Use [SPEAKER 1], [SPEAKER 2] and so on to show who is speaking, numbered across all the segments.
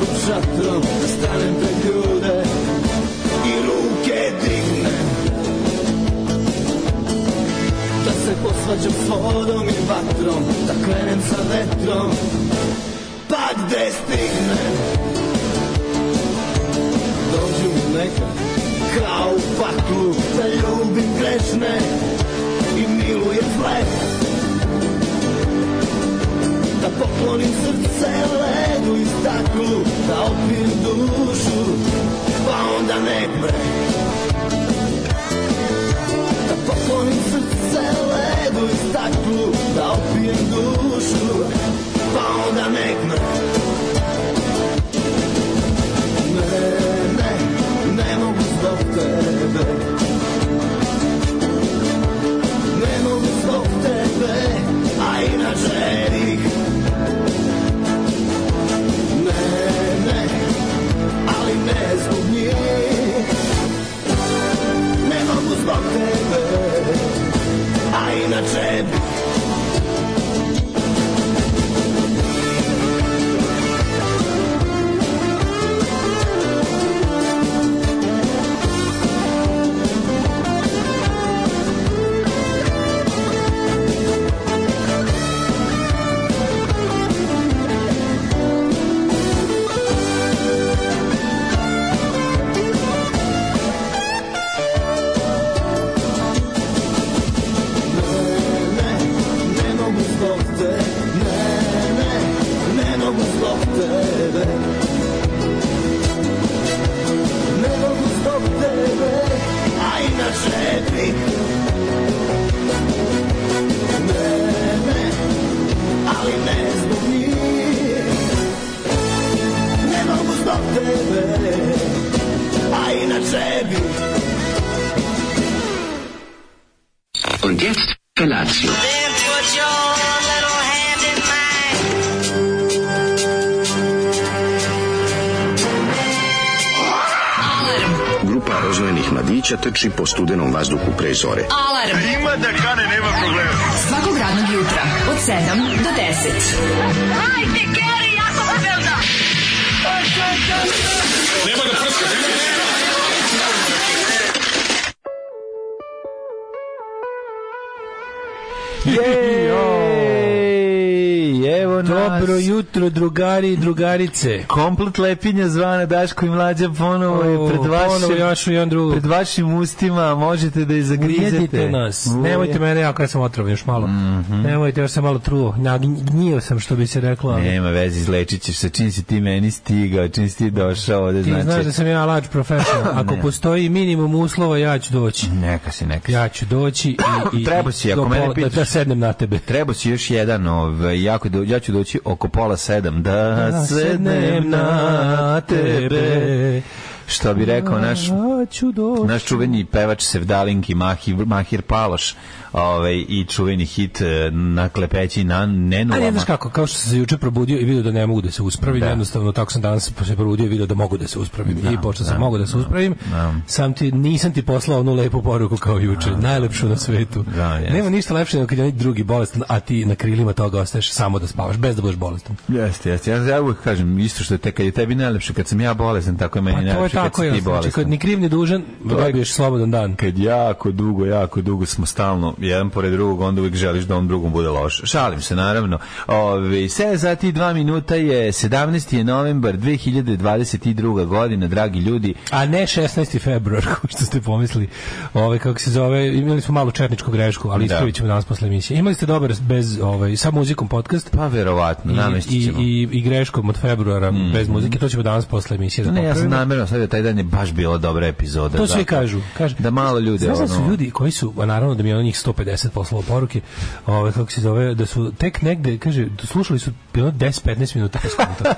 [SPEAKER 1] vatrom Da stanem pred ljude I ruke dignem Da se posvađam s vodom i vatrom Da krenem sa vetrom Pa gde stignem Dođu mi neka Kao u paklu Da ljubim grešne I milujem zle da poklonim srce ledu i staklu Da opim dušu Pa onda nek bre Da poklonim srce ledu i staklu Da opijem dušu Pa onda nek bre Ne, ne, ne mogu zbog tebe Ne mogu zbog tebe A inače ih ne, ne, ali ne zbog nje Ne mogu zbog tebe, a inače bi ne, ne mogu zbog te, ne, ne, ne mogu zbog tebe. Ne mogu zbog tebe, a inače bi. Ne, ne, ali ne zbog njih. Ne mogu zbog tebe, a inače bi.
[SPEAKER 2] Und jetzt Felatio.
[SPEAKER 3] Then put your little hand in mine.
[SPEAKER 4] Grupa rozvojenih mladića trči po studenom vazduhu pre zore.
[SPEAKER 5] Alarm. Ima da kane, nema problema. Svakog radnog jutra, od 7 do 10.
[SPEAKER 3] Hajde, Geri, jako se velda.
[SPEAKER 6] Ej, evo nas.
[SPEAKER 7] Dobro jutro, drugari i drugarice.
[SPEAKER 6] Komplet lepinja zvana Daško i Mlađa ponovo je pred
[SPEAKER 7] Ponovo
[SPEAKER 6] vašim,
[SPEAKER 7] jašu jedan drugog.
[SPEAKER 6] pred vašim ustima, možete da je zagrizete.
[SPEAKER 7] Jedite nas. Nemojte mene, ja kad sam otrov još malo.
[SPEAKER 6] Mhm.
[SPEAKER 7] Nemojte, još sam malo truo. Nagnjio sam, što bi se reklo. ali
[SPEAKER 6] Nema veze, izlečit ćeš se. Čim si ti meni stigao, čim si ti došao ovde,
[SPEAKER 7] Ti
[SPEAKER 6] znači...
[SPEAKER 7] znaš da sam ja lač profesional. Ako postoji minimum uslova, ja ću doći.
[SPEAKER 6] Neka si, neka si.
[SPEAKER 7] Ja ću doći i, i
[SPEAKER 6] Treba si,
[SPEAKER 7] i
[SPEAKER 6] ako
[SPEAKER 7] do
[SPEAKER 6] mene
[SPEAKER 7] pola- da,
[SPEAKER 6] pitaš.
[SPEAKER 7] da sednem na tebe.
[SPEAKER 6] Treba si još jedan, ovaj, jako, do, ja ću doći oko pola sedam. Da sednem na tebe. Što bi rekao naš
[SPEAKER 7] Ja ću doći.
[SPEAKER 6] naš čuveni pevač Sevdalinki Mahir, Mahir Paloš ovaj, i čuveni hit e, na klepeći na
[SPEAKER 7] Ali
[SPEAKER 6] nenulama.
[SPEAKER 7] znaš kako, kao što sam se juče probudio i vidio da ne mogu da se uspravim,
[SPEAKER 6] Da.
[SPEAKER 7] jednostavno tako sam danas se probudio i vidio da mogu da se uspravim. I pošto sam mogao da se uspravim, sam ti, nisam ti poslao onu lepu poruku kao juče, najlepšu na svetu.
[SPEAKER 6] Da, jest.
[SPEAKER 7] Nema ništa lepše nego kad je onaj drugi bolestan, a ti na krilima toga ostaješ samo da spavaš, bez da budeš bolestan.
[SPEAKER 6] Jeste, jeste. Ja, ja uvijek kažem isto što je te, kad je tebi najlepše, kad sam ja bolestan, tako je meni
[SPEAKER 7] Pa to je
[SPEAKER 6] najlepše kad
[SPEAKER 7] tako,
[SPEAKER 6] si ti
[SPEAKER 7] je, znači
[SPEAKER 6] bolestan.
[SPEAKER 7] kad ni kriv ni dužan,
[SPEAKER 6] je-
[SPEAKER 7] dobiješ slobodan dan.
[SPEAKER 6] kad jako dugo, jako dugo smo stalno jedan pored drugog, onda uvijek želiš da on drugom bude loš. Šalim se, naravno. Ovaj, Ove, 7 sati i 2 minuta je 17. je novembar 2022. godina, dragi ljudi.
[SPEAKER 7] A ne 16. februar, kao što ste pomislili. Ove, kako se zove, imali smo malu četničku grešku, ali ispravit ćemo danas posle emisije. Imali ste dobar bez, ovaj, sa muzikom podcast.
[SPEAKER 6] Pa verovatno,
[SPEAKER 7] i,
[SPEAKER 6] namestit
[SPEAKER 7] i,
[SPEAKER 6] ćemo. Mhm.
[SPEAKER 7] i, i greškom od februara bez muzike, to ćemo danas posle emisije da
[SPEAKER 6] Ne, ja sam
[SPEAKER 7] popravimo.
[SPEAKER 6] namjerno sad taj dan je baš bila dobra epizoda.
[SPEAKER 7] To svi
[SPEAKER 6] zato.
[SPEAKER 7] kažu. kažu.
[SPEAKER 6] Da malo ljudi...
[SPEAKER 7] Znaš da su
[SPEAKER 6] ono-
[SPEAKER 7] ljudi koji su, a naravno da mi je ono njih 150 poslalo poruke, ove, kako se zove, da su tek negde, kaže, slušali su bilo 10-15 minuta pa skonta.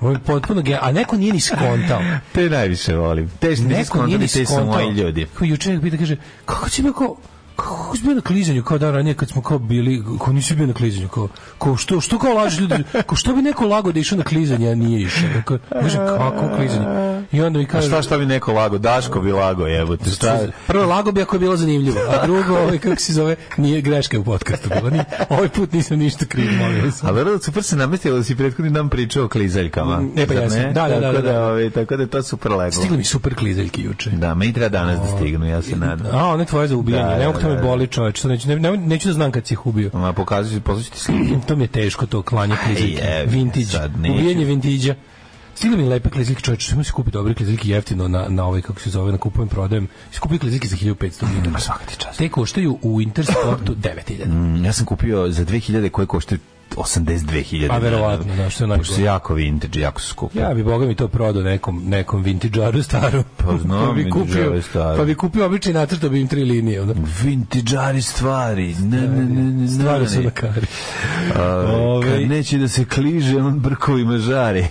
[SPEAKER 7] Ovo je potpuno ge- a neko nije ni skontao.
[SPEAKER 6] Te najviše volim. Te što nisi
[SPEAKER 7] Neko nije
[SPEAKER 6] skontali,
[SPEAKER 7] ni
[SPEAKER 6] te su
[SPEAKER 7] skontao.
[SPEAKER 6] moji ljudi.
[SPEAKER 7] Kao juče pita, kaže, kako će mi ako kako si bio na klizanju kao dan ranije kad smo kao bili, ko nisi bio na klizanju, kao, kao što, što kao lažeš ljudi, kao što bi neko lago da išao na klizanje, a nije išao, kao, kaže, kako klizanje, i onda mi
[SPEAKER 6] A
[SPEAKER 7] kaže,
[SPEAKER 6] šta šta bi neko lago? Daško bi lago, jebote. Šta?
[SPEAKER 7] Prvo lago bi ako je bilo zanimljivo, a drugo, ovaj, kako se zove, nije greška u podcastu bila. Nije, ovaj put nisam ništa kriv, molim vas.
[SPEAKER 6] A verovatno super se nametilo da si prethodni dan pričao o klizaljkama.
[SPEAKER 7] Mm, e, pa
[SPEAKER 6] Zar
[SPEAKER 7] jesam. Da, da, da,
[SPEAKER 6] Tako
[SPEAKER 7] da, da.
[SPEAKER 6] ovaj, tako da je to super leglo.
[SPEAKER 7] Stigli mi super klizaljki juče.
[SPEAKER 6] Da, me i treba danas da stignu, ja se nadam.
[SPEAKER 7] A, one tvoje za ubijanje,
[SPEAKER 6] Da,
[SPEAKER 7] da,
[SPEAKER 6] da,
[SPEAKER 7] nemoj to
[SPEAKER 6] da,
[SPEAKER 7] me
[SPEAKER 6] da.
[SPEAKER 7] boli čoveč, sad neću, ne, ne, neću da znam kad si ih ubio.
[SPEAKER 6] Ma pokazat ću, poslaću ti sliku.
[SPEAKER 7] To mi je teško, to klanje klizaljki,
[SPEAKER 6] jebi ga,
[SPEAKER 7] vintage,
[SPEAKER 6] sad neću.
[SPEAKER 7] ubijanje vintiđa. Stigli mi lepe klizaljke, čoveč, sve se kupi dobre klizaljke jeftino na, na ovaj, kako se zove, na kupujem, prodajem. Skupi klizaljke za 1500 dinara.
[SPEAKER 6] Pa svaka ti čast.
[SPEAKER 7] Te koštaju u Intersportu 9000.
[SPEAKER 6] Mm, Ja sam kupio za 2000 koje koštaju 82.000.
[SPEAKER 7] Pa verovatno, da, što je
[SPEAKER 6] Pošto su
[SPEAKER 7] najbolje.
[SPEAKER 6] jako vintage, jako su skupi.
[SPEAKER 7] Ja bi boga mi to prodao nekom nekom vintiđaru staru.
[SPEAKER 6] Pa znam
[SPEAKER 7] bi kupio,
[SPEAKER 6] vintiđare stare.
[SPEAKER 7] pa bi kupio običaj nacrtao bi im tri linije. ono. Onda.
[SPEAKER 6] Vintiđari stvari. Ne, ne, ne, ne,
[SPEAKER 7] Stvarno su
[SPEAKER 6] ne.
[SPEAKER 7] na kari.
[SPEAKER 6] Ovaj,
[SPEAKER 7] Ovaj-
[SPEAKER 6] Kad neće da se kliže, on brkovima žari.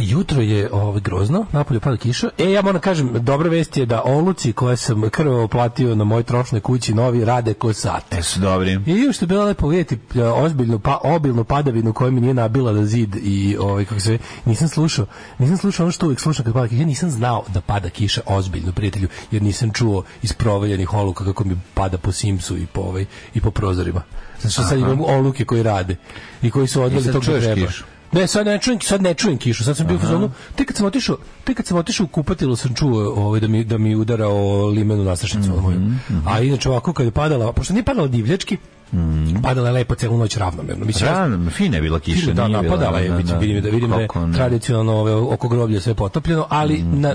[SPEAKER 7] Jutro je ovaj grozno, napolju pada kiša. E ja moram kažem, dobra vest je da oluci koje sam krvavo platio na moj trošnoj kući novi rade ko sate.
[SPEAKER 6] E su dobri.
[SPEAKER 7] I još što je bilo lepo vidjeti e, ozbiljnu pa obilnu padavinu koja mi nije nabila na zid i ovaj kako se zove, nisam slušao. Nisam slušao ono što uvijek slušam kad pada kiša. Ja nisam znao da pada kiša ozbiljno prijatelju jer nisam čuo iz provaljenih oluka kako mi pada po simsu i po ovaj i po prozorima. Zato što sad imam oluke koji rade i koji su
[SPEAKER 6] I
[SPEAKER 7] odveli
[SPEAKER 6] E sad
[SPEAKER 7] tog
[SPEAKER 6] čuješ
[SPEAKER 7] treba.
[SPEAKER 6] kišu?
[SPEAKER 7] Ne, sad ne čujem, sad ne čujem kišu. Sad sam bio u fazonu, tek kad sam otišao, tek kad sam otišao u kupatilo sam čuo ovaj da mi da mi udara o limenu nastrašnicu mm moju. A inače ovako kad je padala, pošto nije padala divljački, padala je lepo celu noć ravnomerno. Mislim, ja-
[SPEAKER 6] Rano, fina je bila kiša.
[SPEAKER 7] da,
[SPEAKER 6] nije bila,
[SPEAKER 7] napadala je,
[SPEAKER 6] da,
[SPEAKER 7] vidim,
[SPEAKER 6] da.
[SPEAKER 7] vidim da vidim da je
[SPEAKER 6] Kako ne. Mhm.
[SPEAKER 7] tradicionalno ove, oko groblja sve potopljeno, ali na, e,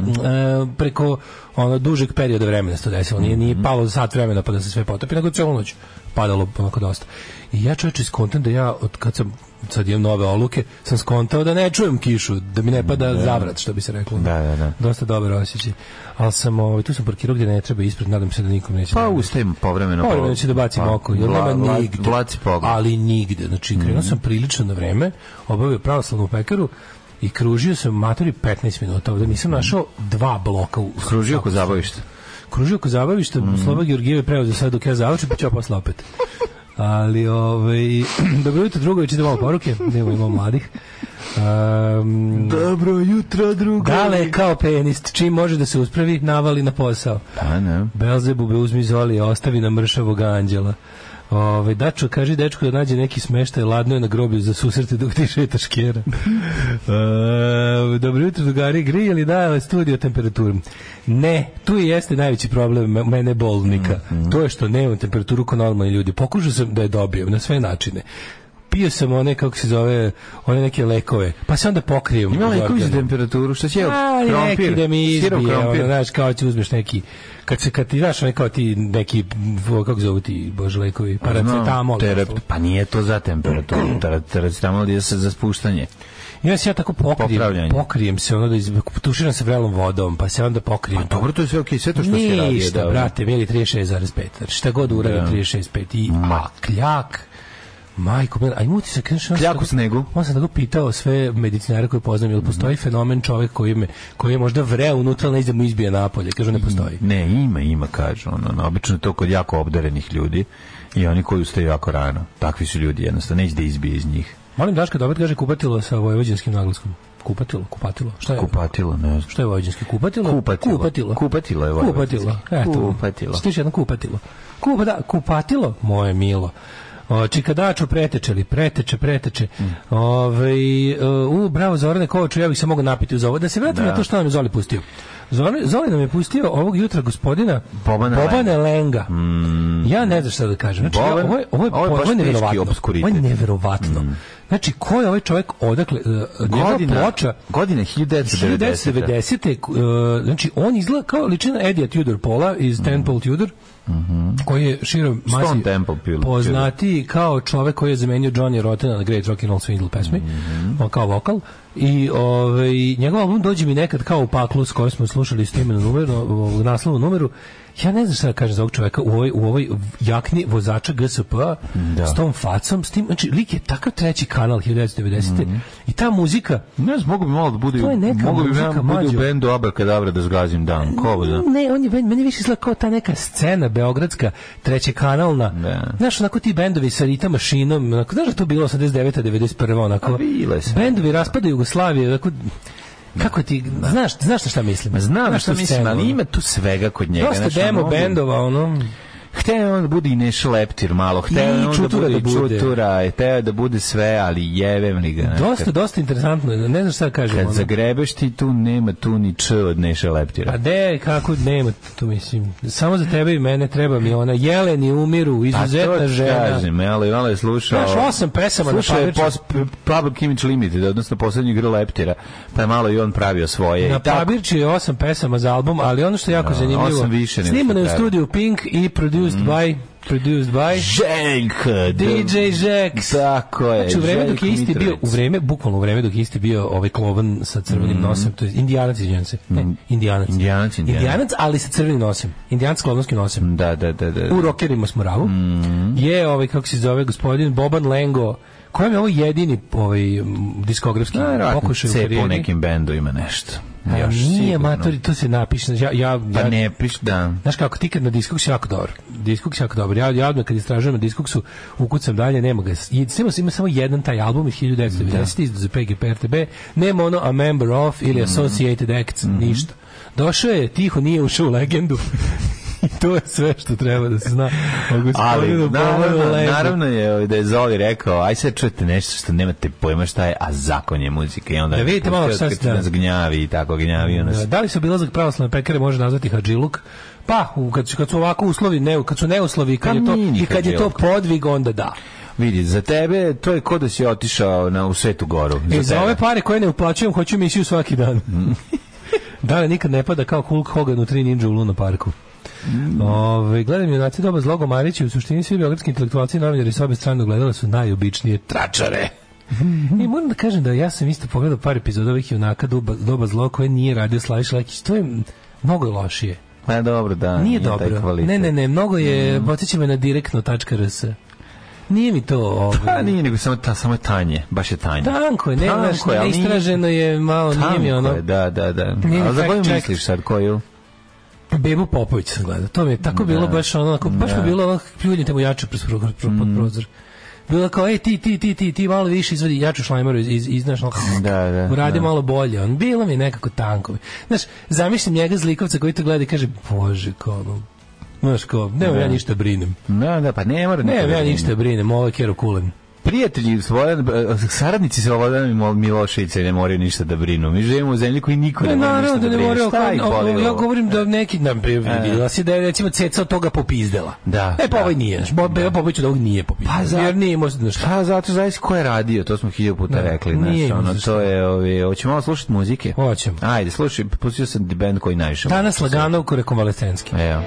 [SPEAKER 7] preko ono dužeg perioda vremena se to desilo. Nije,
[SPEAKER 6] Mhm.
[SPEAKER 7] nije palo za sat vremena pa da se sve potopi, nego celu noć padalo onako dosta. I ja čovječe skontam da ja, od kad sam sad imam nove oluke, sam skontao da ne čujem kišu, da mi ne pada zavrat, što bi se reklo.
[SPEAKER 6] Da, da, da.
[SPEAKER 7] Dosta dobar osjećaj. Ali sam, ovaj, tu sam parkirao gdje ne treba ispred, nadam se da nikom neće.
[SPEAKER 6] Pa
[SPEAKER 7] da-
[SPEAKER 6] ustajem povremeno.
[SPEAKER 7] Moram
[SPEAKER 6] pa-
[SPEAKER 7] da će da bacim
[SPEAKER 6] pa,
[SPEAKER 7] oko, jer
[SPEAKER 6] vla-
[SPEAKER 7] nema
[SPEAKER 6] vla-
[SPEAKER 7] nigde.
[SPEAKER 6] Vlaci Mhm. pogled.
[SPEAKER 7] ali nigde. Znači, krenuo sam prilično na vreme, obavio pravoslavnu pekaru i kružio sam matori 15 minuta ovde. Nisam našao dva bloka. U,
[SPEAKER 6] Mhm. Kružio oko zabavišta. Mhm.
[SPEAKER 7] Kružio oko zabavišta, Slova Georgijeva je preuzeo sve dok ja završim, pa ću ja posle opet. Ali, ovaj, dobro jutro, drugović, idemo malo poruke, idemo imamo mladih. Um,
[SPEAKER 6] Dobro jutro, drugo.
[SPEAKER 7] Dale kao penist, čim može da se uspravi, navali na posao.
[SPEAKER 6] Pa ne.
[SPEAKER 7] Belzebube uzmi zoli, ostavi na mršavog anđela. Ove, dačo, kaži dečko da nađe neki smeštaj, ladno je na groblju za susrete dok ti šetaš kjera. E, dobro jutro, drugari, grijali da studio temperaturu. Ne, tu i jeste najveći problem me- mene bolnika.
[SPEAKER 6] Mhm,
[SPEAKER 7] To je što nemam temperaturu kao normalni ljudi. Pokušao sam da je dobijem na sve načine. Pio sam one, kako se zove, one neke lekove, pa se onda pokrijem.
[SPEAKER 6] Ima li koji
[SPEAKER 7] organom.
[SPEAKER 6] za temperaturu? Šta će?
[SPEAKER 7] A, ali neki
[SPEAKER 6] Krompir.
[SPEAKER 7] da mi
[SPEAKER 6] Sirov
[SPEAKER 7] izbije, ono,
[SPEAKER 6] krompir.
[SPEAKER 7] znaš, kao ti uzmeš neki, kad se, kad ti daš onaj kao ti neki, v- kako zovu ti, bože lekovi, paracetamol.
[SPEAKER 6] Terap, pa nije to za temperaturu. Tera- Paracetamol je za za spuštanje.
[SPEAKER 7] I onda se ja tako pokrijem,
[SPEAKER 6] Popravljanje.
[SPEAKER 7] pokrijem se, ono da iz, tuširam se vrelom vodom, pa se onda pokrijem.
[SPEAKER 6] Dobro, to je sve okej, sve to što si radio.
[SPEAKER 7] Ništa,
[SPEAKER 6] da.
[SPEAKER 7] brate, mili 36,5. Znači, šta god uradim 36,5 i a, kljak. Majko, mila, a ima ti se kaže
[SPEAKER 6] Kljak u snegu. Mhm.
[SPEAKER 7] On sam tako pitao sve medicinare koje poznam, jel postoji fenomen čovek koji me koji je možda vreo unutra, ali ne ide mu izbije napolje. Kažu
[SPEAKER 6] Mhm.
[SPEAKER 7] ne postoji.
[SPEAKER 6] Ne, ima, ima, kaže ono, ono, obično je to kod jako obdarenih ljudi i oni koji ustaju jako rano. Takvi su ljudi jednostavno, neće da izbije iz njih.
[SPEAKER 7] Molim Daška da opet kaže kupatilo sa vojvođanskim naglaskom. Kupatilo, kupatilo. Šta je?
[SPEAKER 6] Kupatilo, ne znam.
[SPEAKER 7] Šta je vojvođanski? Kupatilo?
[SPEAKER 6] Kupatilo.
[SPEAKER 7] Kupatilo.
[SPEAKER 6] Kupatilo je vojvođanski.
[SPEAKER 7] Kupatilo. Eto.
[SPEAKER 6] Kupatilo.
[SPEAKER 7] Stiš jedno kupatilo. Kupa, da, kupatilo? Moje milo. O, čikadaču pretečeli, preteče, preteče.
[SPEAKER 6] Mm.
[SPEAKER 7] Ovaj u, bravo Zorane Kovaču, ja bih se mogao napiti uz ovo. Da se vratim na to što nam je Zoli pustio. Zoli, Zoli nam je pustio ovog jutra gospodina
[SPEAKER 6] Bobana Mm.
[SPEAKER 7] Lenga. Ja ne znam šta da kažem. Znači,
[SPEAKER 6] Boban-
[SPEAKER 7] ovo, je, ovo, je,
[SPEAKER 6] ovo je baš teški
[SPEAKER 7] neverovatno. Ovo je
[SPEAKER 6] obskuritet.
[SPEAKER 7] neverovatno. Znači, ko je ovaj čovjek odakle, e, njegova
[SPEAKER 6] Godina,
[SPEAKER 7] ploča
[SPEAKER 6] godina 1990.
[SPEAKER 7] 1990. Uh, znači, on izgleda kao ličina Edija Tudor Pola
[SPEAKER 6] Mhm.
[SPEAKER 7] iz Temple Tudor, koji je širom
[SPEAKER 6] Stone
[SPEAKER 7] masi
[SPEAKER 6] Temple Pil-
[SPEAKER 7] poznati kao čovek koji je zamenio Johnny Rottena na Great Rock and Roll Swindle
[SPEAKER 6] Mhm.
[SPEAKER 7] pesmi, on kao vokal. I ovaj, njegov album dođe mi nekad kao u paklu s kojim smo slušali isto imenu numeru, u naslovu numeru, ja ne znam šta da kažem za ovog čoveka u ovoj, u ovoj jakni vozača GSP
[SPEAKER 6] Da.
[SPEAKER 7] s tom facom, s tim, znači lik je takav treći kanal 1990.
[SPEAKER 6] Mhm.
[SPEAKER 7] I ta muzika,
[SPEAKER 6] Ne znam, mogu bi malo da bude,
[SPEAKER 7] To je neka
[SPEAKER 6] mogu bi
[SPEAKER 7] muzika,
[SPEAKER 6] ja bude u
[SPEAKER 7] mlađo.
[SPEAKER 6] bendu Abrakadabra da zgazim dan, ko ovo da?
[SPEAKER 7] Ne, on je, meni- meni više izgleda kao ta neka scena beogradska, treće kanalna.
[SPEAKER 6] Da.
[SPEAKER 7] Znaš, onako ti bendovi sa Rita Mašinom, onako, znaš da je to bilo 89. 91. onako.
[SPEAKER 6] A bilo je sve.
[SPEAKER 7] Bendovi raspada Jugoslavije, onako, kako ti, znaš, znaš na šta mislim?
[SPEAKER 6] Ma znam
[SPEAKER 7] Znaš
[SPEAKER 6] što
[SPEAKER 7] tu
[SPEAKER 6] mislim,
[SPEAKER 7] scenu,
[SPEAKER 6] ali
[SPEAKER 7] ono.
[SPEAKER 6] ima tu svega kod njega.
[SPEAKER 7] Dosta
[SPEAKER 6] znaš, ono,
[SPEAKER 7] demo
[SPEAKER 6] mogu- E,
[SPEAKER 7] bendova, ono.
[SPEAKER 6] Hteo je on da bude i Neš Leptir malo, hteo je
[SPEAKER 7] I
[SPEAKER 6] on da
[SPEAKER 7] Čutura
[SPEAKER 6] bude i
[SPEAKER 7] da bude.
[SPEAKER 6] Čutura, i hteo je da bude sve, ali jevem li ga. znaš,
[SPEAKER 7] Dosta,
[SPEAKER 6] kad-
[SPEAKER 7] dosta interesantno, ne znam šta da kažem.
[SPEAKER 6] Kad
[SPEAKER 7] ono.
[SPEAKER 6] zagrebeš ti tu, nema tu ni č od Neša
[SPEAKER 7] Pa
[SPEAKER 6] Leptira.
[SPEAKER 7] de, kako, nema tu, mislim. Samo za tebe i mene treba mi ona. Jeleni umiru, izuzetna
[SPEAKER 6] Pa to
[SPEAKER 7] žena.
[SPEAKER 6] Kažem, ali malo je slušao...
[SPEAKER 7] Znaš, osam pesama na
[SPEAKER 6] Slušao je
[SPEAKER 7] Paviću.
[SPEAKER 6] pos, p- Public Image Limited, odnosno poslednju igru Leptira, pa je malo i on pravio svoje.
[SPEAKER 7] Na
[SPEAKER 6] I E, tako,
[SPEAKER 7] Pabirću je osam pesama za album, ali ono što je jako
[SPEAKER 6] Da,
[SPEAKER 7] zanimljivo,
[SPEAKER 6] osam više nego
[SPEAKER 7] snimano je u
[SPEAKER 6] što Mhm. treba.
[SPEAKER 7] studiju Pink i produced by produced by
[SPEAKER 6] Ženk!
[SPEAKER 7] DJ Jax.
[SPEAKER 6] Tako je.
[SPEAKER 7] Znači, u vreme dok je
[SPEAKER 6] Željko
[SPEAKER 7] isti bio, u
[SPEAKER 6] Mitrović. Mhm.
[SPEAKER 7] vreme, bukvalno u vreme dok je isti bio ovaj klovan sa crvenim nosem, to je indijanac, izvinjam se. Ne, indijanac.
[SPEAKER 6] Mm. Indijanac, indijanac.
[SPEAKER 7] ali sa crvenim nosem. Indijanac s klovanskim nosem.
[SPEAKER 6] Da, da, da, da.
[SPEAKER 7] U rokerima smo ravu.
[SPEAKER 6] Mhm.
[SPEAKER 7] Je ovaj, kako se zove, gospodin Boban Lengo, kojem je ovo jedini ovaj, m, diskografski
[SPEAKER 6] Verovatno
[SPEAKER 7] pokušaj u
[SPEAKER 6] cepu u
[SPEAKER 7] karijeri.
[SPEAKER 6] nekim bendu ima nešto.
[SPEAKER 7] A
[SPEAKER 6] Još
[SPEAKER 7] Pa nije,
[SPEAKER 6] sigurno.
[SPEAKER 7] matori, to se napiše. znači, Ja, ja,
[SPEAKER 6] Pa
[SPEAKER 7] ja,
[SPEAKER 6] ne piš, da.
[SPEAKER 7] Znaš kako, ti kad na Discogs je jako dobar. Discogs je jako dobar. Ja, ja odmah kad istražujem na Discogsu, ukucam dalje, nema ga. I, ima, ima samo jedan taj album iz 1990. Da. za PGP RTB. Nema ono A Member of
[SPEAKER 6] Mhm.
[SPEAKER 7] ili Associated Acts, ništa. Došao je, tiho nije ušao u legendu. I to je sve što treba da se zna. O gospodinu
[SPEAKER 6] Ali,
[SPEAKER 7] Bobanu
[SPEAKER 6] naravno,
[SPEAKER 7] Lengu.
[SPEAKER 6] naravno je ovaj, da je Zoli rekao, aj sad čujete nešto što nemate pojma šta je, a zakon je muzika. I onda
[SPEAKER 7] Da vidite malo šta se
[SPEAKER 6] da.
[SPEAKER 7] da.
[SPEAKER 6] nas gnjavi i tako gnjavi. Ono
[SPEAKER 7] Da, E, da li se obilazak pravoslavne pekare može nazvati hadžiluk? Pa, u- kad, su- kad su ovako uslovi, ne, kad su neuslovi, kad,
[SPEAKER 6] Pa
[SPEAKER 7] je to,
[SPEAKER 6] mini
[SPEAKER 7] i kad je to
[SPEAKER 6] hadžiluk.
[SPEAKER 7] podvig, onda da.
[SPEAKER 6] Vidi, za tebe to je ko da si otišao na, u Svetu Goru.
[SPEAKER 7] E, za
[SPEAKER 6] tebe. Mm.
[SPEAKER 7] ove pare koje ne uplaćujem, hoću emisiju svaki dan. da li nikad ne pada kao Hulk Hogan u tri ninja u Luna Parku?
[SPEAKER 6] Mm.
[SPEAKER 7] Ove, gledam junaci doba zlogo Marić i u suštini svi beogradski intelektualci i novinari s obe strane gledala su najobičnije tračare.
[SPEAKER 6] Mhm.
[SPEAKER 7] I moram da kažem da ja sam isto pogledao par epizoda ovih junaka doba, doba zlo koje nije radio Slaviš Lekić. To je mnogo je lošije.
[SPEAKER 6] Pa dobro, da.
[SPEAKER 7] Nije
[SPEAKER 6] taj
[SPEAKER 7] dobro.
[SPEAKER 6] kvalitet.
[SPEAKER 7] Ne, ne, ne, mnogo je, mm. me na direktno.rs. Nije mi to... Ovaj,
[SPEAKER 6] Pa nije, nego samo, ta, samo je tanje, baš je tanje.
[SPEAKER 7] Tanko je, ne,
[SPEAKER 6] Tanko
[SPEAKER 7] znaš,
[SPEAKER 6] je, ali nije-
[SPEAKER 7] istraženo je malo, nije mi
[SPEAKER 6] Tanko
[SPEAKER 7] ono...
[SPEAKER 6] je, da, da, da.
[SPEAKER 7] Nije mi
[SPEAKER 6] Ali za koju
[SPEAKER 7] fact check.
[SPEAKER 6] misliš sad, koju?
[SPEAKER 7] Bebu Popović sam gledao. To mi je tako bilo baš ono, ako, baš mi je bilo ono, pljuljite mu jače pres pro, pro,
[SPEAKER 6] Mm.
[SPEAKER 7] pod prozor. Bilo je kao, ej, ti, ti, ti, ti, ti malo više izvadi jaču šlajmeru iz, iz, iz znaš, ono,
[SPEAKER 6] Da, da,
[SPEAKER 7] uradi malo bolje. On, bilo mi je nekako tanko. Znaš, zamišljam njega zlikovca koji to gleda i kaže, bože, kao ono, znaš, kao, nema ja ništa brinem.
[SPEAKER 6] Da, da, pa ne mora.
[SPEAKER 7] Ne,
[SPEAKER 6] niko da
[SPEAKER 7] ja
[SPEAKER 6] brine.
[SPEAKER 7] ništa brinem, ovo je kero kulen.
[SPEAKER 6] Prijatelji, Slobodan, eh, saradnici Slobodana Milo- Miloševića ne moraju ništa da brinu. Mi živimo u zemlji koji niko ne
[SPEAKER 7] Ne,
[SPEAKER 6] mora
[SPEAKER 7] naravno
[SPEAKER 6] ništa
[SPEAKER 7] da
[SPEAKER 6] da
[SPEAKER 7] ne
[SPEAKER 6] brine.
[SPEAKER 7] moraju,
[SPEAKER 6] Šta ih
[SPEAKER 7] kao-
[SPEAKER 6] boli
[SPEAKER 7] ja
[SPEAKER 6] ovo? E.
[SPEAKER 7] govorim da neki, nam vidjela si da je recimo ceca od toga popizdela.
[SPEAKER 6] Da,
[SPEAKER 7] E pa
[SPEAKER 6] da.
[SPEAKER 7] ovaj nije, znaš, Bo- Beba Popović od ovog nije popizdela.
[SPEAKER 6] Pa za-
[SPEAKER 7] Jer nije možda, znaš,
[SPEAKER 6] Pa zato zavisi ko je radio, to smo hiljadu puta
[SPEAKER 7] Da,
[SPEAKER 6] rekli. Znaš,
[SPEAKER 7] nije
[SPEAKER 6] ono,
[SPEAKER 7] mi zašto.
[SPEAKER 6] to je, ovi, hoćemo malo slušati muzike?
[SPEAKER 7] Hoćemo.
[SPEAKER 6] Ajde, slušaj, pustio sam ti band koji najviše.
[SPEAKER 7] Danas
[SPEAKER 6] volim.
[SPEAKER 7] lagano u rekonvalescenski.
[SPEAKER 6] Evo.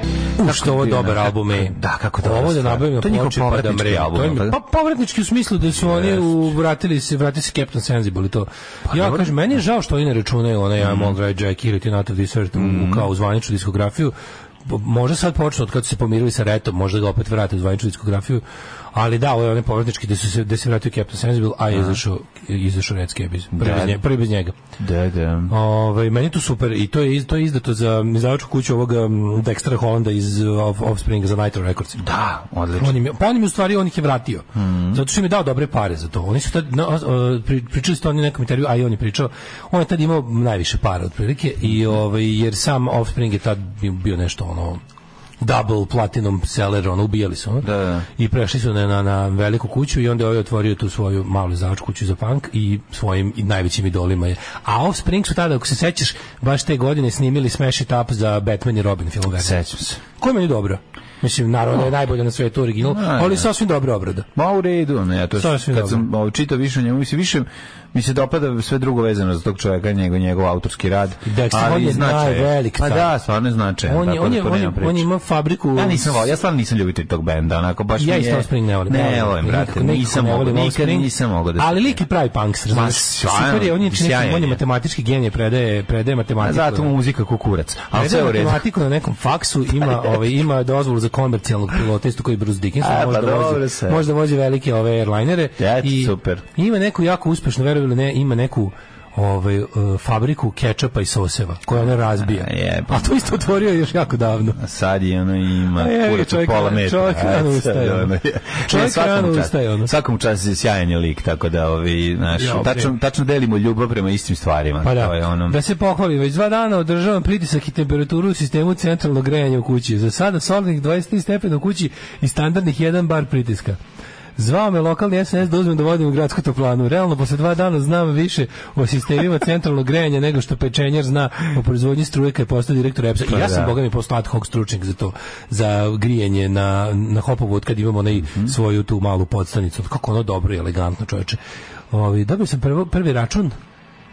[SPEAKER 7] U što ovo dobar album je.
[SPEAKER 6] Da, kako dobro.
[SPEAKER 7] Ovo da nabavim na
[SPEAKER 6] To je njihov
[SPEAKER 7] ploči pa da
[SPEAKER 6] povratnički
[SPEAKER 7] mre.
[SPEAKER 6] album,
[SPEAKER 7] To im je-
[SPEAKER 6] jel'
[SPEAKER 7] Pa
[SPEAKER 6] tako?
[SPEAKER 7] povratnički u smislu da su oni u, vratili se, vratili se Captain Sensible i to. ja
[SPEAKER 6] Pa dobro. Mhm.
[SPEAKER 7] kažem, meni je žao što oni ne računaju onaj I'm All Right Jack ili Tina of This Earth u- u, kao u zvaničnu diskografiju. Bo- Možda sad počnu od kad su se pomirili sa Retom, možda ga opet vrate u zvaničnu diskografiju. Ali da, ovo je onaj povratnički gde, su se, gde se vratio Captain Sensible, a je izašao, izašao Red Scabies. Prvi,
[SPEAKER 6] Da.
[SPEAKER 7] bez nje- prvi bez njega.
[SPEAKER 6] Da, da.
[SPEAKER 7] Ovaj meni je to super i to je iz- to je izdato za izdavačku kuću ovog Dextera Hollanda iz uh, Off- Offspringa za Nitro Records.
[SPEAKER 6] Da, odlično. Mhm.
[SPEAKER 7] On im, je- pa on im je u stvari on ih je vratio. Zato što im je dao dobre pare za to. Oni su tad no, uh, pri, pričali su to oni u nekom intervju, a i on je pričao. On je tad imao najviše para otprilike i ovaj jer sam Offspring je tad bio- bio nešto ono double platinum seller, ono, ubijali su, ono.
[SPEAKER 6] Da, da.
[SPEAKER 7] I prešli su na, na, na veliku kuću i onda je ovaj otvorio tu svoju malu izdavačku kuću za punk i svojim i najvećim idolima je. A Offspring su tada, ako se sećaš, baš te godine snimili Smash It Up za Batman i Robin film verziju.
[SPEAKER 6] Sećam se.
[SPEAKER 7] Koje meni dobro? Mislim, naravno da je najbolje na svetu original,
[SPEAKER 6] Oh. Ne, ne.
[SPEAKER 7] ali sasvim dobra obrada.
[SPEAKER 6] Ma u redu, ne, ja to što,
[SPEAKER 7] Sasvim
[SPEAKER 6] kad
[SPEAKER 7] dobro.
[SPEAKER 6] sam ovo, čitao više o njemu, mislim, više mi se dopada sve drugo vezano za tog čovjeka, njegov, njegov autorski rad.
[SPEAKER 7] Dexter,
[SPEAKER 6] ali
[SPEAKER 7] on je
[SPEAKER 6] značajan.
[SPEAKER 7] najvelik
[SPEAKER 6] Pa
[SPEAKER 7] car.
[SPEAKER 6] da, stvarno je značajan.
[SPEAKER 7] On je,
[SPEAKER 6] tako
[SPEAKER 7] on
[SPEAKER 6] da
[SPEAKER 7] je,
[SPEAKER 6] tu
[SPEAKER 7] on je,
[SPEAKER 6] nema priče.
[SPEAKER 7] on je imao fabriku...
[SPEAKER 6] Ja nisam volio, ja stvarno nisam ljubitelj tog benda, onako baš
[SPEAKER 7] Ja
[SPEAKER 6] mi
[SPEAKER 7] isto
[SPEAKER 6] je...
[SPEAKER 7] Offspring ne volim.
[SPEAKER 6] Ne volim, brate,
[SPEAKER 7] nikako, nikako
[SPEAKER 6] nisam
[SPEAKER 7] ne
[SPEAKER 6] mogao,
[SPEAKER 7] volim
[SPEAKER 6] nikad
[SPEAKER 7] Offspring.
[SPEAKER 6] nisam mogao da...
[SPEAKER 7] Ali lik je pravi punkster, znaš.
[SPEAKER 6] sjajno,
[SPEAKER 7] Super je, on je, čini-
[SPEAKER 6] sjajan
[SPEAKER 7] on je
[SPEAKER 6] je.
[SPEAKER 7] matematički genije, predaje, predaje
[SPEAKER 6] A
[SPEAKER 7] matematiku.
[SPEAKER 6] zato mu muzika kukurac, ali sve
[SPEAKER 7] Predaje
[SPEAKER 6] u redu.
[SPEAKER 7] matematiku na nekom faksu, ima, ovaj, ima dozvolu za komercijalnog pilota, isto koji Bruce Dickinson,
[SPEAKER 6] E, pa
[SPEAKER 7] možda,
[SPEAKER 6] dobro
[SPEAKER 7] vozi,
[SPEAKER 6] se.
[SPEAKER 7] možda vozi velike ove airlinere.
[SPEAKER 6] Ja, super.
[SPEAKER 7] Ima neku jako uspešnu, verujem ili ne, ima neku ovaj eh, fabriku kečapa i soseva koja ona razbija.
[SPEAKER 6] A, jebe.
[SPEAKER 7] A Pa to isto otvorio je još jako davno.
[SPEAKER 6] A sad je ono ima
[SPEAKER 7] A je,
[SPEAKER 6] kurac
[SPEAKER 7] čovjek-
[SPEAKER 6] u pola metra.
[SPEAKER 7] čovjek
[SPEAKER 6] a,
[SPEAKER 7] rano
[SPEAKER 6] sad
[SPEAKER 7] ustaje, ono.
[SPEAKER 6] ono je.
[SPEAKER 7] Čovjek
[SPEAKER 6] Ne, svakom
[SPEAKER 7] rano
[SPEAKER 6] čast.
[SPEAKER 7] ustaje, ono.
[SPEAKER 6] Svakom čast je sjajan je lik, tako da ovi, znaš,
[SPEAKER 7] Ja,
[SPEAKER 6] tačno, tačno delimo ljubav prema istim stvarima.
[SPEAKER 7] Pa
[SPEAKER 6] To je
[SPEAKER 7] da,
[SPEAKER 6] ono,
[SPEAKER 7] da se pohvali, već dva dana održavam pritisak i temperaturu u sistemu centralnog grejanja u kući. Za sada solidnih 23 stepena u kući i standardnih 1 bar pritiska. Zvao me lokalni SNS da uzmem da vodim u gradsku toplanu. Realno, posle dva dana znam više o sistemima centralnog grejanja nego što pečenjar zna o proizvodnji struje kad je postao direktor EPS-a. I ja sam,
[SPEAKER 6] Pa da.
[SPEAKER 7] boga mi, postao ad hoc stručnjak za to, za grijanje na, na hopovu, od kad imamo onaj
[SPEAKER 6] Mhm.
[SPEAKER 7] svoju tu malu podstanicu. Kako ono dobro i elegantno, čoveče. Ovi, dobio sam prvo, prvi račun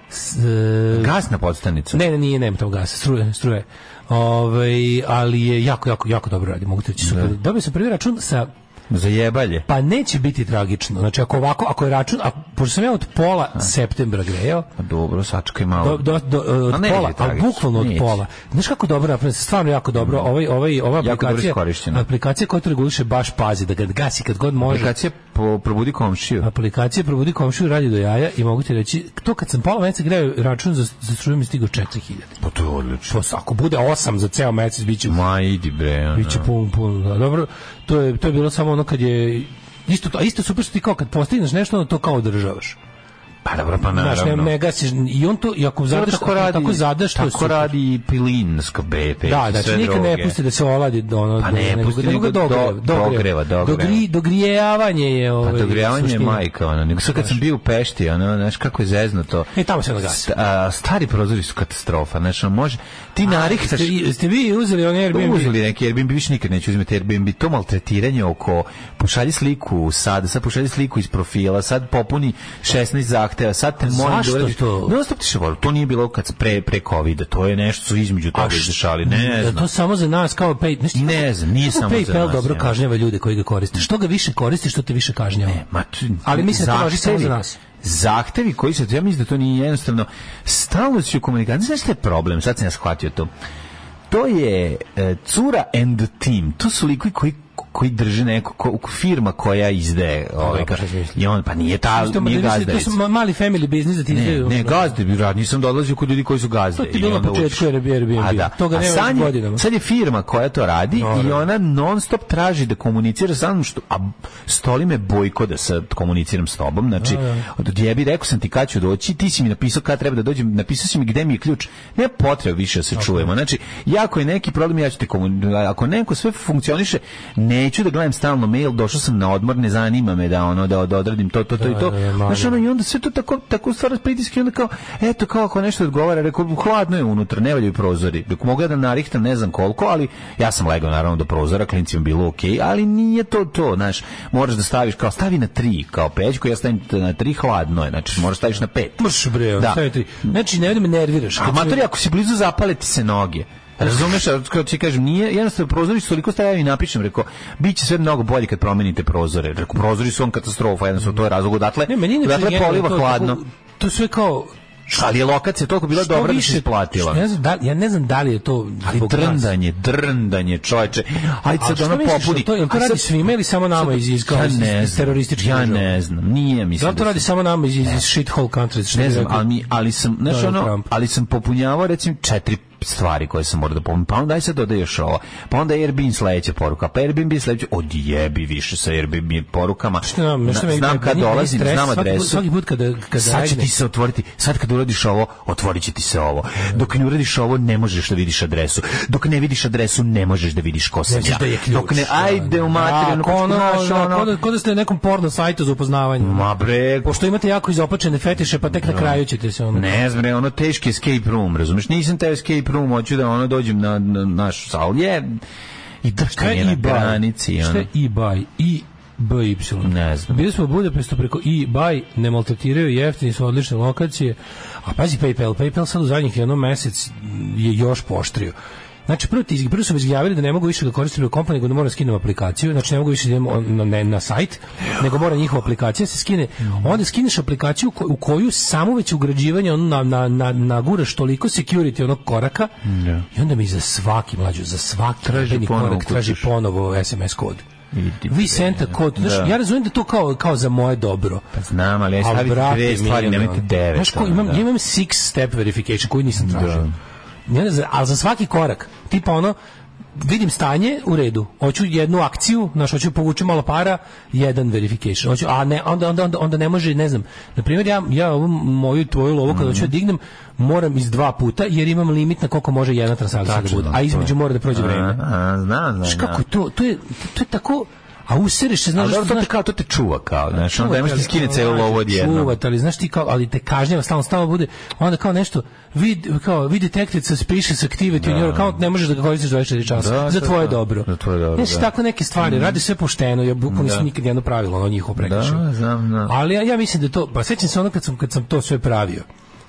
[SPEAKER 7] s, e,
[SPEAKER 6] gas na podstanicu.
[SPEAKER 7] ne, ne, nije, nema tamo gasa, struje, struje. Ovaj, ali je jako, jako, jako dobro radi, mogu ti reći super. Dobio sam prvi račun sa
[SPEAKER 6] Zajebalje.
[SPEAKER 7] pa neće biti tragično. Znači ako ovako, ako je račun, a pošto sam ja od pola septembra grejao,
[SPEAKER 6] Pa dobro, sačekaj malo.
[SPEAKER 7] do, do, do,
[SPEAKER 6] A
[SPEAKER 7] e, od
[SPEAKER 6] neće
[SPEAKER 7] pola, ali
[SPEAKER 6] tragično,
[SPEAKER 7] bukvalno od
[SPEAKER 6] neće.
[SPEAKER 7] pola. Znaš kako dobro napravljeno, stvarno jako dobro. Ovaj, ovaj, ova
[SPEAKER 6] dobro
[SPEAKER 7] aplikacija,
[SPEAKER 6] iskorišćeno.
[SPEAKER 7] aplikacija koja to reguliše baš pazi, da ga gasi kad god može.
[SPEAKER 6] Aplikacija po, probudi komšiju.
[SPEAKER 7] Aplikacija probudi komšiju radi do jaja i mogu ti reći, to kad sam pola meseca grejao račun za, za struju mi je stigao 4000.
[SPEAKER 6] Pa to je odlično.
[SPEAKER 7] Pos- ako bude 8 za ceo mesec biće
[SPEAKER 6] Ma idi bre, ono.
[SPEAKER 7] biće pun pun. Da, dobro, to je to je bilo samo ono kad je isto to, a isto je super što ti kao kad postigneš nešto onda to kao održavaš.
[SPEAKER 6] Pa dobro, pa
[SPEAKER 7] Znaš, ne,
[SPEAKER 6] naravno.
[SPEAKER 7] ne gasiš i on to i ako zadaš
[SPEAKER 6] tako radi,
[SPEAKER 7] tako zadaš to je
[SPEAKER 6] tako
[SPEAKER 7] super.
[SPEAKER 6] radi i pilinska BP.
[SPEAKER 7] Da, znači nikad ne pusti da se oladi do ono
[SPEAKER 6] Pa ne
[SPEAKER 7] do-
[SPEAKER 6] pusti, nego do- dogreva, dogreva.
[SPEAKER 7] Dogri, dogrijavanje je ovaj.
[SPEAKER 6] Pa dogrijavanje je
[SPEAKER 7] suština.
[SPEAKER 6] majka, ono, nego sad kad sam bio u Pešti, ono, znaš kako je zezno to.
[SPEAKER 7] E tamo se nagasi.
[SPEAKER 6] St- a, stari prozori su katastrofa, znaš, ono, može, ti narihtaš, Pa
[SPEAKER 7] Ste, vi- ste vi uzeli onaj Airbnb?
[SPEAKER 6] uzeli neki Airbnb, više nikad neću uzmeti Airbnb, to maltretiranje oko, pošalji sliku sad, sad pošalji sliku iz profila, sad popuni 16 zahteva, sad te molim
[SPEAKER 7] Zašto
[SPEAKER 6] uradiš-
[SPEAKER 7] to?
[SPEAKER 6] Ne ostop ti se volim, pa to nije bilo kad pre, pre covid to je nešto su između toga izdešali, ne
[SPEAKER 7] da
[SPEAKER 6] znam.
[SPEAKER 7] to samo za nas kao pay, znaš ti
[SPEAKER 6] Ne
[SPEAKER 7] kako-
[SPEAKER 6] znam, nije
[SPEAKER 7] kako
[SPEAKER 6] samo za
[SPEAKER 7] PayPal
[SPEAKER 6] nas,
[SPEAKER 7] dobro
[SPEAKER 6] ja.
[SPEAKER 7] kažnjava ljude koji ga koriste. Što ga više koristiš, što te više kažnjava.
[SPEAKER 6] E, ma, tu-
[SPEAKER 7] Ali mislim da to važi samo za
[SPEAKER 6] zahtevi-
[SPEAKER 7] nas.
[SPEAKER 6] Zahtevi koji se, ja mislim da to nije jednostavno, stalno si u komunikaciji, znaš šta je problem, sad sam ja shvatio to. To je e, Cura and Team, to su likovi koji koji drže neko ko, firma koja izdaje ovaj
[SPEAKER 7] Pa dobro,
[SPEAKER 6] ka-
[SPEAKER 7] šta si mislio?
[SPEAKER 6] i on pa nije ta
[SPEAKER 7] Što
[SPEAKER 6] nije
[SPEAKER 7] ma- to
[SPEAKER 6] gazdajica
[SPEAKER 7] su ma- mali family business da ti
[SPEAKER 6] ne,
[SPEAKER 7] izdaju.
[SPEAKER 6] ne gazde bi rad, nisam dolazio kod ljudi koji su gazde.
[SPEAKER 7] To ti je
[SPEAKER 6] i
[SPEAKER 7] bilo na
[SPEAKER 6] onda
[SPEAKER 7] početku
[SPEAKER 6] učiš.
[SPEAKER 7] Airbnb.
[SPEAKER 6] A da.
[SPEAKER 7] Toga
[SPEAKER 6] A
[SPEAKER 7] nema
[SPEAKER 6] sad je-
[SPEAKER 7] godinama.
[SPEAKER 6] Sad je firma koja to radi i
[SPEAKER 7] Naravno.
[SPEAKER 6] ona non stop traži da komunicira sa mnom, što, a stoli me bojko da sad komuniciram s tobom, znači, od jebi, rekao sam ti kad ću doći, ti si mi napisao kad treba da dođem, napisao si mi gde mi je ključ, ne potreba više da se čujemo, znači, jako je neki problem, ja ću te komunicirati, ako neko sve funkcioniše, neću da gledam stalno mail, došao sam na odmor, ne zanima me da ono, da, da odradim to, to, to i to,
[SPEAKER 7] Da, da, da, naravno.
[SPEAKER 6] Znaš, ono, i onda sve to tako, tako stvara pritiske i onda kao, eto, kao ako nešto odgovara, rekao, hladno je unutra, ne valjaju prozori. Dok mogu ja da narihtam ne znam koliko, ali ja sam legao naravno do prozora, klincima bilo okej, ali nije to to, znaš, moraš da staviš kao, stavi na tri, kao pećku, ja stavim na tri, hladno je, znači moraš staviš na pet.
[SPEAKER 7] Mrš bre,
[SPEAKER 6] Da.
[SPEAKER 7] da. ti. Znači, ne da me nerviraš.
[SPEAKER 6] A matori, ako si blizu zapale ti se noge. Razumeš, a kao ti kažem, nije, jednostavno prozori su toliko stavljaju i napišem, rekao, bit će sve mnogo bolje kad promenite prozore. Rekao, prozori su on katastrofa, jednostavno, to je razlog, odatle,
[SPEAKER 7] ne, meni inače
[SPEAKER 6] odatle
[SPEAKER 7] generalno
[SPEAKER 6] poliva
[SPEAKER 7] to-
[SPEAKER 6] hladno.
[SPEAKER 7] To, to sve kao
[SPEAKER 6] Ali je lokacija toliko bila
[SPEAKER 7] što
[SPEAKER 6] dobra da
[SPEAKER 7] više-
[SPEAKER 6] se isplatila.
[SPEAKER 7] Ne znam da, li- ja ne znam da li je to
[SPEAKER 6] Ali
[SPEAKER 7] zbog nas.
[SPEAKER 6] drndanje, drndanje, čoveče. Ajde
[SPEAKER 7] A
[SPEAKER 6] sad
[SPEAKER 7] što
[SPEAKER 6] ono
[SPEAKER 7] misliš,
[SPEAKER 6] popuni.
[SPEAKER 7] jel to- jel to
[SPEAKER 6] Aj
[SPEAKER 7] radi
[SPEAKER 6] sad-
[SPEAKER 7] svima ili samo nama
[SPEAKER 6] sad-
[SPEAKER 7] iz- iz- kao
[SPEAKER 6] ja
[SPEAKER 7] iz- iz
[SPEAKER 6] ne znam,
[SPEAKER 7] terorističkih
[SPEAKER 6] Ja
[SPEAKER 7] država?
[SPEAKER 6] ne znam, nije mi
[SPEAKER 7] Da li to radi samo nama iz, iz shit hole country?
[SPEAKER 6] Ne znam, ali, mi, ali sam, znaš
[SPEAKER 7] Donald
[SPEAKER 6] ono,
[SPEAKER 7] Trump.
[SPEAKER 6] ali sam popunjavao recimo četiri stvari koje sam morao da popunjam. Pa onda aj sad dodaj još ovo. Pa onda Airbnb sledeća poruka. Pa Airbnb sledeća, odjebi više sa Airbnb porukama.
[SPEAKER 7] Što nam, što
[SPEAKER 6] Na-
[SPEAKER 7] meni-
[SPEAKER 6] znam
[SPEAKER 7] meni-
[SPEAKER 6] kad
[SPEAKER 7] meni
[SPEAKER 6] dolazim,
[SPEAKER 7] stres
[SPEAKER 6] znam
[SPEAKER 7] svaki put-
[SPEAKER 6] adresu.
[SPEAKER 7] Svaki put kada, kada
[SPEAKER 6] sad će
[SPEAKER 7] regne-
[SPEAKER 6] ti se otvoriti, sad kad uradiš ovo, otvorit će ti se ovo. Dok ne uradiš ovo, ne možeš da vidiš adresu. Dok ne vidiš adresu, ne možeš da vidiš ko sam
[SPEAKER 7] Nećeš
[SPEAKER 6] ja.
[SPEAKER 7] da je ključ.
[SPEAKER 6] Znači, Dok ne, ajde u materinu,
[SPEAKER 7] Da, ko ono,
[SPEAKER 6] znaš,
[SPEAKER 7] da,
[SPEAKER 6] ono,
[SPEAKER 7] ko da- ko da ste na nekom porno sajtu za upoznavanje. ono.
[SPEAKER 6] Ma bre,
[SPEAKER 7] Pošto imate jako izopačene fetiše, pa tek na kraju ćete se ono...
[SPEAKER 6] Ne znam, bre, ono teški escape room, razumeš? Nisam taj escape room, hoću da ono dođem na, na naš sal. Je, I drhtanje na granici.
[SPEAKER 7] Šta
[SPEAKER 6] ono.
[SPEAKER 7] je i baj? I BY.
[SPEAKER 6] Ne znam.
[SPEAKER 7] Bili smo u Budapeštu preko i baj, ne maltretiraju jeftini su odlične lokacije. A pazi PayPal, PayPal sad u zadnjih jedno mesec je još poštrio. Znači, prvo, ti, prvo su mi izjavili da ne mogu više da koristim bilo kompa, nego da moram skinem aplikaciju. Znači, ne mogu više da idem on- na, ne, na sajt, nego mora njihova aplikacija se skine. Onda skineš aplikaciju ko- u koju samo već ugrađivanje ono, na, na, na, naguraš toliko security onog koraka i onda mi za svaki, mlađu, za svaki traži
[SPEAKER 6] ponovo
[SPEAKER 7] korak traži
[SPEAKER 6] ukucaš.
[SPEAKER 7] ponovo SMS kod.
[SPEAKER 6] Idi
[SPEAKER 7] Vi senta kod, znaš, ja razumijem da to kao, kao za moje dobro.
[SPEAKER 6] Pa znam, ali ja
[SPEAKER 7] Al,
[SPEAKER 6] stavite
[SPEAKER 7] brate,
[SPEAKER 6] dve stvari,
[SPEAKER 7] Miljane,
[SPEAKER 6] nemojte devet.
[SPEAKER 7] Znaš, ko,
[SPEAKER 6] ono,
[SPEAKER 7] imam,
[SPEAKER 6] da.
[SPEAKER 7] ja imam six step verification koju nisam tražio. Ja ne znam, ali za svaki korak, tipa ono, vidim stanje u redu. Hoću jednu akciju, znaš, hoću povući malo para, jedan verification. Hoću, a ne, onda, onda, onda, onda ne može, ne znam. Na primjer, ja, ja ovu moju tvoju lovu
[SPEAKER 6] Mhm.
[SPEAKER 7] kada hoću da dignem, moram iz dva puta, jer imam limit na koliko može jedna transakcija da
[SPEAKER 6] Tačno,
[SPEAKER 7] bude.
[SPEAKER 6] to
[SPEAKER 7] A
[SPEAKER 6] je.
[SPEAKER 7] između mora da prođe
[SPEAKER 6] A,
[SPEAKER 7] vreme.
[SPEAKER 6] a, znam, znam.
[SPEAKER 7] Znaš
[SPEAKER 6] znam.
[SPEAKER 7] kako je to, to je, to je tako, a usereš se, znaš,
[SPEAKER 6] Ali dobro, to
[SPEAKER 7] znaš-
[SPEAKER 6] te kao, to te čuva kao, znaš, onda
[SPEAKER 7] Čuvate,
[SPEAKER 6] ne možeš ti
[SPEAKER 7] ali-
[SPEAKER 6] skine celu lovu odjedno.
[SPEAKER 7] Čuvate, ali znaš ti kao, ali te kažnjava, stalno, stalno bude, onda kao nešto, vi, kao, vi detected suspicious activity in your account, ne možeš da ga koristiš 24 časa.
[SPEAKER 6] Da,
[SPEAKER 7] za
[SPEAKER 6] da,
[SPEAKER 7] tvoje
[SPEAKER 6] da.
[SPEAKER 7] dobro.
[SPEAKER 6] Za tvoje dobro,
[SPEAKER 7] Znaš,
[SPEAKER 6] da. Mhm.
[SPEAKER 7] tako neke stvari, radi sve pošteno, ja bukvalno nisam
[SPEAKER 6] Da.
[SPEAKER 7] nikad jedno pravilo, ono njihovo prekršio.
[SPEAKER 6] Da, znam, da.
[SPEAKER 7] Ali ja, ja mislim da to, pa sećam se ono kad sam, kad sam to sve pravio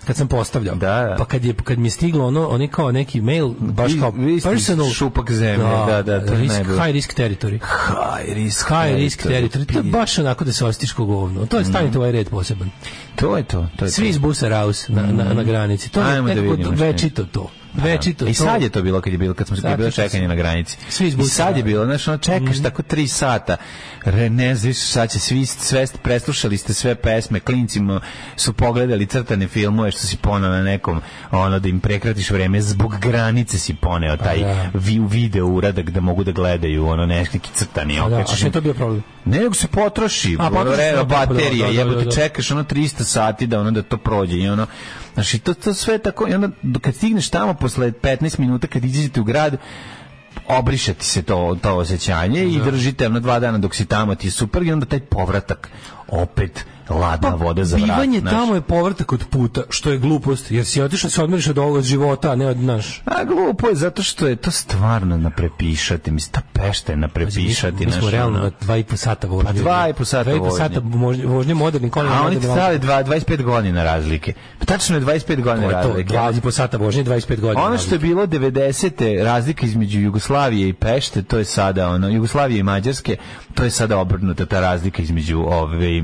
[SPEAKER 7] kad sam postavljao.
[SPEAKER 6] Da, da.
[SPEAKER 7] Pa kad je kad mi je stiglo ono, oni kao neki mail baš
[SPEAKER 6] Vi-
[SPEAKER 7] kao
[SPEAKER 6] vi ste
[SPEAKER 7] personal
[SPEAKER 6] šupak zemlje, da, da, to je
[SPEAKER 7] risk,
[SPEAKER 6] najbolje.
[SPEAKER 7] high risk territory.
[SPEAKER 6] High risk,
[SPEAKER 7] High risk territory. To je
[SPEAKER 6] baš...
[SPEAKER 7] baš onako da se ostiš ko govno. To je stanite u ovaj red poseban.
[SPEAKER 6] To je to, to je
[SPEAKER 7] Svi iz busa raus na, na, na granici. To je
[SPEAKER 6] Ajmo da
[SPEAKER 7] nekako
[SPEAKER 6] vidimo šta je.
[SPEAKER 7] večito to.
[SPEAKER 6] to.
[SPEAKER 7] Večito to.
[SPEAKER 6] I sad je to bilo kad je bilo kad smo
[SPEAKER 7] Sad
[SPEAKER 6] kad je bilo
[SPEAKER 7] je to-
[SPEAKER 6] čekanje na granici.
[SPEAKER 7] Svi Mhm. iz
[SPEAKER 6] I
[SPEAKER 7] busa
[SPEAKER 6] sad je
[SPEAKER 7] rade.
[SPEAKER 6] bilo, znaš, ono čekaš tako tri sata. Re, ne znaš više šta će svi sve preslušali ste sve pesme, klincima su pogledali crtane filmove što si poneo na nekom, ono da im prekratiš vreme zbog granice si poneo taj
[SPEAKER 7] da.
[SPEAKER 6] vi video uradak da mogu da gledaju ono neš- neki crtani
[SPEAKER 7] A Da, a
[SPEAKER 6] okačiš
[SPEAKER 7] što je
[SPEAKER 6] im
[SPEAKER 7] to bio problem?
[SPEAKER 6] Ne, nego se potroši,
[SPEAKER 7] A,
[SPEAKER 6] a,
[SPEAKER 7] potroši se, da, da,
[SPEAKER 6] baterija,
[SPEAKER 7] da, da,
[SPEAKER 6] jebote,
[SPEAKER 7] da, da.
[SPEAKER 6] čekaš ono 300 sati da ono da to prođe i ono, znači to, to sve tako, i onda dok- kad stigneš tamo posle 15 minuta kad izađete u grad, obriše ti se to, to osjećanje i držite ono dva dana dok si tamo ti je super i onda taj povratak opet ladna voda za vrat.
[SPEAKER 7] Pa Bivanje
[SPEAKER 6] znaš.
[SPEAKER 7] tamo je povrtak od puta, što je glupost, jer si otišao da se odmoriš od ovog od života, a ne od naš.
[SPEAKER 6] A glupo je zato što je to stvarno naprepišati, mislim, ta pešta je naprepišati.
[SPEAKER 7] Mi smo
[SPEAKER 6] znaš,
[SPEAKER 7] realno
[SPEAKER 6] ono.
[SPEAKER 7] na dva i po sata vožnje.
[SPEAKER 6] Pa dva i po sata
[SPEAKER 7] Dva i po
[SPEAKER 6] vožnje.
[SPEAKER 7] sata vožnje, vožnje modernim kolima.
[SPEAKER 6] A oni ti
[SPEAKER 7] modernim autom.
[SPEAKER 6] stavili dva- 25 godina razlike. Pa tačno je 25
[SPEAKER 7] To
[SPEAKER 6] godina
[SPEAKER 7] je to,
[SPEAKER 6] razlike.
[SPEAKER 7] dva i po sata vožnje, 25 godina.
[SPEAKER 6] Ono što je bilo 90. razlika između Jugoslavije i Pešte, to je sada ono Jugoslavije i Mađarske, to je sada obrnuta ta razlika između ove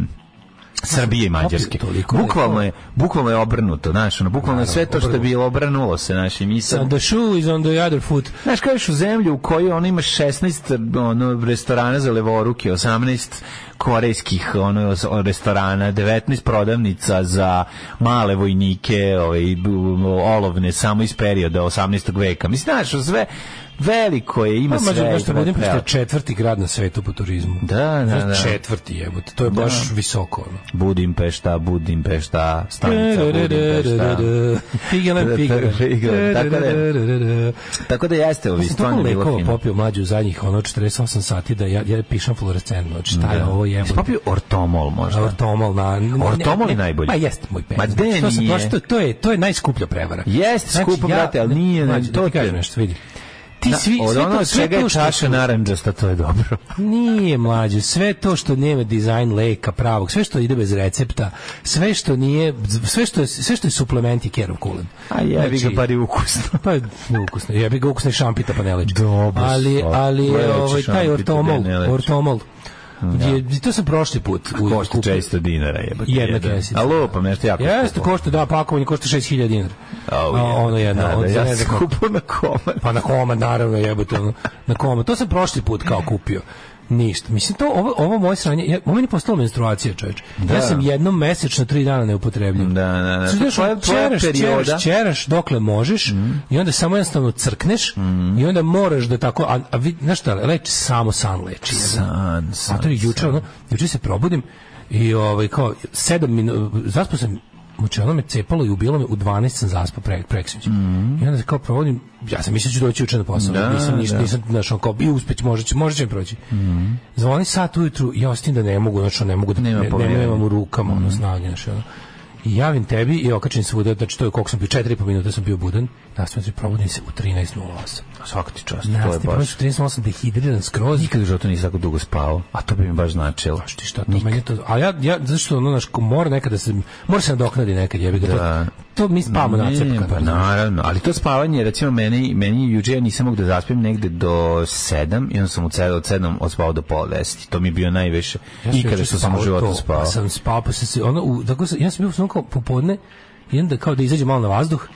[SPEAKER 6] Srbije i Mađarske.
[SPEAKER 7] toliko
[SPEAKER 6] Bukvalno je, bukvalno je obrnuto, znaš, ono, bukvalno je sve to što je bilo obrnulo se, znaš, i mi sad...
[SPEAKER 7] The shoe is on the other foot.
[SPEAKER 6] Znaš, kažeš u zemlju u kojoj ono ima 16 ono, restorana za levoruke, 18 korejskih ono, s- restorana, 19 prodavnica za male vojnike, ovaj, b- olovne, samo iz perioda 18. veka. Mislim, znaš, sve veliko je, ima
[SPEAKER 7] Pa,
[SPEAKER 6] sve.
[SPEAKER 7] mađo, znaš šta,
[SPEAKER 6] ima
[SPEAKER 7] Budimpešta je
[SPEAKER 6] sve.
[SPEAKER 7] četvrti grad na svetu po turizmu.
[SPEAKER 6] Da, da,
[SPEAKER 7] Znaš,
[SPEAKER 6] da.
[SPEAKER 7] Četvrti jebote, to je baš visoko. Ono.
[SPEAKER 6] Budimpešta, Budimpešta, stanica Budimpešta.
[SPEAKER 7] Figelen, figelen.
[SPEAKER 6] Figelen, tako da je. Tako da jeste, ovi,
[SPEAKER 7] Ja sam toliko
[SPEAKER 6] stvarno je bilo
[SPEAKER 7] lekova
[SPEAKER 6] fino.
[SPEAKER 7] popio mlađu zadnjih ono 48 sati da ja, ja pišem fluorescent noć. Šta je ovo
[SPEAKER 6] Jesi
[SPEAKER 7] jebote?
[SPEAKER 6] popio ortomol možda?
[SPEAKER 7] Ortomol na... ne-
[SPEAKER 6] Ortomol je
[SPEAKER 7] ne-
[SPEAKER 6] najbolji.
[SPEAKER 7] Ma jeste moj pet.
[SPEAKER 6] Ma de
[SPEAKER 7] to, sam,
[SPEAKER 6] nije.
[SPEAKER 7] prosto- to, je, to je najskuplja prevara. Znači,
[SPEAKER 6] Jeste, skupo, brate, ali nije, ne,
[SPEAKER 7] Mlađe, da
[SPEAKER 6] to
[SPEAKER 7] ti
[SPEAKER 6] ti je-
[SPEAKER 7] kažem nešto, vidi. Ti
[SPEAKER 6] Na-
[SPEAKER 7] svi,
[SPEAKER 6] od
[SPEAKER 7] sve
[SPEAKER 6] ono
[SPEAKER 7] to, sve
[SPEAKER 6] čega
[SPEAKER 7] to
[SPEAKER 6] je
[SPEAKER 7] što
[SPEAKER 6] čaša
[SPEAKER 7] su-
[SPEAKER 6] naranđasta, to je dobro.
[SPEAKER 7] Nije mlađe, sve to što nema dizajn leka pravog, sve što ide bez recepta, sve što nije, sve što je, sve što je suplement i kerov kulen. Znači,
[SPEAKER 6] A jebi ga, bar i ukusno.
[SPEAKER 7] Pa je ukusno, ja bih ga ukusno i šampita pa ne leči.
[SPEAKER 6] Dobro,
[SPEAKER 7] ali,
[SPEAKER 6] sad,
[SPEAKER 7] ali je,
[SPEAKER 6] leči
[SPEAKER 7] ovaj, taj
[SPEAKER 6] šampita,
[SPEAKER 7] ortomol,
[SPEAKER 6] ne leči.
[SPEAKER 7] ortomol, je, to sam prošli put. u-
[SPEAKER 6] Košta
[SPEAKER 7] kupio.
[SPEAKER 6] 400 dinara, jebate.
[SPEAKER 7] Jedna
[SPEAKER 6] jedan.
[SPEAKER 7] kesica.
[SPEAKER 6] A lupam, nešto jako.
[SPEAKER 7] Jeste,
[SPEAKER 6] skupo.
[SPEAKER 7] košta, da, pakovanje košta 6000 dinara.
[SPEAKER 6] Au,
[SPEAKER 7] A,
[SPEAKER 6] jebote,
[SPEAKER 7] ono jedno,
[SPEAKER 6] da, da,
[SPEAKER 7] od- ne
[SPEAKER 6] ja
[SPEAKER 7] znam
[SPEAKER 6] sam
[SPEAKER 7] koliko.
[SPEAKER 6] kupio na komad.
[SPEAKER 7] Pa na komad, naravno, jebote, ono, na komad. To sam prošli put kao kupio. Ništa. Mislim, to, ovo, ovo moje sranje, ja, ovo meni postala menstruacija, čovječ. Ja sam jednom mesečno tri dana neupotrebljiv.
[SPEAKER 6] Da, da, da.
[SPEAKER 7] Sad još
[SPEAKER 6] Tvoja- tvoja
[SPEAKER 7] ono, čeraš, čeraš,
[SPEAKER 6] perioda. Mhm.
[SPEAKER 7] čeraš dokle možeš i onda samo jednostavno crkneš i onda moraš da tako, a, a vid, znaš šta, leči samo san leči. jebote.
[SPEAKER 6] San, san,
[SPEAKER 7] A to je juče, ono, juče se probudim i ovaj, kao, sedam minuta, zaspao sam, Znači, ono me cepalo i ubilo me, u 12 sam zaspao pre, preksinoć. I onda se kao provodim, ja sam mislio da ću doći juče na posao,
[SPEAKER 6] Mhm. Da,
[SPEAKER 7] nisam ništa,
[SPEAKER 6] da. Mhm.
[SPEAKER 7] nisam, znaš, ono kao, i uspeć, možda će, možda će mi proći. Zvoni sat ujutru, ja osjetim da ne mogu, znači, ono, ne mogu da,
[SPEAKER 6] Nema Mhm.
[SPEAKER 7] ne, ne,
[SPEAKER 6] povjerenja.
[SPEAKER 7] nemam u rukama, ono, snage, znači, ono. I javim tebi i okačim svuda, znači to je koliko sam bio, 4,5 minuta sam bio budan, nastavim se probudim se u 13.08.
[SPEAKER 6] Svaka ti čast, to je
[SPEAKER 7] Nastavim
[SPEAKER 6] baš...
[SPEAKER 7] probudim se u 13.08 dehidriran skroz.
[SPEAKER 6] Nikad u životu nisam tako dugo spavao, a to bi mi baš značilo.
[SPEAKER 7] Ti šta to meni to a ja ja zašto ono naš mora nekad da se mora se nadoknadi nekad jebi ga
[SPEAKER 6] Da.
[SPEAKER 7] to, to mi spavamo na
[SPEAKER 6] Ne,
[SPEAKER 7] cepka
[SPEAKER 6] pa naravno, ali to spavanje, recimo meni, meni juče ja nisam mogu da zaspim negde do 7 i onda sam od 7 od 7 odspao do pola 10. To mi je bio najviše
[SPEAKER 7] Ja sam
[SPEAKER 6] ikada
[SPEAKER 7] juče
[SPEAKER 6] što sam u
[SPEAKER 7] spavao
[SPEAKER 6] životu
[SPEAKER 7] to,
[SPEAKER 6] spavao.
[SPEAKER 7] Pa sam spavao, pa sam se, ono, u, tako sam, ja sam bio samo kao popodne, i onda kao da izađem malo na vazduh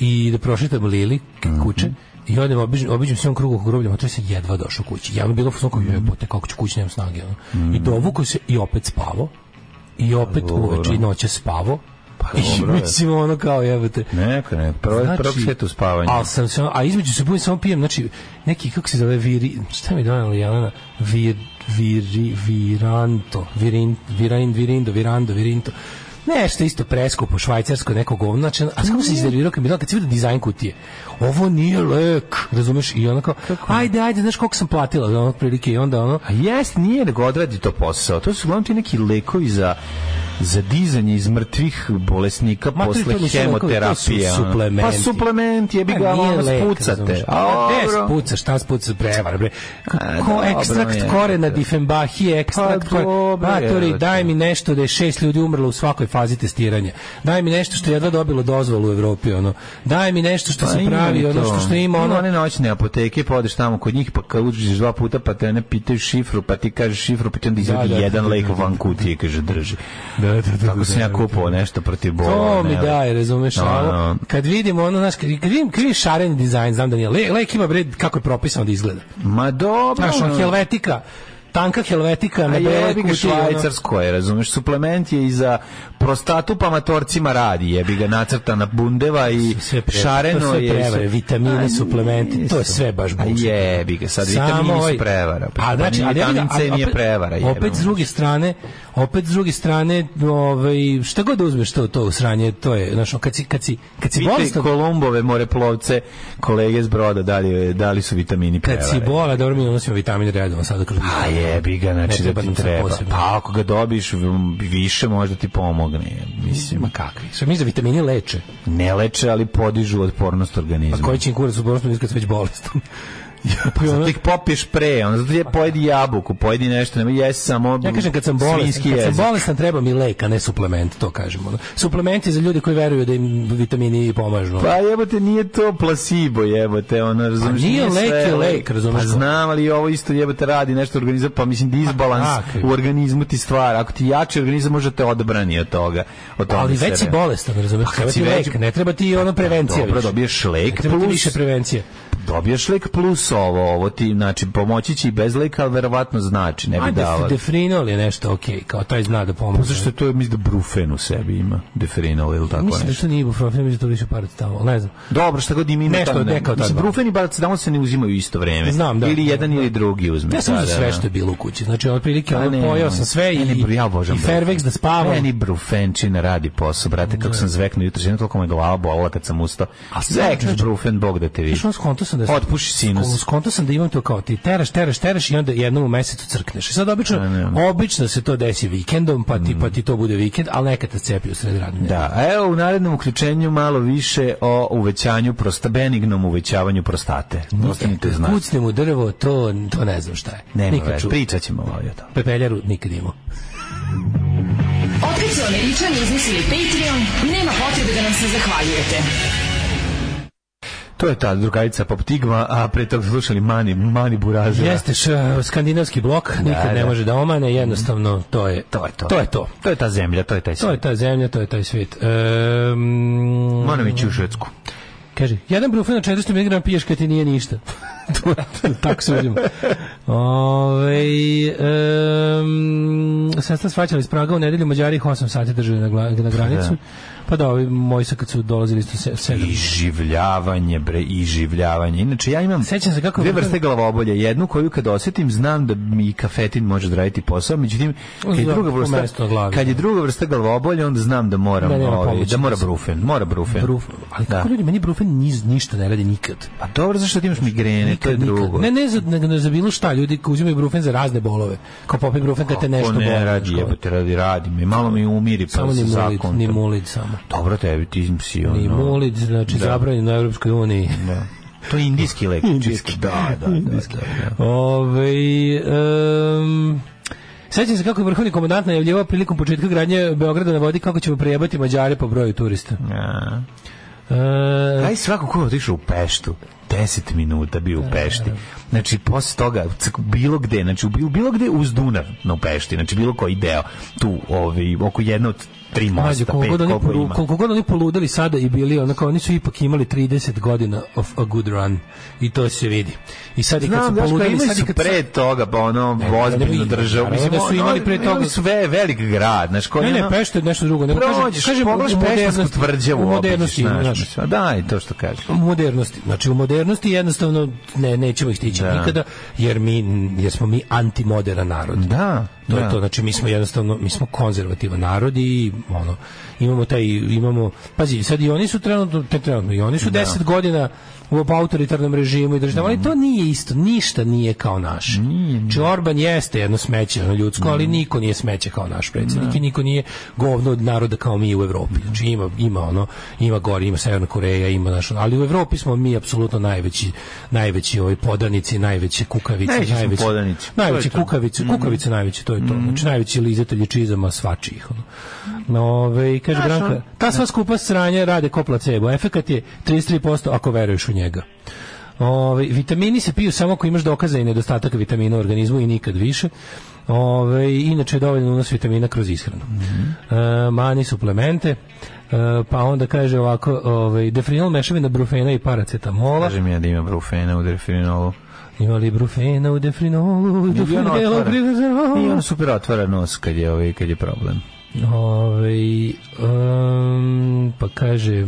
[SPEAKER 7] i da prošetam Lili k-
[SPEAKER 6] Mhm.
[SPEAKER 7] kuće, i odem obiđem, obiđem svojom krugu oko groblja, to sam jedva došao kući. Ja mi je bilo fuzon kao jebote,
[SPEAKER 6] Mhm.
[SPEAKER 7] kako ću kući, nemam snage. Ono. I dovukao se i opet spavo. I opet
[SPEAKER 6] Pa Dobro.
[SPEAKER 7] uveče i noće spavo. Pa
[SPEAKER 6] dobro
[SPEAKER 7] I
[SPEAKER 6] je.
[SPEAKER 7] mislim ono kao jebote.
[SPEAKER 6] Neka, ne, prvo znači, prvo sve to spavanje.
[SPEAKER 7] Al sam se, ono- a između se budem samo pijem, znači neki kako se zove viri, šta mi je donela Jelena? Vir, viri, viranto, virin, virain, virindo, virando, virinto. Nešto isto preskupo, švajcarsko, neko govno, znači, a samo se iznervirao kad mi je donela, kad si vidio dizajn kutije. Ovo nije lek, razumeš? I onako, ajde, ajde, znaš koliko sam platila, ono, otprilike, i onda ono,
[SPEAKER 6] A jest, nije nego odradi to posao. To su uglavnom ti neki lekovi za za dizanje iz mrtvih bolesnika
[SPEAKER 7] Ma, to
[SPEAKER 6] posle
[SPEAKER 7] nisu lekovi, to su
[SPEAKER 6] hemoterapije. ono.
[SPEAKER 7] suplementi.
[SPEAKER 6] Pa suplement je bi ga
[SPEAKER 7] Pa nije
[SPEAKER 6] ono
[SPEAKER 7] lek,
[SPEAKER 6] spucate.
[SPEAKER 7] razumeš. A gde
[SPEAKER 6] dobro.
[SPEAKER 7] spuca, šta spuca, prevar, bre. Ko
[SPEAKER 6] dobro,
[SPEAKER 7] ekstrakt
[SPEAKER 6] je.
[SPEAKER 7] korena Diffenbachije, ekstrakt
[SPEAKER 6] Pa
[SPEAKER 7] korena.
[SPEAKER 6] dobro, je,
[SPEAKER 7] Matori,
[SPEAKER 6] je.
[SPEAKER 7] daj mi nešto da je šest ljudi umrlo u svakoj fazi testiranja. Daj mi nešto što je jedva dobilo dozvolu u Evropi, ono. Daj mi nešto što
[SPEAKER 6] Pa
[SPEAKER 7] se
[SPEAKER 6] ima i
[SPEAKER 7] pravi, ono
[SPEAKER 6] to.
[SPEAKER 7] što, što ima, ono.
[SPEAKER 6] one noćne apoteke, pa odeš tamo kod njih, pa kad uđeš dva puta, pa te ne pitaju šifru, pa ti kažeš šifru, pa ti onda izvadi
[SPEAKER 7] da,
[SPEAKER 6] jedan
[SPEAKER 7] da, da,
[SPEAKER 6] lek
[SPEAKER 7] da,
[SPEAKER 6] van
[SPEAKER 7] da,
[SPEAKER 6] kutije, kaže drži.
[SPEAKER 7] Da, da, da,
[SPEAKER 6] Tako
[SPEAKER 7] da,
[SPEAKER 6] sam
[SPEAKER 7] da,
[SPEAKER 6] ja
[SPEAKER 7] da.
[SPEAKER 6] kupao nešto protiv bola.
[SPEAKER 7] To mi
[SPEAKER 6] ne,
[SPEAKER 7] daj, razumeš,
[SPEAKER 6] Da,
[SPEAKER 7] ono,
[SPEAKER 6] da.
[SPEAKER 7] kad vidim ono, znaš, kad, kad vidim, kad vidim šaren dizajn, znam da nije, le, lek ima bred kako je propisano da izgleda.
[SPEAKER 6] Ma dobro.
[SPEAKER 7] Znaš, ono,
[SPEAKER 6] ono,
[SPEAKER 7] helvetika, tanka helvetika,
[SPEAKER 6] A
[SPEAKER 7] na bele
[SPEAKER 6] jebi ga
[SPEAKER 7] kutiji, ono.
[SPEAKER 6] švajcarsko je, razumeš, suplement je i za prostatu pa matorcima radi, jebi ga nacrta na bundeva i
[SPEAKER 7] sve prevare, to
[SPEAKER 6] šareno
[SPEAKER 7] sve
[SPEAKER 6] je.
[SPEAKER 7] prevare, vitamini,
[SPEAKER 6] A,
[SPEAKER 7] suplementi, to je
[SPEAKER 6] nisu.
[SPEAKER 7] sve baš
[SPEAKER 6] A
[SPEAKER 7] bullshit.
[SPEAKER 6] jebi ga, sad
[SPEAKER 7] Samo
[SPEAKER 6] vitamini
[SPEAKER 7] ovaj-
[SPEAKER 6] su prevara. pa
[SPEAKER 7] A znači, ali ja
[SPEAKER 6] vitamin
[SPEAKER 7] vidim-
[SPEAKER 6] C
[SPEAKER 7] a-
[SPEAKER 6] nije
[SPEAKER 7] opet-
[SPEAKER 6] prevara.
[SPEAKER 7] Opet
[SPEAKER 6] jebem. ono.
[SPEAKER 7] s druge strane, opet s druge strane, ovaj šta god da uzmeš to to sranje, to je, znači kad si kad si kad si
[SPEAKER 6] Vidite
[SPEAKER 7] bolestan,
[SPEAKER 6] Kolumbove moreplovce, kolege s broda, da li, da li su vitamini
[SPEAKER 7] kad
[SPEAKER 6] prevare.
[SPEAKER 7] si bola, dobro mi unosimo vitamine redovno sada kroz.
[SPEAKER 6] A jebi ga, znači
[SPEAKER 7] Ne
[SPEAKER 6] da
[SPEAKER 7] treba
[SPEAKER 6] ti
[SPEAKER 7] nam sad
[SPEAKER 6] treba.
[SPEAKER 7] posebno.
[SPEAKER 6] Pa ako ga dobiš v- više, možda ti pomogne. Mislim,
[SPEAKER 7] Ma kakvi? Sve mi za vitamini leče.
[SPEAKER 6] ne leče, ali podižu otpornost organizma.
[SPEAKER 7] Pa Koji ono- će im kurac u bolestnom kad si već bolestan?
[SPEAKER 6] Pa zato ih popiješ pre, on zato je pojedi jabuku, pojedi nešto, nemoj jesi samo
[SPEAKER 7] Pa Ja kažem kad sam
[SPEAKER 6] Mm. svinjski
[SPEAKER 7] bolestan, kad sam
[SPEAKER 6] jezik.
[SPEAKER 7] bolestan treba mi lek, a ne suplement, to kažemo. Suplementi za ljude koji veruju da im vitamini E pomažu. ono.
[SPEAKER 6] Pa jebote, nije to plasibo, jebote, ono, razumiješ?
[SPEAKER 7] Pa nije lek
[SPEAKER 6] sve
[SPEAKER 7] je lek, razumeš?
[SPEAKER 6] Pa znam, ali ovo isto jebote radi nešto organizam, pa mislim disbalans
[SPEAKER 7] Pa kakvi?
[SPEAKER 6] u organizmu ti stvara. Ako ti jači organizam, može te odbrani od toga. Od toga
[SPEAKER 7] Ali već si bolestan, razumeš?
[SPEAKER 6] Pa kad
[SPEAKER 7] treba
[SPEAKER 6] si
[SPEAKER 7] ti
[SPEAKER 6] već- Pa,
[SPEAKER 7] lek, ne treba ti ono prevencija.
[SPEAKER 6] Dobro,
[SPEAKER 7] više.
[SPEAKER 6] dobiješ lek
[SPEAKER 7] Ne treba ti
[SPEAKER 6] plus-
[SPEAKER 7] više prevencije.
[SPEAKER 6] Dobiješ lek plus ovo, ovo ti, znači, pomoći će i bez leka, ali verovatno znači, ne bi
[SPEAKER 7] Ajde,
[SPEAKER 6] davali.
[SPEAKER 7] defrinol je nešto okej, kao taj zna da pomože.
[SPEAKER 6] Pa, Zašto je to, mislim da brufen u sebi ima, defrinol ili tako
[SPEAKER 7] Mislim da
[SPEAKER 6] nešto.
[SPEAKER 7] to nije ibuprofen, mislim da to više paracetamol, ne znam.
[SPEAKER 6] Dobro, šta god ima ima
[SPEAKER 7] Nešto
[SPEAKER 6] tamo,
[SPEAKER 7] od
[SPEAKER 6] ne.
[SPEAKER 7] neka od ta
[SPEAKER 6] Mislim,
[SPEAKER 7] dva.
[SPEAKER 6] brufen i paracetamol se ne uzimaju u isto vreme.
[SPEAKER 7] Znam, da.
[SPEAKER 6] Ili
[SPEAKER 7] Da,
[SPEAKER 6] jedan ili drugi uzme.
[SPEAKER 7] Ja sam
[SPEAKER 6] Da,
[SPEAKER 7] uzeo
[SPEAKER 6] da,
[SPEAKER 7] sve
[SPEAKER 6] da.
[SPEAKER 7] što je bilo u kući. Znači, otprilike,
[SPEAKER 6] Pa
[SPEAKER 7] ono,
[SPEAKER 6] ne,
[SPEAKER 7] pojeo sam sve i,
[SPEAKER 6] meni br- ja obožavam
[SPEAKER 7] i Fairvex da spavam.
[SPEAKER 6] Meni brufenčina radi posao, brate, kako sam zveknuo jutro, jedno toliko me glava bolila kad sam ustao. A
[SPEAKER 7] A sad,
[SPEAKER 6] zvekneš
[SPEAKER 7] znači,
[SPEAKER 6] brufen, bog da te vidi.
[SPEAKER 7] Znaš, ono, skonto sam da...
[SPEAKER 6] Otpuši sinus.
[SPEAKER 7] Sko- Skonto sam da imam to kao ti teraš, teraš, teraš i onda jednom u mesecu crkneš. I sad
[SPEAKER 6] A, ne.
[SPEAKER 7] obično, obično se to desi vikendom, pa ti, pa ti to bude vikend, ali nekad te cepi u sred radnog dana.
[SPEAKER 6] Da, a evo u narednom uključenju malo više o uvećanju prosta, benignom uvećavanju prostate. Ostanite
[SPEAKER 7] Nikad.
[SPEAKER 6] znači.
[SPEAKER 7] Kucnem u drvo, to, to ne znam šta je.
[SPEAKER 6] Nema
[SPEAKER 7] Nikad
[SPEAKER 6] veze,
[SPEAKER 7] čuo.
[SPEAKER 6] pričat ćemo ovaj o tome.
[SPEAKER 7] Pepeljaru nikad imao.
[SPEAKER 5] Otkad su američani izmislili Patreon, nema potrebe da nam se zahvaljujete.
[SPEAKER 6] To je ta drugarica Pop Tigma, a pre toga smo slušali Mani, Mani Burazira.
[SPEAKER 7] Jeste š, skandinavski blok, nikad
[SPEAKER 6] da.
[SPEAKER 7] ne može da omane, jednostavno to je
[SPEAKER 6] To je to.
[SPEAKER 7] To je to.
[SPEAKER 6] To je ta zemlja, to je taj
[SPEAKER 7] To
[SPEAKER 6] svijet.
[SPEAKER 7] je ta zemlja, to je taj svijet. Ehm,
[SPEAKER 6] Moram ići u Švedsku.
[SPEAKER 7] Kaže, jedan brufen na 400 mg piješ kad ti nije ništa. To- to- Tako se vidimo. Ove, um, sestra svaćala iz Praga u nedelju, Mađari ih 8 sati držali na, gla- na granicu. napada ovi Mojsa kad su dolazili isto se, sedam.
[SPEAKER 6] Iživljavanje, bre, iživljavanje. Inače, ja imam
[SPEAKER 7] Sećam se kako-
[SPEAKER 6] dve vrste glavobolje. Jednu koju kad osjetim, znam da mi kafetin može odraditi posao, međutim, kad je
[SPEAKER 7] Znam,
[SPEAKER 6] druga
[SPEAKER 7] mesto
[SPEAKER 6] vrsta,
[SPEAKER 7] na glavi.
[SPEAKER 6] kad je druga vrsta glavobolje, onda znam da moram,
[SPEAKER 7] Da, nema
[SPEAKER 6] ovaj,
[SPEAKER 7] pomoći.
[SPEAKER 6] da mora brufen, mora brufen.
[SPEAKER 7] Bruf, ali kako ljudi, meni Brufen niz, ništa ne radi nikad.
[SPEAKER 6] Pa dobro, zašto ti imaš migrene, to je
[SPEAKER 7] Nikad, nikad.
[SPEAKER 6] drugo.
[SPEAKER 7] Ne, ne za, ne, ne za bilo šta, ljudi koji uzimaju Brufen za razne bolove. Kao popi Brufen kad te nešto
[SPEAKER 6] Ko
[SPEAKER 7] boli.
[SPEAKER 6] ne radi,
[SPEAKER 7] znaš, kao-
[SPEAKER 6] jebote, radi, radi me. Malo mi umiri, pa
[SPEAKER 7] Samo
[SPEAKER 6] se
[SPEAKER 7] ni mulid,
[SPEAKER 6] zakon.
[SPEAKER 7] ni mulid samo.
[SPEAKER 6] Dobro tebi, ti si ono...
[SPEAKER 7] Ni mulid, znači zabranjeno u Evropskoj uniji.
[SPEAKER 6] Da. To je indijski lek. Indijski. Da, da, da. da, da.
[SPEAKER 7] Ove, um, Sećam se kako je vrhovni komandant najavljivao prilikom početka gradnje Beograda na vodi kako ćemo prejebati Mađare po broju turista.
[SPEAKER 6] Ja.
[SPEAKER 7] E,
[SPEAKER 6] Aj svako ko je otišao u Peštu, 10 minuta bio u Pešti. Znači, posle toga, c- bilo gde, znači, u bilo, bilo gde uz Dunav na u Pešti, znači, bilo koji deo, tu, ovi, oko jedno od tri
[SPEAKER 7] Mađo,
[SPEAKER 6] mosta,
[SPEAKER 7] koliko
[SPEAKER 6] pet,
[SPEAKER 7] god, oni,
[SPEAKER 6] koliko
[SPEAKER 7] polu-
[SPEAKER 6] ima.
[SPEAKER 7] koliko god oni poludeli sada i bili, onako, oni su ipak imali 30 godina of a good run. I to se vidi. I sad i kad
[SPEAKER 6] Znam,
[SPEAKER 7] su
[SPEAKER 6] znaš, kao
[SPEAKER 7] poludeli,
[SPEAKER 6] imali
[SPEAKER 7] sad i
[SPEAKER 6] su
[SPEAKER 7] kad
[SPEAKER 6] pre toga, pa ono, ozbiljnu
[SPEAKER 7] imaju,
[SPEAKER 6] državu.
[SPEAKER 7] naravno da su
[SPEAKER 6] ono,
[SPEAKER 7] imali pre
[SPEAKER 6] Imali
[SPEAKER 7] toga.
[SPEAKER 6] su ve, velik grad, znaš, koji
[SPEAKER 7] Ne, ne,
[SPEAKER 6] ono-
[SPEAKER 7] Pešta je nešto drugo. Nego,
[SPEAKER 6] Prođeš, pogledaš Peštinsku
[SPEAKER 7] u modernosti-
[SPEAKER 6] tvrđavu,
[SPEAKER 7] U modernosti,
[SPEAKER 6] obiđeš,
[SPEAKER 7] znaš,
[SPEAKER 6] mislim, a da, i to što kažeš.
[SPEAKER 7] u modernosti. Znači u modernosti jednostavno ne nećemo ih stići
[SPEAKER 6] Da.
[SPEAKER 7] nikada jer mi jer smo mi antimoderan narod.
[SPEAKER 6] Da,
[SPEAKER 7] To
[SPEAKER 6] da.
[SPEAKER 7] je to, znači mi smo jednostavno mi smo konzervativan narod i ono imamo taj imamo pazi sad i oni su trenutno te trenutno i oni su 10 godina u autoritarnom režimu i državom, ali to nije isto, ništa nije kao naš. Znači, Orban jeste jedno smeće, ono ljudsko, ali niko nije smeće kao naš predsjednik i niko nije govno od naroda kao mi u Evropi. Znači, ima, ima ono, ima gore, ima Severna Koreja, ima naš, ali u Evropi smo mi apsolutno najveći, najveći ovaj podanici, najveće kukavice,
[SPEAKER 6] Najveći smo
[SPEAKER 7] najveći,
[SPEAKER 6] podanici. To je
[SPEAKER 7] najveći
[SPEAKER 6] to. Mhm.
[SPEAKER 7] kukavice, kukavice najveći, to je to. Znači najveći lizatelji čizama svačijih. Ono. No, ove, i kaže Branka, ta sva skupa sranja rade ko placebo. Efekat je 33% ako veruješ u njega. Ove, vitamini se piju samo ako imaš dokaze i nedostatak vitamina u organizmu i nikad više. Ove, inače je dovoljno unos vitamina kroz ishranu.
[SPEAKER 6] Mhm.
[SPEAKER 7] E, mani suplemente. E, pa onda kaže ovako, ovaj defrinol mešavina brufena i paracetamola.
[SPEAKER 6] Kažem ja da ima brufena u defrinolu.
[SPEAKER 7] Ima li brufena u defrinolu?
[SPEAKER 6] I on
[SPEAKER 7] Dufenelo
[SPEAKER 6] otvara.
[SPEAKER 7] prigazarolu?
[SPEAKER 6] I on super otvara nos kad je, ovaj, kad je problem.
[SPEAKER 7] Ovaj, em, pa kaže, e,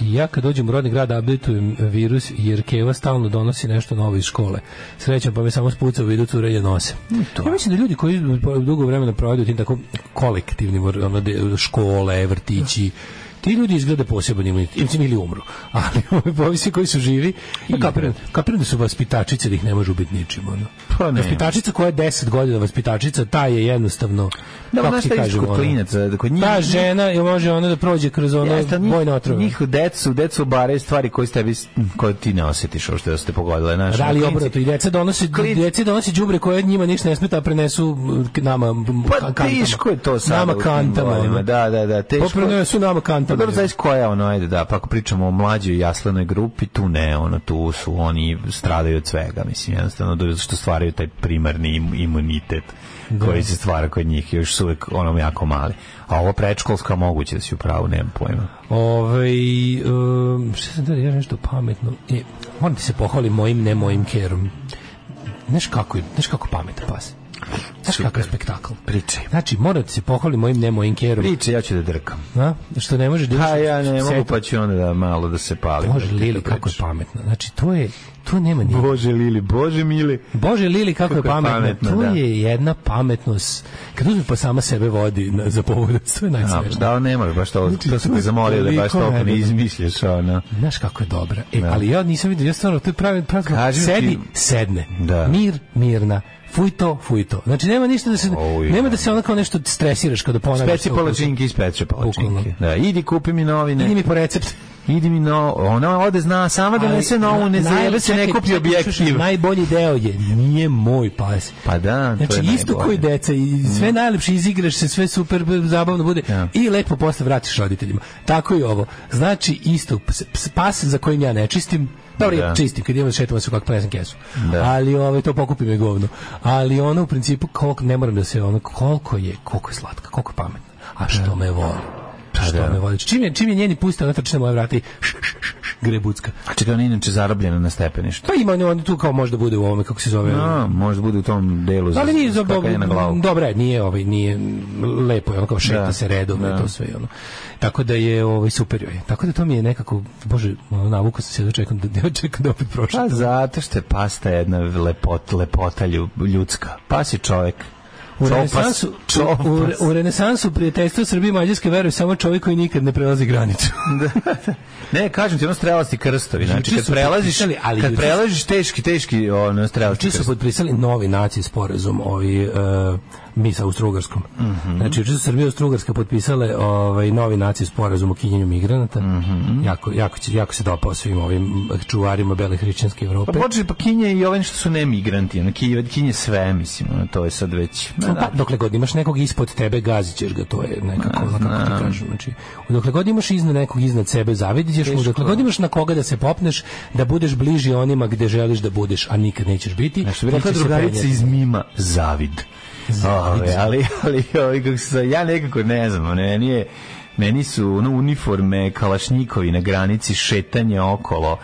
[SPEAKER 7] ja kad dođem u rodni grad updateujem virus jer Keva stalno donosi nešto novo iz škole. Srećom pa me samo spuca u vidu curenja nose.
[SPEAKER 6] Mm,
[SPEAKER 7] Ja mislim da ljudi koji dugo vremena provode u tim tako kolektivnim or- ono, de- škole, vrtići, ti ljudi izgleda posebno imunitet, ili će- ili umru, ali ovi povisi koji su živi, ja kapiram, kapiram da su vaspitačice da ih ne može ubiti ničim. Ono.
[SPEAKER 6] Pa ne.
[SPEAKER 7] Vaspitačica koja je 10 godina vaspitačica, ta je jednostavno
[SPEAKER 6] Da,
[SPEAKER 7] kako
[SPEAKER 6] znaš
[SPEAKER 7] ti
[SPEAKER 6] šta je
[SPEAKER 7] kažem,
[SPEAKER 6] isto kod
[SPEAKER 7] ono?
[SPEAKER 6] klinaca, da kod dakle, njih...
[SPEAKER 7] Ta žena je može ona da prođe kroz ono
[SPEAKER 6] Jeste, ali njih-
[SPEAKER 7] bojne otrove.
[SPEAKER 6] Njih decu, decu bare stvari koje, s tebi, koje ti ne osjetiš, ovo što ste pogodile. Znaš, ono,
[SPEAKER 7] Da li
[SPEAKER 6] klinci-
[SPEAKER 7] obrnuto i deca donosi
[SPEAKER 6] Klinci-
[SPEAKER 7] djeci donosi đubre koje njima ništa ne smeta a prenesu m, k- nama m,
[SPEAKER 6] Pa
[SPEAKER 7] ka- kantama.
[SPEAKER 6] teško je to sad.
[SPEAKER 7] Nama kantama. ono.
[SPEAKER 6] Da, da, da, teško.
[SPEAKER 7] Pa prenesu
[SPEAKER 6] Pa
[SPEAKER 7] nama kantama.
[SPEAKER 6] dobro,
[SPEAKER 7] ono.
[SPEAKER 6] znaš koja je ono, ajde da, pa ako pričamo o mlađoj jaslenoj grupi, tu ne, ono, tu su oni stradaju od svega, mislim, jednostavno, do- što stvaraju taj primarni im- imunitet koji se stvara kod njih, još su uvijek ono jako mali. A ovo predškolska moguće da si u pravu, nemam pojma.
[SPEAKER 7] Ovaj um, šta sam da ja nešto pametno. E, moram ti se pohvalim mojim ne mojim kerom. Znaš kako, je- znaš kako pametan pas. Znaš kakav je spektakl.
[SPEAKER 6] Pričaj.
[SPEAKER 7] Znači, moram ti se pohvalim mojim ne mojim kerom.
[SPEAKER 6] Pričaj, ja ću da drkam.
[SPEAKER 7] A? Što ne može da
[SPEAKER 6] Ha,
[SPEAKER 7] uđe
[SPEAKER 6] ja
[SPEAKER 7] u
[SPEAKER 6] ne mogu,
[SPEAKER 7] setu.
[SPEAKER 6] pa ću onda da malo da se palim.
[SPEAKER 7] Bože
[SPEAKER 6] Da ti
[SPEAKER 7] Lili
[SPEAKER 6] da
[SPEAKER 7] kako je
[SPEAKER 6] pričam.
[SPEAKER 7] pametna. Znači to je to nema ni.
[SPEAKER 6] Bože Lili, Bože Mili.
[SPEAKER 7] Bože Lili kako, je pametna. to
[SPEAKER 6] da.
[SPEAKER 7] je jedna pametnost. Kad uzme pa sama sebe vodi na, za povodac, to je
[SPEAKER 6] A,
[SPEAKER 7] najsmešnije.
[SPEAKER 6] da, ne moraš baš to,
[SPEAKER 7] Znači,
[SPEAKER 6] to su
[SPEAKER 7] to
[SPEAKER 6] te
[SPEAKER 7] je
[SPEAKER 6] zamolili da baš
[SPEAKER 7] toliko
[SPEAKER 6] toliko ne
[SPEAKER 7] vedeno.
[SPEAKER 6] izmišljaš, ono.
[SPEAKER 7] Znaš kako je dobra. E, ali ja nisam vidio, ja stvarno, to je pravi, pravi,
[SPEAKER 6] Kažem
[SPEAKER 7] sedi,
[SPEAKER 6] ti-
[SPEAKER 7] sedne.
[SPEAKER 6] Da.
[SPEAKER 7] Mir, mirna. Fuj to, fuj to. Znači, nema ništa da se,
[SPEAKER 6] Oj,
[SPEAKER 7] nema da se ono kao nešto stresiraš kada ponavljaš.
[SPEAKER 6] Speci
[SPEAKER 7] to.
[SPEAKER 6] palačinke i speci palačinke.
[SPEAKER 7] Bukvalno.
[SPEAKER 6] Da, idi kupi mi novine.
[SPEAKER 7] Idi mi po recept.
[SPEAKER 6] Idi mi no, ona ode zna sama da nese novu, ne zajebe se ne kupi objektiv.
[SPEAKER 7] Najbolji deo je, nije moj pas.
[SPEAKER 6] Pa da, to je
[SPEAKER 7] Znači isto
[SPEAKER 6] najbolje.
[SPEAKER 7] koji deca i sve najlepše izigraš se, sve super b- zabavno bude
[SPEAKER 6] Ja.
[SPEAKER 7] i lepo posle vratiš roditeljima. Tako i ovo. Znači isto ps- ps- pas za kojim ja ne čistim, dobro
[SPEAKER 6] Da.
[SPEAKER 7] ja čistim kad idem da šetam se kako plesam kesu.
[SPEAKER 6] Da.
[SPEAKER 7] Ali ovaj to pokupim je govno. Ali ono u principu koliko ne moram da se ono koliko je koliko je slatka, koliko je pametna. A što me voli. Što
[SPEAKER 6] da.
[SPEAKER 7] me voli. Čim je, čim je njeni puste, ona trči na moje vrata i š, š, š, š. grebucka.
[SPEAKER 6] A čekaj, ona je inače zarobljena na stepeništu.
[SPEAKER 7] Pa ima on, on tu kao možda bude u ovome, kako se zove.
[SPEAKER 6] A, možda bude u tom delu
[SPEAKER 7] ali nije za
[SPEAKER 6] skakanje na glavu.
[SPEAKER 7] Dobra, je, nije ovaj nije lepo, je ono kao šeta
[SPEAKER 6] Da,
[SPEAKER 7] se redovno
[SPEAKER 6] da.
[SPEAKER 7] i to sve ono. Tako da je ovaj super joj. je. Tako da to mi je nekako bože, ono, navukao sam se da čekam da da čekam da opet prošlo.
[SPEAKER 6] Pa zato što je pasta jedna lepot, lepota lju- ljudska. Pas je čovek.
[SPEAKER 7] U
[SPEAKER 6] Pa, Čopas,
[SPEAKER 7] renesansu,
[SPEAKER 6] čopas.
[SPEAKER 7] u, u renesansu prijateljstva Srbije i Mađarske veruje samo čovjek koji nikad ne prelazi granicu.
[SPEAKER 6] Ne, kažem ti, ono strelasti krstovi. Znači,
[SPEAKER 7] Juče
[SPEAKER 6] kad
[SPEAKER 7] su
[SPEAKER 6] prelaziš,
[SPEAKER 7] potpisali, ali
[SPEAKER 6] kad
[SPEAKER 7] juče-
[SPEAKER 6] prelaziš teški, teški ono, strelasti
[SPEAKER 7] Či su
[SPEAKER 6] krstovi.
[SPEAKER 7] potpisali novi naciji sporazum ovi, uh, mi sa Austrougarskom. Znači, juče su Srbija i Austrougarska potpisale ovaj, novi naciji sporazum o kinjenju migranata. jako, jako, će- jako se dopao svim ovim čuvarima bele hrišćanske Evrope.
[SPEAKER 6] Pa počeli pa Kinje i ovi što su ne migranti. Ono, Kinje, Kinje sve, mislim, ono, to je sad već...
[SPEAKER 7] Pa, dokle god imaš nekog ispod tebe, gazit ćeš ga, to je nekako, ono, kako ti kažem. Znači, dokle god imaš iznad nekog iznad sebe, zavidit ćeš mu, dokle god imaš na koga da se popneš, da budeš bliži onima gde želiš da budeš, a nikad nećeš biti.
[SPEAKER 6] Što bi rekla
[SPEAKER 7] dotle ćeš se
[SPEAKER 6] drugarica
[SPEAKER 7] penjati.
[SPEAKER 6] iz Mima, zavid. Ove, ali, ali, ovi, kako se, zove, ja nekako ne znam, ono, meni je, meni su ono, uniforme, kalašnjikovi na granici, šetanje okolo,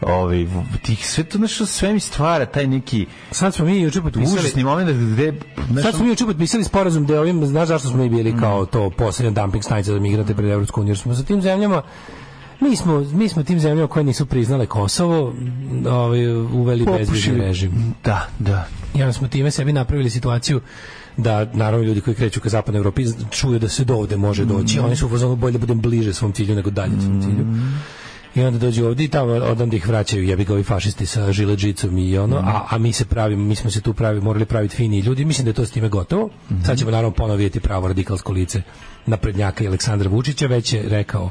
[SPEAKER 6] ovi, v- tih, sve to, znaš, sve mi stvara taj neki
[SPEAKER 7] Sad smo mi juče potpisali,
[SPEAKER 6] užasni moment gde, znaš,
[SPEAKER 7] Sad smo mi juče potpisali sporazum da je ovim, znaš zašto smo mi bili kao to posljednja dumping stanica za migrante pred Evropsku uniju, jer smo sa tim zemljama Mi smo, mi smo tim zemljama koje nisu priznale Kosovo m, ovaj, uveli bezvizni režim.
[SPEAKER 6] Da, da.
[SPEAKER 7] I onda smo time sebi napravili situaciju da naravno ljudi koji kreću ka zapadnoj Evropi z- čuju da se do ovde može doći. Oni su u fazonu bolje da budem bliže svom cilju nego dalje svom cilju. I onda dođu ovdje i tamo odande ih vraćaju jebi ga ovi fašisti sa žileđicom i ono, a, a mi se pravimo, mi smo se tu pravi, morali praviti fini ljudi, mislim da je to s time gotovo. Sad ćemo naravno ponovo vidjeti pravo radikalsko lice naprednjaka i Aleksandra Vučića, već je rekao,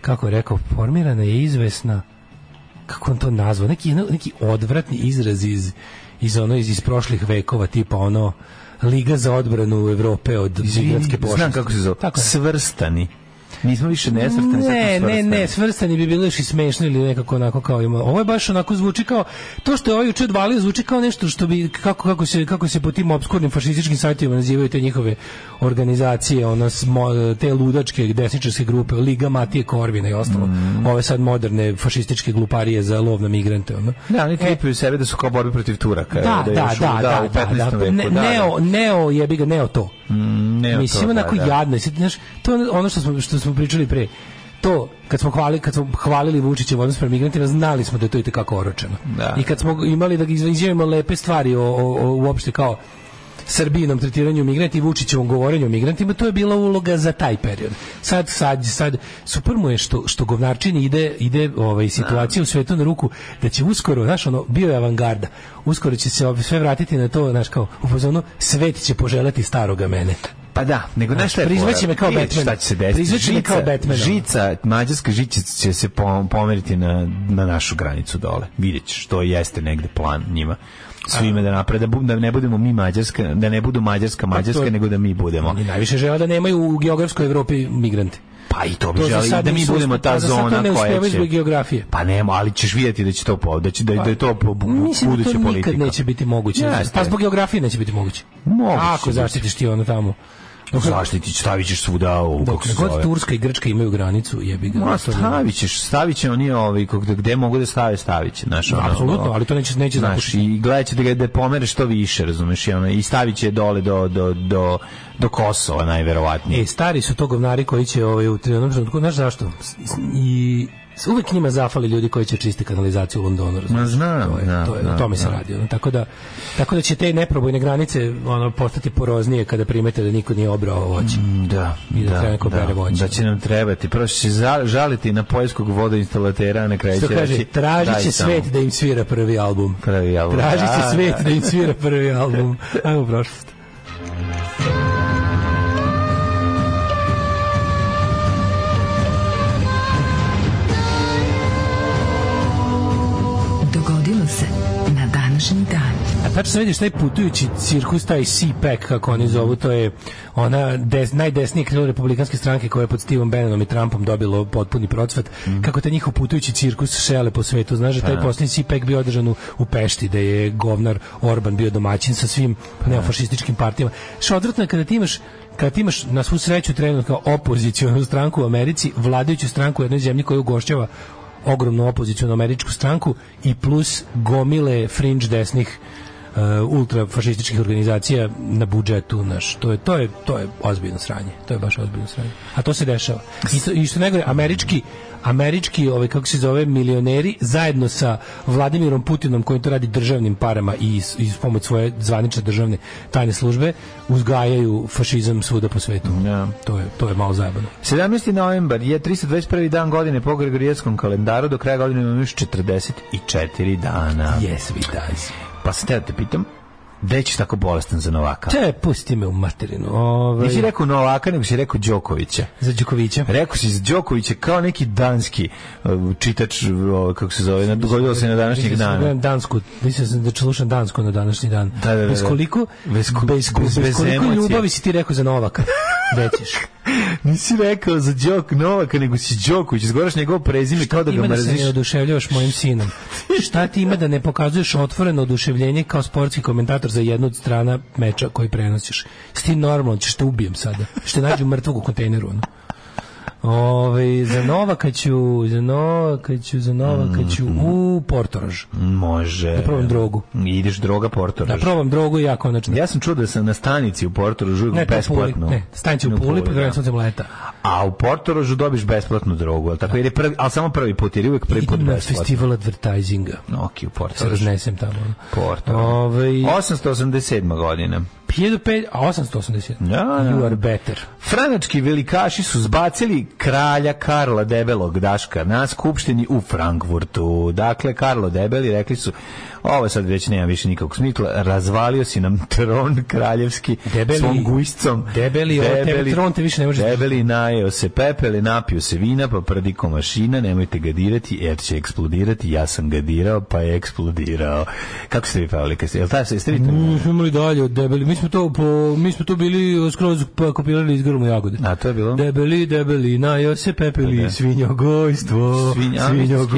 [SPEAKER 7] kako je rekao, formirana je izvesna kako on to nazvao, neki, jedno- neki odvratni izraz iz, iz ono iz, iz prošlih vekova, tipa ono Liga za odbranu Evrope od migrantske pošasti.
[SPEAKER 6] Znam kako se zove.
[SPEAKER 7] Tako je.
[SPEAKER 6] Svrstani. Nismo više nesvrstani, sad smo
[SPEAKER 7] Ne, ne,
[SPEAKER 6] svrstani.
[SPEAKER 7] ne, svrstani bi bilo još i smešno ili nekako onako kao ima. Ovo je baš onako zvuči kao to što je ovaj juče odvalio zvuči kao nešto što bi kako kako se kako se po tim obskurnim fašističkim sajtovima nazivaju te njihove organizacije, ono smo- te ludačke desničarske grupe, Liga Matije Korvina i ostalo. Ove sad moderne fašističke gluparije za lov na migrante, ono.
[SPEAKER 6] Da, oni klipaju sebe da su kao borbe protiv Turaka.
[SPEAKER 7] Da,
[SPEAKER 6] je
[SPEAKER 7] da,
[SPEAKER 6] još u-
[SPEAKER 7] da,
[SPEAKER 6] u
[SPEAKER 7] da,
[SPEAKER 6] 15.
[SPEAKER 7] da, da,
[SPEAKER 6] veku,
[SPEAKER 7] ne,
[SPEAKER 6] da, da.
[SPEAKER 7] neo, neo, jebi ga, neo to.
[SPEAKER 6] Ne, to,
[SPEAKER 7] Mislim,
[SPEAKER 6] da,
[SPEAKER 7] onako
[SPEAKER 6] da.
[SPEAKER 7] jadno. je. Sad, Znaš, to je ono što smo, što smo pričali pre. To, kad smo hvalili, kad smo hvalili Vučićev odnos prema migrantima, znali smo da je to itekako oročeno.
[SPEAKER 6] Da.
[SPEAKER 7] I kad smo imali da iz- izjavimo lepe stvari o, o, o- uopšte kao Srbijinom tretiranju migranti i Vučićevom govorenju o migrantima, to je bila uloga za taj period. Sad, sad, sad, super mu je što, što govnarčini ide, ide ovaj, situacija u svetu na ruku, da će uskoro, znaš, ono, bio je avangarda, uskoro će se ovaj, sve vratiti na to, znaš, kao, u fazonu, svet će poželeti staroga mene.
[SPEAKER 6] Pa da, nego znaš šta je
[SPEAKER 7] Prizvaće
[SPEAKER 6] fora?
[SPEAKER 7] me kao
[SPEAKER 6] Vidjet ćeš
[SPEAKER 7] Batmana.
[SPEAKER 6] Šta će se desiti?
[SPEAKER 7] Prizvaće me kao
[SPEAKER 6] Žica-
[SPEAKER 7] Batmana.
[SPEAKER 6] Žica, mađarska žičica će se pom- pomeriti na, na našu granicu dole. Vidjet ćeš, to jeste negde plan njima svime da napreda, bu- da ne budemo mi mađarska, da ne budu mađarska mađarska,
[SPEAKER 7] Pa to-
[SPEAKER 6] nego da mi budemo.
[SPEAKER 7] Oni najviše žele da nemaju u geografskoj Evropi migrante.
[SPEAKER 6] Pa i to bi
[SPEAKER 7] To za
[SPEAKER 6] želi
[SPEAKER 7] sad
[SPEAKER 6] da mi
[SPEAKER 7] nisu
[SPEAKER 6] budemo
[SPEAKER 7] uspe-
[SPEAKER 6] ta
[SPEAKER 7] pa za sad to
[SPEAKER 6] zona
[SPEAKER 7] ne
[SPEAKER 6] koja
[SPEAKER 7] uspevaju
[SPEAKER 6] će...
[SPEAKER 7] zbog geografije.
[SPEAKER 6] Pa nema, ali ćeš vidjeti da će to po, da će da, da je to po,
[SPEAKER 7] Mislim da to
[SPEAKER 6] buduća
[SPEAKER 7] nikad
[SPEAKER 6] politika.
[SPEAKER 7] neće biti moguće.
[SPEAKER 6] Jeste.
[SPEAKER 7] Pa zbog geografije neće biti moguće.
[SPEAKER 6] Moguće će
[SPEAKER 7] Ako
[SPEAKER 6] biti.
[SPEAKER 7] zaštitiš ti ono tamo. Dok,
[SPEAKER 6] Zaštiti ćeš, stavit ćeš svuda u
[SPEAKER 7] dok
[SPEAKER 6] kako se
[SPEAKER 7] god
[SPEAKER 6] zove.
[SPEAKER 7] Turska i Grčka imaju granicu, jebi ga.
[SPEAKER 6] Ma,
[SPEAKER 7] to je-
[SPEAKER 6] stavit ćeš, stavit će oni ovaj, kako- gde mogu da stave, stavit će. Znaš, ono,
[SPEAKER 7] Apsolutno, ali to neće, neće
[SPEAKER 6] Znaš,
[SPEAKER 7] zapušiti.
[SPEAKER 6] i gledat će da ga da pomere što više, razumeš, i, ono, i stavit će dole do, do, do, do Kosova, najverovatnije.
[SPEAKER 7] E, stari su to govnari koji će ovaj, u trenom trenutku, znaš zašto? S- s- I uvek njima zafali ljudi koji će čiste kanalizaciju u Londonu. razumeš?
[SPEAKER 6] Ma, znam,
[SPEAKER 7] to je,
[SPEAKER 6] znam,
[SPEAKER 7] to je,
[SPEAKER 6] znam,
[SPEAKER 7] o tome se
[SPEAKER 6] znam.
[SPEAKER 7] radi. ono. Tako, da, tako da će te neprobojne granice ono, postati poroznije kada primete da niko nije obrao voće.
[SPEAKER 6] Da,
[SPEAKER 7] I da
[SPEAKER 6] da,
[SPEAKER 7] treba neko bere voće.
[SPEAKER 6] da će nam trebati. Prvo će se za- žaliti na poljskog vodoinstalatera, a na kraju
[SPEAKER 7] Što
[SPEAKER 6] će
[SPEAKER 7] kaže,
[SPEAKER 6] reći...
[SPEAKER 7] tražit
[SPEAKER 6] "Daj
[SPEAKER 7] će
[SPEAKER 6] samo
[SPEAKER 7] svet da im svira prvi album.
[SPEAKER 6] Prvi album.
[SPEAKER 7] Tražit će
[SPEAKER 6] Da,
[SPEAKER 7] svet da im svira prvi album. Ajmo u prošlost.
[SPEAKER 5] Dogodilo se na današnji dan.
[SPEAKER 7] A tačno se vidiš taj putujući cirkus, taj CPAC, kako oni zovu, to je ona des, najdesnije krilo republikanske stranke koja je pod Stevom Bannonom i Trumpom dobilo potpuni procvat. Kako taj njihov putujući cirkus šele po svetu. Znaš da taj posljednji CPAC bio održan u, u Pešti, da je govnar Orban bio domaćin sa svim neofašističkim partijama. Što odvratno je kada ti imaš kada ti imaš na svu sreću trenutno kao opozicionu stranku u Americi, vladajuću stranku u jednoj zemlji koja ugošćava ogromnu opozicionu američku stranku i plus gomile fringe desnih uh, ultrafašističkih organizacija na budžetu naš to je to je to je ozbiljno sranje to je baš ozbiljno sranje a to se dešava i to, i što nego američki američki ovaj kako se zove milioneri zajedno sa Vladimirom Putinom koji to radi državnim parama i s- i s pomoć svoje zvanične državne tajne službe uzgajaju fašizam svuda po svetu.
[SPEAKER 6] Da.
[SPEAKER 7] To je to je malo zajebano.
[SPEAKER 6] 17. novembar je 321. dan godine po Gregorijanskom kalendaru, do kraja godine imamo još 44 dana.
[SPEAKER 7] Yes, vi guys.
[SPEAKER 6] Pa se te da te pitam, gde ćeš tako bolestan za Novaka?
[SPEAKER 7] Te pusti me u materinu. Ovaj
[SPEAKER 6] Nisi rekao Novaka, nego si rekao Đokovića.
[SPEAKER 7] za Đukovića.
[SPEAKER 6] Pa Rekao si za Đokovića kao neki danski uh, čitač, uh, kako se zove, dogodilo se na današnjeg
[SPEAKER 7] Mislio sam da
[SPEAKER 6] dana.
[SPEAKER 7] gledam Dansku, mislio sam da slušam Dansku na današnji dan.
[SPEAKER 6] Da, da, da,
[SPEAKER 7] Bez
[SPEAKER 6] da.
[SPEAKER 7] koliko,
[SPEAKER 6] Bez ko-
[SPEAKER 7] bez, ko-
[SPEAKER 6] bez-
[SPEAKER 7] bez
[SPEAKER 6] bez
[SPEAKER 7] koliko
[SPEAKER 6] emocija.
[SPEAKER 7] ljubavi si ti rekao za Novaka. Većeš.
[SPEAKER 6] Nisi rekao za Đok Novaka, nego si Đoković, izgoraš njegov prezime kao da ga
[SPEAKER 7] ima da se
[SPEAKER 6] mrziš.
[SPEAKER 7] ne oduševljavaš mojim sinom. Šta ti ima da ne pokazuješ otvoreno oduševljenje kao sportski komentator za jednu od strana meča koji prenosiš? Si ti normalno, ćeš te ubijem sada. Što nađu mrtvog u kontejneru. Ono. Ove, za Novaka ću, za Novaka ću, za Novaka ću
[SPEAKER 6] Mhm.
[SPEAKER 7] u Portorož.
[SPEAKER 6] Može. Da
[SPEAKER 7] probam drogu.
[SPEAKER 6] Ideš droga Portorož.
[SPEAKER 7] Da probam drogu i ja konačno.
[SPEAKER 6] Ja sam čuo da sam na stanici u Portorožu
[SPEAKER 7] ne,
[SPEAKER 6] uvijek
[SPEAKER 7] to je Puli,
[SPEAKER 6] besplatno.
[SPEAKER 7] ne, stanci u
[SPEAKER 6] Na
[SPEAKER 7] Puli, pa
[SPEAKER 6] da.
[SPEAKER 7] pod granicom suncem leta.
[SPEAKER 6] A u Portorožu dobiš besplatnu drogu, ali tako jer je prvi, ali samo prvi put, jer je uvijek prvi put
[SPEAKER 7] Idem na
[SPEAKER 6] besplatno.
[SPEAKER 7] festival advertisinga.
[SPEAKER 6] Noki u
[SPEAKER 7] Se
[SPEAKER 6] Portorožu.
[SPEAKER 7] raznesem tamo. ono.
[SPEAKER 6] Portorož.
[SPEAKER 7] Ovaj-
[SPEAKER 6] 887. godina.
[SPEAKER 7] 1500, a 880.
[SPEAKER 6] Da, da.
[SPEAKER 7] You are better.
[SPEAKER 6] Franački velikaši su zbacili kralja Karla Debelog Daška na skupštini u Frankfurtu. Dakle, Karlo Debeli rekli su, ovo sad već nema više nikakvog smisla, razvalio si nam tron kraljevski
[SPEAKER 7] Debeli-
[SPEAKER 6] svom gujscom.
[SPEAKER 7] Debeli, ovo tebe tron te više ne može
[SPEAKER 6] Debeli najeo se pepele, napio se vina, pa prdi ko mašina, nemojte ga dirati, jer će eksplodirati, ja sam ga dirao, pa je eksplodirao. Kako ste vi pavili? Kad ste, jel ta se ste vi to-
[SPEAKER 7] Mi smo imali dalje od debeli. Mi smo to, po, mi smo to bili skroz pa kopirali iz grmu jagode.
[SPEAKER 6] A to je bilo?
[SPEAKER 7] Debeli, debeli, najo se pepeli, svinjogojstvo,
[SPEAKER 6] Svinja,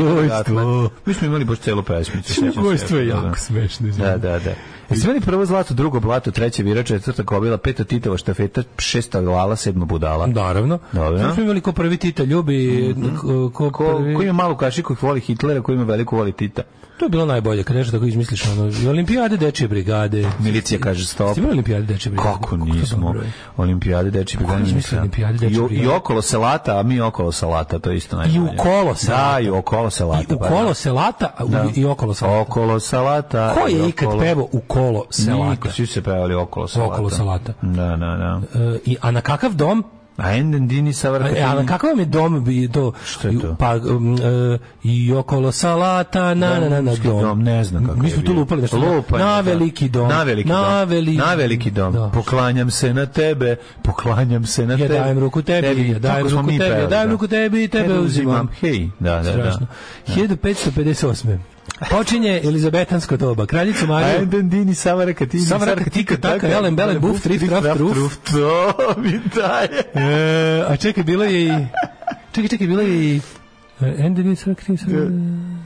[SPEAKER 7] svinjogojstvo.
[SPEAKER 6] Mi smo imali baš celu pesmicu.
[SPEAKER 7] Svinjogojstvo je
[SPEAKER 6] Da, da.
[SPEAKER 7] jako smešno.
[SPEAKER 6] Da,
[SPEAKER 7] izvinite. E,
[SPEAKER 6] da, da. Jesi imali prvo zlato, drugo blato, treće vira, četvrta kobila, peta Titova štafeta, šesta glala, sedma budala.
[SPEAKER 7] Naravno.
[SPEAKER 6] Dobro.
[SPEAKER 7] Sad smo imali ko prvi Tita ljubi, ko, ko
[SPEAKER 6] Mhm. Ko,
[SPEAKER 7] prvi-
[SPEAKER 6] ko ima malu kašiku ih voli Hitlera, ko ima veliku voli Tita.
[SPEAKER 7] To je bilo najbolje, kad nešto tako izmisliš, ono, i olimpijade, dečje brigade.
[SPEAKER 6] Milicija kaže stop.
[SPEAKER 7] Ste imali olimpijade, dečje brigade?
[SPEAKER 6] Kako
[SPEAKER 7] to
[SPEAKER 6] nismo?
[SPEAKER 7] dobro je.
[SPEAKER 6] Olimpijade, deči brigade.
[SPEAKER 7] nismo
[SPEAKER 6] nisam.
[SPEAKER 7] olimpijade, dečje
[SPEAKER 6] I o- I
[SPEAKER 7] brigade?
[SPEAKER 6] okolo salata, a mi okolo salata, to je isto najbolje.
[SPEAKER 7] I u kolo salata.
[SPEAKER 6] Da, i u okolo salata.
[SPEAKER 7] I u
[SPEAKER 6] pa
[SPEAKER 7] kolo
[SPEAKER 6] da.
[SPEAKER 7] selata a u-
[SPEAKER 6] Da.
[SPEAKER 7] i okolo selata.
[SPEAKER 6] Okolo salata.
[SPEAKER 7] Ko
[SPEAKER 6] i
[SPEAKER 7] je ikad
[SPEAKER 6] okolo-
[SPEAKER 7] pevao u kolo selata?
[SPEAKER 6] Niko, svi su se pevali okolo salata.
[SPEAKER 7] Okolo salata.
[SPEAKER 6] Da, da, da.
[SPEAKER 7] E, i, a na kakav dom?
[SPEAKER 6] A enden dini
[SPEAKER 7] A,
[SPEAKER 6] savrata.
[SPEAKER 7] e, a na kakav vam je dom bi to?
[SPEAKER 6] Što je to?
[SPEAKER 7] Pa um, e, i okolo salata na na na na
[SPEAKER 6] Domski
[SPEAKER 7] dom.
[SPEAKER 6] dom, ne znam kako
[SPEAKER 7] Mi
[SPEAKER 6] je
[SPEAKER 7] smo tu
[SPEAKER 6] bio.
[SPEAKER 7] lupali nešto.
[SPEAKER 6] Lupanje,
[SPEAKER 7] na
[SPEAKER 6] da.
[SPEAKER 7] veliki dom.
[SPEAKER 6] Na veliki dom.
[SPEAKER 7] Na veli-
[SPEAKER 6] Na veliki dom.
[SPEAKER 7] Da.
[SPEAKER 6] Poklanjam se na tebe, poklanjam se na
[SPEAKER 7] Ja
[SPEAKER 6] tebe.
[SPEAKER 7] dajem ruku tebi, ja dajem
[SPEAKER 6] tako smo
[SPEAKER 7] ruku
[SPEAKER 6] mi
[SPEAKER 7] tebi, ja
[SPEAKER 6] pevali,
[SPEAKER 7] dajem
[SPEAKER 6] da.
[SPEAKER 7] ruku tebi i tebe uzimam.
[SPEAKER 6] Hej, da, da, da.
[SPEAKER 7] Strašno. 1558. Počinje Elizabetansko doba. Kraljicu Mariju
[SPEAKER 6] Ajden dini savara katini
[SPEAKER 7] Savara katika taka, elem, belem, buf, trif, traf, truf.
[SPEAKER 6] To mi daje.
[SPEAKER 7] E, a čekaj, bila je i... Čekaj, čekaj, bila je i... E, Ende nije sve kriv, sve... Um,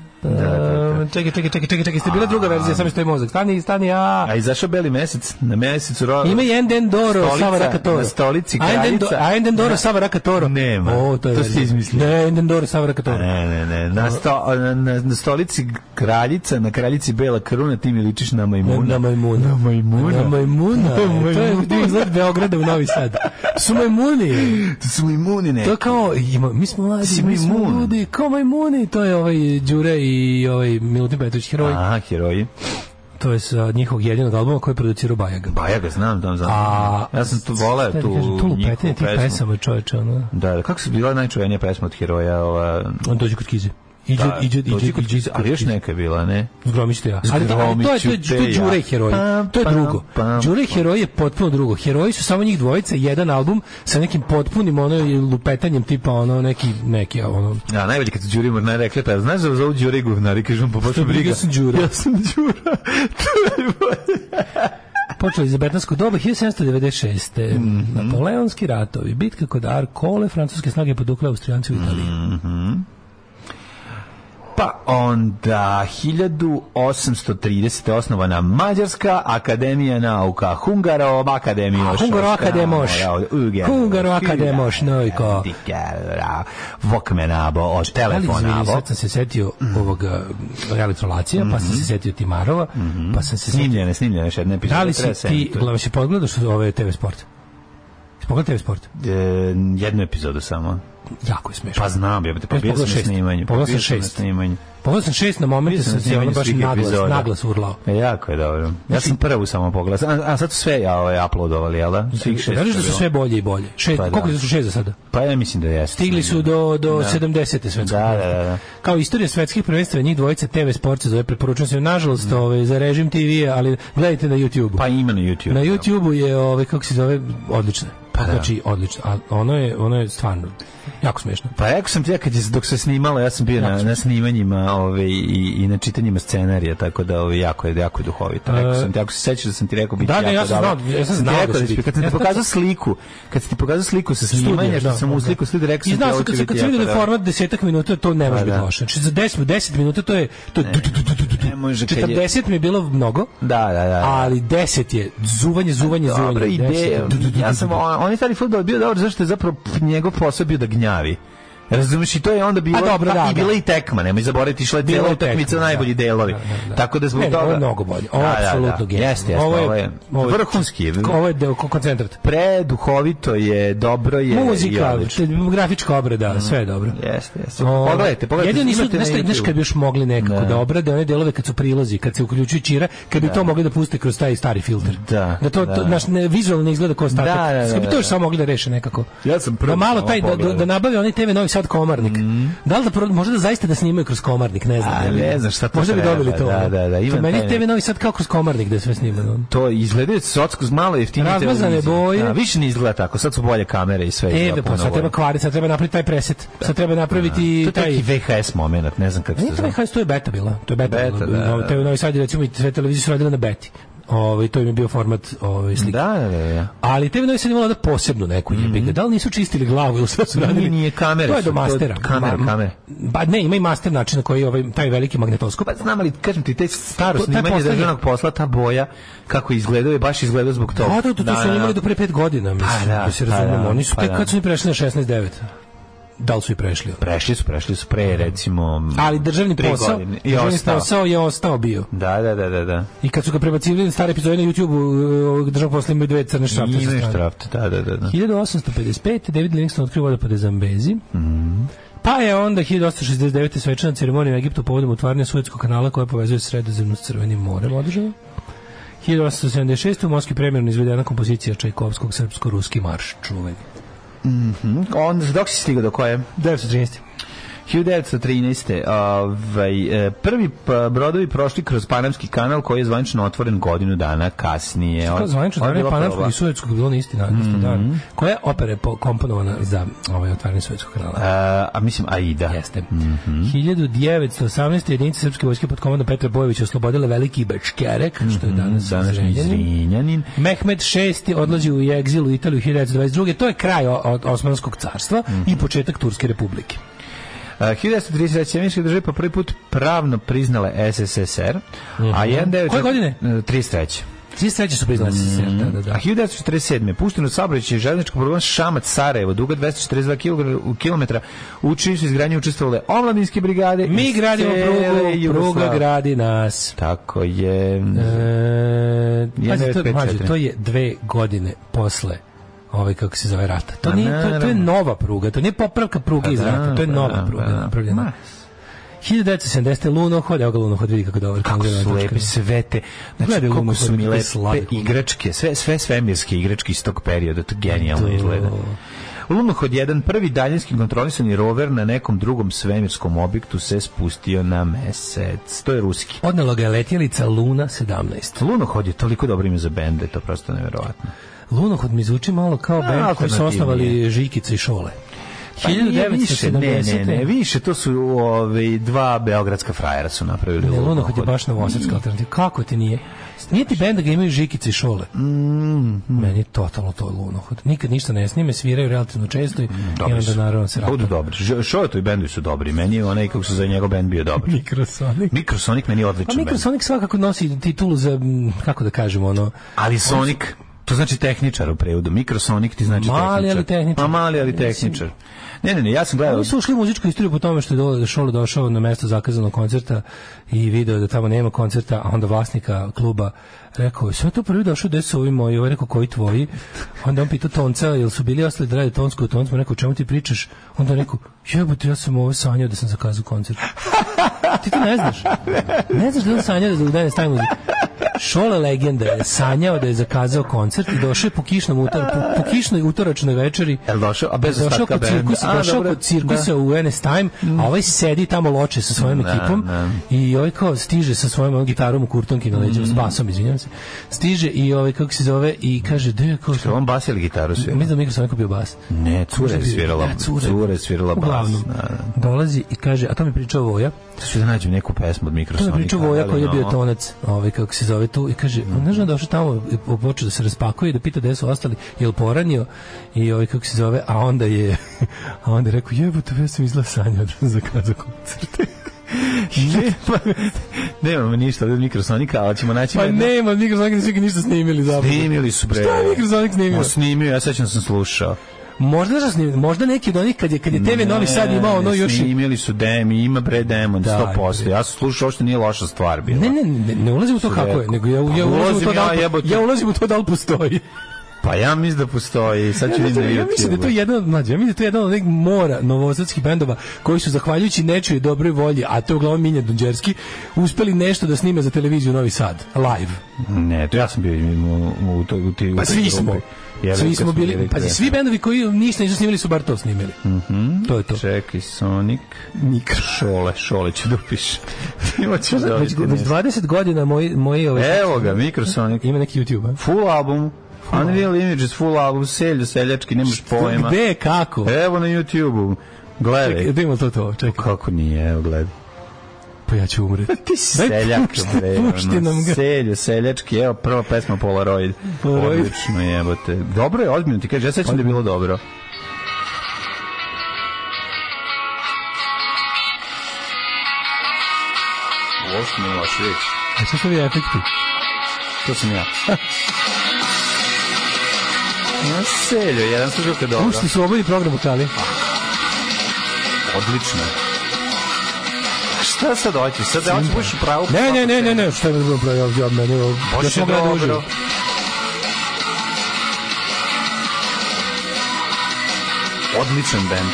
[SPEAKER 7] Čekaj, čekaj, čekaj, čekaj, čekaj, ste bila druga verzija, samo što je mozak. Stani, stani, a...
[SPEAKER 6] A izašao beli mesec, na mesecu ro...
[SPEAKER 7] Ima i Enden Doro,
[SPEAKER 6] Stolica,
[SPEAKER 7] Sava Rakatoro.
[SPEAKER 6] na stolici
[SPEAKER 7] A Enden Do-
[SPEAKER 6] kraljica.
[SPEAKER 7] A Enden Doro, Sava Rakatoro.
[SPEAKER 6] Nema.
[SPEAKER 7] O, to je
[SPEAKER 6] To ste
[SPEAKER 7] verzija.
[SPEAKER 6] izmislili.
[SPEAKER 7] Ne, Enden Doro, Sava Rakatoro.
[SPEAKER 6] Ne, ne, ne. Na, sto, na, na, na stolici kraljica, na kraljici bela kruna, ti mi ličiš na majmuna.
[SPEAKER 7] Na majmuna.
[SPEAKER 6] Na majmuna.
[SPEAKER 7] Na majmuna. E,
[SPEAKER 6] Na
[SPEAKER 7] To je
[SPEAKER 6] majmuna.
[SPEAKER 7] bio izgled Beograda u Novi Sad. Su majmuni.
[SPEAKER 6] To su majmuni
[SPEAKER 7] To
[SPEAKER 6] neki.
[SPEAKER 7] je kao, ima, mi smo mladi,
[SPEAKER 6] Si
[SPEAKER 7] mi smo
[SPEAKER 6] majmun.
[SPEAKER 7] ljudi, kao majmuni, to je ovaj Đure i ovaj Milutin Petrović heroj.
[SPEAKER 6] Aha, heroji.
[SPEAKER 7] To je sa njihovog jedinog albuma koji je producirao Bajaga.
[SPEAKER 6] Pa ja ga znam, znam, znam.
[SPEAKER 7] A-
[SPEAKER 6] ja sam tu voleo
[SPEAKER 7] Šta ti
[SPEAKER 6] tu
[SPEAKER 7] kažem, tu
[SPEAKER 6] njihovu
[SPEAKER 7] lupetine tih
[SPEAKER 6] pesmu.
[SPEAKER 7] pesama, čoveče, ono.
[SPEAKER 6] Da, da, kako se bila najčuvenija pesma od heroja? Ova,
[SPEAKER 7] On dođe kod Kize. Iđe,
[SPEAKER 6] da,
[SPEAKER 7] iđe, iđe,
[SPEAKER 6] dođi
[SPEAKER 7] iđe,
[SPEAKER 6] kod-
[SPEAKER 7] iđe,
[SPEAKER 6] ali još neka je bila, ne?
[SPEAKER 7] Zgromit ću te ja. Ali, to- ali to je, to je,
[SPEAKER 6] Zgromit ću
[SPEAKER 7] to je
[SPEAKER 6] te ja.
[SPEAKER 7] Đure i heroj.
[SPEAKER 6] Pam,
[SPEAKER 7] To je
[SPEAKER 6] pam,
[SPEAKER 7] drugo.
[SPEAKER 6] pam.
[SPEAKER 7] Đure i heroj je potpuno drugo. Heroji su samo njih dvojica, jedan album sa nekim potpunim ono lupetanjem tipa ono neki, neki ono,
[SPEAKER 6] Ja, najbolje kad su Đuri Mornari rekli, pa znaš da zovu Đure i guvnari, kažem, pa baš
[SPEAKER 7] Što
[SPEAKER 6] me briga.
[SPEAKER 7] briga sam Đura.
[SPEAKER 6] Ja sam Đura. To je bolje.
[SPEAKER 7] Počeli za betansko doba 1796.
[SPEAKER 6] Mhm.
[SPEAKER 7] Napoleonski ratovi,
[SPEAKER 6] Mhm,
[SPEAKER 7] bitka kod Arkole, francuske snage podukle Austrijanci u Italiji.
[SPEAKER 6] Pa onda 1830. osnovana Mađarska akademija nauka Hungarov akademija.
[SPEAKER 7] Hungaro akademoš. Hungaro akademoš, nojko.
[SPEAKER 6] Vokmenabo, o
[SPEAKER 7] Ali,
[SPEAKER 6] telefonabo.
[SPEAKER 7] sad sam se setio
[SPEAKER 6] Mhm.
[SPEAKER 7] ovoga elektrolacija, pa sam se setio Timarova,
[SPEAKER 6] Mhm.
[SPEAKER 7] pa sam se setio...
[SPEAKER 6] Snimljene, snimljene, še jedne epizode.
[SPEAKER 7] Da li si
[SPEAKER 6] treba se
[SPEAKER 7] ti,
[SPEAKER 6] emituje.
[SPEAKER 7] gledaj, si pogledaš ove TV sport? Si pogledao TV sport?
[SPEAKER 6] E, jednu epizodu samo.
[SPEAKER 7] Jako je smešno.
[SPEAKER 6] Pa znam, ja pa
[SPEAKER 7] Ja sam
[SPEAKER 6] bio sam
[SPEAKER 7] pogledao
[SPEAKER 6] na
[SPEAKER 7] šest.
[SPEAKER 6] snimanju.
[SPEAKER 7] Pogledao
[SPEAKER 6] pa
[SPEAKER 7] sam
[SPEAKER 6] bio sam na
[SPEAKER 7] šest.
[SPEAKER 6] snimanju.
[SPEAKER 7] Pogledao sam šest na momente,
[SPEAKER 6] Bio sam na
[SPEAKER 7] sam se ono
[SPEAKER 6] snimanju
[SPEAKER 7] baš
[SPEAKER 6] svih
[SPEAKER 7] naglas,
[SPEAKER 6] epizoda.
[SPEAKER 7] naglas urlao.
[SPEAKER 6] E, jako je dobro. Ja sam prvu samo pogledao. A, a sad su sve ja, ovaj, uploadovali, jel da? Svih šest.
[SPEAKER 7] Veriš
[SPEAKER 6] je
[SPEAKER 7] da su
[SPEAKER 6] bilo.
[SPEAKER 7] sve bolje i bolje. Šest,
[SPEAKER 6] Pa da.
[SPEAKER 7] koliko su šest za sada?
[SPEAKER 6] Pa ja mislim da jeste.
[SPEAKER 7] Stigli su do, do
[SPEAKER 6] Da.
[SPEAKER 7] 70. svetskog
[SPEAKER 6] Da, da,
[SPEAKER 7] prvenstva.
[SPEAKER 6] da, da.
[SPEAKER 7] Kao istorija svetskih prvenstva, njih dvojica TV sport se zove, preporučujem se, nažalost, ovaj, za režim TV-a, ali gledajte na YouTube-u.
[SPEAKER 6] Pa ima na YouTube.
[SPEAKER 7] na
[SPEAKER 6] da.
[SPEAKER 7] YouTube-u je, ovaj, kako se zove, odlično. Pa znači, odlično. A ono je, ono je stvarno, jako smešno.
[SPEAKER 6] Pa rekao sam ti ja kad je, dok se snimalo, ja sam bio na,
[SPEAKER 7] Znači.
[SPEAKER 6] na snimanjima ove, i, i na čitanjima scenarija, tako da ove, jako je jako je duhovito. Rekao sam ti, ako se sećaš da sam ti rekao biti
[SPEAKER 7] E, Da, ne,
[SPEAKER 6] jako
[SPEAKER 7] ja sam
[SPEAKER 6] dobro.
[SPEAKER 7] znao, ja sam
[SPEAKER 6] ti
[SPEAKER 7] znao
[SPEAKER 6] rekao
[SPEAKER 7] da će
[SPEAKER 6] da će-
[SPEAKER 7] biti.
[SPEAKER 6] Kad sam
[SPEAKER 7] Ja
[SPEAKER 6] ti
[SPEAKER 7] sam-
[SPEAKER 6] pokazao sliku, kad sam ti pokazao sliku sa snimanja, što sam u sliku slidi, rekao sam
[SPEAKER 7] I
[SPEAKER 6] ti,
[SPEAKER 7] znao
[SPEAKER 6] ovo
[SPEAKER 7] sam
[SPEAKER 6] će
[SPEAKER 7] kad, sam-
[SPEAKER 6] biti
[SPEAKER 7] kad
[SPEAKER 6] jako
[SPEAKER 7] sam vidio da je
[SPEAKER 6] dobro.
[SPEAKER 7] format desetak minuta, to ne može biti
[SPEAKER 6] da.
[SPEAKER 7] loše. Znači za 10, 10 minuta to je... To je tu, tu, tu, tu, tu, tu.
[SPEAKER 6] ne može kad je-
[SPEAKER 7] 40 mi je bilo mnogo,
[SPEAKER 6] Da, da, da.
[SPEAKER 7] ali 10 je zuvanje, zuvanje, zuvanje.
[SPEAKER 6] Dobra ideja.
[SPEAKER 7] 10. Tu, tu, tu, tu,
[SPEAKER 6] Ja sam,
[SPEAKER 7] tu, tu.
[SPEAKER 6] on, on je stari futbol bio dobar, zašto je zapravo p- njegov posao bio da gnjavi. Razumeš, i to je onda bilo,
[SPEAKER 7] A dobro,
[SPEAKER 6] pa
[SPEAKER 7] da,
[SPEAKER 6] i
[SPEAKER 7] da.
[SPEAKER 6] bila i tekma, nemoj zaboraviti, išla je
[SPEAKER 7] Bila
[SPEAKER 6] cijela
[SPEAKER 7] je tekma,
[SPEAKER 6] utakmica, najbolji
[SPEAKER 7] da.
[SPEAKER 6] delovi.
[SPEAKER 7] Da, da, da.
[SPEAKER 6] Tako da zbog
[SPEAKER 7] Ne, ne,
[SPEAKER 6] toga...
[SPEAKER 7] ovo je mnogo bolje. Ovo je apsolutno genijalno.
[SPEAKER 6] Jeste, jeste, ovo je,
[SPEAKER 7] ovo je-
[SPEAKER 6] vrhunski.
[SPEAKER 7] Ovo je deo koncentrat.
[SPEAKER 6] Preduhovito je, dobro je i
[SPEAKER 7] Muzika,
[SPEAKER 6] odlično. Mhm.
[SPEAKER 7] te- grafička obrada, sve je dobro.
[SPEAKER 6] Jeste, jeste.
[SPEAKER 7] O,
[SPEAKER 6] Pogledajte, pogledajte.
[SPEAKER 7] Jedino nisu,
[SPEAKER 6] imate na
[SPEAKER 7] znaš, šta- znaš
[SPEAKER 6] YouTube.
[SPEAKER 7] kad bi još mogli nekako
[SPEAKER 6] Da.
[SPEAKER 7] da, obrade one delove kad su prilozi, kad se uključuje čira, kad bi to mogli da puste kroz taj stari filter.
[SPEAKER 6] Da,
[SPEAKER 7] da to,
[SPEAKER 6] da.
[SPEAKER 7] to naš, ne, vizualno ne izgleda kao ostatak.
[SPEAKER 6] Da, da, da,
[SPEAKER 7] kad bi
[SPEAKER 6] da.
[SPEAKER 7] to još samo mogli da reše nekako.
[SPEAKER 6] Ja sam prvo
[SPEAKER 7] da malo
[SPEAKER 6] samo
[SPEAKER 7] taj, da, da,
[SPEAKER 6] pogledao.
[SPEAKER 7] da nabave onaj TV Novi Sad komarnik. Da li da, pro- možda da zaista da snimaju kroz komarnik, ne znam.
[SPEAKER 6] Mhm. A,
[SPEAKER 7] da li-
[SPEAKER 6] ne znam šta to
[SPEAKER 7] Možda bi
[SPEAKER 6] treba,
[SPEAKER 7] dobili to.
[SPEAKER 6] da,
[SPEAKER 7] ono.
[SPEAKER 6] da, da, imam
[SPEAKER 7] To meni
[SPEAKER 6] taj
[SPEAKER 7] TV Novi Sad kao kroz komarnik da je sve snimano.
[SPEAKER 6] to izgledaju socsko malo jeftinije
[SPEAKER 7] Razmazane boje.
[SPEAKER 6] Da, više ne izgleda tako, sad su bolje kamere i sve.
[SPEAKER 7] E,
[SPEAKER 6] izgleda
[SPEAKER 7] da, pa
[SPEAKER 6] puno
[SPEAKER 7] sad treba
[SPEAKER 6] bolje.
[SPEAKER 7] kvariti, sad treba napraviti taj preset. Sad treba napraviti
[SPEAKER 6] To je
[SPEAKER 7] taj...
[SPEAKER 6] taki VHS moment, ne znam kako se
[SPEAKER 7] Pa Nije
[SPEAKER 6] to
[SPEAKER 7] to
[SPEAKER 6] zove.
[SPEAKER 7] VHS, to je beta bila. To je beta,
[SPEAKER 6] Beta,
[SPEAKER 7] bila.
[SPEAKER 6] da,
[SPEAKER 7] Novi-
[SPEAKER 6] da.
[SPEAKER 7] TV Novi Sad je recimo i sve televizije su radile na beti. Ovaj to im je bio format ovaj slike.
[SPEAKER 6] Da, da, da, da.
[SPEAKER 7] Ali TV Novi Sad je imala da posebnu neku mm Da li nisu čistili glavu ili šta su radili?
[SPEAKER 6] Nije, nije, kamere
[SPEAKER 7] To je
[SPEAKER 6] su,
[SPEAKER 7] do
[SPEAKER 6] to je
[SPEAKER 7] mastera.
[SPEAKER 6] kamere,
[SPEAKER 7] Ma-
[SPEAKER 6] kamere.
[SPEAKER 7] Ba ne, ima i master način na koji je ovaj taj veliki magnetoskop.
[SPEAKER 6] Pa znam, ali kažem ti, te staro
[SPEAKER 7] To- taj
[SPEAKER 6] snimanje
[SPEAKER 7] poslednji-
[SPEAKER 6] državnog posla, ta boja, kako izgledao je, baš izgledao zbog toga.
[SPEAKER 7] A to, to, to su oni imali do pre pet godina, mislim,
[SPEAKER 6] da,
[SPEAKER 7] da se
[SPEAKER 6] pa
[SPEAKER 7] razumemo.
[SPEAKER 6] da,
[SPEAKER 7] Oni su
[SPEAKER 6] pa
[SPEAKER 7] tek
[SPEAKER 6] da.
[SPEAKER 7] kad su oni prešli na 16-9. Da li su i prešli?
[SPEAKER 6] Prešli su, prešli su pre, recimo...
[SPEAKER 7] Ali državni
[SPEAKER 6] tri
[SPEAKER 7] posao,
[SPEAKER 6] godine. I
[SPEAKER 7] državni
[SPEAKER 6] ostao.
[SPEAKER 7] posao je ostao bio.
[SPEAKER 6] Da, da, da, da, da.
[SPEAKER 7] I kad su ga prebacili na stare epizode na YouTube-u, e, državnog posla imaju dve crne šrafte. sa
[SPEAKER 6] Imaju
[SPEAKER 7] strane.
[SPEAKER 6] štraft, da, da, da. da.
[SPEAKER 7] 1855. David Livingstone otkrio vodopade Zambezi. Pa je onda 1869. svečana ceremonija u Egiptu povodom otvaranja Suetskog kanala koja povezuje sredozemno s Crvenim morem održava. 1876. u Moskvi premjerno izvedena kompozicija Čajkovskog srpsko-ruski marš čuveni.
[SPEAKER 6] Onda, dok si stigao do koje?
[SPEAKER 7] 1913.
[SPEAKER 6] 1913. Ovaj, e, prvi p- brodovi prošli kroz Panamski kanal koji je zvanično otvoren godinu dana kasnije.
[SPEAKER 7] Kao
[SPEAKER 6] Ovo- ovo
[SPEAKER 7] zvanično
[SPEAKER 6] je
[SPEAKER 7] otvaranje
[SPEAKER 6] bila Mhm.
[SPEAKER 7] Panamskog
[SPEAKER 6] proba.
[SPEAKER 7] i Suetskog bilo na isti dan. isti dan. Koja je opera je po- komponovana za ovaj otvaranje Suetskog kanala?
[SPEAKER 6] E, a mislim Aida.
[SPEAKER 7] Jeste. 1918. jedinice srpske vojske pod komandom Petra Bojovića oslobodile Veliki Bačkerek, što je danas
[SPEAKER 6] Današnji
[SPEAKER 7] Zrenjanin.
[SPEAKER 6] Zrinjanin.
[SPEAKER 7] Mehmed VI odlazi u egzil u Italiju 1922. To je kraj o- od Osmanskog carstva i početak Turske republike.
[SPEAKER 6] E, 1933. Sjemičke države po prvi put pravno priznale SSSR, a jedan deo...
[SPEAKER 7] Mhm. Koje godine?
[SPEAKER 6] E, 33.
[SPEAKER 7] Svi sreće su priznali SSR, da, da,
[SPEAKER 6] A
[SPEAKER 7] da.
[SPEAKER 6] 1947. pušten u saobraćaj železničkog problema Šamac Sarajevo, duga 242 km, u čiji su izgradnji učestvovale omladinske brigade.
[SPEAKER 7] Mi
[SPEAKER 6] iz
[SPEAKER 7] gradimo
[SPEAKER 6] cele
[SPEAKER 7] prugu, pruga
[SPEAKER 6] Jugoslavije.
[SPEAKER 7] gradi nas.
[SPEAKER 6] Tako je.
[SPEAKER 7] E, pazi, to,
[SPEAKER 6] 1954.
[SPEAKER 7] mlađe, to je dve godine posle ovaj kako se zove rata. To,
[SPEAKER 6] Pa
[SPEAKER 7] nije, to, to je
[SPEAKER 6] naravno.
[SPEAKER 7] nova pruga, to nije popravka pruge iz rata, to je
[SPEAKER 6] Pa Da,
[SPEAKER 7] nova
[SPEAKER 6] da, pa
[SPEAKER 7] pruga
[SPEAKER 6] da. Ma,
[SPEAKER 7] napravljena. 1970. Lunohod, evo ga Lunohod, vidi kako dobro.
[SPEAKER 6] Kako su lepe sve te, znači
[SPEAKER 7] Gledaj
[SPEAKER 6] kako
[SPEAKER 7] Lumu
[SPEAKER 6] su
[SPEAKER 7] koju
[SPEAKER 6] mi
[SPEAKER 7] ti
[SPEAKER 6] lepe
[SPEAKER 7] slatko.
[SPEAKER 6] igračke, sve, sve svemirske igračke iz tog perioda, to genijalno izgleda. Lunohod 1, prvi daljinski kontrolisani rover na nekom drugom svemirskom objektu se spustio na mesec. To je ruski.
[SPEAKER 7] Odnelo ga je letjelica Luna 17.
[SPEAKER 6] Lunohod je toliko dobro ime za bend, da je to prosto nevjerovatno.
[SPEAKER 7] Lunohod mi zvuči malo kao band koji su
[SPEAKER 6] alternativni
[SPEAKER 7] osnovali Žikica i Šole.
[SPEAKER 6] Pa nije više, ne, ne, ne,
[SPEAKER 7] 1970.
[SPEAKER 6] više, to su ove, dva beogradska frajera su napravili.
[SPEAKER 7] Ne, Lunohod ono je
[SPEAKER 6] Lunohod. Mm.
[SPEAKER 7] baš novosadska alternativa. Kako ti nije? Nije ti benda ga imaju Žikice i Šole.
[SPEAKER 6] Mm,
[SPEAKER 7] Meni je totalno to lunohod. Nikad ništa ne snime, sviraju relativno često i, i
[SPEAKER 6] Dobri
[SPEAKER 7] onda
[SPEAKER 6] su.
[SPEAKER 7] naravno se
[SPEAKER 6] Mm, Budu dobri. Ž- Šoto i bendovi su dobri. Meni je onaj kako se za njegov bend bio dobar.
[SPEAKER 7] Mikrosonic.
[SPEAKER 6] Mikrosonic meni je
[SPEAKER 7] Pa
[SPEAKER 6] odličan bend.
[SPEAKER 7] Mikrosonic svakako nosi titulu za, m, kako da kažemo, ono,
[SPEAKER 6] Ali Sonic, to znači tehničar u prevodu. Mikrosonic ti znači
[SPEAKER 7] Mali,
[SPEAKER 6] tehničar.
[SPEAKER 7] ali tehničar.
[SPEAKER 6] Ma mali, ali tehničar. Ne, ne, ne, ja sam gledao...
[SPEAKER 7] Oni su ušli u muzičku istoriju po tome što je dole, Šole došao na mesto zakazanog koncerta i video da tamo nema koncerta, a onda vlasnika kluba rekao, sve to prvi došao, gde su ovi moji, ovaj rekao, koji tvoji? Onda on pitao Tonca, jel su bili ostali da rade Tonsku, Tonc mu rekao, "O čemu ti pričaš? Onda on rekao, jebote, ja sam ovo sanjao da sam zakazao koncert. ti to ne znaš. Ne znaš da je on sanjao da je stavimo muziku. Šole legenda je sanjao da je zakazao koncert i došao je po kišnom utor, po, po kišnoj utoračnoj večeri
[SPEAKER 6] Jel došao? A bez
[SPEAKER 7] došao
[SPEAKER 6] ostatka
[SPEAKER 7] kod
[SPEAKER 6] benda.
[SPEAKER 7] cirkusa,
[SPEAKER 6] A,
[SPEAKER 7] došao
[SPEAKER 6] dobro. Mm.
[SPEAKER 7] kod cirkusa
[SPEAKER 6] Da.
[SPEAKER 7] u NS Time, a ovaj sedi tamo loče sa svojom
[SPEAKER 6] Da,
[SPEAKER 7] ekipom
[SPEAKER 6] da.
[SPEAKER 7] i ovaj kao stiže sa svojom onom gitarom u kurtonki na leđima, s
[SPEAKER 6] Mm.
[SPEAKER 7] basom, izvinjavam se. Stiže i ovaj kako se zove i kaže, da je kao što...
[SPEAKER 6] On bas ili gitaru svira?
[SPEAKER 7] Mislim da mikrofon kupio bas.
[SPEAKER 6] Ne, cure je svirala,
[SPEAKER 7] Da,
[SPEAKER 6] cure. je svirala bas.
[SPEAKER 7] Uglavnom,
[SPEAKER 6] Da, da.
[SPEAKER 7] dolazi i kaže, a to mi pričao Voja,
[SPEAKER 6] Sad ću da nađem neku pesmu od
[SPEAKER 7] to mi
[SPEAKER 6] Mikrosonika.
[SPEAKER 7] pričao Voja koji je bio
[SPEAKER 6] to
[SPEAKER 7] tonac, ovaj, kako se zove tu, i kaže,
[SPEAKER 6] Mm.
[SPEAKER 7] on znaš da je došao tamo, i počeo da se raspakuje, da pita gde su ostali, je li poranio, i ovaj, kako se zove, a onda je, a onda je rekao, jebote, ja sam izgleda sanjao da sam zakazao koncerte.
[SPEAKER 6] Nemamo ništa od Mikrosonika, ali ćemo naći...
[SPEAKER 7] Pa
[SPEAKER 6] jedno-
[SPEAKER 7] nema, Mikrosonik nisu ništa snimili zapravo. Pa
[SPEAKER 6] Snimili su bre.
[SPEAKER 7] Šta je Mikrosonik snimio?
[SPEAKER 6] Ma, snimio, ja sećam da sam slušao.
[SPEAKER 7] Možda da snimili, možda neki od onih kad je, kad je TV Novi Sad imao ono
[SPEAKER 6] Ne,
[SPEAKER 7] još... i-
[SPEAKER 6] Snimili su Demi, ima bre Demon,
[SPEAKER 7] Da,
[SPEAKER 6] 100%. Ja sam slušao, uopšte nije loša stvar bila.
[SPEAKER 7] Ne, ne, ne, ne ulazim u to kako je, nego ja,
[SPEAKER 6] Pa
[SPEAKER 7] ja ulazim u to
[SPEAKER 6] ulazim
[SPEAKER 7] da
[SPEAKER 6] ja,
[SPEAKER 7] li,
[SPEAKER 6] jebote.
[SPEAKER 7] ja ulazim u to da li postoji.
[SPEAKER 6] Pa ja mislim da postoji, sad ću
[SPEAKER 7] Ja,
[SPEAKER 6] vidim na
[SPEAKER 7] ja mislim da je to jedan od mlađe, ja mislim da je to jedan od nekih mora novosadskih bendova koji su zahvaljujući nečoj dobroj volji, a to je uglavnom Minja Dunđerski, uspeli nešto da snime za televiziju Novi Sad, live.
[SPEAKER 6] Ne, to ja sam bio u, u, u, to- u, ti- u
[SPEAKER 7] Pa
[SPEAKER 6] toj
[SPEAKER 7] svi
[SPEAKER 6] grupi.
[SPEAKER 7] smo.
[SPEAKER 6] Jebe,
[SPEAKER 7] Svi
[SPEAKER 6] kad
[SPEAKER 7] smo bili,
[SPEAKER 6] bili
[SPEAKER 7] pa
[SPEAKER 6] kre-
[SPEAKER 7] svi bendovi koji ništa nisu snimili su bar to snimili. To je to.
[SPEAKER 6] Mhm. Čekaj, Sonic. Mikro. Šole, šole ću da upiš. Ima ćeš da
[SPEAKER 7] Već,
[SPEAKER 6] odite
[SPEAKER 7] već
[SPEAKER 6] nešto.
[SPEAKER 7] 20 godina moji, moji ovaj,
[SPEAKER 6] Evo ga, Mikrosonic.
[SPEAKER 7] Ima neki YouTube, a?
[SPEAKER 6] Full album. Unreal Images, full album, selju, seljački, nemaš pojma.
[SPEAKER 7] Gde, kako?
[SPEAKER 6] Evo na YouTube-u. Gledaj.
[SPEAKER 7] Gde ima to to? Čekaj,
[SPEAKER 6] Kako nije, evo gledaj.
[SPEAKER 7] pa ja ću umreti.
[SPEAKER 6] Ti seljak,
[SPEAKER 7] pušti,
[SPEAKER 6] bre,
[SPEAKER 7] pušti
[SPEAKER 6] ono,
[SPEAKER 7] nam ga.
[SPEAKER 6] Selju, seljački, evo prva pesma Polaroid.
[SPEAKER 7] Polaroid.
[SPEAKER 6] Odlično jebote. Dobro je, ozbiljno ti kaže, ja sećam da je bilo dobro. Uopšte mi je loš riječ.
[SPEAKER 7] A što su ovi efekti?
[SPEAKER 6] To sam ja. Na selju, jedan slušao kad dobro.
[SPEAKER 7] Pušti su obolji program u čali.
[SPEAKER 6] Odlično. Šta sad hoćeš? Sad da hoćeš da budeš u pravu?
[SPEAKER 7] Ne, ne, ne, ne, ne, šta je bilo pravi ovdje od mene? ovo- Ja
[SPEAKER 6] Baš
[SPEAKER 7] sam
[SPEAKER 6] je
[SPEAKER 7] gledao
[SPEAKER 6] dobro.
[SPEAKER 7] uživo.
[SPEAKER 6] Odličan band.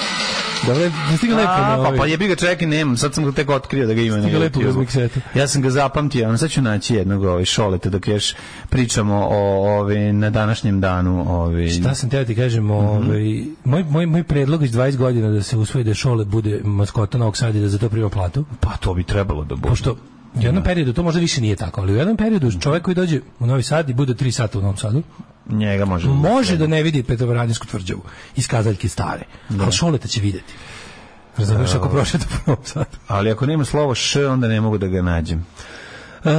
[SPEAKER 7] Dobro, je stigla lepo na
[SPEAKER 6] A, pa,
[SPEAKER 7] ovaj.
[SPEAKER 6] pa jebi ga čekaj, nemam, sad sam ga tek otkrio da ga ima na
[SPEAKER 7] Stiga lepo
[SPEAKER 6] YouTube.
[SPEAKER 7] uz miksete.
[SPEAKER 6] Ja sam ga zapamtio, ono sad ću naći jednog ovaj, šoleta dok još pričamo o, ovi, na današnjem danu. ovaj. Ovi.
[SPEAKER 7] Šta sam teo ti kažem,
[SPEAKER 6] Mhm.
[SPEAKER 7] ovaj, moj, moj, moj predlog iz 20 godina da se usvoji da Šole bude maskota Novog Sada i da za to prima platu,
[SPEAKER 6] Pa to bi trebalo da bude.
[SPEAKER 7] pošto u jednom periodu, to možda više nije tako, ali u jednom periodu čovjek koji dođe u Novi Sad i bude 3 sata u Novom Sadu,
[SPEAKER 6] Njega može.
[SPEAKER 7] može da ne vidi Petrovaradinsku tvrđavu iz kazaljke stare, ali Šoleta će vidjeti. Razumiješ ako prošeta po Novom Sadu.
[SPEAKER 6] Ali ako nema slovo š, onda ne mogu da ga nađem.
[SPEAKER 7] E,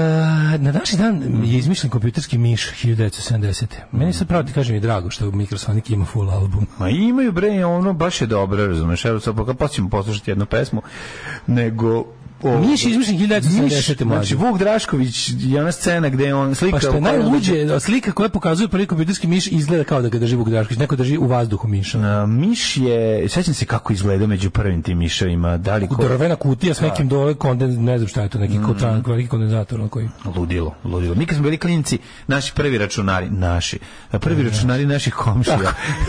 [SPEAKER 7] na današnji dan je izmišljen kompjuterski miš 1970. Meni sad pravo ti kažem i drago što Mikrosonic ima full album.
[SPEAKER 6] Ma imaju bre, ono baš je dobro, razumeš, evo sad pa ćemo poslušati jednu pesmu, nego... o-
[SPEAKER 7] Miš je izmišljen 1970.
[SPEAKER 6] Miš, znači
[SPEAKER 7] mlađe.
[SPEAKER 6] Vuk Drašković je ona scena gde je on slika...
[SPEAKER 7] Pa što je
[SPEAKER 6] u kojoj-
[SPEAKER 7] najluđe, slika koja pokazuje prvi kompjuterski miš izgleda kao da ga drži Vuk Drašković, neko drži u vazduhu miša.
[SPEAKER 6] A, Miš je, sećam se kako izgleda među prvim tim miševima, da li ko...
[SPEAKER 7] Drvena kutija s nekim dole konden, ne znam šta je to, neki kota- veliki kondenzator ono koji.
[SPEAKER 6] Ludilo, ludilo. Mi kad smo bili klinici, naši prvi računari, naši, a prvi računari naših komšija.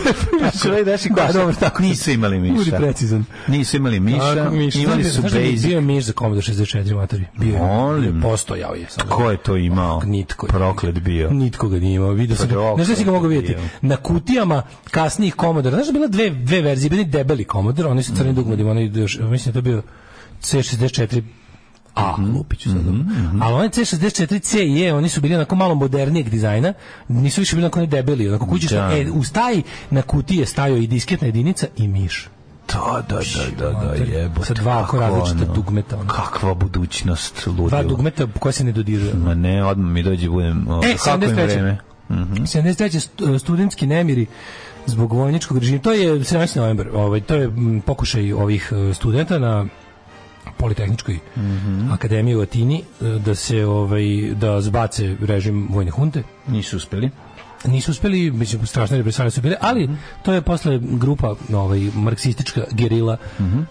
[SPEAKER 6] Računari naših komšija.
[SPEAKER 7] Da, dobro, tako.
[SPEAKER 6] Nisu imali miša.
[SPEAKER 7] Budi precizan.
[SPEAKER 6] Nisu imali miša,
[SPEAKER 7] Tako, miš.
[SPEAKER 6] imali
[SPEAKER 7] Znaš
[SPEAKER 6] su
[SPEAKER 7] da- znaš da je
[SPEAKER 6] basic.
[SPEAKER 7] Bio je miš za Commodore 64 matori. Bio je.
[SPEAKER 6] Molim.
[SPEAKER 7] Postojao je. sad.
[SPEAKER 6] Ko je to imao?
[SPEAKER 7] Pa Nitko je.
[SPEAKER 6] Proklet bio.
[SPEAKER 7] Nitko ga nije imao, vidio sam ga.
[SPEAKER 6] Proklet
[SPEAKER 7] Ne znam si ga mogu
[SPEAKER 6] je
[SPEAKER 7] vidjeti.
[SPEAKER 6] bio.
[SPEAKER 7] Na kutijama kasnijih Commodore, znaš da je bila dve, dve verzije, bili debeli Commodore, oni su crni dugmadi, oni još, mislim da je to bio C64 A,
[SPEAKER 6] Mhm,
[SPEAKER 7] lupiću sad. Ali onaj C64C i E, oni su bili onako malo modernijeg dizajna, nisu više bili onako ne debeli, onako kućiš,
[SPEAKER 6] Da.
[SPEAKER 7] e, uz taj na kutiji je stajao i disketna jedinica i miš.
[SPEAKER 6] Da, da, da, da, da,
[SPEAKER 7] Mater,
[SPEAKER 6] jebote.
[SPEAKER 7] sa dva
[SPEAKER 6] kako
[SPEAKER 7] oko različita
[SPEAKER 6] ono,
[SPEAKER 7] dugmeta, ono.
[SPEAKER 6] Kakva budućnost, ludilo.
[SPEAKER 7] Dva dugmeta koja se ne dodiruju.
[SPEAKER 6] Ma ne, odmah mi dođe, budem... o,
[SPEAKER 7] E,
[SPEAKER 6] kako im
[SPEAKER 7] 73.
[SPEAKER 6] vreme?
[SPEAKER 7] 73. st- e, studentski nemiri zbog vojničkog režima. To je 17. novembar. Ovaj, to je mm, pokušaj ovih e, studenta na Politehničkoj akademiji u Atini e, da se ovaj da zbace režim vojne hunte.
[SPEAKER 6] Nisu uspeli.
[SPEAKER 7] Nisu uspeli, mislim, strašne represalije su bile, ali to je posle grupa ovaj, marksistička gerila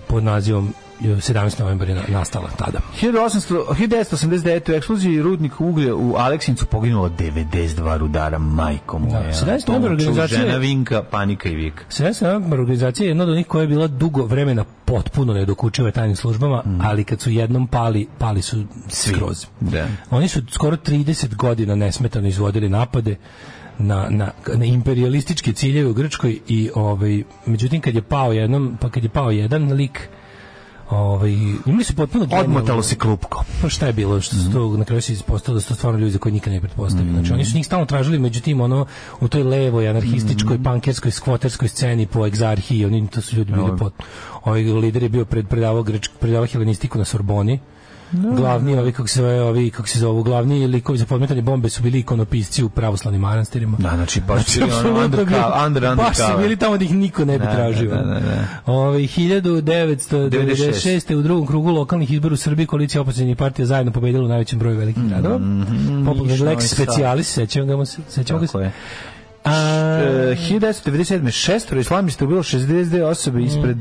[SPEAKER 7] pod nazivom e, 17. novembar je na- nastala tada.
[SPEAKER 6] 1800 1989. u eksploziji rudnika uglja u Aleksincu poginulo 92 rudara, majko moja.
[SPEAKER 7] Da, 17 novembar
[SPEAKER 6] Pomoću
[SPEAKER 7] organizacije-
[SPEAKER 6] Žena Vinka, panika i vik.
[SPEAKER 7] 17. novembar organizacija je jedna od onih koja je bila dugo vremena potpuno nedokučiva tajnim službama, ali kad su jednom pali, pali su
[SPEAKER 6] Mm. Svi.
[SPEAKER 7] skroz.
[SPEAKER 6] Da.
[SPEAKER 7] Oni su skoro 30 godina nesmetano izvodili napade na, na, na imperialističke ciljeve u Grčkoj i ovaj, međutim kad je pao jednom, pa kad je pao jedan lik ovaj, imali su potpuno genijalno-
[SPEAKER 6] Odmotalo se klupko.
[SPEAKER 7] pa šta je bilo što su to na kraju se ispostavilo da su to stvarno ljudi za koje nikad ne pretpostavili. Znači oni su njih stalno tražili, međutim ono u toj levoj anarhističkoj, pankerskoj, skvoterskoj sceni po egzarhiji, oni to su ljudi bili pod. Ovaj lider je bio pred predavao grč, predavao helenistiku na Sorboni. Glavni ovi kako se zove, ovi kako se zovu glavni likovi za podmetanje bombe su bili ikonopisci u pravoslavnim manastirima.
[SPEAKER 6] Da, znači, baš bili ono
[SPEAKER 7] apsolutno
[SPEAKER 6] undercover-
[SPEAKER 7] bili-
[SPEAKER 6] under-
[SPEAKER 7] Baš su
[SPEAKER 6] undercover.
[SPEAKER 7] bili tamo da ih niko ne bi
[SPEAKER 6] Da,
[SPEAKER 7] tražio.
[SPEAKER 6] da, da, da.
[SPEAKER 7] Ovaj 1996. u drugom krugu lokalnih izbora u Srbiji koalicija opozicionih partija zajedno pobedila u najvećem broju velikih
[SPEAKER 6] Mm-hmm.
[SPEAKER 7] gradova. Poput
[SPEAKER 6] Niš, Novi
[SPEAKER 7] Lex
[SPEAKER 6] Sad.
[SPEAKER 7] Specialis, sećamo ga mu se, sećamo ga
[SPEAKER 6] Tako
[SPEAKER 7] se.
[SPEAKER 6] je. E, 1997. šestoro islamista ubilo 62 osobe ispred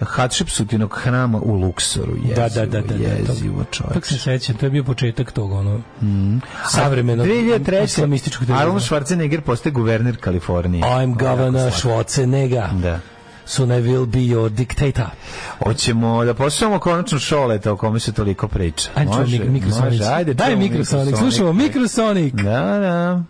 [SPEAKER 6] Hatshepsutinog hrama u Luksoru.
[SPEAKER 7] Da,
[SPEAKER 6] Jezivo,
[SPEAKER 7] da, da, da, da.
[SPEAKER 6] jezivo
[SPEAKER 7] Tako
[SPEAKER 6] čovječe.
[SPEAKER 7] se sećam, to je bio početak tog ono
[SPEAKER 6] Mm-hmm.
[SPEAKER 7] savremenog
[SPEAKER 6] 2003.
[SPEAKER 7] islamističkog
[SPEAKER 6] Arnold
[SPEAKER 7] terorizma.
[SPEAKER 6] Schwarzenegger postaje guverner Kalifornije.
[SPEAKER 7] I'm governor Schwarzenegger.
[SPEAKER 6] Da.
[SPEAKER 7] Soon I will be your dictator.
[SPEAKER 6] Hoćemo da poslušamo konačno Šoleta o kome se toliko priča.
[SPEAKER 7] Ajde, čujem mik- Mikrosonic.
[SPEAKER 6] može, ajde.
[SPEAKER 7] Daj
[SPEAKER 6] čujemo
[SPEAKER 7] Mikrosonic, slušamo Mikrosonic.
[SPEAKER 6] Da, da.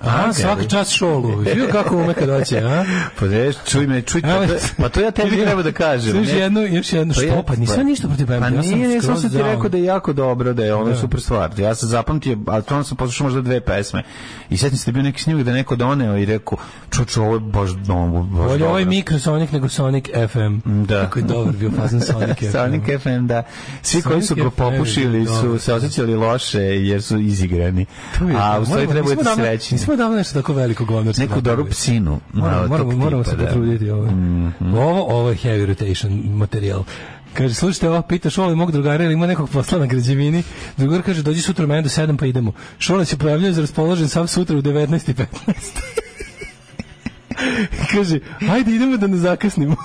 [SPEAKER 7] A,
[SPEAKER 6] Ajde.
[SPEAKER 7] svaki čas šolu. Vidio kako ume kad hoće, a?
[SPEAKER 6] Pa da, čuj me, čuj, pa,
[SPEAKER 7] Evo,
[SPEAKER 6] to, pa to ja tebi treba da kažem.
[SPEAKER 7] Slušaj,
[SPEAKER 6] ne?
[SPEAKER 7] jednu, još jednu.
[SPEAKER 6] Pa
[SPEAKER 7] Što?
[SPEAKER 6] ja-
[SPEAKER 7] Pa nisam ništa protiv
[SPEAKER 6] Pa
[SPEAKER 7] Bajamina. ja sam
[SPEAKER 6] nije, ne, sam
[SPEAKER 7] skroz
[SPEAKER 6] sam ti
[SPEAKER 7] down.
[SPEAKER 6] rekao da je jako dobro, da je ono super stvar. Ja sam zapamtio, ali to sam poslušao možda dve pesme. I setim se da je bio neki snimak da je neko doneo i rekao, ču, ču, ovo je baš, ovo, baš
[SPEAKER 7] Bolje
[SPEAKER 6] Pa dobro.
[SPEAKER 7] ovaj Mikrosonic nego Sonic FM.
[SPEAKER 6] Da.
[SPEAKER 7] Kako je dobar bio fazan Sonic FM.
[SPEAKER 6] Sonic FM, da. Svi koji su
[SPEAKER 7] Sonic
[SPEAKER 6] ga
[SPEAKER 7] FM,
[SPEAKER 6] popušili su
[SPEAKER 7] dobro.
[SPEAKER 6] se osjećali loše jer su izigrani.
[SPEAKER 7] To je-
[SPEAKER 6] A u stvari
[SPEAKER 7] moramo-
[SPEAKER 6] treba
[SPEAKER 7] nismo
[SPEAKER 6] biti
[SPEAKER 7] davno-
[SPEAKER 6] srećni.
[SPEAKER 7] Nismo davno nešto tako veliko govnorstvo.
[SPEAKER 6] Neku dobru psinu. malo
[SPEAKER 7] Moramo, moramo,
[SPEAKER 6] tog
[SPEAKER 7] moramo
[SPEAKER 6] tipa,
[SPEAKER 7] se
[SPEAKER 6] da. Mhm.
[SPEAKER 7] potruditi ovo. Ovo, ovo je heavy rotation materijal. Kaže, slušajte, ovo, pita Šole mog drugara, ili ima nekog posla na građevini? Drugar kaže, dođi sutra meni do 7 pa idemo. Šole se pojavljaju za raspoložen sam sutra u 19.15. kaže, ajde idemo da ne zakasnimo.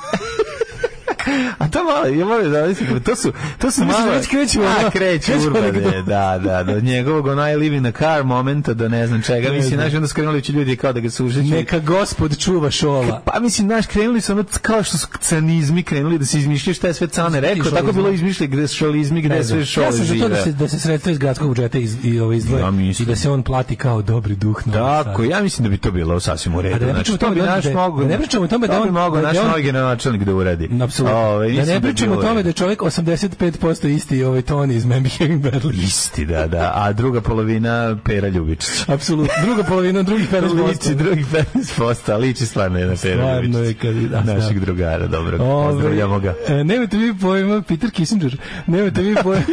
[SPEAKER 6] A to malo, ja moram da mislim, to su, to su
[SPEAKER 7] Mislim,
[SPEAKER 6] malo...
[SPEAKER 7] već kreću,
[SPEAKER 6] A,
[SPEAKER 7] ono,
[SPEAKER 6] kreću
[SPEAKER 7] kreću
[SPEAKER 6] urbane,
[SPEAKER 7] anegdote.
[SPEAKER 6] da, da, do njegovog onaj live in a car momenta, do ne znam čega,
[SPEAKER 7] Ne
[SPEAKER 6] mislim,
[SPEAKER 7] znam.
[SPEAKER 6] znaš, onda skrenuli će ljudi kao da ga su užičili.
[SPEAKER 7] Neka gospod čuva šola.
[SPEAKER 6] Znači, Pa mislim, znaš, krenuli su ono kao što su canizmi krenuli da se izmišljaju šta je sve cane rekao,
[SPEAKER 7] Šolizmi.
[SPEAKER 6] tako bilo izmišljaju gde su šolizmi, gde sve šole
[SPEAKER 7] ja sam za to da se,
[SPEAKER 6] žive.
[SPEAKER 7] da se sredstva iz gradskog budžeta iz, i, ovo izdvoje
[SPEAKER 6] Ja mislim.
[SPEAKER 7] i da se on plati kao dobri duh. Novi
[SPEAKER 6] Tako,
[SPEAKER 7] Sad.
[SPEAKER 6] ja mislim da bi to bilo sasvim u
[SPEAKER 7] A
[SPEAKER 6] redu.
[SPEAKER 7] da ne
[SPEAKER 6] Znači,
[SPEAKER 7] pričamo
[SPEAKER 6] to
[SPEAKER 7] o
[SPEAKER 6] bi
[SPEAKER 7] tome da-
[SPEAKER 6] naš
[SPEAKER 7] da-
[SPEAKER 6] mogo,
[SPEAKER 7] da ne pričamo o tome da
[SPEAKER 6] to bi
[SPEAKER 7] on-
[SPEAKER 6] mogao
[SPEAKER 7] da
[SPEAKER 6] naš
[SPEAKER 7] on-
[SPEAKER 6] novi gradonačelnik da uradi.
[SPEAKER 7] Apsolutno.
[SPEAKER 6] Ove,
[SPEAKER 7] Da
[SPEAKER 6] mislim
[SPEAKER 7] ne
[SPEAKER 6] bi
[SPEAKER 7] pričamo o
[SPEAKER 6] bilo u
[SPEAKER 7] tome
[SPEAKER 6] redu.
[SPEAKER 7] da je čovjek 85% isti ovaj Tony iz Mammy Having Berlin.
[SPEAKER 6] Isti, da, da. A druga polovina Pera Ljubičić.
[SPEAKER 7] Apsolutno. Druga polovina drugih 50%.
[SPEAKER 6] Liči drugih 15%, a liči stvarno je na Pera
[SPEAKER 7] Stvarno je
[SPEAKER 6] Ljubičić.
[SPEAKER 7] kandidat, da.
[SPEAKER 6] Našeg drugara, dobro.
[SPEAKER 7] Ovaj,
[SPEAKER 6] Pozdravljamo ga.
[SPEAKER 7] E, nemate vi pojma, Peter Kissinger, nemate vi pojma,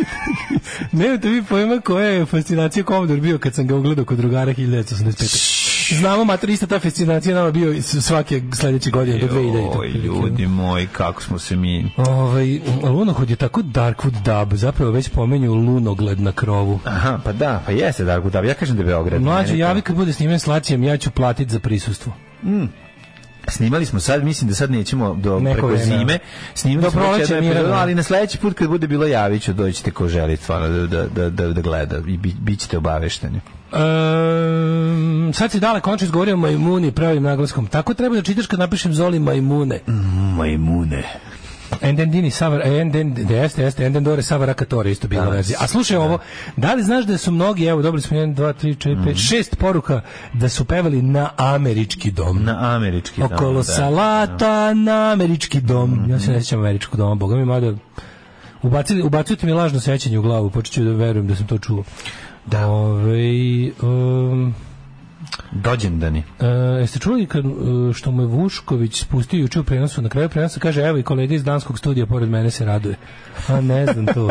[SPEAKER 7] nemate vi pojma koja je fascinacija Commodore bio kad sam ga ugledao kod drugara 1985. Znamo, mater, ista ta fascinacija nama bio i s- svake sledeće godine do 2000.
[SPEAKER 6] Oj, ljudi moji, kako smo se mi...
[SPEAKER 7] Ovaj, Lunohod je tako Darkwood dub, zapravo već pomenju Lunogled na krovu.
[SPEAKER 6] Aha, pa da, pa jeste Darko Dav, ja kažem da je Beograd. Mene
[SPEAKER 7] Mlađe,
[SPEAKER 6] to-
[SPEAKER 7] javi kad bude snimen s Lacijem, ja ću platit za prisustvo.
[SPEAKER 6] Snimali smo sad, mislim da sad nećemo do
[SPEAKER 7] Neko
[SPEAKER 6] preko
[SPEAKER 7] vreme.
[SPEAKER 6] zime. Snimali
[SPEAKER 7] Do
[SPEAKER 6] smo već
[SPEAKER 7] proleća
[SPEAKER 6] jedan
[SPEAKER 7] mira,
[SPEAKER 6] epizod,
[SPEAKER 7] da.
[SPEAKER 6] ali na sledeći put kad bude bilo javit ću, dođite ko želi stvarno da, da, da, da, da gleda i bi, bit ćete obavešteni.
[SPEAKER 7] Ehm, sad si dale konče izgovorio majmuni pravim naglaskom. Tako treba da čitaš kad napišem Zoli majmune.
[SPEAKER 6] Majmune.
[SPEAKER 7] Endendini Savar, Enden, da jeste, jeste, Endendore Savara Katore isto bila verzija. A slušaj ovo, da li znaš da su mnogi, evo dobili smo 1, 2, 3, 4, 5, 6 poruka da su pevali na američki dom.
[SPEAKER 6] Na američki. dom,
[SPEAKER 7] Okolo
[SPEAKER 6] da. Mhm.
[SPEAKER 7] salata na američki dom. Ja se ne sjećam američkog doma, boga mi, mada ubacili, ubacujete mi lažno sećanje u glavu, počet ću da verujem da sam to čuo. Da. Ove, Ovaj, um,
[SPEAKER 6] Dođendani.
[SPEAKER 7] E, jeste čuli kad, e, što mu je Vušković spustio juče u prenosu, na kraju prenosa kaže, evo i kolega iz danskog studija pored mene se raduje. A ne znam to.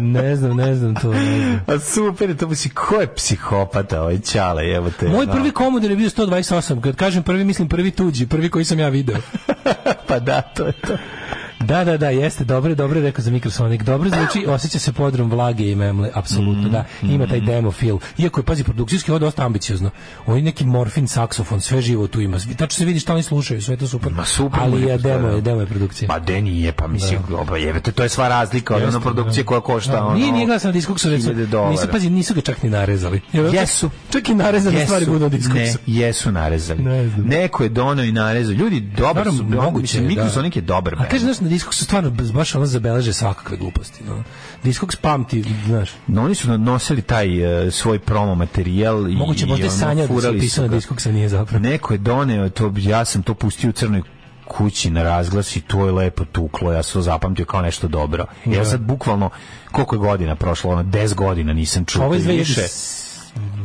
[SPEAKER 7] Ne znam, ne znam to. Ne znam.
[SPEAKER 6] A super, to si, ko je psihopata ovaj čale, evo te.
[SPEAKER 7] Moj
[SPEAKER 6] no.
[SPEAKER 7] prvi komodor je bio 128. Kad kažem prvi, mislim prvi tuđi, prvi koji sam ja video.
[SPEAKER 6] pa da, to je to.
[SPEAKER 7] Da, da, da, jeste, dobro, dobro, rekao za Mikrosonik. Dobro zvuči, osjeća se podrum vlage i memle, apsolutno, da.
[SPEAKER 6] Mm,
[SPEAKER 7] Ima taj demo feel. Iako je, pazi, produkcijski ovo je dosta ambiciozno. Ovo je neki morfin saksofon, sve živo tu ima. Tačno se vidi šta oni slušaju, sve je to super.
[SPEAKER 6] Ma super mu
[SPEAKER 7] Ali
[SPEAKER 6] je, pa
[SPEAKER 7] je demo,
[SPEAKER 6] da.
[SPEAKER 7] je, demo je produkcija.
[SPEAKER 6] Pa de nije, pa mislim, da. oba jebete, to je sva razlika od
[SPEAKER 7] Jeste,
[SPEAKER 6] ono produkcije
[SPEAKER 7] da.
[SPEAKER 6] koja košta
[SPEAKER 7] Da,
[SPEAKER 6] ono.
[SPEAKER 7] Nije, nije glasno na diskoksu, već su,
[SPEAKER 6] 1000 dolara.
[SPEAKER 7] nisu, pazi, nisu ga čak ni narezali. Jel,
[SPEAKER 6] Jesu.
[SPEAKER 7] Čak i narezane stvari budu na
[SPEAKER 6] ne,
[SPEAKER 7] diskoksu.
[SPEAKER 6] jesu narezali.
[SPEAKER 7] Ne znam.
[SPEAKER 6] Neko je doneo i narezao. Ljudi, dobar
[SPEAKER 7] Naravno,
[SPEAKER 6] su,
[SPEAKER 7] moguće
[SPEAKER 6] mislim,
[SPEAKER 7] je, da.
[SPEAKER 6] Mikrosonik je dobar
[SPEAKER 7] A
[SPEAKER 6] band.
[SPEAKER 7] kaže, znaš, na diskoksu stvarno baš ono zabeleže svakakve gluposti. No. Diskoks pamti, znaš.
[SPEAKER 6] No, oni su nosili taj e, svoj promo materijal i
[SPEAKER 7] Moguće, možda je
[SPEAKER 6] ono,
[SPEAKER 7] sanjao da se
[SPEAKER 6] furali
[SPEAKER 7] upisao
[SPEAKER 6] su
[SPEAKER 7] na
[SPEAKER 6] ga.
[SPEAKER 7] diskoksa, nije zapravo.
[SPEAKER 6] Neko je doneo, to, ja sam to pustio u crnoj kući na razglas i to je lepo tuklo, ja sam to zapamtio kao nešto dobro. Ja
[SPEAKER 7] Da.
[SPEAKER 6] sad bukvalno, koliko je godina prošlo, ono, 10 godina nisam čuo.
[SPEAKER 7] Ovo je
[SPEAKER 6] i više.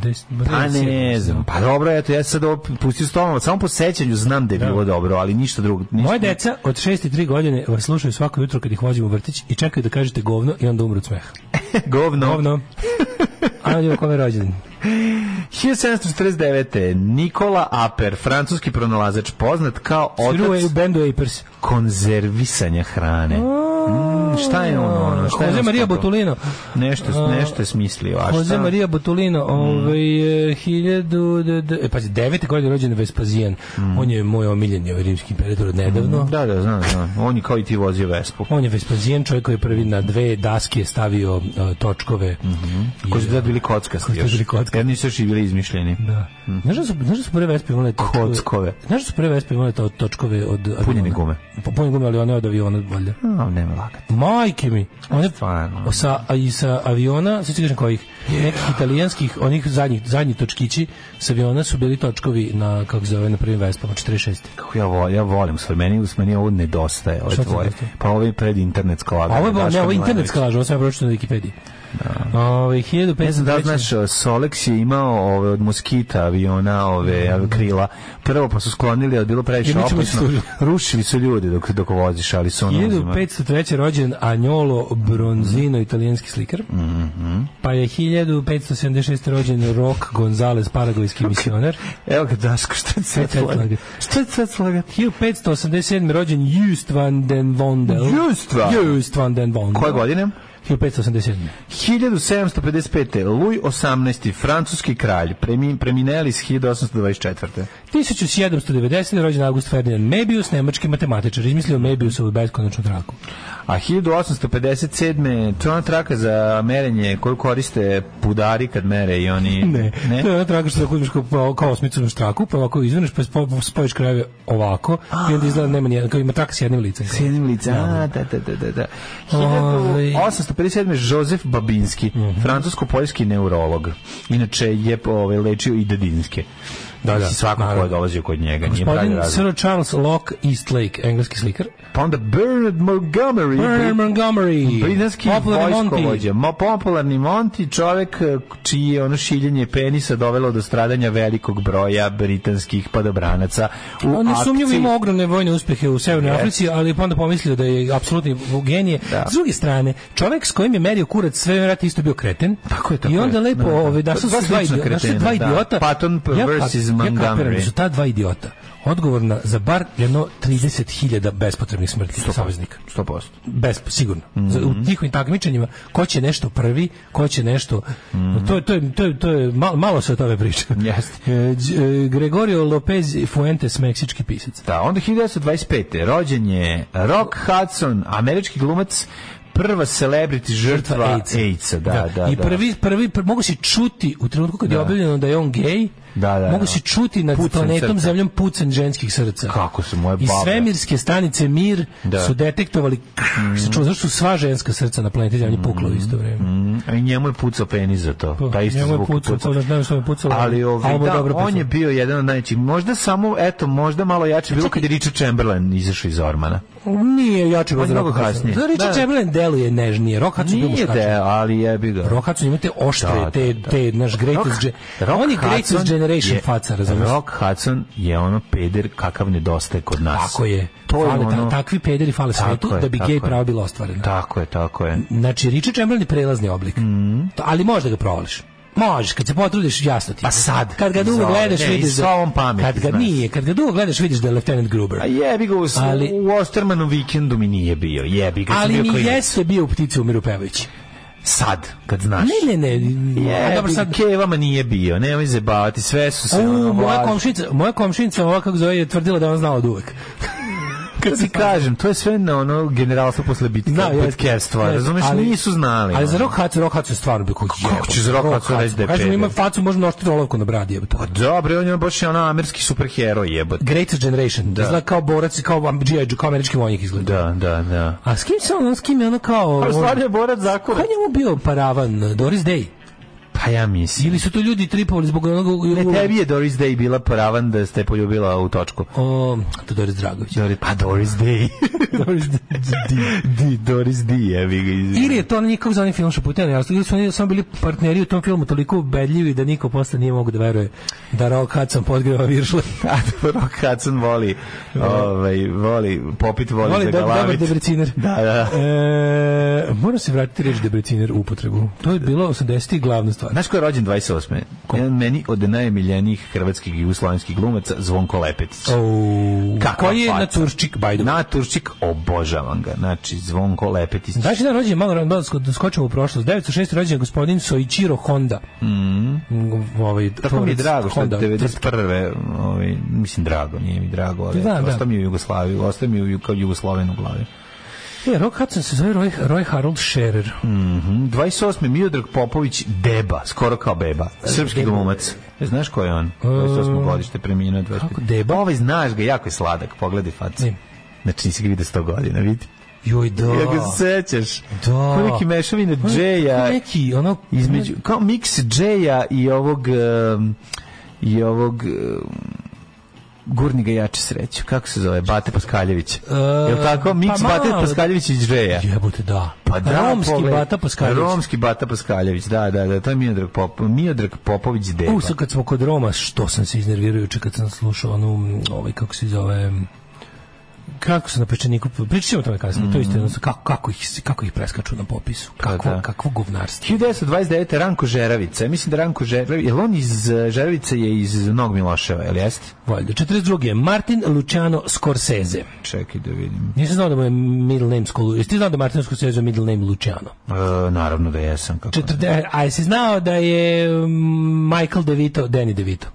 [SPEAKER 7] 2010.
[SPEAKER 6] Pa ne, ne znam, pa dobro, eto, ja sam sad ovo pustio stalno, samo po sećanju znam da je bilo dobro, ali ništa drugo. Ništa,
[SPEAKER 7] Moje deca od 6 i 3 godine vas slušaju svako jutro kad ih vođemo u vrtić i čekaju da kažete govno i onda umru od smeha.
[SPEAKER 6] govno.
[SPEAKER 7] Govno. A on je kome rođen.
[SPEAKER 6] 1749. Nikola Aper, francuski pronalazač, poznat kao
[SPEAKER 7] Sviruje u
[SPEAKER 6] otac
[SPEAKER 7] bendu Apers.
[SPEAKER 6] konzervisanja hrane. Mm, šta je ono? ono šta je
[SPEAKER 7] Jose
[SPEAKER 6] ono
[SPEAKER 7] Maria
[SPEAKER 6] skoro?
[SPEAKER 7] Botulino.
[SPEAKER 6] Nešto, nešto je smislio. A
[SPEAKER 7] Jose
[SPEAKER 6] šta? Mm.
[SPEAKER 7] Maria Botulino, ovaj, e, hiljadu, d- d- e, pazi, devete godine rođen Vespazijan.
[SPEAKER 6] Mm.
[SPEAKER 7] On je moj omiljeni ovaj, rimski imperator od nedavno.
[SPEAKER 6] Da, da, znam, znam. On je kao i ti vozio Vespu.
[SPEAKER 7] On je Vespazijan, čovjek koji je prvi na dve daske stavio e, točkove.
[SPEAKER 6] Mhm.
[SPEAKER 7] I,
[SPEAKER 6] Koji su da
[SPEAKER 7] e,
[SPEAKER 6] bili kockasti
[SPEAKER 7] Koji su
[SPEAKER 6] još.
[SPEAKER 7] bili kockasti.
[SPEAKER 6] Jer nisu još i bili izmišljeni.
[SPEAKER 7] Da. Znaš da su, znaš da su prve vespe imale točkove?
[SPEAKER 6] Mhm. Kockove.
[SPEAKER 7] Znaš da su prve vespe imale to, točkove od aviona?
[SPEAKER 6] Punjene gume.
[SPEAKER 7] Pa punjene gume, ali one od aviona valjda.
[SPEAKER 6] A, nema lagati.
[SPEAKER 7] Majke mi. One
[SPEAKER 6] Stvarno.
[SPEAKER 7] sa, a i sa aviona, sve ću kažem kojih, nekih italijanskih, onih zadnjih, zadnji točkići sa aviona su bili točkovi na, kako se zove, na prvim vespama, 46.
[SPEAKER 6] Kako ja volim, ja volim svoj. Meni, meni ovo nedostaje, ove
[SPEAKER 7] Šta ti
[SPEAKER 6] tvoje.
[SPEAKER 7] nedostaje?
[SPEAKER 6] Pa ovo je pred internet sklada.
[SPEAKER 7] A ovo je, bilo- ne, ovo je internet skalaž, ovo sam ja pročito na Wikipediji. Da. Ove, 1500...
[SPEAKER 6] Ne znam da li znaš, Solex je imao ove od moskita aviona,
[SPEAKER 7] Mm.
[SPEAKER 6] ove av- krila. Prvo pa su sklonili, ali bilo previše
[SPEAKER 7] Inače me
[SPEAKER 6] opasno.
[SPEAKER 7] služi.
[SPEAKER 6] Rušili su ljudi dok, dok voziš, ali su ono... uzima-
[SPEAKER 7] 1503. rođen Agnolo
[SPEAKER 6] Mhm.
[SPEAKER 7] Bronzino, italijanski slikar. Pa je 1576. rođen Rok Gonzales, paragojski misioner.
[SPEAKER 6] Evo ga, Daško, šta ti sad
[SPEAKER 7] Šta ti sad
[SPEAKER 6] slagat?
[SPEAKER 7] slagat?
[SPEAKER 6] Šta ti sad slagat?
[SPEAKER 7] 1587. rođen Just van den Vondel.
[SPEAKER 6] Just van?
[SPEAKER 7] Just van den Vondel.
[SPEAKER 6] Koje godine?
[SPEAKER 7] 1587.
[SPEAKER 6] 1755. Louis XVIII. Francuski kralj. Premi, premineli s 1824.
[SPEAKER 7] 1790. rođen August Ferdinand Mebius, nemački matematičar. Izmislio Mebiusovu beskonačnu traku.
[SPEAKER 6] A 1857. To je ona traka za merenje koju koriste pudari kad mere i oni...
[SPEAKER 7] Ne, to je ono ona traka što tako uzmeš kao, kao- kao osmicu na štraku, pa ovako izvrneš, pa spo- spojiš krajeve ovako i onda izgleda nema nijedan, kao ima traka s jednim licem.
[SPEAKER 6] S jednim licem. A, da, da, da, da, da.
[SPEAKER 7] Ovaj.
[SPEAKER 6] 1857. Jozef Babinski, francusko-poljski neurolog. Inače je ovaj, lečio i dedinske.
[SPEAKER 7] Da, da,
[SPEAKER 6] Svako ko je
[SPEAKER 7] naravno.
[SPEAKER 6] dolazio kod njega. Nije pravi
[SPEAKER 7] Gospodin
[SPEAKER 6] razlog.
[SPEAKER 7] Pa Sir Charles Locke Eastlake, engleski slikar.
[SPEAKER 6] Pa onda Bernard Montgomery.
[SPEAKER 7] Bernard Montgomery,
[SPEAKER 6] Britanski
[SPEAKER 7] popularni Monty.
[SPEAKER 6] vojskovođa, mo popularni Monti, čovek eh, čiji je ono šiljenje penisa dovelo do stradanja velikog broja britanskih padobranaca u
[SPEAKER 7] On nesumnjivo
[SPEAKER 6] akciji.
[SPEAKER 7] ima ogromne vojne uspehe u Severnoj
[SPEAKER 6] Jeste.
[SPEAKER 7] Africi, ali je pa onda pomislio da je apsolutni genije.
[SPEAKER 6] Da.
[SPEAKER 7] S druge strane, čovek s kojim je merio kurac sve vrati isto bio kreten.
[SPEAKER 6] Tako je, tako
[SPEAKER 7] I onda
[SPEAKER 6] je.
[SPEAKER 7] lepo,
[SPEAKER 6] Da, da.
[SPEAKER 7] ovaj, da su
[SPEAKER 6] Dva
[SPEAKER 7] se dva,
[SPEAKER 6] slična
[SPEAKER 7] idio, da su
[SPEAKER 6] kretena,
[SPEAKER 7] dva
[SPEAKER 6] da.
[SPEAKER 7] idiota.
[SPEAKER 6] Patton versus
[SPEAKER 7] Ja kapiram da
[SPEAKER 6] Montgomery.
[SPEAKER 7] su ta dva idiota odgovorna za bar jedno 30.000 bespotrebnih smrti
[SPEAKER 6] pa-
[SPEAKER 7] saveznika.
[SPEAKER 6] 100%.
[SPEAKER 7] bez sigurno Za-
[SPEAKER 6] Mhm.
[SPEAKER 7] u njihovim takmičenjima ko će nešto prvi ko će nešto to je to je to je, to je malo, malo se o tome priča
[SPEAKER 6] Mhm. Jeste.
[SPEAKER 7] E, Đ- e, Gregorio Lopez Fuentes meksički pisac
[SPEAKER 6] Da, onda 1925. rođen je Rock Hudson, američki glumac, prva celebrity žrtva AIDS-a. da, da, da.
[SPEAKER 7] I prvi, prvi, pr- mogu se čuti u trenutku kad je objavljeno da je on gej,
[SPEAKER 6] Da, da,
[SPEAKER 7] mogu
[SPEAKER 6] da.
[SPEAKER 7] se čuti nad
[SPEAKER 6] Pucanj
[SPEAKER 7] planetom
[SPEAKER 6] srca.
[SPEAKER 7] zemljom pucen ženskih srca.
[SPEAKER 6] Kako su moje
[SPEAKER 7] I
[SPEAKER 6] babe.
[SPEAKER 7] svemirske stanice Mir
[SPEAKER 6] Da. Mhm.
[SPEAKER 7] su detektovali, mm. se čuo, zašto su sva ženska srca na planeti zemlji pukla u isto vreme.
[SPEAKER 6] Mm, a i njemu je pucao penis za to.
[SPEAKER 7] Pa,
[SPEAKER 6] taj isti
[SPEAKER 7] njemu je
[SPEAKER 6] zvuk
[SPEAKER 7] pucao,
[SPEAKER 6] pucao.
[SPEAKER 7] to znaš, ne znam što mu je pucalo,
[SPEAKER 6] Ali ovaj,
[SPEAKER 7] ali mu je
[SPEAKER 6] da,
[SPEAKER 7] dobro
[SPEAKER 6] on
[SPEAKER 7] pucao.
[SPEAKER 6] je bio jedan od najvećih. Možda samo, eto, možda malo jače bilo kad je Richard Chamberlain izašao iz Ormana.
[SPEAKER 7] Nije jače
[SPEAKER 6] On
[SPEAKER 7] od
[SPEAKER 6] je
[SPEAKER 7] Rock
[SPEAKER 6] mnogo kasnije.
[SPEAKER 7] Hudsona. Da, Richard
[SPEAKER 6] Da.
[SPEAKER 7] Chamberlain deluje nežnije. Rock Hudson je bio
[SPEAKER 6] Nije
[SPEAKER 7] muškačan.
[SPEAKER 6] da, ali jebi ga.
[SPEAKER 7] Rock Hudson ima te oštre,
[SPEAKER 6] Da, da,
[SPEAKER 7] te,
[SPEAKER 6] da.
[SPEAKER 7] te, naš Greatest...
[SPEAKER 6] Rock-
[SPEAKER 7] Ge-
[SPEAKER 6] Rock
[SPEAKER 7] on je Greatest
[SPEAKER 6] Hudson-
[SPEAKER 7] generation
[SPEAKER 6] je-
[SPEAKER 7] faca, razumiješ?
[SPEAKER 6] Rock Hudson je ono peder kakav nedostaje kod nas.
[SPEAKER 7] Tako je.
[SPEAKER 6] To je
[SPEAKER 7] Fale ta-
[SPEAKER 6] ono...
[SPEAKER 7] takvi pederi fale
[SPEAKER 6] Tako
[SPEAKER 7] svetu
[SPEAKER 6] je,
[SPEAKER 7] da bi
[SPEAKER 6] tako
[SPEAKER 7] gej
[SPEAKER 6] je.
[SPEAKER 7] pravo bilo ostvareno.
[SPEAKER 6] Tako je, tako je.
[SPEAKER 7] Znači, Richard Chamberlain je prelazni oblik.
[SPEAKER 6] Mhm.
[SPEAKER 7] To- Ali možeš da ga provališ. Možeš, kad se potrudiš, jasno ti. je.
[SPEAKER 6] Pa sad.
[SPEAKER 7] Kad ga dugo
[SPEAKER 6] Iz ove-
[SPEAKER 7] gledaš,
[SPEAKER 6] ne,
[SPEAKER 7] vidiš
[SPEAKER 6] iz ovom pameti,
[SPEAKER 7] Kad ga
[SPEAKER 6] znaš.
[SPEAKER 7] nije, kad ga dugo gledaš, vidiš da je Lieutenant Gruber.
[SPEAKER 6] A Pa jebi ga u,
[SPEAKER 7] Ali-
[SPEAKER 6] Ali... u Ostermanu vikendu mi nije bio. Jebi ga. sam
[SPEAKER 7] Ali
[SPEAKER 6] bio
[SPEAKER 7] mi
[SPEAKER 6] klinac.
[SPEAKER 7] jeste bio u ptici umiru pevajući.
[SPEAKER 6] Sad, kad znaš.
[SPEAKER 7] Ne, ne, ne.
[SPEAKER 6] Je,
[SPEAKER 7] a dobro, sad,
[SPEAKER 6] Kevama nije bio, nemoj zebavati, sve su se... ono,
[SPEAKER 7] U, moja
[SPEAKER 6] vlažne.
[SPEAKER 7] komšinica, moja komšinica, ova kako zove, je tvrdila da je ona znala od uvek.
[SPEAKER 6] Kad ti kažem, to je sve na ono generalstvo posle bitke,
[SPEAKER 7] Da,
[SPEAKER 6] da,
[SPEAKER 7] jeste.
[SPEAKER 6] podkestva,
[SPEAKER 7] Jeste,
[SPEAKER 6] razumeš,
[SPEAKER 7] ali-
[SPEAKER 6] nisu znali.
[SPEAKER 7] Ali za
[SPEAKER 6] ono.
[SPEAKER 7] Rock Hudson, Rock Hudson je stvarno bio koji jebo.
[SPEAKER 6] će za Rock Hudson reći da je
[SPEAKER 7] Kažem,
[SPEAKER 6] peder?
[SPEAKER 7] ima facu, može noštiti olovku na bradi, jebote.
[SPEAKER 6] Pa dobro, on je baš ono amerski superheroj jebote.
[SPEAKER 7] Greatest Generation, da. izgleda kao borac, kao G.I. Joe, kao američki vojnik izgleda.
[SPEAKER 6] Da, da, da.
[SPEAKER 7] A s kim se on, s kim je ono kao...
[SPEAKER 6] Pa
[SPEAKER 7] on-
[SPEAKER 6] stvarno je borac
[SPEAKER 7] Ko je
[SPEAKER 6] zakona.
[SPEAKER 7] njemu bio paravan? Doris Day?
[SPEAKER 6] Pa ja mislim.
[SPEAKER 7] Ili su to ljudi tripovali zbog onog...
[SPEAKER 6] Ne, tebi je Doris Day bila paravan da ste poljubila u točku.
[SPEAKER 7] O, to je Doris Dragović.
[SPEAKER 6] Doris, pa Doris Day.
[SPEAKER 7] Doris Day.
[SPEAKER 6] di, di, Doris Day, jebi ga. iz-
[SPEAKER 7] Ili je to na njihov za onaj film Šaputena, ali ili su oni samo bili partneri u tom filmu toliko ubedljivi da niko posle nije mogu da veruje da Rock Hudson podgreva viršle.
[SPEAKER 6] A dobro, Hudson voli, ovaj, voli, popit voli,
[SPEAKER 7] Voli
[SPEAKER 6] da
[SPEAKER 7] dobar,
[SPEAKER 6] ga
[SPEAKER 7] dobar
[SPEAKER 6] lavit.
[SPEAKER 7] debreciner.
[SPEAKER 6] Da, da.
[SPEAKER 7] E, moram se vratiti reći debreciner u upotrebu. To je bilo 80-ih glavna stvar.
[SPEAKER 6] Znaš ko je rođen 28. Jedan meni od najmiljenijih hrvatskih i jugoslavenskih glumaca, Zvonko Lepetić.
[SPEAKER 7] Au,
[SPEAKER 6] Kakva
[SPEAKER 7] koji je
[SPEAKER 6] faca.
[SPEAKER 7] na Turčik, by the way.
[SPEAKER 6] Naturčik, obožavam ga. Znači, Zvonko Lepetić.
[SPEAKER 7] Daži dan Znači, rođen, malo rano da skočimo u prošlost. 906. rođen je gospodin Soichiro Honda. Mm. Ovaj,
[SPEAKER 6] Tako mi je
[SPEAKER 7] tvorac
[SPEAKER 6] drago što je
[SPEAKER 7] Honda,
[SPEAKER 6] 91. Ovaj, mislim drago, nije mi drago, ali
[SPEAKER 7] Da, da.
[SPEAKER 6] ostao mi je u Jugoslaviji, ostao mi je u ju- kao Jugosloven u glavi.
[SPEAKER 7] E, Rock Hudson se zove Roy, Roy Harold Scherer.
[SPEAKER 6] Mhm, 28. Miodrag Popović Deba, skoro kao Beba, srpski
[SPEAKER 7] Deba.
[SPEAKER 6] glumac. E, Znaš ko je on? 28. godište preminuo 25.
[SPEAKER 7] E, kako Deba?
[SPEAKER 6] Ovaj znaš ga, jako je sladak, pogledaj facu.
[SPEAKER 7] Ne.
[SPEAKER 6] Znači nisi ga vidio 100 godina, vidi.
[SPEAKER 7] Joj, da.
[SPEAKER 6] Ja ga sećaš.
[SPEAKER 7] Da.
[SPEAKER 6] Ko neki mešavine
[SPEAKER 7] On je
[SPEAKER 6] Džeja
[SPEAKER 7] Ono Neki, ono...
[SPEAKER 6] između kao miks Džeja i ovog em, i ovog Gurni ga jače sreću. Kako se zove? Bate Paskaljević.
[SPEAKER 7] E,
[SPEAKER 6] Jel tako? Miks
[SPEAKER 7] pa
[SPEAKER 6] Bate
[SPEAKER 7] malo.
[SPEAKER 6] Paskaljević i Džeja.
[SPEAKER 7] Jebote, da.
[SPEAKER 6] Pa da,
[SPEAKER 7] Romski
[SPEAKER 6] pogledaj.
[SPEAKER 7] Bata Paskaljević.
[SPEAKER 6] Romski Bata Paskaljević, da, da, da, to je Miodrag, Pop, Miodrag Popović Deba.
[SPEAKER 7] U, sad kad smo kod Roma, što sam se iznervirao juče kad sam slušao onu, mm, ovaj, kako se zove, mm, kako se na pečeniku, pričat ćemo o tome kasnije, to je isto jednostavno, kako, kako, ih, kako ih preskaču na popisu, kako,
[SPEAKER 6] Mm. Pa da.
[SPEAKER 7] kakvo govnarstvo.
[SPEAKER 6] 1929. Ranko Žeravica. Ja mislim da Ranko Žeravica, jel on iz e, Žeravice je iz Nog Miloševa, jel jeste?
[SPEAKER 7] Valjda. 42. Martin Luciano Scorsese.
[SPEAKER 6] Čekaj da vidim.
[SPEAKER 7] Nisam znao da mu je middle name Skolu. Jesi ti znao da je Martin Scorsese middle name Luciano?
[SPEAKER 6] E, naravno da jesam. Kako ne.
[SPEAKER 7] Četrde, e, a jesi znao da je mm, Michael DeVito, Danny DeVito?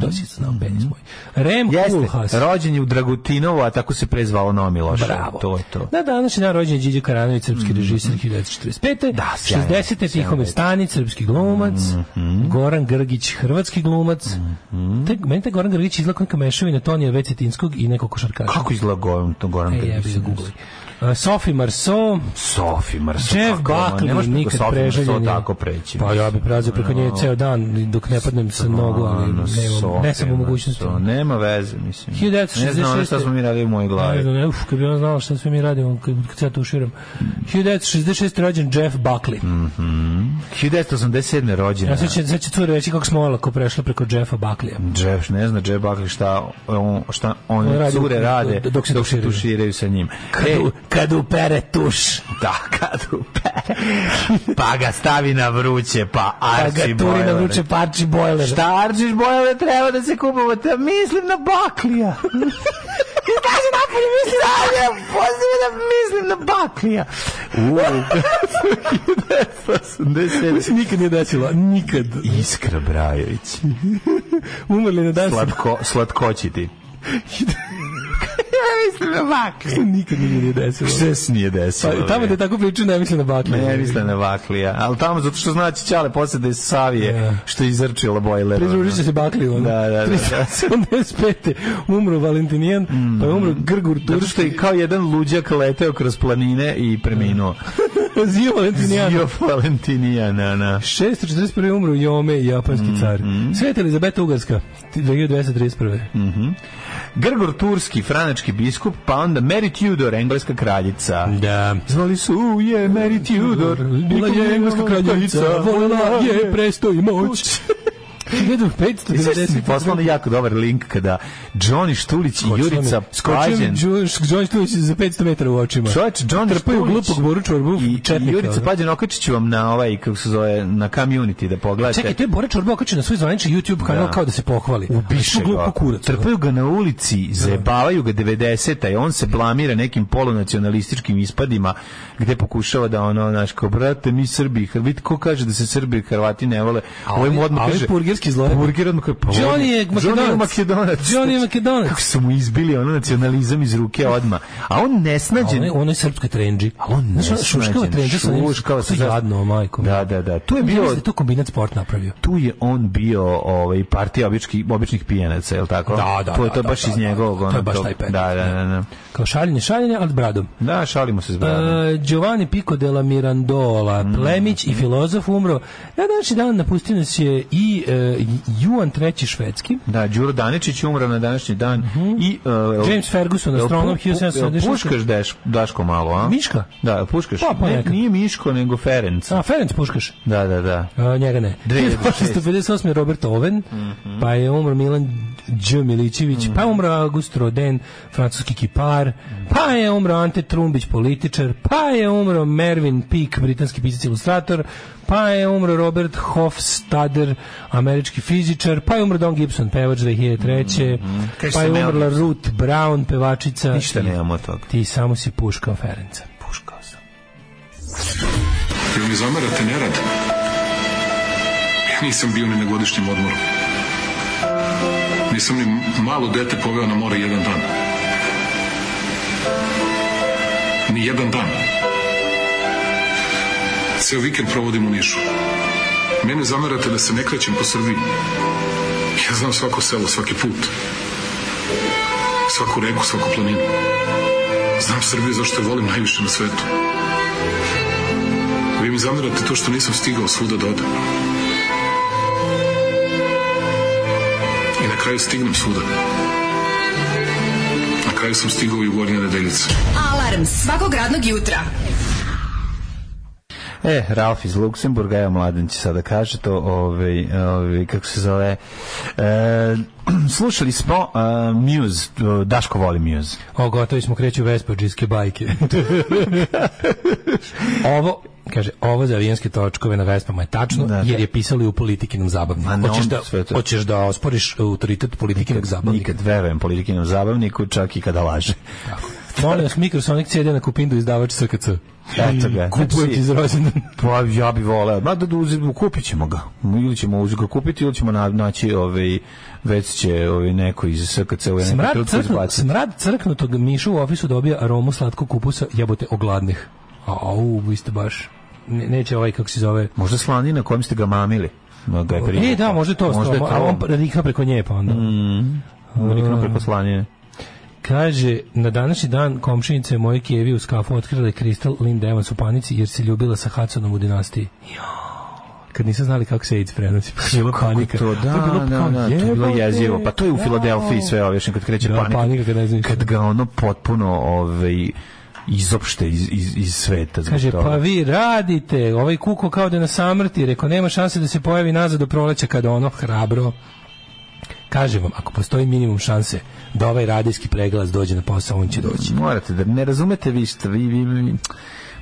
[SPEAKER 7] To si znao, penis moj. Rem Koolhaas.
[SPEAKER 6] Mhm. Jeste, rođen je u Dragutinovu, a tako se prezvalo Noa Milošev.
[SPEAKER 7] Bravo.
[SPEAKER 6] To je to. Mhm.
[SPEAKER 7] Na današnji dan rođen je Điđe Karanović, srpski režisir 1945.
[SPEAKER 6] Da, sjajan,
[SPEAKER 7] 60. Tihomir Stanić, srpski glumac.
[SPEAKER 6] Mhm.
[SPEAKER 7] Goran Grgić, hrvatski glumac. Te, meni taj Goran Grgić izgleda kao neka mešavina Tonija Vecetinskog i nekog košarkaša.
[SPEAKER 6] Kako izgleda Goran, to Goran
[SPEAKER 7] E, jebi ga,
[SPEAKER 6] Grgić?
[SPEAKER 7] googlaj. A, Sophie Marceau,
[SPEAKER 6] Sofi Mrso.
[SPEAKER 7] Jeff
[SPEAKER 6] kako ono, ne
[SPEAKER 7] Buckley,
[SPEAKER 6] možeš preko
[SPEAKER 7] nikad
[SPEAKER 6] Sofi Mrso
[SPEAKER 7] preželjen. je.
[SPEAKER 6] tako preći.
[SPEAKER 7] Pa ja bih prelazio preko nje
[SPEAKER 6] No.
[SPEAKER 7] ceo dan dok ne padnem sa nogu, ali
[SPEAKER 6] Ono,
[SPEAKER 7] nemam, ne sam u
[SPEAKER 6] Sofija, ono,
[SPEAKER 7] mogućnosti.
[SPEAKER 6] to Nema veze, mislim.
[SPEAKER 7] 1966.
[SPEAKER 6] Ne znam ono šta smo mi radili u mojoj
[SPEAKER 7] Ne
[SPEAKER 6] glavi.
[SPEAKER 7] znam, uf, kad bi ona znala šta sve mi radimo, kad, kad se ja tuširam. 1966. rođen Jeff Buckley.
[SPEAKER 6] Mm, 1987. rođena.
[SPEAKER 7] Ja sad će, sad će cura reći kako smo olako prešli preko Jeffa Buckleya.
[SPEAKER 6] Jeff, ne zna Jeff Buckley šta, on, šta on,
[SPEAKER 7] On radi
[SPEAKER 6] cure
[SPEAKER 7] dok-
[SPEAKER 6] rade
[SPEAKER 7] dok se tuširaju.
[SPEAKER 6] tuširaju sa njim.
[SPEAKER 7] Kad,
[SPEAKER 6] E,
[SPEAKER 7] u, kad upere tuš.
[SPEAKER 6] da, kad upere, pa ga stavi na vruće, pa
[SPEAKER 7] Kad
[SPEAKER 6] arči
[SPEAKER 7] ga turi na
[SPEAKER 6] bojler.
[SPEAKER 7] vruće parči bojler.
[SPEAKER 6] Šta arčiš bojler, treba da se kupovate, mislim na Baklija. I da se napolje mislim na Baklija, pozivam da mislim na Baklija. Uuu, 1987.
[SPEAKER 7] nikad nije desilo. Nikad.
[SPEAKER 6] Iskra Brajović.
[SPEAKER 7] Umrli na dan.
[SPEAKER 6] Slatko, slatkoći ti. ja mislim na Baklija.
[SPEAKER 7] Nikad nije desilo.
[SPEAKER 6] Sve se nije desilo.
[SPEAKER 7] Pa, tamo da je tako priču ne mislim na Buckley.
[SPEAKER 6] Ne mislim na Baklija, ali tamo zato što znači Ćale posle da je Savije, što je izrčila bojler.
[SPEAKER 7] Pridružit će se Bakliju. ono.
[SPEAKER 6] Da, da, da.
[SPEAKER 7] 375. umro Valentinijan, pa je umro Grgur
[SPEAKER 6] Zato što
[SPEAKER 7] Turški.
[SPEAKER 6] je kao jedan luđak leteo kroz planine i preminuo.
[SPEAKER 7] Zio Valentinijan.
[SPEAKER 6] Zio Valentinijana, na.
[SPEAKER 7] 641. umro Jome, japanski
[SPEAKER 6] Mm,
[SPEAKER 7] car. Sveta Elizabeta Ugarska, 2231.
[SPEAKER 6] Mm. Grgor Turski, franački biskup, pa onda Mary Tudor, engleska kraljica.
[SPEAKER 7] Da.
[SPEAKER 6] Zvali su je Mary Tudor,
[SPEAKER 7] Bila je engleska kraljica, voljela je prestoji moć.
[SPEAKER 6] I sve ste mi
[SPEAKER 7] 1590.
[SPEAKER 6] poslali jako dobar link kada Johnny Štulić i Jurica
[SPEAKER 7] Skočio
[SPEAKER 6] Pađen...
[SPEAKER 7] mi Đu- Đorđe Tujić za 500 metara u očima.
[SPEAKER 6] Čovječ, John
[SPEAKER 7] Trpaju
[SPEAKER 6] Štulić
[SPEAKER 7] glupog Boru Čorbu
[SPEAKER 6] i, i
[SPEAKER 7] četnika,
[SPEAKER 6] Jurica pa-
[SPEAKER 7] ono.
[SPEAKER 6] Pađen okačit ću vam na ovaj, kako se zove, na community da pogledate.
[SPEAKER 7] Čekaj, to je Bora Čorba okačio na svoj zvanični YouTube kanal
[SPEAKER 6] Da.
[SPEAKER 7] kao da se pohvali.
[SPEAKER 6] Ubiše
[SPEAKER 7] A što glupo
[SPEAKER 6] ga.
[SPEAKER 7] kurac.
[SPEAKER 6] Trpaju ga na ulici, zajebavaju ga 90-a i on se blamira nekim polunacionalističkim ispadima gde pokušava da ono, znaš, kao, brate, mi Srbi, i Hrvati, ko kaže da se Srbi i Hrvati ne vole? Ovo ovaj mu
[SPEAKER 7] ali-
[SPEAKER 6] odmah
[SPEAKER 7] ali
[SPEAKER 6] kaže...
[SPEAKER 7] purgerski zloreb.
[SPEAKER 6] Burger odmah kaže, pa
[SPEAKER 7] Johnny
[SPEAKER 6] on Johnny je
[SPEAKER 7] je Makedonac.
[SPEAKER 6] Makedonac. Znači,
[SPEAKER 7] Johnny je Makedonac.
[SPEAKER 6] Kako su mu izbili ono nacionalizam iz ruke odmah. A on nesnađen...
[SPEAKER 7] Ono, ono je srpska trendži.
[SPEAKER 6] A on
[SPEAKER 7] Znaš, ono,
[SPEAKER 6] nesnađen,
[SPEAKER 7] Šuškava trendža sa njim.
[SPEAKER 6] šuškava
[SPEAKER 7] To je
[SPEAKER 6] sa-
[SPEAKER 7] jadno, majko.
[SPEAKER 6] Da, da, da. Tu je
[SPEAKER 7] Bio...
[SPEAKER 6] bio
[SPEAKER 7] Da je to kombinat sport napravio.
[SPEAKER 6] tu je on bio ovaj partija obički, običnih pijenaca, je li tako?
[SPEAKER 7] Da, da,
[SPEAKER 6] To je to
[SPEAKER 7] da,
[SPEAKER 6] je
[SPEAKER 7] da,
[SPEAKER 6] baš
[SPEAKER 7] da,
[SPEAKER 6] iz
[SPEAKER 7] da,
[SPEAKER 6] njegovog
[SPEAKER 7] da, to je
[SPEAKER 6] onog
[SPEAKER 7] baš
[SPEAKER 6] tog-
[SPEAKER 7] taj period,
[SPEAKER 6] Da, da, da, da.
[SPEAKER 7] Kao šaljenje, šaljenje, ali s bradom.
[SPEAKER 6] Da, Mm. šalimo se s bradom.
[SPEAKER 7] E, Giovanni Pico della Mirandola, plemić i filozof umro. Na današnji dan napustio nas je i e, Juan III. švedski,
[SPEAKER 6] Da, Đuro Daničić je umro na današnji dan i uh,
[SPEAKER 7] Mhm. James Ferguson, astronom 1776.
[SPEAKER 6] Puškaš Deš- Daško malo, a?
[SPEAKER 7] Miška?
[SPEAKER 6] Da, jel puškaš.
[SPEAKER 7] Pa, pa
[SPEAKER 6] Ne,
[SPEAKER 7] neka.
[SPEAKER 6] nije Miško, nego Ferenc.
[SPEAKER 7] a Ferenc Puškaš.
[SPEAKER 6] Da, da, da.
[SPEAKER 7] A, njega ne.
[SPEAKER 6] 2006.
[SPEAKER 7] 1858. Robert Owen,
[SPEAKER 6] Mhm.
[SPEAKER 7] pa je umro Milan Đ. Milićević, pa je umro August Roden, francuski kipar, pa je umro Ante Trumbić, političar, pa je umro Mervin Peake, britanski pisac i ilustrator, pa je umro Robert Hofstadter, američki fizičar, pa je umro Don Gibson, pevač 2003.
[SPEAKER 6] Kaj
[SPEAKER 7] Pa je
[SPEAKER 6] Mhm. se ne
[SPEAKER 7] umrla Ruth Brown, pevačica.
[SPEAKER 6] Ništa Znači, nemamo od toga.
[SPEAKER 7] Ti samo si puškao Ferenca. Puškao sam.
[SPEAKER 8] Jel mi zamerate nerad? Ja nisam bio ni na godišnjem odmoru. Nisam ni malo dete poveo na more jedan dan. Ni jedan dan. Ceo vikend provodim u Nišu. Mene zamerate da se ne krećem po Srbiji. Ja znam svako selo, svaki put. Svaku reku, svaku planinu. Znam Srbiju zašto je volim najviše na svetu. Vi mi zamerate to što nisam stigao svuda da odem. I na kraju stignem svuda. Na kraju sam stigao i u Gornje nedeljice.
[SPEAKER 5] Alarm svakog radnog jutra.
[SPEAKER 6] E, Ralf iz Luksemburga, evo mladen će sada kaže to, ovaj, ovaj, kako se zove. E, slušali smo e, Muse, Daško voli Muse.
[SPEAKER 7] O, gotovi smo kreću Vespa džiske bajke. ovo, kaže, ovo za avijanske točkove na Vespama je tačno,
[SPEAKER 6] Da,
[SPEAKER 7] jer
[SPEAKER 6] da.
[SPEAKER 7] je pisalo i u politikinom
[SPEAKER 6] Ma
[SPEAKER 7] zabavniku.
[SPEAKER 6] ne,
[SPEAKER 7] Hoćeš
[SPEAKER 6] on
[SPEAKER 7] da,
[SPEAKER 6] sve to-
[SPEAKER 7] hoćeš da osporiš autoritet politikinog zabavnika.
[SPEAKER 6] Nikad verujem politikinom zabavniku, čak i kada laže.
[SPEAKER 7] Molim vas, Microsonic CD na Kupindu izdavač SKC.
[SPEAKER 6] Eto ga.
[SPEAKER 7] Kupujem
[SPEAKER 6] Znači,
[SPEAKER 7] ti za rođendan.
[SPEAKER 6] Pa ja bi voleo, ma da da uzim, kupit ćemo ga. Ili ćemo uz ga kupiti, ili ćemo na- naći ovaj, već će ovaj, neko iz SKC u jednom
[SPEAKER 7] Smrad,
[SPEAKER 6] trenutku
[SPEAKER 7] crknu,
[SPEAKER 6] izbaciti.
[SPEAKER 7] smrad crknutog miša u ofisu dobija aromu slatkog kupusa jebote ogladnih. Au, vi ste baš... Ne, neće ovaj, kako se zove,
[SPEAKER 6] Možda slanina kojom ste ga mamili. Ma, Ga je
[SPEAKER 7] E,
[SPEAKER 6] privukla.
[SPEAKER 7] da, možda je to.
[SPEAKER 6] Možda je to. Mm.
[SPEAKER 7] A on Mm. rikna preko nje, pa onda.
[SPEAKER 6] Nikno preko slanine.
[SPEAKER 7] Kaže, na današnji dan komšinice je moje Kijevi u skafu otkrila je kristal Linda Evans u panici jer se ljubila sa Hudsonom u dinastiji. Kad nisu znali kako se AIDS prenosi, pa je bila panika.
[SPEAKER 6] To, da,
[SPEAKER 7] je bilo
[SPEAKER 6] da,
[SPEAKER 7] kao,
[SPEAKER 6] da, to je bilo
[SPEAKER 7] jebote,
[SPEAKER 6] jezivo. Pa to je u
[SPEAKER 7] jao.
[SPEAKER 6] Filadelfiji sve ovešno kad kreće
[SPEAKER 7] Da, pa-
[SPEAKER 6] panika.
[SPEAKER 7] panika kad ne znaš ništa.
[SPEAKER 6] Kad ga ono potpuno ovaj, izopšte iz, iz, iz sveta. zbog
[SPEAKER 7] Kaže,
[SPEAKER 6] toga.
[SPEAKER 7] pa vi radite, ovaj kuko kao da je na samrti, rekao, nema šanse da se pojavi nazad do proleća kada ono hrabro. Kaže vam, ako postoji minimum šanse da ovaj radijski preglas dođe na posao, on će doći.
[SPEAKER 6] Morate da ne razumete vi što vi, vi, vi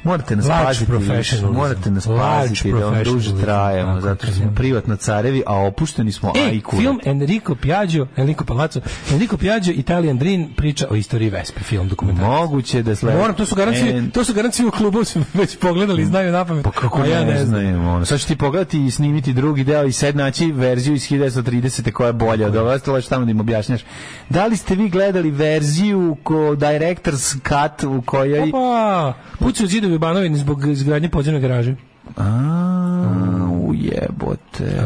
[SPEAKER 6] morate nas
[SPEAKER 7] Large
[SPEAKER 6] paziti, više,
[SPEAKER 7] professionalism.
[SPEAKER 6] morate nas
[SPEAKER 7] Large
[SPEAKER 6] paziti da vam duže
[SPEAKER 7] professionalism.
[SPEAKER 6] trajemo,
[SPEAKER 7] Tako,
[SPEAKER 6] zato što smo
[SPEAKER 7] tako.
[SPEAKER 6] privatno carevi, a opušteni smo, a
[SPEAKER 7] E,
[SPEAKER 6] i kurati.
[SPEAKER 7] film Enrico Piaggio, Enrico Palazzo, Enrico Piaggio, Italian Dream, priča o istoriji Vespe, film dokumentarac.
[SPEAKER 6] Moguće da sledeće.
[SPEAKER 7] Moram, to su garancije, to su garancije u klubu, su već pogledali i znaju na pamet.
[SPEAKER 6] Pa kako
[SPEAKER 7] a
[SPEAKER 6] ja ne znam. Ono. Sad ću ti pogledati i snimiti drugi deo i sad naći verziju iz 1930. koja je bolja od ove, ostalo ću tamo da im objašnjaš. Da li ste vi gledali verziju ko director's cut u kojoj...
[SPEAKER 7] Opa, pucaju zidovi Pa, u Banovini zbog izgradnje podzemne garaže.
[SPEAKER 6] A, ujebote.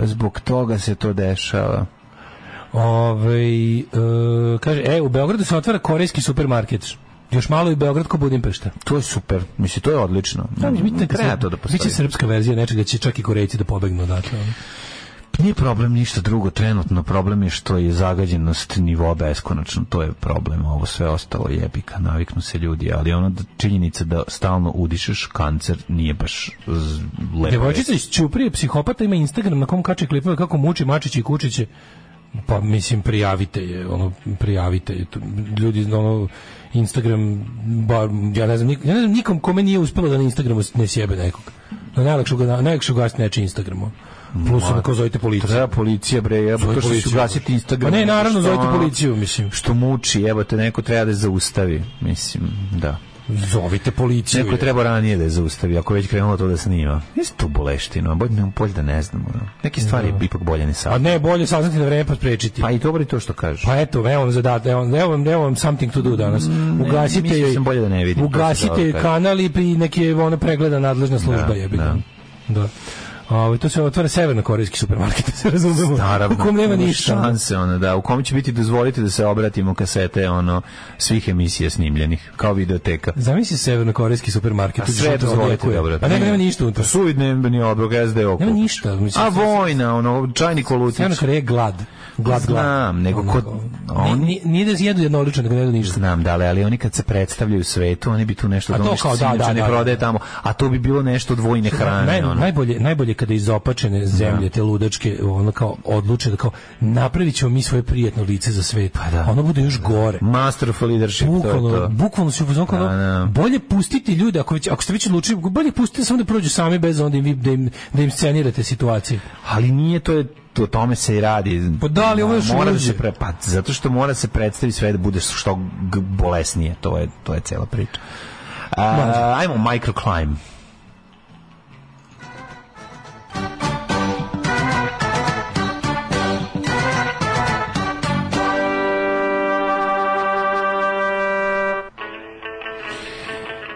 [SPEAKER 7] Oh.
[SPEAKER 6] Zbog toga se to dešava.
[SPEAKER 7] Ove, e, kaže, e, u Beogradu se otvara korejski supermarket. Još malo i Beograd ko Budimpešta.
[SPEAKER 6] To je super. Mislim, to je odlično.
[SPEAKER 7] Tamo će biti neka
[SPEAKER 6] Treba
[SPEAKER 7] srp-
[SPEAKER 6] to da
[SPEAKER 7] Biće
[SPEAKER 6] postoji.
[SPEAKER 7] srpska verzija nečega, će čak i Korejci da pobegnu odatle. ono.
[SPEAKER 6] Nije problem ništa drugo, trenutno problem je što je zagađenost nivoa beskonačno, to je problem, ovo sve ostalo jebika, naviknu se ljudi, ali ono da- činjenica da stalno udišeš kancer nije baš z- lepo.
[SPEAKER 7] Devojčica iz Ćuprije, psihopata, ima Instagram na kom kače klipove kako muči mačiće i kučiće. Pa, mislim, prijavite je, ono, prijavite je. Tu Ljudi, ono, Instagram, bar, ja ne znam, nik- ja ne znam nikom kome nije uspelo da na Instagramu ne sjebe nekog. Na najlakše ga, na- najlakše ugasiti nečiji Instagram. ono. Plus, onako, zovite policiju.
[SPEAKER 6] Treba policija, bre, jebo,
[SPEAKER 7] Zove
[SPEAKER 6] to što će
[SPEAKER 7] policiju.
[SPEAKER 6] ugasiti Instagram.
[SPEAKER 7] Pa ne, naravno,
[SPEAKER 6] što- ono
[SPEAKER 7] zovite policiju, mislim.
[SPEAKER 6] Što muči, jebo, te neko treba da je zaustavi, mislim, da.
[SPEAKER 7] Zovite policiju.
[SPEAKER 6] Neko je
[SPEAKER 7] je.
[SPEAKER 6] trebao ranije da je zaustavi, ako je već krenulo to da snima. Jesi to boleština, bolje, ne- bolje da ne znamo. no. Neke stvari je ipak bolje ne
[SPEAKER 7] A
[SPEAKER 6] sad.
[SPEAKER 7] ne, bolje saznati na vreme pa sprečiti.
[SPEAKER 6] Pa i dobro je to što kažeš.
[SPEAKER 7] Pa eto, evo vam zadatak, evo, evo, vam, evo vam something to do danas. Ugasite
[SPEAKER 6] Mm, mislio
[SPEAKER 7] joj,
[SPEAKER 6] sam bolje da ne vidim, to se
[SPEAKER 7] ugasite
[SPEAKER 6] da
[SPEAKER 7] joj
[SPEAKER 6] kažem.
[SPEAKER 7] kanal i pri neke ona pregleda nadležna služba
[SPEAKER 6] Da,
[SPEAKER 7] jebi ga.
[SPEAKER 6] da.
[SPEAKER 7] Da. Ovo, to se otvara severnokorejski supermarket, da se razumemo.
[SPEAKER 6] Naravno,
[SPEAKER 7] U kom nema
[SPEAKER 6] nema
[SPEAKER 7] ništa.
[SPEAKER 6] Šanse, ono, da, u kom će biti dozvoliti da se obratimo kasete ono svih emisija snimljenih, kao videoteka.
[SPEAKER 7] Zamisli severnokorejski supermarket.
[SPEAKER 6] A
[SPEAKER 7] uđeš
[SPEAKER 6] sve
[SPEAKER 7] u to
[SPEAKER 6] dozvolite,
[SPEAKER 7] odjekuje.
[SPEAKER 6] dobro.
[SPEAKER 7] Pa nema, nema ništa unutra.
[SPEAKER 6] Suvid nema ni obrok, SDO.
[SPEAKER 7] Nema ništa, mislim,
[SPEAKER 6] A
[SPEAKER 7] sve-
[SPEAKER 6] vojna, ono, čajni kolutić.
[SPEAKER 7] Severna Koreja je glad. Glad, glad.
[SPEAKER 6] Znam, nego
[SPEAKER 7] Ono,
[SPEAKER 6] kod-
[SPEAKER 7] ne-
[SPEAKER 6] oni-
[SPEAKER 7] ni- Nije da jedu jednolično, nego da jedu ništa.
[SPEAKER 6] Znam, da, ali, ali oni kad se predstavljaju svetu, oni bi tu nešto
[SPEAKER 7] A to
[SPEAKER 6] doneli
[SPEAKER 7] kao,
[SPEAKER 6] što se
[SPEAKER 7] da,
[SPEAKER 6] inače
[SPEAKER 7] da,
[SPEAKER 6] ne
[SPEAKER 7] da,
[SPEAKER 6] prodaje
[SPEAKER 7] da.
[SPEAKER 6] tamo, a to bi bilo nešto od vojne hrane.
[SPEAKER 7] Naj,
[SPEAKER 6] ono.
[SPEAKER 7] najbolje, najbolje kada izopačene zemlje, te ludačke, ono kao odluče da kao napravit ćemo mi svoje prijetno lice za svet. Ono bude još gore.
[SPEAKER 6] Master of leadership,
[SPEAKER 7] Bukvalno,
[SPEAKER 6] Pa Mm, to je to.
[SPEAKER 7] bukvalno se uzon kao
[SPEAKER 6] Da,
[SPEAKER 7] ono,
[SPEAKER 6] da.
[SPEAKER 7] bolje pustiti ljude ako već ako ste već odlučili, bolje pustite samo da prođu sami bez onda im vi- da im da im scenirate situaciju.
[SPEAKER 6] Ali nije to je o tome se i radi.
[SPEAKER 7] Pa da, ali ovo je još
[SPEAKER 6] mora da
[SPEAKER 7] iluzija.
[SPEAKER 6] se pre, pa, zato što mora se predstavi sve da bude što g- bolesnije, to je to je cela priča. A, ajmo microclimb.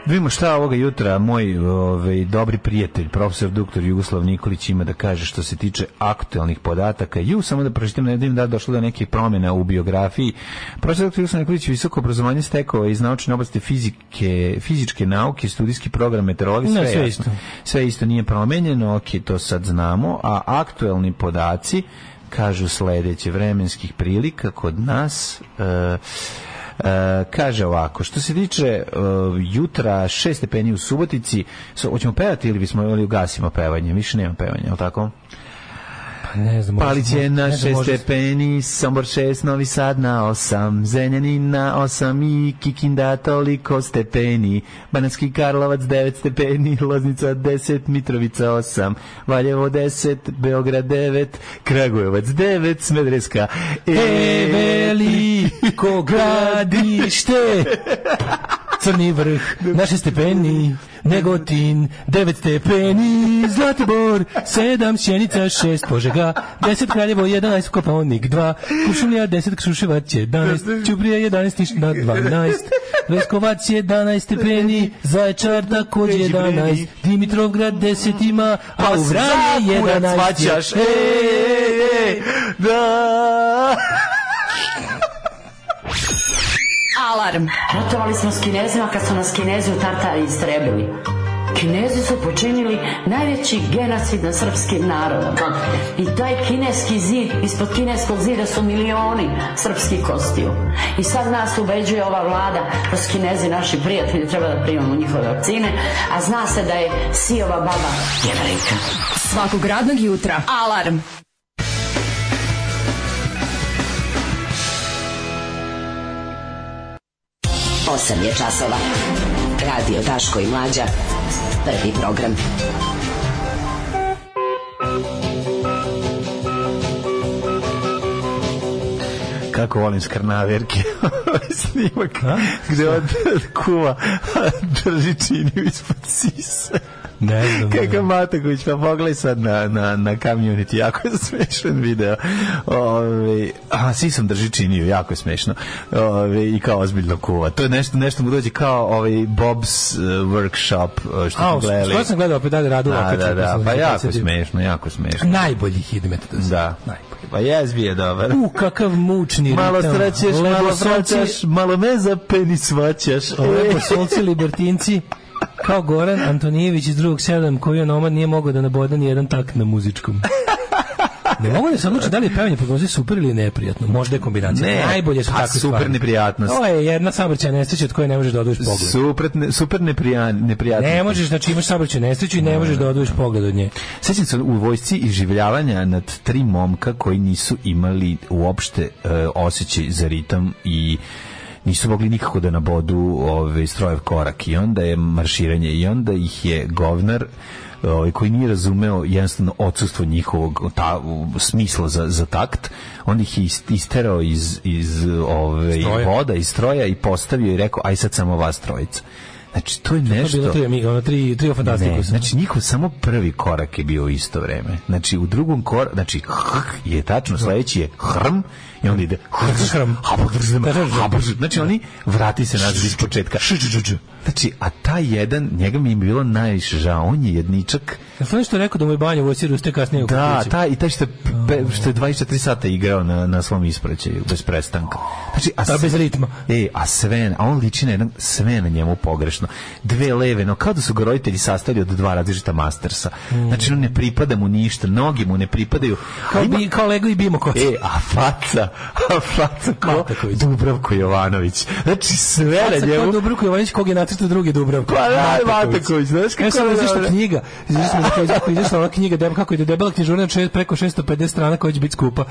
[SPEAKER 6] Da vidimo šta ovoga jutra moj ovaj, dobri prijatelj, profesor doktor Jugoslav Nikolić ima da kaže što se tiče aktualnih podataka. Ju, samo da pročitam, ne vidim da je došlo do nekih promjena u biografiji. Profesor doktor Jugoslav Nikolić visoko obrazovanje stekao iz naučne oblasti fizike, fizičke nauke, studijski program meteorologije,
[SPEAKER 7] Ne,
[SPEAKER 6] sve, jasno.
[SPEAKER 7] sve isto.
[SPEAKER 6] Sve isto nije promenjeno, ok, to sad znamo, a aktualni podaci kažu sledeće vremenskih prilika kod nas... e, E, kaže ovako, što se tiče e, jutra 6 stepeni u Subotici, so, hoćemo pevati ili bismo ili ugasimo pevanje, više nema pevanja, je li tako?
[SPEAKER 7] Pa ne znam.
[SPEAKER 6] Palić je na 6
[SPEAKER 7] šeste
[SPEAKER 6] stepeni, Sombor 6, Novi Sad na 8, Zrenjanin na 8 i Kikinda toliko stepeni, Banatski Karlovac 9 stepeni, Loznica 10, Mitrovica 8, Valjevo 10, Beograd 9, Kragujevac 9, Smedreska
[SPEAKER 7] E, veliko gradište Crni vrh, naše stepeni Negotin, devet stepeni Zlatibor, sedam Sjenica, šest Požega Deset Kraljevo, jedanaest Kopaonik, dva Kušulja, deset Kruševac, jedanaest Ćuprija, jedanaest Nišna, dvanaest Leskovac, jedanaest stepeni Zaječar, takođe jedanaest Dimitrovgrad, deset ima A u Vranje, jedanaest je.
[SPEAKER 6] svaćaš. E, e, e, da.
[SPEAKER 5] Alarm.
[SPEAKER 9] Ratovali smo s Kinezima kad su nas Kinezi u Tartari istrebili. Kinezi su počinili najveći genocid nad srpskim narodom. I taj kineski zid, ispod kineskog zida su milioni srpskih kostiju. I sad nas ubeđuje ova vlada da su Kinezi naši prijatelji, treba da primamo njihove vakcine, a zna se da je Sijova baba jevrejka.
[SPEAKER 5] Svakog radnog jutra. Alarm.
[SPEAKER 9] Osam je časova. Radio Daško i Mlađa. Prvi program.
[SPEAKER 6] Kako volim skrnaverke. Snimak gde on kuva drži činiju ispod sisa.
[SPEAKER 7] Ne znam, ne
[SPEAKER 6] Kakav
[SPEAKER 7] znam.
[SPEAKER 6] Mataković, pa pogledaj sad na, na, na community, jako je smešan video. Ove, a, svi sam drži činiju, jako je smešno. Ove, I kao ozbiljno kuva. To je nešto, nešto mu dođe kao ovaj Bob's eh, workshop, eh, što
[SPEAKER 7] A,
[SPEAKER 6] smo gledali.
[SPEAKER 7] što sam gledao opet dalje radu
[SPEAKER 6] Da, da, da, pa jako
[SPEAKER 7] smešno.
[SPEAKER 6] smešno, jako smešno.
[SPEAKER 7] Najbolji hit metoda.
[SPEAKER 6] Da. Pa jezbi je dobar.
[SPEAKER 7] U, kakav mučni
[SPEAKER 6] Malo
[SPEAKER 7] ritam.
[SPEAKER 6] srećeš, malo
[SPEAKER 7] Leposolci-
[SPEAKER 6] svaćaš, malo me za penis svaćaš.
[SPEAKER 7] Leposolci, libertinci, kao Goran Antonijević iz drugog sedam, koji je nomad nije mogao da nabode ni jedan takt na muzičkom. Ne mogu da se odlučiti da li je pevanje pod muzej super ili neprijatno. Možda je kombinacija.
[SPEAKER 6] E, Ne,
[SPEAKER 7] Najbolje su
[SPEAKER 6] a super
[SPEAKER 7] takve stvari.
[SPEAKER 6] neprijatnost.
[SPEAKER 7] To je jedna saobraćajna nesreća od koje ne možeš da odvojiš pogled.
[SPEAKER 6] Super, ne, super neprijan, neprijatno.
[SPEAKER 7] Ne možeš, znači imaš saobraćajnu nesreću i ne možeš da odvojiš pogled od nje.
[SPEAKER 6] Sjećam se u vojsci iživljavanja nad tri momka koji nisu imali uopšte e, osjećaj za ritam i nisu mogli nikako da nabodu ove, strojev korak i onda je marširanje i onda ih je govnar ovaj, koji nije razumeo jednostavno odsustvo njihovog ta, u- smisla za, za takt, on ih je is- isterao iz, iz ove,
[SPEAKER 7] Stroja.
[SPEAKER 6] voda, iz stroja i postavio i rekao, aj sad samo vas trojica. Znači, to je
[SPEAKER 7] To je
[SPEAKER 6] nešto...
[SPEAKER 7] bilo tri Amiga, ono tri, tri o fantastiku.
[SPEAKER 6] Ne,
[SPEAKER 7] sam.
[SPEAKER 6] znači njihov samo prvi korak je bio u isto vreme. Znači u drugom koraku, znači hrk je tačno, sledeći je hrm i onda ide
[SPEAKER 7] Hrm.
[SPEAKER 6] hrm, habrdrzm, habrdrzm. Znači oni vrati se nazad iz početka. Znači, a taj jedan, njega mi je bilo najviše žao, on je jedničak.
[SPEAKER 7] Jel to nešto rekao da mu je banja u Osiru ste kasnije u
[SPEAKER 6] Da,
[SPEAKER 7] kuću?
[SPEAKER 6] taj i taj što, je pe- što je 24 sata igrao na, na svom ispraćaju, bez prestanka. Znači, a
[SPEAKER 7] Ta Pa bez
[SPEAKER 6] sve-
[SPEAKER 7] ritma.
[SPEAKER 6] E, a Sven, a on liči na jedan, sve je na njemu pogrešno. Dve leve, no kao da su ga roditelji sastavili od dva različita mastersa. Znači, on ne pripada mu ništa, noge mu ne pripadaju.
[SPEAKER 7] Kao,
[SPEAKER 6] a ima-
[SPEAKER 7] bi, kao Lego i Bimo koc.
[SPEAKER 6] E, a faca, a faca ko
[SPEAKER 7] Mataković.
[SPEAKER 6] Dubravko Jovanović. Znači, sve na
[SPEAKER 7] Sad kao
[SPEAKER 6] njemu...
[SPEAKER 7] Dubravko Jovanić, kog je nacrtao drugi Dubravko.
[SPEAKER 6] Pa, da, Mataković, znaš kako
[SPEAKER 7] Evo sad
[SPEAKER 6] je
[SPEAKER 7] izašla
[SPEAKER 6] dobro.
[SPEAKER 7] knjiga, izašla mi kako izašla ova knjiga, debela, kako ide debela knjižurna od šest- preko 650 strana koja će biti skupa.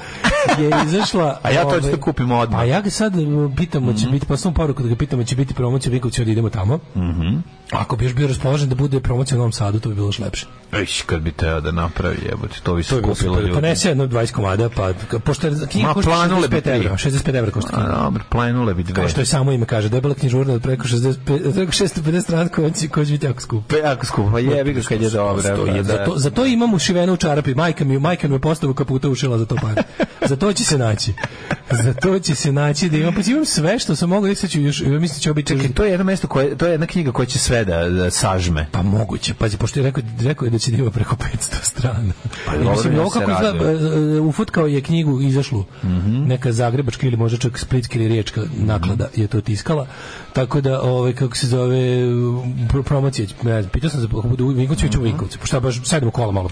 [SPEAKER 7] Je izašla...
[SPEAKER 6] A ja to
[SPEAKER 7] ovaj,
[SPEAKER 6] ću da kupim odmah. Mhm.
[SPEAKER 7] A ja ga sad uh, pitam, hoće biti, pa sam poruku da ga pitam, hoće biti promocija u Vinkovcima da idemo tamo.
[SPEAKER 6] Mhm.
[SPEAKER 7] Ako bi još bio raspoložen da bude promocija u Novom Sadu, to bi bilo još lepše.
[SPEAKER 6] Eš, kad bi teo da napravi, jebote, to bi
[SPEAKER 7] To je
[SPEAKER 6] skupilo
[SPEAKER 7] bilo super. pa
[SPEAKER 6] ljudi.
[SPEAKER 7] Ponese jedno 20 komada, pa k- pošto je knjiga
[SPEAKER 6] Ma,
[SPEAKER 7] košta
[SPEAKER 6] planule bi
[SPEAKER 7] 65
[SPEAKER 6] tri.
[SPEAKER 7] evra, 65 evra košta
[SPEAKER 6] A,
[SPEAKER 7] knjiga.
[SPEAKER 6] dobro, planule bi dve.
[SPEAKER 7] Kao što je samo ime kaže, debela knjižurna od preko 65, preko 650 strana koja će, koja će biti jako skupa.
[SPEAKER 6] Pa jako skupo, pa jebi ga kad je dobra.
[SPEAKER 7] Sto-
[SPEAKER 6] brate.
[SPEAKER 7] Za to, za to imam ušiveno u čarapi. Majka mi, majka mi je postavu kaputa ušila za to par. za to će se naći. Za to će se naći da imam. Pa imam sve što sam mogao, sad ću još, mislim da će običaj.
[SPEAKER 6] Čekaj, E, to je jedno mesto koje, to je jedna knjiga koja će sve da, da sažme.
[SPEAKER 7] Pa moguće, pazi, pošto je rekao, rekao je da će da ima preko 500 strana.
[SPEAKER 6] Pa
[SPEAKER 7] I
[SPEAKER 6] dobro,
[SPEAKER 7] mislim,
[SPEAKER 6] ja
[SPEAKER 7] ovo
[SPEAKER 6] se
[SPEAKER 7] kako izgleda,
[SPEAKER 6] radujem. Mhm.
[SPEAKER 7] e, ufotkao je knjigu, izašlu, neka zagrebačka ili možda čak splitska ili riječka naklada je to tiskala, tako da, ovaj, kako se zove, pro- promocija, će- ne znam, pitao sam za ako bude u Vinkovcu, mm -hmm. u
[SPEAKER 6] Mhm.
[SPEAKER 7] Vinkovcu, pošto ja baš sedmo kola malo.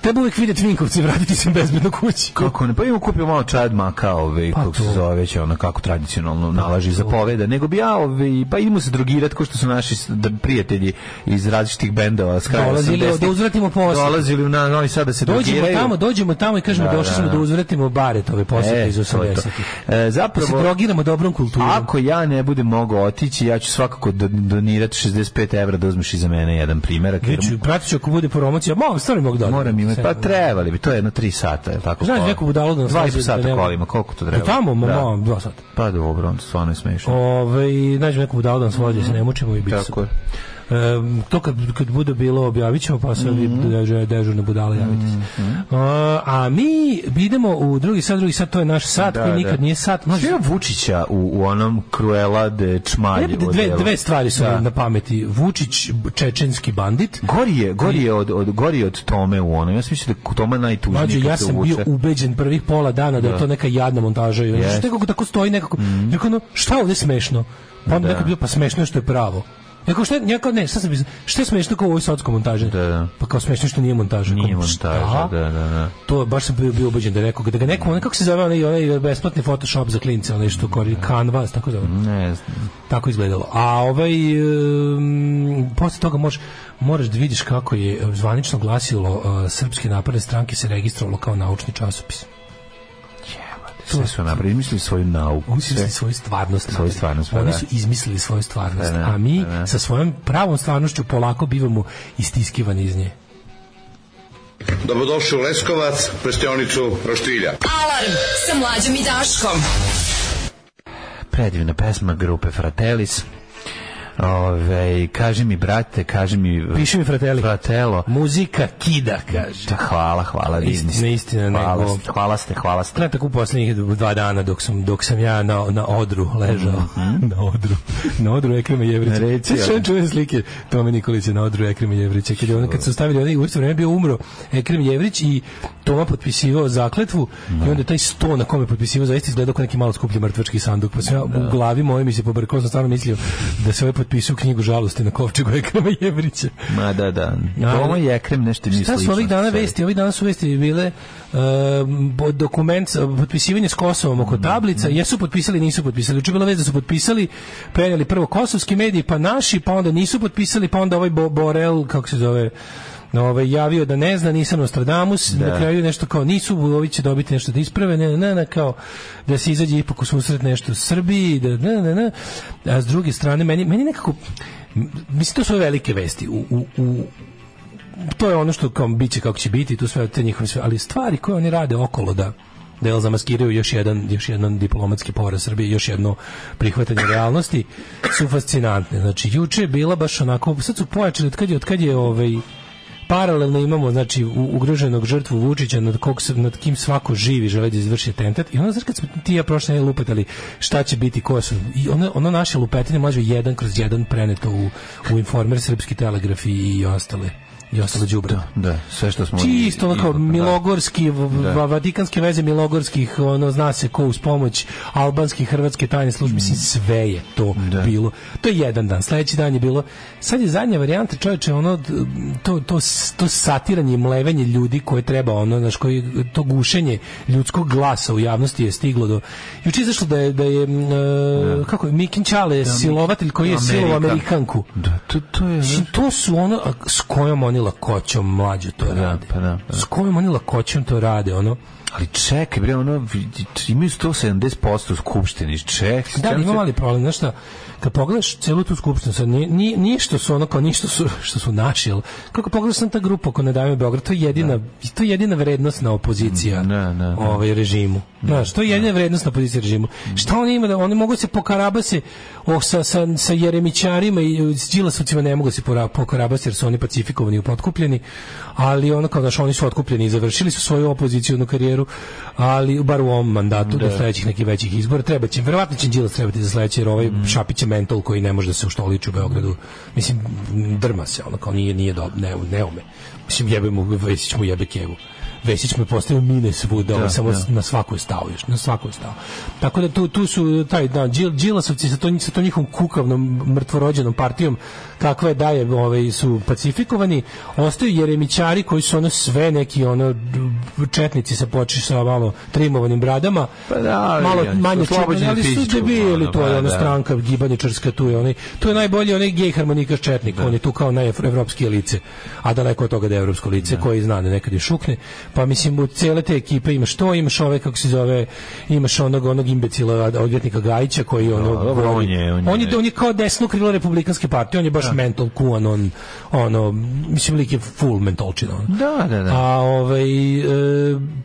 [SPEAKER 7] Treba uvijek vidjeti Vinkovci i vratiti se bezbedno kući.
[SPEAKER 6] Kako ne? Pa imamo kupio malo čad maka, ovaj,
[SPEAKER 7] Pa
[SPEAKER 6] kako se
[SPEAKER 7] to. Pa
[SPEAKER 6] zove već, ono kako tradicionalno nalaži i zapoveda, nego bi ja, ovaj, pa idemo se drogirati ko što su naši s- da, prijatelji iz različitih bendova s kraja
[SPEAKER 7] Dolazili,
[SPEAKER 6] 80-ih.
[SPEAKER 7] da uzvratimo posjed.
[SPEAKER 6] Dolazili u na, Novi Sad da se
[SPEAKER 7] Dođemo
[SPEAKER 6] drogiraju.
[SPEAKER 7] tamo, dođemo tamo i kažemo
[SPEAKER 6] Da,
[SPEAKER 7] došli
[SPEAKER 6] da,
[SPEAKER 7] smo da
[SPEAKER 6] da.
[SPEAKER 7] uzvratimo baretove posjete
[SPEAKER 6] E,
[SPEAKER 7] iz
[SPEAKER 6] to je to.
[SPEAKER 7] 80-ih.
[SPEAKER 6] E,
[SPEAKER 7] Da se
[SPEAKER 6] zapravo,
[SPEAKER 7] drogiramo dobrom kulturom.
[SPEAKER 6] Ako ja ne budem mogao otići, ja ću svakako do- donirati 65 evra da uzmeš i za mene jedan primjerak. jer
[SPEAKER 7] Viću, pratit ću ako bude promocija, mogu, stvarno mogu da. odem.
[SPEAKER 6] Moram imati, pa
[SPEAKER 7] Sve.
[SPEAKER 6] trebali bi, to je jedno tri sata, je li tako?
[SPEAKER 7] Znaš
[SPEAKER 6] kola?
[SPEAKER 7] neku budalu da nas
[SPEAKER 6] Dva i po
[SPEAKER 7] vozi, da
[SPEAKER 6] sata
[SPEAKER 7] ne-
[SPEAKER 6] kolima, koliko to treba?
[SPEAKER 7] Pa tamo, ma,
[SPEAKER 6] Da.
[SPEAKER 7] ma, Pa dva sata.
[SPEAKER 6] Pa dobro, onda stvarno je smiješno.
[SPEAKER 7] Ove, nađem neku budalu da nas vođe, se ne mučimo i biti
[SPEAKER 6] Tako je.
[SPEAKER 7] Em, to kad, kad bude bilo objavit ćemo, pa sad vi
[SPEAKER 6] Mhm.
[SPEAKER 7] dežu- dežurne budale javite se. A, a mi idemo u drugi sat, drugi sat, to je naš sat koji nikad nije sat. Mlađe,
[SPEAKER 6] Što je Vučića u, u onom Cruella de Čmalj?
[SPEAKER 7] jebote, dve, dve stvari su mi na pameti. Vučić, čečenski bandit.
[SPEAKER 6] Gori je, gori je od, od, gori je od Tome u onom. Ja sam mislio da je Toma najtužniji
[SPEAKER 7] Mlađo,
[SPEAKER 6] kad
[SPEAKER 7] ja
[SPEAKER 6] se
[SPEAKER 7] sam bio
[SPEAKER 6] uvuče.
[SPEAKER 7] ubeđen prvih pola dana da je to neka jadna montaža. Yes.
[SPEAKER 6] Jeste.
[SPEAKER 7] Što nekako tako stoji nekako.
[SPEAKER 6] Mhm.
[SPEAKER 7] Rekao, no, šta je ovdje smešno? Pa onda nekako bilo, pa smešno je što je pravo. Rekao, šta, je- ja kao, ne, šta, sam, iz- šta je smešno kao u ovoj sotskoj montaži?
[SPEAKER 6] Da, da.
[SPEAKER 7] Pa kao smešno je što nije montaža.
[SPEAKER 6] Nije
[SPEAKER 7] Kao,
[SPEAKER 6] montaža,
[SPEAKER 7] šta?
[SPEAKER 6] da, da, da.
[SPEAKER 7] To je baš sam bio, bio ubeđen da je rekao, da ga neko, onaj, kako se zove, onaj, onaj besplatni Photoshop za klince, onaj što kori Canvas, tako zove
[SPEAKER 6] Ne znam.
[SPEAKER 7] tako izgledalo. A ovaj em, posle toga možeš moraš da vidiš kako je zvanično glasilo e, Srpske napredne stranke se registrovalo kao naučni časopis.
[SPEAKER 6] Jebate, sve su napravili, mislili svoju nauku.
[SPEAKER 7] Oni su
[SPEAKER 6] Sve.
[SPEAKER 7] izmislili svoju stvarnost.
[SPEAKER 6] Svoju stvarnost, pa
[SPEAKER 7] Oni
[SPEAKER 6] da.
[SPEAKER 7] su izmislili svoju stvarnost.
[SPEAKER 6] Pa da,
[SPEAKER 7] A mi
[SPEAKER 6] pa da.
[SPEAKER 7] sa svojom pravom stvarnošću polako bivamo istiskivani iz nje.
[SPEAKER 10] Dobrodošli u Leskovac, prštionicu Roštilja.
[SPEAKER 5] Alarm sa mlađom i Daškom.
[SPEAKER 6] Predivna pesma grupe Fratellis. Ove, kaži mi, brate, kaži mi...
[SPEAKER 7] Piši mi, fratelli.
[SPEAKER 6] Fratelo.
[SPEAKER 7] Muzika kida, kaže.
[SPEAKER 6] Da, hvala, hvala,
[SPEAKER 7] Ist-
[SPEAKER 6] divni ste.
[SPEAKER 7] neistina,
[SPEAKER 6] hvala,
[SPEAKER 7] nego-
[SPEAKER 6] ste, hvala ste, hvala ste.
[SPEAKER 7] Ne tako u posljednjih dva dana dok sam, dok sam ja na, na odru ležao. na odru. Na odru Ekrema
[SPEAKER 6] Na
[SPEAKER 7] Jevrića.
[SPEAKER 6] reci,
[SPEAKER 7] Znaš
[SPEAKER 6] ali.
[SPEAKER 7] one čuvene slike Tome Nikolića na odru Ekrema Jevrića. Kad, je on, kad su stavili onaj u isto vreme bio umro Ekrem Jevrić i Toma potpisivao zakletvu i onda je taj sto na kome je potpisivao zaista izgledao kao neki malo skuplji mrtvački sanduk. Pa sam ja u glavi moje mi se pobrkao, sam stvarno mislio da se ovaj potpisao knjigu žalosti na kovčegu Ekrema Jevrića.
[SPEAKER 6] Ma da, da.
[SPEAKER 7] Ali-
[SPEAKER 6] Ovo je ekrem nešto nije
[SPEAKER 7] Šta su
[SPEAKER 6] slično
[SPEAKER 7] ovih dana
[SPEAKER 6] sebi.
[SPEAKER 7] vesti? Ovih dana su vesti bile um, bo- dokument, s- potpisivanje s Kosovom oko tablica, jesu potpisali, nisu potpisali. Uče bila vez da su potpisali, prenijeli prvo kosovski mediji, pa naši, pa onda nisu potpisali, pa onda ovaj Bo- Borel, kako se zove, ovaj, javio da ne zna, nisam Nostradamus, na kraju nešto kao nisu, ovi će dobiti nešto da isprave, ne, ne, ne, kao da se izađe ipak u susret nešto Srbiji, da, ne, ne, ne. A s druge strane, meni, meni nekako, m- mislim, to su ove velike vesti. U, u, u, to je ono što kao biće kako će biti, tu sve te njihove sve, ali stvari koje oni rade okolo da da zamaskiraju još jedan, još jedan diplomatski poraz Srbije, još jedno prihvatanje realnosti, su fascinantne. Znači, juče je bila baš onako, sad su pojačali, od kad je, od kad je ovaj, paralelno imamo, znači, u- ugroženog žrtvu Vučića, nad, kog, se- nad kim svako živi želi da izvrši atentat. I onda, znaš, kad smo ti i ja prošle nedelje lupetali šta će biti, ko su, i ono, ono naše lupetanje može jedan kroz jedan preneto u, u informer, srpski telegraf i, i ostale i ostale đubre.
[SPEAKER 6] Da, sve što smo...
[SPEAKER 7] Čisto ono kao
[SPEAKER 6] Da.
[SPEAKER 7] milogorski, v- v- vatikanske veze milogorskih, ono zna se ko uz pomoć albanskih, hrvatske tajne službe, mislim sve je to bilo. To je jedan dan, sledeći dan je bilo, sad je zadnja varijanta čoveče, ono, d- to, to, s- to satiranje i mlevenje ljudi koje treba, ono, znaš, koji, to gušenje ljudskog glasa u javnosti je stiglo do... Juče je izašlo da je, da je m, e, kako je, Mikin Ćale je silovatelj koji je silovao
[SPEAKER 6] Amerika.
[SPEAKER 7] Amerikanku.
[SPEAKER 6] Da, to, to je...
[SPEAKER 7] Mislim, to su ono a s kojom oni lakoćom mlađu to rade.
[SPEAKER 6] pa da, pa da.
[SPEAKER 7] S kojom oni lakoćom to rade, ono.
[SPEAKER 6] Ali čekaj, bre, ono, vidi, imaju 170% u skupštini, čekaj.
[SPEAKER 7] Da,
[SPEAKER 6] čemu
[SPEAKER 7] ima
[SPEAKER 6] se-
[SPEAKER 7] mali problem, znaš šta, kad pogledaš celu tu skupštinu, sad, nije, nije, nije što su ono kao ništa su, što su naši, jel? kako pogledaš sam ta grupa oko Ne davimo Beograd, to je jedina, to je jedina vrednostna opozicija
[SPEAKER 6] Ne, ne, ne.
[SPEAKER 7] ovaj režimu. Znaš, to je jedina vrednostna opozicija režimu. Šta oni imaju, da oni mogu se pokarabase oh, sa, sa, sa Jeremićarima i s Đilasovcima ne mogu se pora- pokarabase jer su oni pacifikovani i potkupljeni, ali ono kao, znaš, oni su otkupljeni i završili su svoju opozicijonu karijeru, ali bar u ovom mandatu do sledećih nekih većih izbora treba će, verovatno će Đilas trebati za sledeće, jer ovaj Šapić je mental koji ne može da se uštoliči u Beogradu. Mislim, drma se, ono kao nije, nije dobro, ne, ne ume. Mislim, jebe mu, Vesić mu jebe kevu. Vesić me postavio mine svuda, da, samo na svakoj stao još, na svakoj stao. Tako da tu, tu su taj da Đil- Đilasovci sa to sa tom njihovom kukavnom mrtvorođenom partijom kakva je daje, ovaj su pacifikovani, ostaju Jeremićari koji su ono sve neki ono četnici sa poči sa malo trimovanim bradama.
[SPEAKER 6] Pa da, ali
[SPEAKER 7] malo
[SPEAKER 6] oni su
[SPEAKER 7] manje
[SPEAKER 6] oslobođeni
[SPEAKER 7] čipani, ali su
[SPEAKER 6] fizičkog,
[SPEAKER 7] debili,
[SPEAKER 6] ono,
[SPEAKER 7] to je
[SPEAKER 6] ba,
[SPEAKER 7] ono
[SPEAKER 6] da.
[SPEAKER 7] stranka gibaničarska tu je onaj to je najbolji onaj gej harmonikaš četnik on je tu kao najevropski lice a daleko od toga da je evropsko lice koji zna da nekad i šukne pa mislim od cele te ekipe imaš to imaš ove kako se zove imaš onog onog imbecila odvjetnika Gajića koji ono
[SPEAKER 6] Da, dobro,
[SPEAKER 7] voli-
[SPEAKER 6] on je- on je-
[SPEAKER 7] on je on je kao desno krilo republikanske partije on je baš mental kuan on ono mislim lik je full mentalčina ono.
[SPEAKER 6] Da, da, da.
[SPEAKER 7] A ovaj e,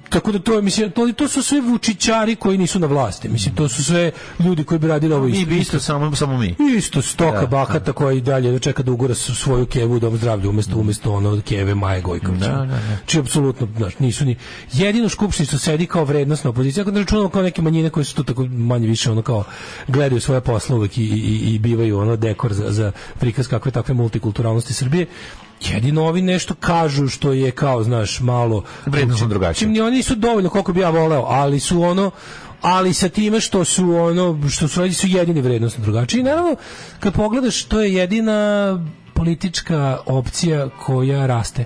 [SPEAKER 7] tako da to je mislim to, to su sve vučićari koji nisu na vlasti. Mislim to su sve ljudi koji bi radili ovo
[SPEAKER 6] Mi
[SPEAKER 7] isto.
[SPEAKER 6] bi isto samo, samo mi.
[SPEAKER 7] Isto stoka bahata koja i dalje čeka da ugura s- svoju kevu u dom zdravlja umesto umesto ono od keve Maje Gojković. Da, Či apsolutno znaš, nisu ni jedino u skupštini što sedi kao vrednosna opozicija, ako ne računamo kao neke manjine koje su tu tako manje više ono kao gledaju svoje posle uvek i, i, i bivaju ono dekor za, za prikaz kakve takve multikulturalnosti Srbije. Jedino ovi nešto kažu što je kao, znaš, malo
[SPEAKER 6] Vrednosno drugačije.
[SPEAKER 7] Znači, Čim ni oni nisu dovoljno koliko bi ja voleo, ali su ono ali sa time što su ono što su radi su jedini vrednosno drugačiji. I naravno kad pogledaš to je jedina politička opcija koja raste,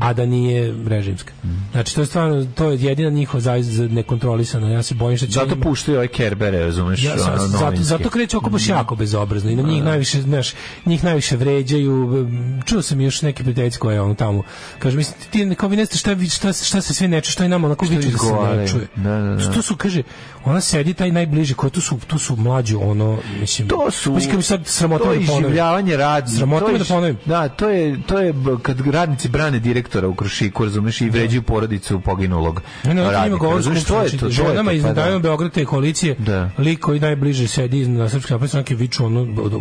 [SPEAKER 7] a da nije režimska.
[SPEAKER 6] Mhm.
[SPEAKER 7] Znači to je stvarno to je jedina njihova zaista nekontrolisana. Ja se bojim što će
[SPEAKER 6] Zato
[SPEAKER 7] njima-
[SPEAKER 6] puštaju ove kerbere, razumeš?
[SPEAKER 7] ja, sa-
[SPEAKER 6] ono,
[SPEAKER 7] zato,
[SPEAKER 6] novinske.
[SPEAKER 7] zato kreću oko baš jako bezobrazno i na njih najviše, znaš, njih najviše vređaju. Čuo sam još neke prijateljice koje je ono tamo. Kaže, mislim, ti ne- kao vi ne znate šta, vi- šta, se- šta se sve ne čuje, šta je nama onako viče da se ne
[SPEAKER 6] izgovaraju.
[SPEAKER 7] čuje.
[SPEAKER 6] Da, da, da.
[SPEAKER 7] To su, kaže, ona sedi taj najbliži, koji tu su, tu su mlađu, ono, mislim,
[SPEAKER 6] To su
[SPEAKER 7] mislim, kad mi sad sramota
[SPEAKER 6] to
[SPEAKER 7] me
[SPEAKER 6] je
[SPEAKER 7] ponovi.
[SPEAKER 6] življavanje radnika.
[SPEAKER 7] Sramota
[SPEAKER 6] to
[SPEAKER 7] me
[SPEAKER 6] je
[SPEAKER 7] da
[SPEAKER 6] ži-
[SPEAKER 7] ponovim.
[SPEAKER 6] Da, to je to je b- kad radnici brane direktora u Krušiku, razumeš, i vređaju porodicu poginulog.
[SPEAKER 7] Ne, ne, radnika, ima
[SPEAKER 6] radnika,
[SPEAKER 7] govor
[SPEAKER 6] razumeš, to je to, to je to,
[SPEAKER 7] ženama iz
[SPEAKER 6] pa da.
[SPEAKER 7] Nedavimo Beograd te koalicije,
[SPEAKER 6] Da.
[SPEAKER 7] lik koji najbliže sedi iz- na srpske napredne stranke viču ono,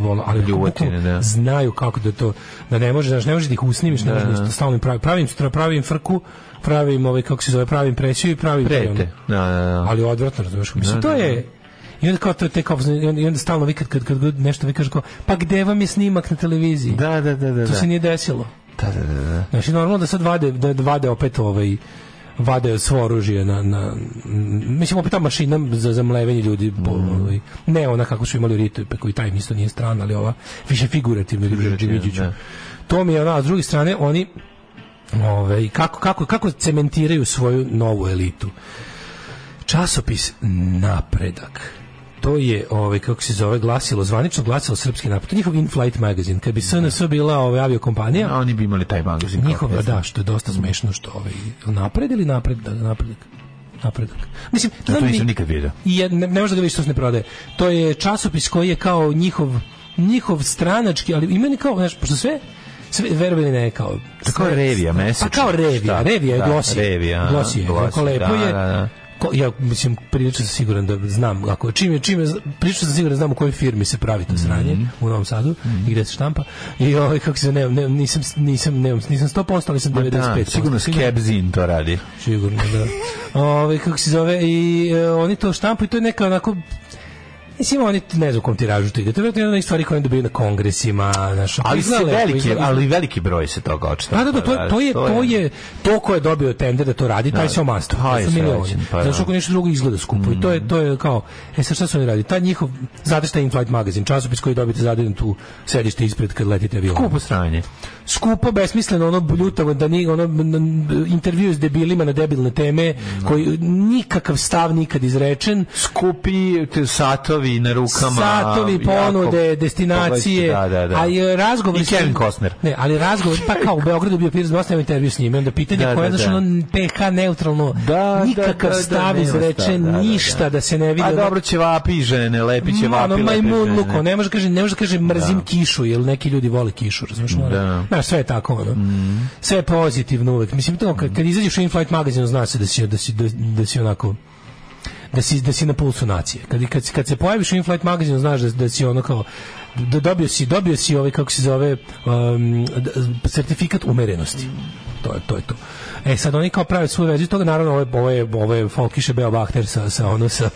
[SPEAKER 7] ono ali
[SPEAKER 6] Ljubotine,
[SPEAKER 7] bukvalno
[SPEAKER 6] da.
[SPEAKER 7] znaju kako da to, da ne može, znaš, ne može da ih usnimiš, ne može da ih stalno im pravi, pravim, stra- pravim frku, pravim, ovaj, kako se zove, pravim presiju i pravim
[SPEAKER 6] prete. Da, da, da.
[SPEAKER 7] ali odvratno, razumiješ, mislim,
[SPEAKER 6] Da,
[SPEAKER 7] to
[SPEAKER 6] da,
[SPEAKER 7] je, i onda kao to je tek obzir, i onda- i onda stalno vi kad, kad, kad god nešto vi kaže kao, pa gde vam je snimak na televiziji?
[SPEAKER 6] Da, da, da, da.
[SPEAKER 7] To
[SPEAKER 6] da.
[SPEAKER 7] se nije desilo.
[SPEAKER 6] Da, da, da, da.
[SPEAKER 7] Znači normalno da sad vade da da vade opet ovaj vade svo oružje na, na mislim opet ta mašina za zamlevenje ljudi
[SPEAKER 6] Mm.
[SPEAKER 7] po, ovaj, ne ona kako su imali u ritu koji taj isto nije strana ali ova više figurativno ili Đimiđiću
[SPEAKER 6] da.
[SPEAKER 7] to mi je ona a s druge strane oni ovaj, kako, kako, kako cementiraju svoju novu elitu časopis Napredak. To je, ovaj, kako se zove, glasilo, zvanično glasilo srpski napad. To je njihov in-flight magazin. Kad bi SNS bila ovaj, aviokompanija,
[SPEAKER 6] A oni bi imali taj magazin. kao Mhm.
[SPEAKER 7] njihova,
[SPEAKER 6] pesma.
[SPEAKER 7] da, što je dosta smešno, što ovaj, napred ili napred, da, napredak? Napredak. Mislim, to,
[SPEAKER 6] To
[SPEAKER 7] nam ni-
[SPEAKER 6] nisam nikad vidio.
[SPEAKER 7] i je- ne, ne možeš da ga vidiš što se ne prodaje. To je časopis koji je kao njihov njihov stranački, ali ima ni kao, znaš, pošto sve sve verovali ili ne kao
[SPEAKER 6] To kao
[SPEAKER 7] sve-
[SPEAKER 6] revija,
[SPEAKER 7] Pa
[SPEAKER 6] mesečna,
[SPEAKER 7] kao revija,
[SPEAKER 6] šta?
[SPEAKER 7] revija je
[SPEAKER 6] Da,
[SPEAKER 7] glosije.
[SPEAKER 6] revija, a,
[SPEAKER 7] glosije,
[SPEAKER 6] glosije,
[SPEAKER 7] kako lepo
[SPEAKER 6] da,
[SPEAKER 7] je.
[SPEAKER 6] da, da.
[SPEAKER 7] Ko- ja mislim prilično sam siguran da znam ako čim je čim je prilično sam siguran da znam u kojoj firmi se pravi to sranje
[SPEAKER 6] Mhm.
[SPEAKER 7] u Novom Sadu i gde se štampa i ovaj kako se ne, ne nisam nisam nemam nisam 100% ali sam
[SPEAKER 6] Ma
[SPEAKER 7] 95
[SPEAKER 6] Da, sigurno Skebzin to radi.
[SPEAKER 7] Sigurno, da. Ove, kako se zove, i e, oni to štampu i to je neka onako... Mislim, oni ne znam u kom tiražu to ide. To je vjerojatno jedna od onih stvari koje oni dobiju na kongresima. Naš,
[SPEAKER 6] Ali se
[SPEAKER 7] izgleda lepo,
[SPEAKER 6] veliki,
[SPEAKER 7] izgleda-
[SPEAKER 6] ali Pa veliki broj se toga očito.
[SPEAKER 7] Da, da, da, to, je- to je, to je, to ko je dobio tender da to radi, taj se omastio.
[SPEAKER 6] taj
[SPEAKER 7] To su
[SPEAKER 6] je srećen,
[SPEAKER 7] milioni.
[SPEAKER 6] pa da.
[SPEAKER 7] Zato što ako nešto drugo izgleda skupo. I to je, to je kao, e sad šta su oni radili? Ta njihov, znate šta je Inflight magazin, časopis koji dobijete zadirno tu sedište ispred kad letite avionom
[SPEAKER 6] Kupo sranje.
[SPEAKER 7] skupo besmisleno ono bljutavo da ni ono n- n- intervju s debilima na debilne teme koji nikakav stav nikad izrečen
[SPEAKER 6] Skupi te satovi na rukama.
[SPEAKER 7] satovi
[SPEAKER 6] jako-
[SPEAKER 7] ponude destinacije
[SPEAKER 6] Da, da, da.
[SPEAKER 7] a i razgovor
[SPEAKER 6] I Kevin Costner.
[SPEAKER 7] ne ali razgovor pa kao u Beogradu je bio Piers Brosnan intervju s njim i onda pitanje
[SPEAKER 6] Da,
[SPEAKER 7] koje je
[SPEAKER 6] da,
[SPEAKER 7] znaš
[SPEAKER 6] da.
[SPEAKER 7] ono PH neutralno
[SPEAKER 6] Da, da,
[SPEAKER 7] nikakav
[SPEAKER 6] da, da,
[SPEAKER 7] stav
[SPEAKER 6] nema
[SPEAKER 7] izrečen
[SPEAKER 6] stav, da, da, da.
[SPEAKER 7] ništa da se ne vidi
[SPEAKER 6] A
[SPEAKER 7] ono-
[SPEAKER 6] Pa dobro će vapi i žene, lepi će vapi,
[SPEAKER 7] ono
[SPEAKER 6] lepe
[SPEAKER 7] majmun
[SPEAKER 6] žene.
[SPEAKER 7] luko, ne može kaže, ne može kaže mrzim kišu, jer neki ljudi vole kišu, razumeš? ono?
[SPEAKER 6] Da. Mm.
[SPEAKER 7] Znaš, sve je tako, ono. Sve je pozitivno uvek. Mislim, to, kad, kad izađeš u InFlight magazinu, zna se da si, da si, da, da si onako da si, da si na pulsu nacije. Kad, kad, kad se pojaviš u InFlight magazinu, znaš da, da si ono kao da dobio si, dobio si ovaj, kako se zove, um, d- sertifikat umerenosti. To je, to je to. E, sad oni kao prave svoju vezu iz toga, naravno, ovo je, ovo je, ovo je Folkiše Beo Bahter sa, sa, ono, sa,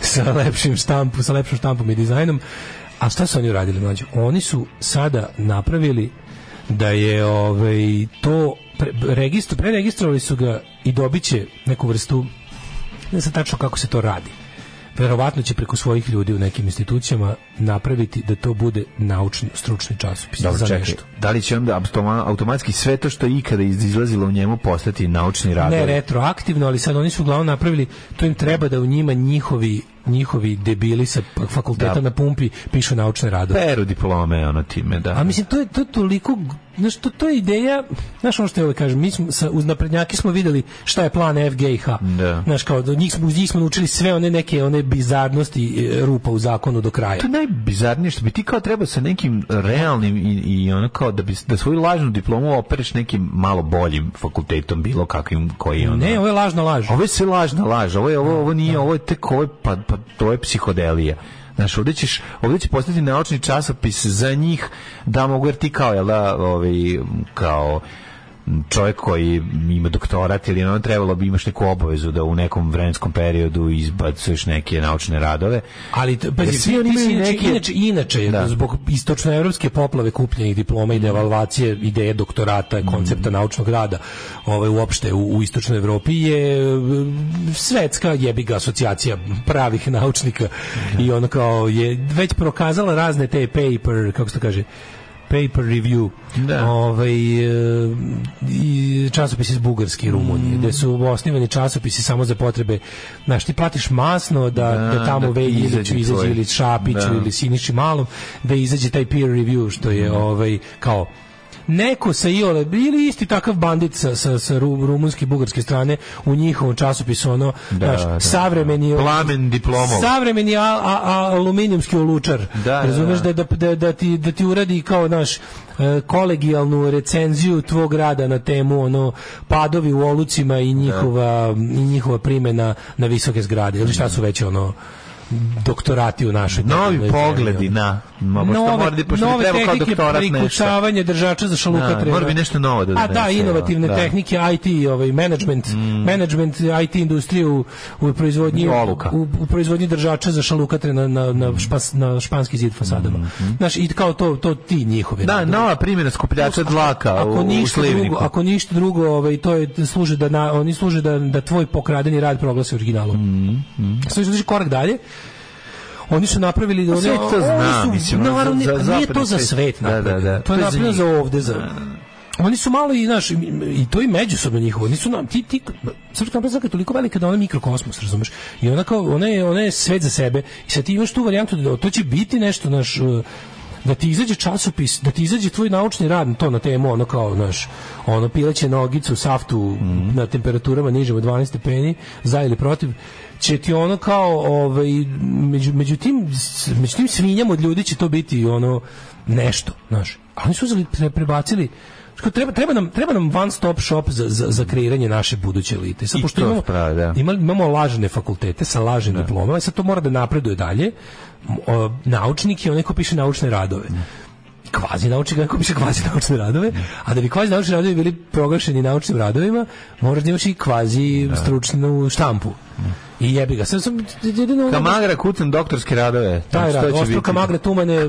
[SPEAKER 7] sa lepšim štampu, sa lepšom štampom i dizajnom. A šta su oni uradili, mlađo? Oni su sada napravili da je ovaj, to pre, registru, preregistrovali su ga i dobit će neku vrstu ne znam tačno kako se to radi. Verovatno će preko svojih ljudi u nekim institucijama napraviti da to bude naučni, stručni časopis
[SPEAKER 6] Dobro,
[SPEAKER 7] za
[SPEAKER 6] čekaj,
[SPEAKER 7] nešto.
[SPEAKER 6] da li će onda apstoma- automatski sve to što je ikada iz- izlazilo u njemu postati naučni rad?
[SPEAKER 7] Ne retroaktivno, ali sad oni su uglavnom napravili, to im treba da u njima njihovi njihovi debili sa pa- fakulteta
[SPEAKER 6] Da. E,
[SPEAKER 7] na pumpi pišu naučne radove.
[SPEAKER 6] Peru diplome, ono time, da.
[SPEAKER 7] A mislim, to je to je toliko, znaš, to, to je ideja, znaš ono što ja uvek kažem, mi smo, sa, uz naprednjake smo videli šta je plan FGH.
[SPEAKER 6] Da.
[SPEAKER 7] Znaš, kao, od njih smo, uz njih smo naučili sve one neke, one bizarnosti e, rupa u zakonu do kraja.
[SPEAKER 6] to je najbizarnije što bi ti kao trebao sa nekim realnim i, i ono kao da bi da svoju lažnu diplomu opereš nekim malo boljim fakultetom bilo kakvim koji je ono.
[SPEAKER 7] Ne, ovo je lažna laž.
[SPEAKER 6] ovo je sve lažna laž, ovo je ovo ovo nije, ovo je tek ovo je, pa, pa to je psihodelija. Znaš, ovdje, ćeš, ovdje će postati naučni časopis za njih da mogu, jer ti kao, jel da, ovaj, kao čovjek koji ima doktorat ili ono trebalo bi imaš neku obavezu da u nekom vremenskom periodu izbacuješ neke naučne radove.
[SPEAKER 7] Ali t- pazi,
[SPEAKER 6] Jer svi oni
[SPEAKER 7] ti si
[SPEAKER 6] imaju
[SPEAKER 7] inače,
[SPEAKER 6] neke-
[SPEAKER 7] inače, Znači, inače je
[SPEAKER 6] Da. Mhm.
[SPEAKER 7] zbog istočnoevropske poplave kupljenih diploma i devalvacije ideje doktorata, koncepta naučnog rada, ovaj uopšte u, u istočnoj Evropi je mm, svetska jebiga asocijacija pravih naučnika i ono kao je već prokazala razne te paper, kako se to kaže, paper review
[SPEAKER 6] Da.
[SPEAKER 7] ovaj, e, i časopis iz Bugarske i
[SPEAKER 6] Mhm.
[SPEAKER 7] Rumunije, gde su osnivani časopisi samo za potrebe, znaš, ti platiš masno da, da,
[SPEAKER 6] Da,
[SPEAKER 7] tamo
[SPEAKER 6] da
[SPEAKER 7] Velji
[SPEAKER 6] izađe
[SPEAKER 7] Iliću izađe
[SPEAKER 6] tvoj.
[SPEAKER 7] ili Šapiću
[SPEAKER 6] Da.
[SPEAKER 7] ili Siniši Malom, da izađe taj peer review, što je ovaj, kao neko sa Iole, ili isti takav bandit sa, sa, sa ru- rumunske i bugarske strane u njihovom časopisu, ono, znaš,
[SPEAKER 6] da.
[SPEAKER 7] savremeni...
[SPEAKER 6] Plamen diplomov.
[SPEAKER 7] Savremeni a, a, a, aluminijumski olučar.
[SPEAKER 6] Da,
[SPEAKER 7] Razumeš
[SPEAKER 6] da,
[SPEAKER 7] da, da, da, ti, da ti uradi kao naš e, kolegijalnu recenziju tvog rada na temu ono padovi u olucima i njihova i njihova primena na visoke zgrade ili šta su već ono doktorati u našoj
[SPEAKER 6] Novi
[SPEAKER 7] državnoj
[SPEAKER 6] pogledi
[SPEAKER 7] zemlji. ono.
[SPEAKER 6] na... Ma, pošto
[SPEAKER 7] nove,
[SPEAKER 6] Mm, mora da- pošto
[SPEAKER 7] nove
[SPEAKER 6] treba kao
[SPEAKER 7] tehnike
[SPEAKER 6] doktorat nešto.
[SPEAKER 7] prikucavanja držača za šaluka
[SPEAKER 6] Da,
[SPEAKER 7] treba.
[SPEAKER 6] mora bi nešto novo da
[SPEAKER 7] A da,
[SPEAKER 6] donese,
[SPEAKER 7] inovativne
[SPEAKER 6] da. Mm.
[SPEAKER 7] tehnike, IT, ovaj, management, management IT industrije u, u proizvodnji
[SPEAKER 6] Oluka.
[SPEAKER 7] u, u proizvodnji držača za šalukatre na, na, na, špas, na španski zid fasadama. Znaš, i kao to, to ti njihovi.
[SPEAKER 6] Mm, Da,
[SPEAKER 7] radovi.
[SPEAKER 6] nova primjena skupljača dlaka u,
[SPEAKER 7] Ako
[SPEAKER 6] u
[SPEAKER 7] ništa drugo,
[SPEAKER 6] slivniku.
[SPEAKER 7] ako ništa drugo, ovaj to je služe da na, oni služe da da tvoj pokradeni rad proglasi originalom. Mhm. Mm korak dalje. Oni su napravili oni,
[SPEAKER 6] Pa Sve to
[SPEAKER 7] oni
[SPEAKER 6] zna,
[SPEAKER 7] su,
[SPEAKER 6] mislim, ono,
[SPEAKER 7] naravno,
[SPEAKER 6] za- za
[SPEAKER 7] nije to
[SPEAKER 6] zapad
[SPEAKER 7] za
[SPEAKER 6] je svet.
[SPEAKER 7] svet
[SPEAKER 6] Da, da, da.
[SPEAKER 7] napravljeno. To
[SPEAKER 6] To
[SPEAKER 7] je
[SPEAKER 6] je za
[SPEAKER 7] napravljeno
[SPEAKER 6] njih.
[SPEAKER 7] za ovde za Oni su malo i naš i to i međusobno njihovo. Oni su nam ti ti srpska napredna stranka je toliko velika da ona je mikrokosmos, razumeš? I ona kao ona je ona je svet za sebe. I sad ti imaš tu varijantu da to će biti nešto naš eh, da ti izađe časopis, da ti izađe tvoj naučni rad na to na temu, ono kao, naš, ono pileće nogicu, saftu na temperaturama nižim od 12 stepeni, za ili protiv, će ti ono kao, ovaj, među, među, tim, među tim svinjama od ljudi će to biti ono nešto, znaš. A oni su uzeli, pre- prebacili, Što treba, treba, nam, treba nam one stop shop za, za, za kreiranje naše buduće elite. Sad,
[SPEAKER 6] I
[SPEAKER 7] pošto
[SPEAKER 6] to
[SPEAKER 7] imamo,
[SPEAKER 6] pravi, da.
[SPEAKER 7] imali- imamo lažne fakultete sa lažnim diplomama, sad to mora da napreduje dalje. M- o, naučnik je onaj ko piše naučne radove. Kvazi naučnik je onaj ko piše kvazi naučne radove, a da bi kvazi naučni radovi bili proglašeni naučnim radovima, moraš da imaš i kvazi stručnu štampu. I jebi ga. Sad sam jedino... ono-
[SPEAKER 6] Kamagra kucam doktorske radove.
[SPEAKER 7] taj
[SPEAKER 6] Znači, to
[SPEAKER 7] rad,
[SPEAKER 6] će
[SPEAKER 7] ostruka
[SPEAKER 6] biti.
[SPEAKER 7] magne tumane,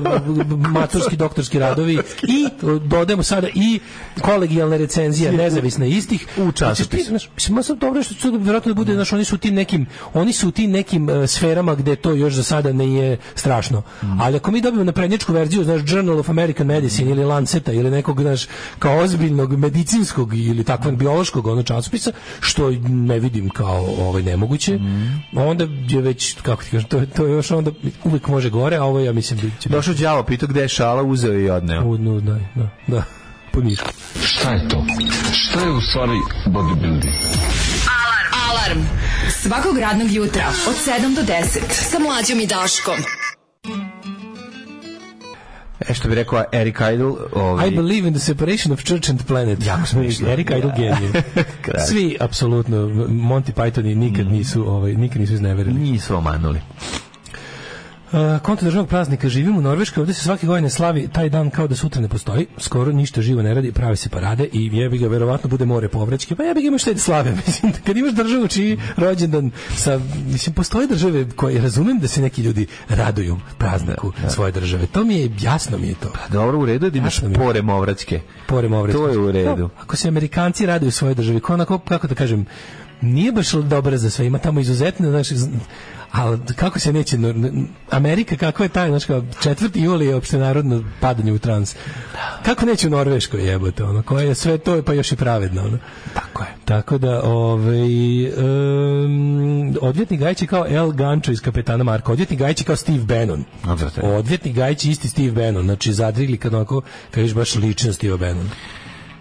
[SPEAKER 7] b- b- maturski, doktorski radovi i dodajemo sada i kolegijalne recenzije nezavisne istih.
[SPEAKER 6] U časopisu.
[SPEAKER 7] Znači, ti, znaš, mislim, ma sad dobro što će to vjerojatno da bude, znaš, oni su u tim nekim, oni su u tim nekim e, sferama gde to još za sada ne je strašno. Ali ako mi dobijemo na prednječku verziju, znaš, Journal of American Medicine ili Lanceta ili nekog, znaš, kao ozbiljnog medicinskog ili takvog biološkog ono časopisa, što ne vidim kao ovaj nemoguće, onda je već, kako ti kažem, to, je- to je još onda uvijek može gore, a ovo ja mislim da će
[SPEAKER 6] Došao đavo, pitao gde je šala, uzeo je i odneo.
[SPEAKER 7] u dnu, da, da, da, po mišku.
[SPEAKER 8] Šta je to? Šta je u stvari bodybuilding?
[SPEAKER 5] Alarm. Svakog radnog jutra od 7 do 10 sa mlađom i Daškom.
[SPEAKER 6] E što bi rekao Eric Idle, ovaj,
[SPEAKER 7] I believe in the separation of church and planet. Jako smiješno. Erik Idle genije.
[SPEAKER 6] Kralj. Mhm.
[SPEAKER 7] Svi, apsolutno, Monty Pythoni nikad nisu, ovaj, nikad nisu izneverili.
[SPEAKER 6] nisu omanuli.
[SPEAKER 7] Uh, konta državnog praznika živimo u Norveškoj, ovdje se svake godine slavi taj dan kao da sutra ne postoji, skoro ništa živo ne radi, prave se parade i jebi ga verovatno bude more povraćke, pa jebi ga imaš šta da slave, mislim, da kad imaš državu čiji rođendan sa, mislim, postoje države koje razumijem da se neki ljudi raduju prazniku svoje države, to mi je, jasno mi je to.
[SPEAKER 6] A dobro, u redu je da imaš
[SPEAKER 7] Jasno mi je.
[SPEAKER 6] pore movraćke.
[SPEAKER 7] Porem ovre.
[SPEAKER 6] Pa To je u redu.
[SPEAKER 7] Ako se Amerikanci rade u svojoj državi, ko onako, kako da kažem, nije baš dobra za sve, ima tamo izuzetne, znači, ali kako se neće, no, n- Amerika kako je taj, znači, kao 4. juli je opštenarodno padanje u trans. Kako neće u Norveškoj jebote, ono, koje je sve to, pa još i pravedno, ono. Tako je. Tako da, ovaj, em, odvjetnik Gajić je kao El Gančo iz Kapetana Marka, odvjetnik Gajić je kao Steve Bannon.
[SPEAKER 6] Odvratno.
[SPEAKER 7] Odvjetnik Gajić je isti Steve Bannon, znači zadrigli kad onako, kad viš baš lično Steve Bannon.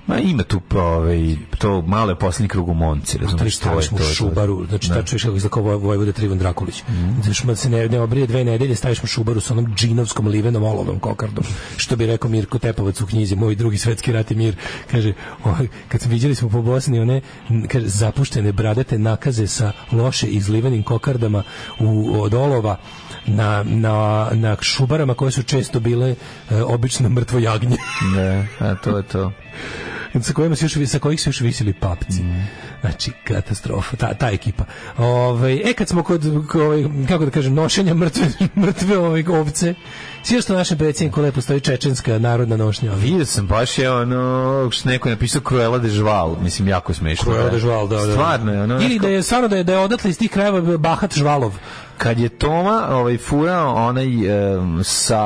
[SPEAKER 6] Ma ima tu pa, ovaj, to malo je posljednji krug u Monci,
[SPEAKER 7] Tri
[SPEAKER 6] razumiješ, Znači, to je
[SPEAKER 7] staviš
[SPEAKER 6] to.
[SPEAKER 7] mu
[SPEAKER 6] je to.
[SPEAKER 7] šubaru, znači ta čovjek kako izlako Vojvoda Trivan Drakulić.
[SPEAKER 6] Mhm.
[SPEAKER 7] Znači da se ne, ne obrije dve nedelje, staviš mu šubaru sa onom džinovskom livenom olovnom kokardom. Što bi rekao Mirko Tepovac u knjizi Moj drugi svetski rat i mir. Kaže, o, kad smo viđali smo po Bosni one n- kaže, zapuštene bradate nakaze sa loše izlivenim kokardama u, od olova na, na, na šubarama koje su često bile e, obično mrtvo jagnje.
[SPEAKER 6] Ne, a to je to.
[SPEAKER 7] sa, kojima su još, sa kojih su još visili papci.
[SPEAKER 6] Mm.
[SPEAKER 7] Znači, katastrofa, ta, ta ekipa. Ovaj, e, kad smo kod, k- ovaj, kako da kažem, nošenja mrtve, mrtve ovaj, ovce, svi što našem predsjedniku lepo stoji čečenska narodna nošnja. ovce.
[SPEAKER 6] Vidio sam baš je ono, što neko je napisao Cruella de Žval, mislim, jako smešno.
[SPEAKER 7] Cruella de Žval, da, da.
[SPEAKER 6] Stvarno je ono.
[SPEAKER 7] Ili da je stvarno da je, da je odatle iz tih krajeva Bahat Žvalov.
[SPEAKER 6] Kad je Toma ovaj, furao onaj, em, sa,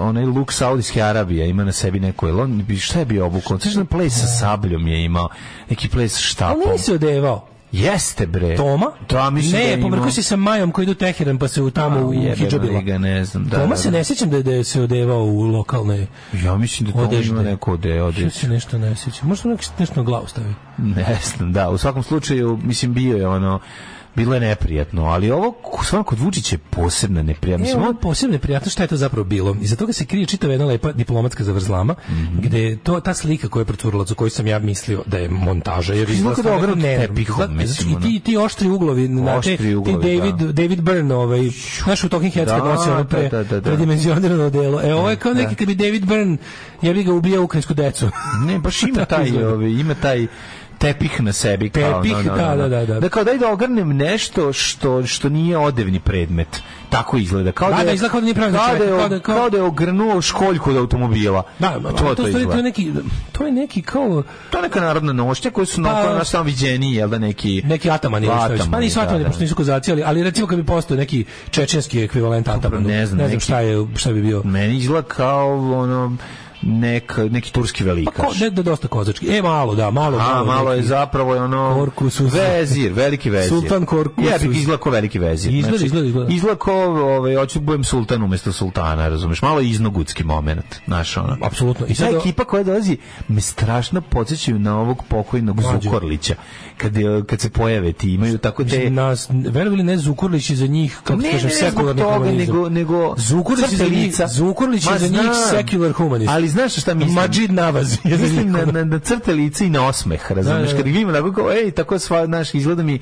[SPEAKER 6] onaj luk Saudijske Arabije, ima na sebi neko, jel on, bi- šta je bio obukao? Znaš na ples sa sabljom je imao, neki ples sa
[SPEAKER 7] Ali
[SPEAKER 6] štapom.
[SPEAKER 7] nije se odevao.
[SPEAKER 6] Jeste bre.
[SPEAKER 7] Pa Toma?
[SPEAKER 6] Da, E, mislim da je
[SPEAKER 7] ne,
[SPEAKER 6] imao.
[SPEAKER 7] pobrkao si sa Majom koji idu u Teheran pa se u tamo
[SPEAKER 6] A,
[SPEAKER 7] u
[SPEAKER 6] jebeno
[SPEAKER 7] hidžabila.
[SPEAKER 6] li ga, ne znam. Da,
[SPEAKER 7] Toma
[SPEAKER 6] da,
[SPEAKER 7] se
[SPEAKER 6] da.
[SPEAKER 7] ne sjećam da je, da je se odevao u lokalne
[SPEAKER 6] Ja mislim da Toma
[SPEAKER 7] odežde.
[SPEAKER 6] ima neko ode,
[SPEAKER 7] Što se nešto ne sjećam? Možda neki nešto na glavu stavi.
[SPEAKER 6] Ne znam, da, u svakom slučaju, mislim, bio je ono, bilo je neprijatno, ali ovo stvarno kod Vučića je posebna neprijatnost. Ono,
[SPEAKER 7] E,
[SPEAKER 6] Mislim,
[SPEAKER 7] ovo
[SPEAKER 6] on-
[SPEAKER 7] je posebno neprijatno šta je to zapravo bilo. I za toga se krije čitava jedna lepa diplomatska zavrzlama, gde je to, ta slika koja je procurila, za koju sam ja mislio da je montaža, jer
[SPEAKER 6] Izgleda
[SPEAKER 7] izgleda
[SPEAKER 6] kao da
[SPEAKER 7] stvarno
[SPEAKER 6] ogrnut
[SPEAKER 7] nenormalno.
[SPEAKER 6] tepihom,
[SPEAKER 7] Zato-
[SPEAKER 6] mislim, ono-
[SPEAKER 7] I ti, ti oštri uglovi, znate,
[SPEAKER 6] Oštri uglovi,
[SPEAKER 7] ti David,
[SPEAKER 6] da.
[SPEAKER 7] David Byrne, ovaj, znaš u Talking Heads kad
[SPEAKER 6] Da,
[SPEAKER 7] nosi ono pre,
[SPEAKER 6] da, da, da, da.
[SPEAKER 7] predimenzionirano delo. E, ovo je kao neki kad bi David Byrne, ja bi ga ubijao ukrajinsku decu.
[SPEAKER 6] Ne, baš ima
[SPEAKER 7] Tako
[SPEAKER 6] taj,
[SPEAKER 7] izgleda.
[SPEAKER 6] ovaj, ima taj tepih na sebi. kao,
[SPEAKER 7] Tepih, da, da, da, da.
[SPEAKER 6] Da kao daj da ogrnem nešto što, što nije odevni predmet. Tako izgleda. Kao
[SPEAKER 7] Da,
[SPEAKER 6] je-
[SPEAKER 7] da, izgleda kao da nije pravi
[SPEAKER 6] kao
[SPEAKER 7] čovjek,
[SPEAKER 6] da je-
[SPEAKER 7] kao da- kao-
[SPEAKER 6] kao da je ogrnuo školjku od automobila. Pa to,
[SPEAKER 7] Da, to,
[SPEAKER 6] to,
[SPEAKER 7] to, je, to je
[SPEAKER 6] izgleda.
[SPEAKER 7] neki, to je neki kao,
[SPEAKER 6] To je neka narodna nošnja koju su
[SPEAKER 7] Pa-
[SPEAKER 6] na naš samo viđeni, jel da neki...
[SPEAKER 7] neki ataman ili šta već. Pa
[SPEAKER 6] Atamani,
[SPEAKER 7] nisu
[SPEAKER 6] da,
[SPEAKER 7] atamani,
[SPEAKER 6] da.
[SPEAKER 7] pošto nisu kozaci, ali, ali recimo kad bi postao neki čečenski ekvivalent atamanu,
[SPEAKER 6] ne znam,
[SPEAKER 7] ne znam
[SPEAKER 6] neki-
[SPEAKER 7] šta, je, šta bi bio.
[SPEAKER 6] Meni izgleda kao ono, nek, neki turski
[SPEAKER 7] Pa
[SPEAKER 6] velikaš.
[SPEAKER 7] ko, ne, da, dosta kozački. E, malo, da, malo.
[SPEAKER 6] A, malo je
[SPEAKER 7] neki-
[SPEAKER 6] zapravo je ono...
[SPEAKER 7] Korkusus.
[SPEAKER 6] Vezir, veliki vezir.
[SPEAKER 7] Sultan Korkusus.
[SPEAKER 6] Ja bih izlako veliki vezir.
[SPEAKER 7] Izgleda, izgleda, izgleda.
[SPEAKER 6] Izlako, ovaj, hoću da budem sultan umjesto sultana, razumeš? Malo je iznogutski moment, znaš, ono.
[SPEAKER 7] Apsolutno. I
[SPEAKER 6] I
[SPEAKER 7] sad,
[SPEAKER 6] Ta ekipa koja dolazi me strašno podsjećaju na ovog pokojnog
[SPEAKER 7] Mlađe.
[SPEAKER 6] Zukorlića. Kad, je- kad se pojave ti imaju tako te... Pa
[SPEAKER 7] nas, verovili ne, Zukorlić je za njih, kako ti
[SPEAKER 6] Ne,
[SPEAKER 7] kažem,
[SPEAKER 6] ne, ne, zbog
[SPEAKER 7] sekularni
[SPEAKER 6] toga,
[SPEAKER 7] humanizam.
[SPEAKER 6] nego, nego
[SPEAKER 7] Zukorlić je za
[SPEAKER 6] crte
[SPEAKER 7] njih-
[SPEAKER 6] lica.
[SPEAKER 7] Zukorlić je
[SPEAKER 6] Ma,
[SPEAKER 7] za njih
[SPEAKER 6] znam.
[SPEAKER 7] secular humanist.
[SPEAKER 6] Ali znaš šta mislim?
[SPEAKER 7] Mađid Navaz je za
[SPEAKER 6] Mislim
[SPEAKER 7] njih
[SPEAKER 6] na,
[SPEAKER 7] ono.
[SPEAKER 6] na, na crte lica i na osmeh, razumeš?
[SPEAKER 7] Da, da,
[SPEAKER 6] Kad
[SPEAKER 7] da.
[SPEAKER 6] ih vidim onako kao, ej, tako sva, naš, izgleda mi,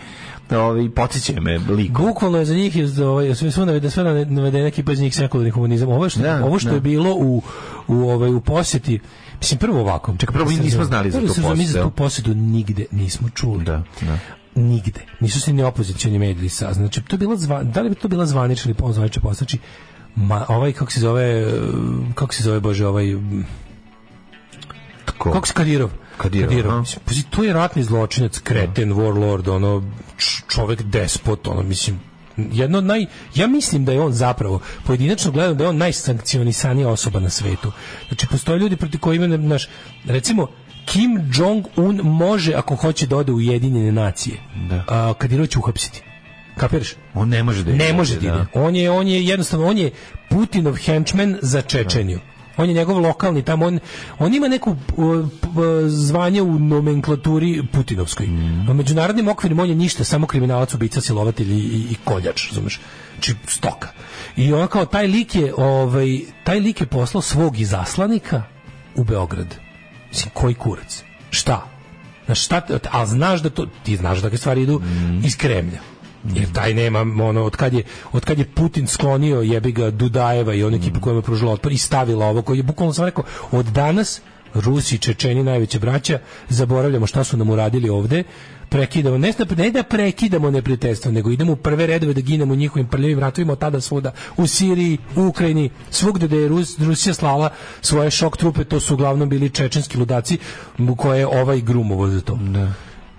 [SPEAKER 6] ovaj, podsjećaju me liku.
[SPEAKER 7] Bukvalno je za njih je za ovaj sve sve navede sve navedene ekipa iz njih sekularni humanizam. Ovo što
[SPEAKER 6] Da,
[SPEAKER 7] ovo što
[SPEAKER 6] da.
[SPEAKER 7] je bilo u u ovaj u posjeti Mislim, prvo ovako.
[SPEAKER 6] Čekaj, prvo mi
[SPEAKER 7] Sad
[SPEAKER 6] nismo
[SPEAKER 7] znam.
[SPEAKER 6] znali za
[SPEAKER 7] Prvo
[SPEAKER 6] tu
[SPEAKER 7] se znam, Mi za
[SPEAKER 6] posjetu.
[SPEAKER 7] tu posjetu nigde nismo čuli.
[SPEAKER 6] Da, da.
[SPEAKER 7] Nigde. Nisu se ni opozicioni mediji saznali. Znači, to je bila zva, da li bi to bila zvanična ili poluzvanična posjeta? Znači, ma, ovaj, kako se zove, e, kako se zove, bože, ovaj, m,
[SPEAKER 6] Tako.
[SPEAKER 7] kako se Kadirov?
[SPEAKER 6] Kadirov, aha.
[SPEAKER 7] Mislim, pazi, to je ratni zločinac, kreten, warlord, ono, č- čovek despot, ono, mislim, jedno od naj... Ja mislim da je on zapravo, pojedinačno gledam da je on najsankcionisanija osoba na svetu. Znači, postoje ljudi proti koji imaju, naš, recimo, Kim Jong-un može, ako hoće da ode u Jedinjene nacije,
[SPEAKER 6] Da.
[SPEAKER 7] a, Kadirov će uhapsiti. Kapiraš?
[SPEAKER 6] On ne može da ide.
[SPEAKER 7] Ne može da ide. On je, on je jednostavno, on je Putinov henchman za Čečeniju. On je njegov lokalni tamo, on, on ima neku uh, p- uh, zvanje u nomenklaturi Putinovskoj.
[SPEAKER 6] Mm.
[SPEAKER 7] U međunarodnim okvirima on je ništa, samo kriminalac, ubica, silovatelj i, i, i koljač, razumeš? Znači, stoka. I on kao, taj lik je, ovaj, taj lik je poslao svog izaslanika u Beograd. Mislim, koji kurac? Šta? Znaš, šta, te- a znaš da to, ti znaš da takve stvari idu iz Kremlja. Jer taj nema, ono, od kad je, od kad je Putin sklonio jebi ga Dudajeva i onu ekipu koja mu je pružila otpor i stavila ovo, koji je bukvalno sam rekao, od danas Rusi, Čečeni, najveće braća, zaboravljamo šta su nam uradili ovde, prekidamo, ne, da- ne da prekidamo neprijateljstvo, nego idemo u prve redove da ginemo u njihovim prljavim ratovima od tada svuda, u Siriji, u Ukrajini, svugde da je Rus, Rusija slala svoje šok trupe, to su uglavnom bili čečenski ludaci m, koje je ovaj grumovo za to.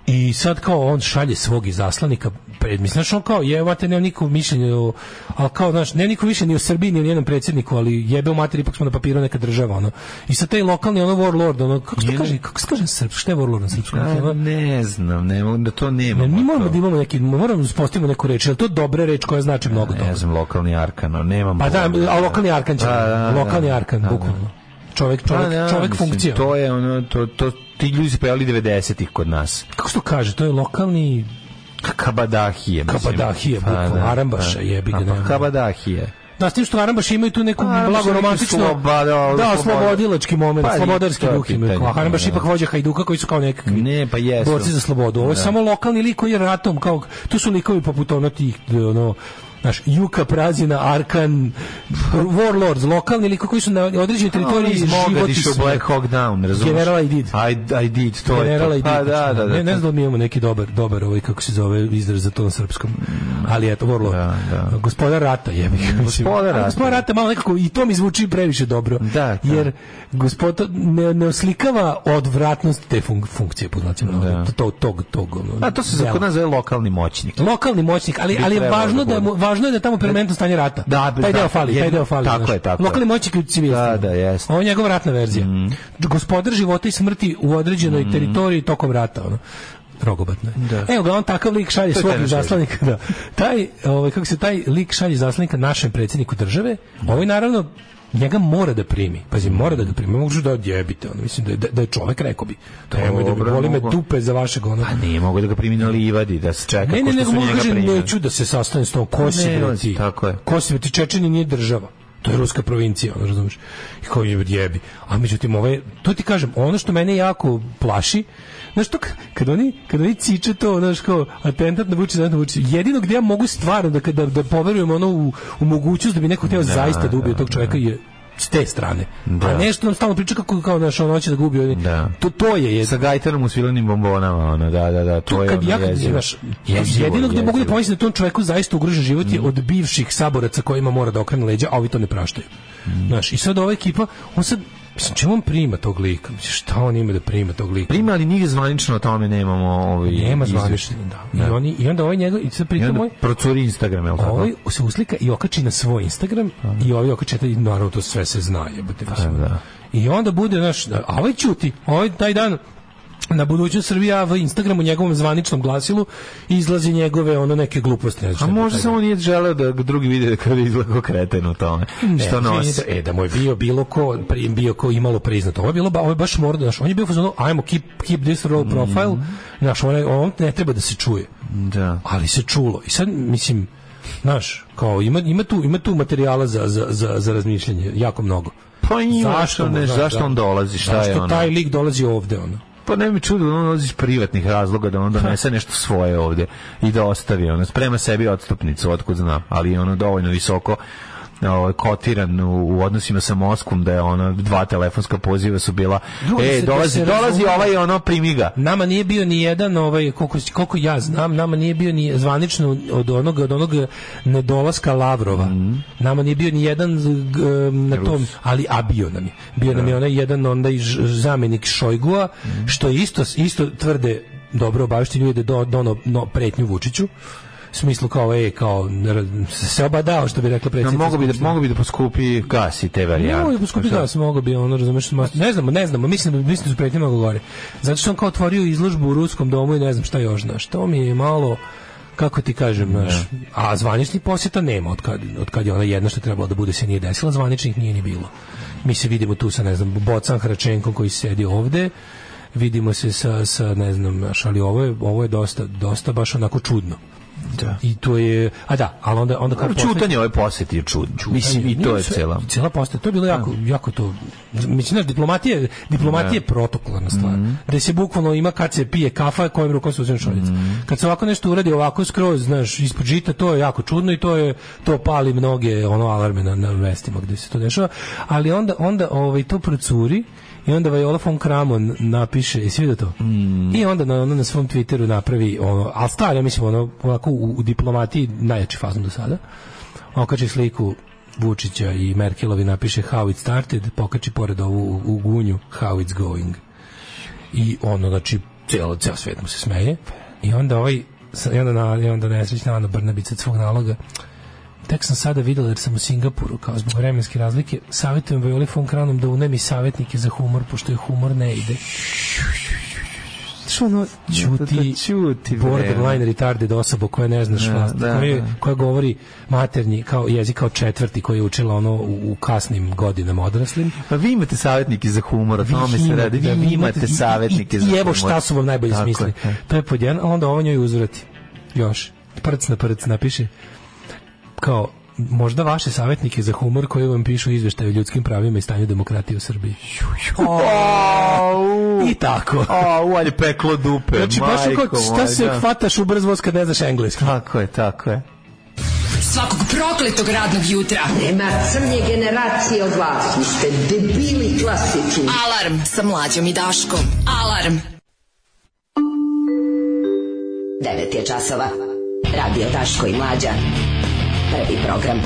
[SPEAKER 7] I sad kao on šalje svog izaslanika, pred, mislim, znaš, on kao jevate, nema niko mišljenje, o, ali kao, znaš, nema niko više ni u Srbiji, ni u njenom predsjedniku, ali jebe u mater, ipak smo na papiru neka država, ono. I sad taj lokalni, ono, warlord, ono, kako se to kaže, kako se kaže na srpsko, šta je warlord na srpskom?
[SPEAKER 6] A, ne znam, ne mogu da to nema.
[SPEAKER 7] Ne, mi moramo da imamo neki, moramo da postavimo neku reč, jer to je dobra reč koja znači mnogo toga.
[SPEAKER 6] Ne znam, lokalni arkano, nemam.
[SPEAKER 7] Pa da,
[SPEAKER 6] pojma.
[SPEAKER 7] a lokalni arkan će,
[SPEAKER 6] Da, da,
[SPEAKER 7] lokalni
[SPEAKER 6] da,
[SPEAKER 7] arkan,
[SPEAKER 6] da, da.
[SPEAKER 7] bukvalno. Čovjek,
[SPEAKER 6] Pa da,
[SPEAKER 7] čovjek, čovjek
[SPEAKER 6] mislim,
[SPEAKER 7] funkcija.
[SPEAKER 6] To je ono, to, to, ti ljudi su pojavili 90-ih kod nas.
[SPEAKER 7] Kako se to kaže, to je lokalni
[SPEAKER 6] Kabadahije. mislim.
[SPEAKER 7] Kabadahije,
[SPEAKER 6] Pa,
[SPEAKER 7] bukvalno,
[SPEAKER 6] da,
[SPEAKER 7] Arambaša,
[SPEAKER 6] da.
[SPEAKER 7] jebi ga,
[SPEAKER 6] A, pa
[SPEAKER 7] ne.
[SPEAKER 6] Kabadahije.
[SPEAKER 7] Da, s tim što Harambaš imaju tu neku
[SPEAKER 6] Harambaš
[SPEAKER 7] blago
[SPEAKER 6] je neki
[SPEAKER 7] romantičnu...
[SPEAKER 6] sloba- da,
[SPEAKER 7] da,
[SPEAKER 6] sloboda-
[SPEAKER 7] oslobodilački moment,
[SPEAKER 6] Pa, i
[SPEAKER 7] slobodarski
[SPEAKER 6] to je
[SPEAKER 7] duh imaju.
[SPEAKER 6] pitanje,
[SPEAKER 7] A Harambaš
[SPEAKER 6] da, da.
[SPEAKER 7] ipak vođa Hajduka koji su kao nekakvi
[SPEAKER 6] Ne, pa jesu.
[SPEAKER 7] borci za slobodu. Ovo je
[SPEAKER 6] Da.
[SPEAKER 7] samo lokalni lik koji je ratom, kao, tu su likovi poput ono tih, ono, Naš Juka Prazina, Arkan, Warlords, lokalni likovi koji su na određenoj teritoriji
[SPEAKER 6] iz
[SPEAKER 7] život i
[SPEAKER 6] Mogadiša u
[SPEAKER 7] smrt.
[SPEAKER 6] Black Hawk Down, razumiješ?
[SPEAKER 7] General I did.
[SPEAKER 6] I, I did, to
[SPEAKER 7] Generala
[SPEAKER 6] je
[SPEAKER 7] i
[SPEAKER 6] to. Pa,
[SPEAKER 7] Dikić,
[SPEAKER 6] da, da, da.
[SPEAKER 7] Ne, ne znam da li mi imamo neki dobar, dobar ovaj, kako se zove, izraz za to na srpskom. Ali eto, Warlord.
[SPEAKER 6] Da, da.
[SPEAKER 7] Gospodar rata, jebi ga. mislim.
[SPEAKER 6] Gospodar
[SPEAKER 7] Ali
[SPEAKER 6] rata.
[SPEAKER 7] Gospodar rata malo nekako, i to mi zvuči previše dobro.
[SPEAKER 6] Da, da.
[SPEAKER 7] Jer gospod ne, ne oslikava odvratnost te funk, funkcije, pod znacima. navoda.
[SPEAKER 6] Da.
[SPEAKER 7] Tog, tog, tog. ono,
[SPEAKER 6] A to se za
[SPEAKER 7] dela.
[SPEAKER 6] kod nas zove lokalni moćnik.
[SPEAKER 7] Lokalni moćnik, ali,
[SPEAKER 6] Bi
[SPEAKER 7] ali je
[SPEAKER 6] trebalo da
[SPEAKER 7] važno da, je mu-
[SPEAKER 6] bude.
[SPEAKER 7] važno je da je tamo permanentno stanje rata.
[SPEAKER 6] Da, bi-
[SPEAKER 7] taj
[SPEAKER 6] da,
[SPEAKER 7] deo fali, taj
[SPEAKER 6] jedno-
[SPEAKER 7] deo fali.
[SPEAKER 6] tako
[SPEAKER 7] znaš.
[SPEAKER 6] je, tako je.
[SPEAKER 7] Lokalni moćnik je u civilistima.
[SPEAKER 6] Da, Mhm. da, jeste.
[SPEAKER 7] Ovo je njegova ratna verzija. Gospodar života i smrti u određenoj
[SPEAKER 6] Mhm.
[SPEAKER 7] teritoriji tokom rata, ono. Rogobatno je. E, uglavnom takav lik šalje
[SPEAKER 6] To je
[SPEAKER 7] svog
[SPEAKER 6] taj naš
[SPEAKER 7] zaslanika. Da. Taj, ovaj, kako se taj lik šalje zaslanika našem predsjedniku države, ovaj naravno njega mora da primi. Pazi, mora da ga primi. Mogu da odjebite. Ono. Mislim, da, da, da je čovek, rekao bi. To nemoj da bi
[SPEAKER 6] Dobro,
[SPEAKER 7] boli me
[SPEAKER 6] mogu. Pa
[SPEAKER 7] dupe za vašeg ono.
[SPEAKER 6] A ne, mogu da ga primi na livadi, da se čeka
[SPEAKER 7] Ne, ne,
[SPEAKER 6] ko što
[SPEAKER 7] nego
[SPEAKER 6] su
[SPEAKER 7] on
[SPEAKER 6] njega
[SPEAKER 7] kaže,
[SPEAKER 6] primili.
[SPEAKER 7] neću da se sastane s tom, ko
[SPEAKER 6] Ne,
[SPEAKER 7] si bre
[SPEAKER 6] on-
[SPEAKER 7] ti?
[SPEAKER 6] tako je.
[SPEAKER 7] Ko si bre ti? Čečeni nije država. To je ruska provincija, ono razumiješ. I kao je jebi. A međutim, ovaj, to ti kažem, ono što mene jako plaši, Znaš to, k- kad oni, kad oni ciče to, znaš kao, atentat na Vučića, atentat na Vučića, jedino gdje ja mogu stvarno da, da, da poverujem ono u, u mogućnost da bi neko htio zaista da ubije tog čovjeka je s te strane. A nešto nam stalno priča kako kao naš on hoće da ga ubije.
[SPEAKER 6] Da.
[SPEAKER 7] To, to je, je
[SPEAKER 6] sa gajterom u svilenim bombonama, ono, da, da, da, to
[SPEAKER 7] to
[SPEAKER 6] je
[SPEAKER 7] kad
[SPEAKER 6] ono
[SPEAKER 7] ja kad
[SPEAKER 6] jezivo.
[SPEAKER 7] znaš,
[SPEAKER 6] Jezivo,
[SPEAKER 7] jedino gde mogu da
[SPEAKER 6] jezivo. Mm.
[SPEAKER 7] pomislim da tom čovjeku zaista ugrožen život je od bivših saboraca kojima mora da okrene leđa, a ovi to ne praštaju.
[SPEAKER 6] Mm.
[SPEAKER 7] Znaš, i sad ova ekipa, on sad, mislim, čemu on prima tog lika? Mislim, šta on ima da prima tog lika?
[SPEAKER 6] Prima, ali nigdje zvanično o tome nemamo ovaj
[SPEAKER 7] Nema
[SPEAKER 6] izvještaj.
[SPEAKER 7] zvanično, da. I, oni, I onda ovaj njegov, i sad
[SPEAKER 6] I
[SPEAKER 7] pritom
[SPEAKER 6] onda
[SPEAKER 7] ovaj,
[SPEAKER 6] procuri Instagram, jel tako?
[SPEAKER 7] ovaj se uslika i okači na svoj Instagram i ovaj okači, i naravno to sve se zna, jebote, mislim.
[SPEAKER 6] Pa da.
[SPEAKER 7] I onda bude, znaš, a ovaj ćuti, ovaj taj dan, na budućnost Srbija v Instagramu njegovom zvaničnom glasilu izlazi njegove ono neke gluposti. Ne znam
[SPEAKER 6] A
[SPEAKER 7] šta je
[SPEAKER 6] možda
[SPEAKER 7] to
[SPEAKER 6] samo nije želeo da ga drugi vide kako izgleda kao kreten u tome.
[SPEAKER 7] Ne,
[SPEAKER 6] što nosi.
[SPEAKER 7] izvinite, E, da mu je bio bilo ko, pri- bio ko imalo priznato. Ovo je bilo, ba- ovo je baš morda, znaš, on je bio u fazonu, ajmo, keep, keep this role profile, znaš, on, je- on ne treba da se čuje.
[SPEAKER 6] Mhm. Da.
[SPEAKER 7] ali se čulo. I sad, mislim, znaš, kao ima, ima, tu, ima tu materijala za, za, za, za razmišljanje, jako mnogo.
[SPEAKER 6] Pa ima, zašto,
[SPEAKER 7] mu,
[SPEAKER 6] ne,
[SPEAKER 7] znaš,
[SPEAKER 6] zašto
[SPEAKER 7] da.
[SPEAKER 6] on dolazi, šta
[SPEAKER 7] zašto
[SPEAKER 6] je ono?
[SPEAKER 7] taj lik dolazi ovde, ono?
[SPEAKER 6] Pa ne mi čudo, on dolazi iz privatnih razloga da on donese nešto svoje ovdje i da ostavi, ono, sprema sebi odstupnicu, otkud znam, ali je ono dovoljno visoko ovaj, kotiran u, u odnosima sa Moskvom da je ono dva telefonska poziva su bila
[SPEAKER 7] Drugo, da
[SPEAKER 6] e
[SPEAKER 7] se- da
[SPEAKER 6] dolazi
[SPEAKER 7] se
[SPEAKER 6] dolazi
[SPEAKER 7] razume.
[SPEAKER 6] ovaj ono primi ga
[SPEAKER 7] Nama nije bio ni jedan, ovaj, koliko, koliko ja znam, nama nije bio ni zvanično od onog, od onog nedolaska Lavrova.
[SPEAKER 6] Mhm.
[SPEAKER 7] Nama nije bio ni jedan g- g- na tom, ali a bio nam je. Bio nam je onaj jedan onda i ž- zamenik Šojgua,
[SPEAKER 6] Mhm.
[SPEAKER 7] što je isto, isto tvrde dobro obavešti ljudi da je do, dono no, pretnju Vučiću u smislu kao ej kao n- se obadao što bi rekla
[SPEAKER 6] Da,
[SPEAKER 7] predsjednica
[SPEAKER 6] mogu bi da
[SPEAKER 7] Skupštine.
[SPEAKER 6] mogu bi da poskupi gas i te varijante.
[SPEAKER 7] Mogu bi skupiti gas, mogu bi, ono, razumeš, ma- ne znamo, ne znamo, mislim da mislim da su pretnje mnogo gore. Zato što on kao otvorio izložbu u ruskom domu i ne znam šta još, znaš, to mi je malo, kako ti kažem, znaš, a zvaničnih posjeta nema, od kad, od kad je ona jedna što je trebala da bude se nije desila, zvaničnih nije ni bilo. Mi se vidimo tu sa, ne znam, Bocan Hračenkom koji sedi ovde, vidimo se sa, sa ne znam, znaš, ali ovo je, ovo je dosta, dosta baš onako čudno. Da. I to je, a da, ali onda, onda kao
[SPEAKER 6] Dobro,
[SPEAKER 7] posle-
[SPEAKER 6] ono, Čutanje ove posjeti je čud. Mislim, i
[SPEAKER 7] Nije
[SPEAKER 6] to je
[SPEAKER 7] sve-
[SPEAKER 6] cela.
[SPEAKER 7] Cela postaja. To je bilo jako, jako to... Mislim, znaš, diplomatija, je- diplomatija je protokolarna stvar.
[SPEAKER 6] Mhm.
[SPEAKER 7] Da se bukvalno ima kad se pije kafa, kojim rukom se uzme šoljica.
[SPEAKER 6] Mhm.
[SPEAKER 7] Kad se ovako nešto uradi, ovako skroz, znaš, ispod žita, to je jako čudno i to je to pali mnoge ono alarme na, na vestima gde se to dešava. Ali onda, onda ovaj, to procuri i onda Viola von Kramon napiše, jesi vidio to?
[SPEAKER 6] Mhm.
[SPEAKER 7] I onda na, ono na svom Twitteru napravi, ono, ali star, ja mislim, ono, ovako u, u diplomatiji najjači fazon do sada okači sliku Vučića i Merkelovi napiše how it started, pokači pored ovu u gunju how it's going. I ono, znači, cijelo, cijelo svet mu se smeje. I onda ovaj, sa- i onda, na, i onda nesrećna Ana Brnabić od svog naloga Tek sam sada videla jer sam u Singapuru, kao zbog vremenske razlike, savjetujem Violi von Kranom da unemi savjetnike za humor, pošto je humor ne ide. Što ono,
[SPEAKER 6] Da,
[SPEAKER 7] čuti,
[SPEAKER 6] da, ćuti, bre.
[SPEAKER 7] borderline retarded osoba koja ne znaš
[SPEAKER 6] Da,
[SPEAKER 7] vlast,
[SPEAKER 6] da,
[SPEAKER 7] koja,
[SPEAKER 6] da.
[SPEAKER 7] koja govori maternji kao jezik kao četvrti koji je učila ono u, u kasnim godinama odraslim.
[SPEAKER 6] Pa vi imate savjetnike za humor, o tome se radi. Da, vi imate savjetnike
[SPEAKER 7] i,
[SPEAKER 6] za
[SPEAKER 7] i,
[SPEAKER 6] humor.
[SPEAKER 7] i evo šta su vam najbolje
[SPEAKER 6] Tako je,
[SPEAKER 7] smisli.
[SPEAKER 6] da.
[SPEAKER 7] To je pod jedan, a onda ovo njoj uzvrati. Još. Prc na prc napiše. Kao, možda vaše savjetnike za humor koji vam pišu izveštaje o ljudskim pravima i stanju demokratije u Srbiji.
[SPEAKER 6] Au,
[SPEAKER 7] I tako.
[SPEAKER 6] au, ali peklo dupe.
[SPEAKER 7] Znači, baš
[SPEAKER 6] majko
[SPEAKER 7] ako, šta
[SPEAKER 6] moja,
[SPEAKER 7] se
[SPEAKER 6] da.
[SPEAKER 7] hvataš u brz voz kad ne znaš engleski?
[SPEAKER 6] Tako je, tako je.
[SPEAKER 5] Svakog prokletog radnog jutra.
[SPEAKER 11] Nema crnje generacije od vas, vi ste debili klasični.
[SPEAKER 5] Alarm sa mlađom i Daškom. Alarm.
[SPEAKER 11] 9 je časova. Radio Daško i Mlađa. Prvi program.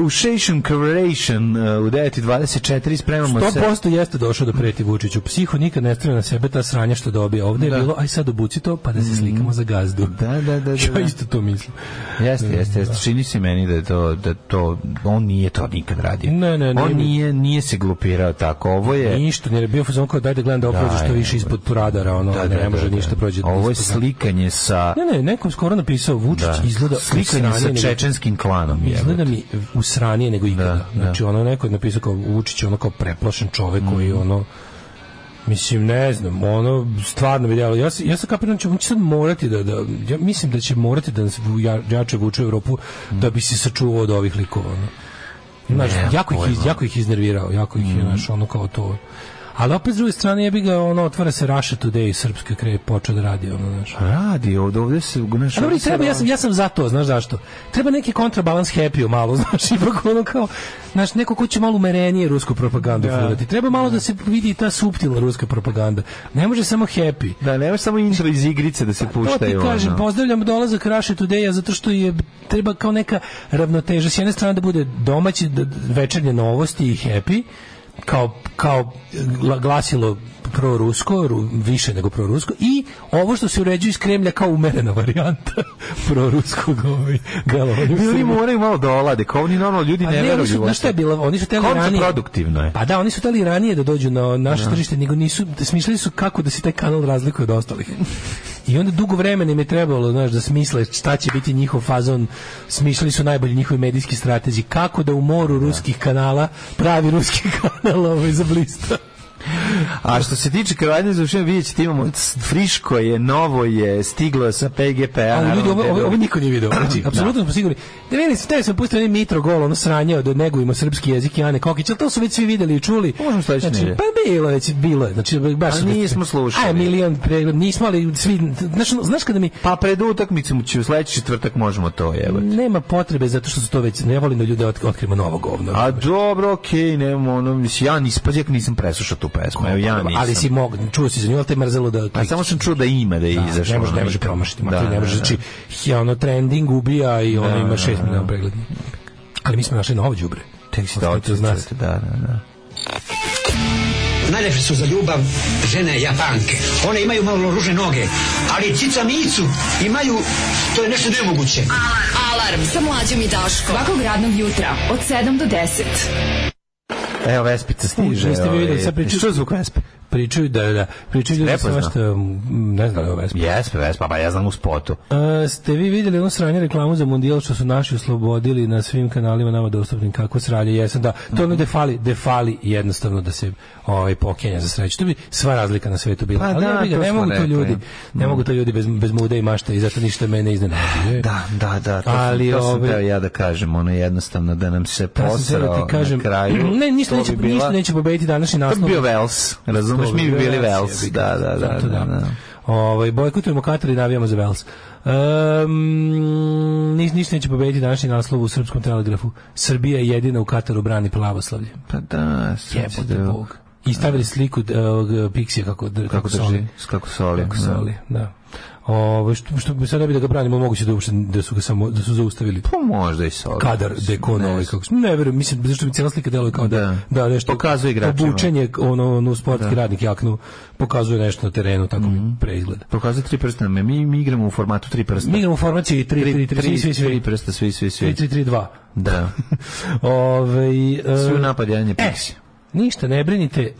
[SPEAKER 6] u Shation Corporation uh, u 9.24 spremamo se.
[SPEAKER 7] 100% jeste došao da preti Vučiću. Psiho nikad ne stavlja na sebe ta sranja što dobije. Ovde
[SPEAKER 6] Da. Mhm.
[SPEAKER 7] je bilo, aj sad obuci to, pa da se slikamo za gazdu.
[SPEAKER 6] Da, da, da, da, da.
[SPEAKER 7] Ja isto to mislim.
[SPEAKER 6] Jeste, jeste, jeste. Čini se meni da je to, da to, on nije to nikad radio.
[SPEAKER 7] Ne, ne,
[SPEAKER 6] On
[SPEAKER 7] nije.
[SPEAKER 6] nije, nije se glupirao tako. Ovo je...
[SPEAKER 7] Ništa, jer je bio fazon kao daj da gledam da oprođe što više ispod radara, ono,
[SPEAKER 6] Da,
[SPEAKER 7] ne,
[SPEAKER 6] da,
[SPEAKER 7] ne može
[SPEAKER 6] da, da.
[SPEAKER 7] ništa prođe.
[SPEAKER 6] Ovo je
[SPEAKER 7] ispod-
[SPEAKER 6] slikanje sa...
[SPEAKER 7] Ne, ne, nekom skoro napisao Vučić
[SPEAKER 6] Da.
[SPEAKER 7] Znači, izgleda
[SPEAKER 6] Slikanje
[SPEAKER 7] usranije
[SPEAKER 6] sa
[SPEAKER 7] nego-
[SPEAKER 6] čečenskim klanom. jebote.
[SPEAKER 7] Izgleda mi usranije nego ikada.
[SPEAKER 6] Da, da.
[SPEAKER 7] Znači, ono neko je napisao kao Vučić, ono kao preplašen čovek koji
[SPEAKER 6] Mhm.
[SPEAKER 7] ono... Mislim, ne znam, ono, stvarno vidjelo. Ja, se- ja sam kapiram, da će- on će sad morati da, da, ja mislim da će morati da nas vu- ja- jače vuče u Europu
[SPEAKER 6] Mhm.
[SPEAKER 7] da bi se sačuvao od ovih likova. Ono. Znaš,
[SPEAKER 6] Nemam
[SPEAKER 7] jako, ih, iz-
[SPEAKER 6] pojma. Mhm.
[SPEAKER 7] jako ih iznervirao, jako ih je, znaš, ono kao to. Ali opet s druge strane, jebi ga, ono, otvara se Russia Today, srpska kreje počeo da radi, ono, znaš.
[SPEAKER 6] Radi ovde, ovde se... Znaš, ono,
[SPEAKER 7] A dobro,
[SPEAKER 6] ovde
[SPEAKER 7] i
[SPEAKER 6] se
[SPEAKER 7] treba, ja sam, ja sam za to, znaš zašto. Treba neki kontrabalans happy malo, znaš, ipak ono kao, znaš, neko ko će malo umerenije rusku propagandu furati. Treba malo da se vidi i ta suptilna ruska propaganda. Ne može samo happy.
[SPEAKER 6] Da, nema samo intro iz igrice da se
[SPEAKER 7] Pa, To ti
[SPEAKER 6] puštaju.
[SPEAKER 7] kažem,
[SPEAKER 6] ono.
[SPEAKER 7] pozdravljam dolazak Russia Today-a zato što je treba kao neka ravnoteža. S jedne strane da bude domaći, da, večernje novosti i happy, kao, kao gla- glasilo prorusko, ru, više nego prorusko, i ovo što se uređuje iz Kremlja kao umerena varijanta proruskog ovaj, galovanja.
[SPEAKER 6] Ljudi moraju malo da olade, kao oni normalno ljudi
[SPEAKER 7] Pa
[SPEAKER 6] ne
[SPEAKER 7] ne, oni
[SPEAKER 6] veruju.
[SPEAKER 7] su,
[SPEAKER 6] u ovo.
[SPEAKER 7] znaš šta je bilo? Oni su teli ranije.
[SPEAKER 6] Kontraproduktivno je.
[SPEAKER 7] Pa da, oni su teli ranije da dođu na naše tržište, nego nisu, smislili su kako da se taj kanal razlikuje od ostalih. I onda dugo vremena im je trebalo, znaš, da smisle šta će biti njihov fazon. Smislili su najbolji njihovi medijski stratezi kako da u moru ruskih kanala pravi ruski kanal ovaj zablista.
[SPEAKER 6] A što se tiče krvadnje za ušima, vidjet ćete, imamo c- friško je, novo je, stiglo sa PGP-a.
[SPEAKER 7] Ali ljudi,
[SPEAKER 6] naravno,
[SPEAKER 7] ovo, ovo,
[SPEAKER 6] da-
[SPEAKER 7] ovo niko nije video. Znači, apsolutno smo sigurni. Da vidjeli ste, teo sam pustio onaj Mitro gol, ono sranje od negujemo srpski jezik i Ane Kokić, ali to su već svi videli i čuli.
[SPEAKER 6] Možemo sledeće
[SPEAKER 7] znači,
[SPEAKER 6] nedelje.
[SPEAKER 7] Pa bilo je već, bilo je. Znači, baš
[SPEAKER 6] Ali
[SPEAKER 7] su-
[SPEAKER 6] nismo slušali.
[SPEAKER 7] A, milion pregled, nismo, ali svi, znaš, ono, znaš kada mi
[SPEAKER 6] Pa pred utakmicom ću, sledeći četvrtak možemo to jebati.
[SPEAKER 7] nema potrebe zato što su to već, ne volim da ljude otk- otkrimo novo govno.
[SPEAKER 6] A dobro, okej, nemamo ono, mislim, ja nisam, pa ja nisam preslušao tu pesmu, evo ja nisam.
[SPEAKER 7] Ali si mog, čuo si za nju, ali te je mrzelo da...
[SPEAKER 6] Pa samo sam čuo da ima da je
[SPEAKER 7] Da,
[SPEAKER 6] izašao.
[SPEAKER 7] ne može,
[SPEAKER 6] ono,
[SPEAKER 7] ne može
[SPEAKER 6] nikad.
[SPEAKER 7] promašiti,
[SPEAKER 6] Da,
[SPEAKER 7] da, ne
[SPEAKER 6] da,
[SPEAKER 7] može,
[SPEAKER 6] da.
[SPEAKER 7] znači, ja, ono, trending ubija i ono ima 6 miliona pregleda. Ali mi smo našli novo đubre. Tek si
[SPEAKER 6] Da, odsjećate, da, da, da.
[SPEAKER 2] Najlepše su za ljubav žene Japanke. One imaju malo ruže noge, ali cica micu imaju, to je nešto nemoguće.
[SPEAKER 5] Alarm sa mlađom i Daškom. Svakog radnog jutra od 7 do 10.
[SPEAKER 6] Evo, Vespica stiže.
[SPEAKER 7] Jeste vi videli, sad pričaju-
[SPEAKER 6] ovaj, Što zvuk Vespe?
[SPEAKER 7] Pričaju da, da, pričaju da
[SPEAKER 6] Prepozna.
[SPEAKER 7] svašta, mm, ne znam da je ovo Vespa.
[SPEAKER 6] Jespe, Vespa, pa ja znam u spotu.
[SPEAKER 7] A, ste vi vidjeli onu sranje reklamu za mundijal što su naši oslobodili na svim kanalima nama dostupnim kako sranje jesam da to
[SPEAKER 6] Mhm.
[SPEAKER 7] ono defali defali jednostavno da se ovaj pokenja za sreću to bi sva razlika na svetu bila
[SPEAKER 6] Pa
[SPEAKER 7] ali
[SPEAKER 6] da,
[SPEAKER 7] jebi ga,
[SPEAKER 6] to
[SPEAKER 7] ne
[SPEAKER 6] smo
[SPEAKER 7] mogu to
[SPEAKER 6] rekli.
[SPEAKER 7] ljudi ne mogu to ljudi bez bez mude i mašte i zato ništa mene iznenađuje
[SPEAKER 6] Da, da, da, to,
[SPEAKER 7] Ali,
[SPEAKER 6] ali, sam, to sam
[SPEAKER 7] ovaj,
[SPEAKER 6] teo ja da kažem, ono jednostavno da nam se
[SPEAKER 7] Ja sam sad da
[SPEAKER 6] posrao
[SPEAKER 7] ti kažem,
[SPEAKER 6] na kraju.
[SPEAKER 7] ne, ništa
[SPEAKER 6] to
[SPEAKER 7] neće,
[SPEAKER 6] bi bila-
[SPEAKER 7] ništa neće pobediti
[SPEAKER 6] To
[SPEAKER 7] današnji
[SPEAKER 6] bi
[SPEAKER 7] naslov.
[SPEAKER 6] bio Vels, razumeš,
[SPEAKER 7] To
[SPEAKER 6] mi bi
[SPEAKER 7] bio
[SPEAKER 6] bili
[SPEAKER 7] Wales,
[SPEAKER 6] Vels,
[SPEAKER 7] jebi
[SPEAKER 6] da,
[SPEAKER 7] ga.
[SPEAKER 6] da, da,
[SPEAKER 7] Zato
[SPEAKER 6] da, da.
[SPEAKER 7] Ovaj, bojkotujemo Katar i navijamo za Vels. Um, niš, ništa neće pobediti današnji naslov u Srpskom telegrafu. Srbija je jedina u Kataru brani pravoslavlje.
[SPEAKER 6] Pa da, sad se
[SPEAKER 7] Jebote
[SPEAKER 6] da-
[SPEAKER 7] Bog. I stavili sliku e, ovog Pixija kako, dr-
[SPEAKER 6] Kako drži,
[SPEAKER 7] soli.
[SPEAKER 6] s kako soli.
[SPEAKER 7] Kako
[SPEAKER 6] da.
[SPEAKER 7] soli, da. Ovo, što, što bi sad ne bi da ga branimo, moguće da, uopšte, da su ga samo, da su zaustavili.
[SPEAKER 6] Pa možda i soli.
[SPEAKER 7] kadar dekon
[SPEAKER 6] Ne
[SPEAKER 7] ovaj
[SPEAKER 6] znam.
[SPEAKER 7] kako se- ne verujem mislim zašto mi cela slika deluje kao da
[SPEAKER 6] Da.
[SPEAKER 7] da nešto
[SPEAKER 6] Pokazuje igračima.
[SPEAKER 7] obučenje ono ono sportski radnik jaknu pokazuje nešto na terenu tako mi
[SPEAKER 6] Mhm.
[SPEAKER 7] preizgleda
[SPEAKER 6] Pokazuje tri prsta na me, mi, mi igramo u formatu tri prsta.
[SPEAKER 7] mi igramo u formaciji 3 3 3 svi svi
[SPEAKER 6] tri
[SPEAKER 7] svi
[SPEAKER 6] prsta, svi, svi, svi.
[SPEAKER 7] 3 3 2
[SPEAKER 6] Da,
[SPEAKER 7] ovaj e,
[SPEAKER 6] svi u napad, jedan je
[SPEAKER 7] e,
[SPEAKER 6] Pixi.
[SPEAKER 7] ništa ne brinite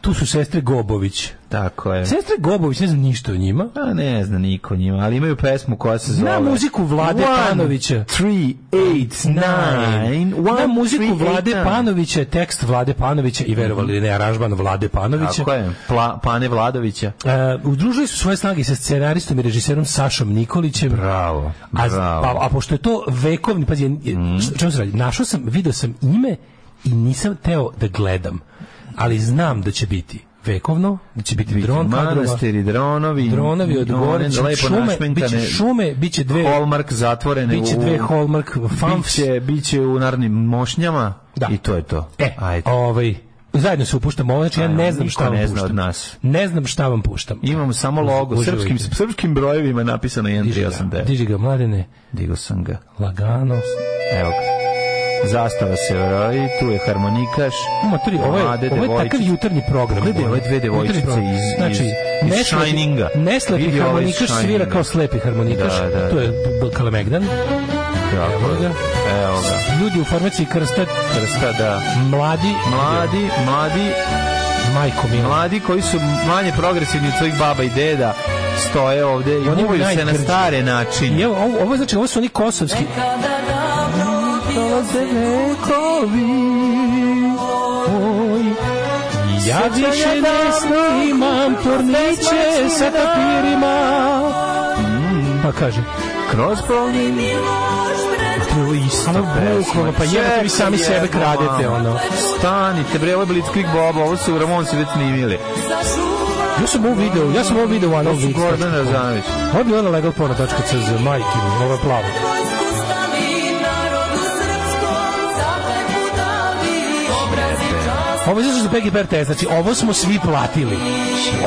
[SPEAKER 7] tu su sestre Gobović
[SPEAKER 6] Tako je.
[SPEAKER 7] sestre Gobović ne znam ništa o njima
[SPEAKER 6] A ne zna niko o njima, ali imaju pesmu koja se zove...
[SPEAKER 7] Zna muziku Vlade Panovića.
[SPEAKER 6] 3, 8, 9, 1,
[SPEAKER 7] Na muziku Vlade Panovića, tekst Vlade Panovića i verovali ili ne, aranžman Vlade Panovića.
[SPEAKER 6] Tako je, Pla, Pane Vladovića.
[SPEAKER 7] E, udružili su svoje snage sa scenaristom i režiserom Sašom Nikolićem.
[SPEAKER 6] Bravo,
[SPEAKER 7] A,
[SPEAKER 6] bravo.
[SPEAKER 7] pa, a pošto je to vekovni, pazi, mm. čemu se radi? Našao sam, video sam ime i nisam teo da gledam, ali znam da će biti vekovno, da će biti dron kadrova,
[SPEAKER 6] Manastiri, dronovi,
[SPEAKER 7] dronovi od gore,
[SPEAKER 6] one
[SPEAKER 7] bit će
[SPEAKER 6] lepo
[SPEAKER 7] šume, bit će
[SPEAKER 6] našminkane,
[SPEAKER 7] šume, bit će dve,
[SPEAKER 6] Hallmark zatvorene
[SPEAKER 7] bit će dve
[SPEAKER 6] u...
[SPEAKER 7] Hallmark fanfs.
[SPEAKER 6] Biće, biće u narodnim mošnjama
[SPEAKER 7] Da.
[SPEAKER 6] i to je to.
[SPEAKER 7] E,
[SPEAKER 6] Ajde.
[SPEAKER 7] ovaj, zajedno se upuštamo, ovo, znači ja
[SPEAKER 6] Ajde,
[SPEAKER 7] ne znam
[SPEAKER 6] niko
[SPEAKER 7] šta vam
[SPEAKER 6] ne zna
[SPEAKER 7] puštam.
[SPEAKER 6] od nas.
[SPEAKER 7] Ne znam šta vam puštam.
[SPEAKER 6] Imamo samo logo,
[SPEAKER 7] Uživajte.
[SPEAKER 6] srpskim, srpskim brojevima je napisano
[SPEAKER 7] Diži ga,
[SPEAKER 6] 1389.
[SPEAKER 7] diži ga mladene,
[SPEAKER 6] Digo sam ga.
[SPEAKER 7] lagano.
[SPEAKER 6] Evo ga. zastava se roji, tu je harmonikaš.
[SPEAKER 7] Matori, ovo je,
[SPEAKER 6] mlade
[SPEAKER 7] ovo je takav
[SPEAKER 6] devojčice.
[SPEAKER 7] jutarnji program.
[SPEAKER 6] Pogledaj ove dve devojčice
[SPEAKER 7] Jutarnji program.
[SPEAKER 6] iz, iz,
[SPEAKER 7] znači,
[SPEAKER 6] iz
[SPEAKER 7] neslepi-
[SPEAKER 6] Shininga.
[SPEAKER 7] Neslepi
[SPEAKER 6] Vidi ove iz
[SPEAKER 7] harmonikaš svira
[SPEAKER 6] Shininga.
[SPEAKER 7] kao slepi harmonikaš.
[SPEAKER 6] Da, da,
[SPEAKER 7] To je
[SPEAKER 6] da.
[SPEAKER 7] B- B- Kalemegdan.
[SPEAKER 6] Tako
[SPEAKER 7] Evo
[SPEAKER 6] je.
[SPEAKER 7] ga.
[SPEAKER 6] Evo ga.
[SPEAKER 7] Ljudi u formaciji krsta,
[SPEAKER 6] Krsta, da.
[SPEAKER 7] mladi,
[SPEAKER 6] Mladi, mladi,
[SPEAKER 7] majko mi.
[SPEAKER 6] mladi koji su manje progresivni od svojih baba i deda stoje ovde i
[SPEAKER 7] Oni
[SPEAKER 6] muvaju se na
[SPEAKER 7] najgrđi.
[SPEAKER 6] stare načine.
[SPEAKER 7] I evo, ovo, ovo, znači, ovo su oni kosovski. Dolaze vekovi, oj, Ja više ne snimam porniče sa papirima. Pa kaže,
[SPEAKER 6] Kroz polninu To je ovo isto
[SPEAKER 7] Ono
[SPEAKER 6] pesma.
[SPEAKER 7] bukvalno, pa jebate
[SPEAKER 6] Čekaj,
[SPEAKER 7] vi sami sebe
[SPEAKER 6] jebo,
[SPEAKER 7] kradete,
[SPEAKER 6] mamo.
[SPEAKER 7] ono.
[SPEAKER 6] Stanite bre, ovo je Blitzkrieg Boba, ovo su Ramonsi već snimili.
[SPEAKER 7] ja sam ovo video, ja sam ovo video u znači,
[SPEAKER 6] To
[SPEAKER 7] Anal
[SPEAKER 6] su
[SPEAKER 7] Vix.
[SPEAKER 6] Gordana Razanović.
[SPEAKER 7] Ovo je bilo na legalporno.cz, majke mi, ovo je plavo. Ovo je zato što Peggy Berte, znači ovo smo svi platili.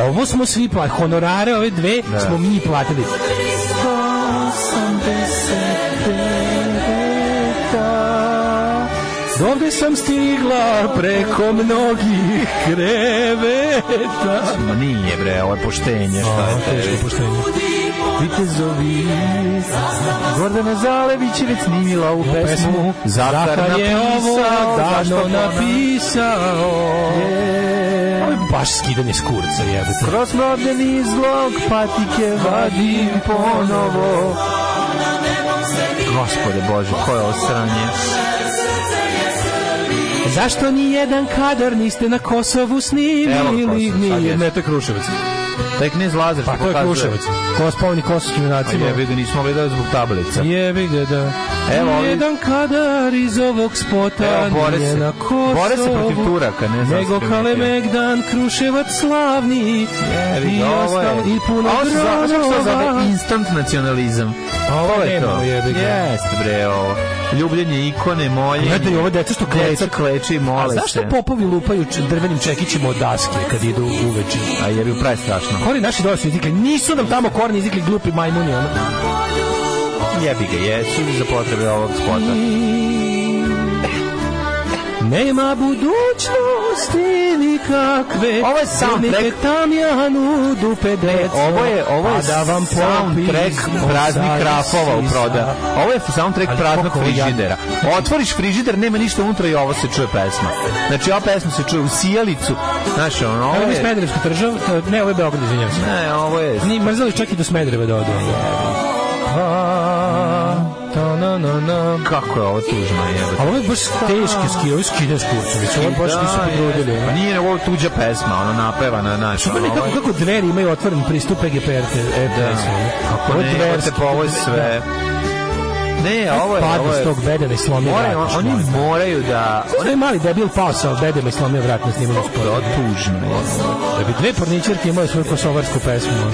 [SPEAKER 7] Ovo smo svi platili. Honorare ove dve
[SPEAKER 6] Da.
[SPEAKER 7] smo mi platili. Ovde sam stigla preko mnogih kreveta.
[SPEAKER 6] Ma nije bre, ovo je poštenje. Šta
[SPEAKER 7] A,
[SPEAKER 6] je
[SPEAKER 7] teško
[SPEAKER 6] tebi?
[SPEAKER 7] puštenje.
[SPEAKER 6] Vitezovi Gordana Zalević je već snimila ovu pesmu
[SPEAKER 7] Zahar je ovo davno napisao. Ovo je baš skidanje s kurca, jebate.
[SPEAKER 6] Kroz mrobljen izlog patike vadim ponovo Gospode Bože, koje ovo sranje
[SPEAKER 7] Zašto ni jedan kadar niste na Kosovu
[SPEAKER 6] Evo na Kosovu,
[SPEAKER 7] snimili?
[SPEAKER 6] sad jeste.
[SPEAKER 7] Nije, ne, to je Kruševac.
[SPEAKER 6] Taj knez Lazar
[SPEAKER 7] Pa
[SPEAKER 6] što
[SPEAKER 7] to je
[SPEAKER 6] pokazuje.
[SPEAKER 7] Kruševac. Ko spomeni
[SPEAKER 6] A
[SPEAKER 7] kosovskim junacima.
[SPEAKER 6] jebe ga, nismo gledali zbog tablica
[SPEAKER 7] Jebi ga da.
[SPEAKER 6] Evo,
[SPEAKER 7] Ni
[SPEAKER 6] ovdje-
[SPEAKER 7] jedan kadar iz ovog spota
[SPEAKER 6] Evo, bore
[SPEAKER 7] nije
[SPEAKER 6] se.
[SPEAKER 7] na Kosovu.
[SPEAKER 6] Bore se protiv Turaka, ne znam
[SPEAKER 7] Nego
[SPEAKER 6] što je
[SPEAKER 7] Kalemegdan, Kruševac slavni.
[SPEAKER 6] Jebi
[SPEAKER 7] I
[SPEAKER 6] ga, ovo je
[SPEAKER 7] ostalo, i puno
[SPEAKER 6] A ovo se zove- znaš kako se
[SPEAKER 7] dronova.
[SPEAKER 6] zove instant nacionalizam
[SPEAKER 7] Ovo
[SPEAKER 6] Ovo je
[SPEAKER 7] nemamo,
[SPEAKER 6] to
[SPEAKER 7] jebi ga.
[SPEAKER 6] Jeste bre ovo Ljubljenje ikone, moljenje
[SPEAKER 7] Gledaj ovo deca što kleca.
[SPEAKER 6] Deca kleče i
[SPEAKER 7] A
[SPEAKER 6] mole se
[SPEAKER 7] zašto popovi lupaju č- drvenim čekićima od daske kad idu uveče?
[SPEAKER 6] A jebi pravi strašno
[SPEAKER 7] Kori naši dole su izikli, nisu nam tamo korni izikli glupi majmuni, ono.
[SPEAKER 6] Jebi ga, jesu za potrebe ovog spota
[SPEAKER 7] Nema budućnosti nikakve.
[SPEAKER 6] Ovo je soundtrack.
[SPEAKER 7] Neke tamjanu dupe deco.
[SPEAKER 6] Ovo je, ovo je
[SPEAKER 7] a da vam
[SPEAKER 6] soundtrack
[SPEAKER 7] popizmo
[SPEAKER 6] praznih
[SPEAKER 7] zavisi
[SPEAKER 6] rafova u proda.
[SPEAKER 7] sa-
[SPEAKER 6] Ovo je soundtrack
[SPEAKER 7] Ali
[SPEAKER 6] praznog
[SPEAKER 7] koliko ovo jadno.
[SPEAKER 6] frižidera. Otvoriš frižider, nema ništa unutra i ovo se čuje pesma. Znači, ova pesma se čuje u sijalicu. Znaš, ono, ovo
[SPEAKER 7] Ovo je
[SPEAKER 6] je...
[SPEAKER 7] Smederevska država, ne, ovo je Beograd, izvinjavam se.
[SPEAKER 6] Ne, ovo je... Pa,
[SPEAKER 7] Ni mrzali su čak i do Smedereva da odu. Ta na na na.
[SPEAKER 6] Kako je ovo tužno, jebe.
[SPEAKER 7] Ali ovo je baš teški ski, ovo je skideš kurcović, ovo baš nisu eh? pogodili.
[SPEAKER 6] Pa nije ovo tuđa pesma, ono napevana, znaš.
[SPEAKER 7] Super mi
[SPEAKER 6] ono, ovo
[SPEAKER 7] kako,
[SPEAKER 6] je-
[SPEAKER 7] kako dveri imaju otvoren pristup EGPRT.
[SPEAKER 6] Da.
[SPEAKER 7] ono?
[SPEAKER 6] Ako ne, jebote, pa ovo je sve... Ne, ovo je...
[SPEAKER 7] Padne
[SPEAKER 6] ovo je-
[SPEAKER 7] s tog znači, bedema i slomio vrat.
[SPEAKER 6] Moraju, oni moraju da...
[SPEAKER 7] Sve mali debil pao sa bedema i slomio vrat na snimanju
[SPEAKER 6] Da,
[SPEAKER 7] spora.
[SPEAKER 6] tužno je.
[SPEAKER 7] Da bi dve porničarke imaju svoju kosovarsku pesmu. ono.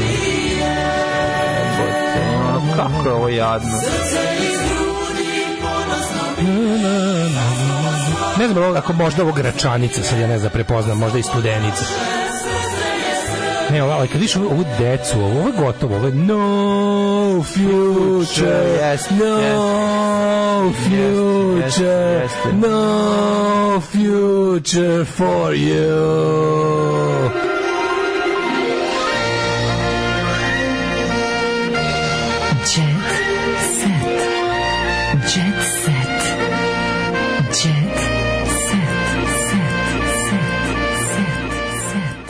[SPEAKER 6] Ono, Kako je ovo jadno.
[SPEAKER 7] Ne znam ovo- ako možda ovo gračanica, sad ja ne znam, prepoznam, možda i studenica. Ne, ovo, ali kad vidiš ovu, ovu decu, ovo, ovo je gotovo, ovo je no future,
[SPEAKER 6] Yes,
[SPEAKER 7] no
[SPEAKER 6] yes,
[SPEAKER 7] future,
[SPEAKER 6] yes, yes.
[SPEAKER 7] no future for you.
[SPEAKER 5] Jet set. Jet set. Jet set.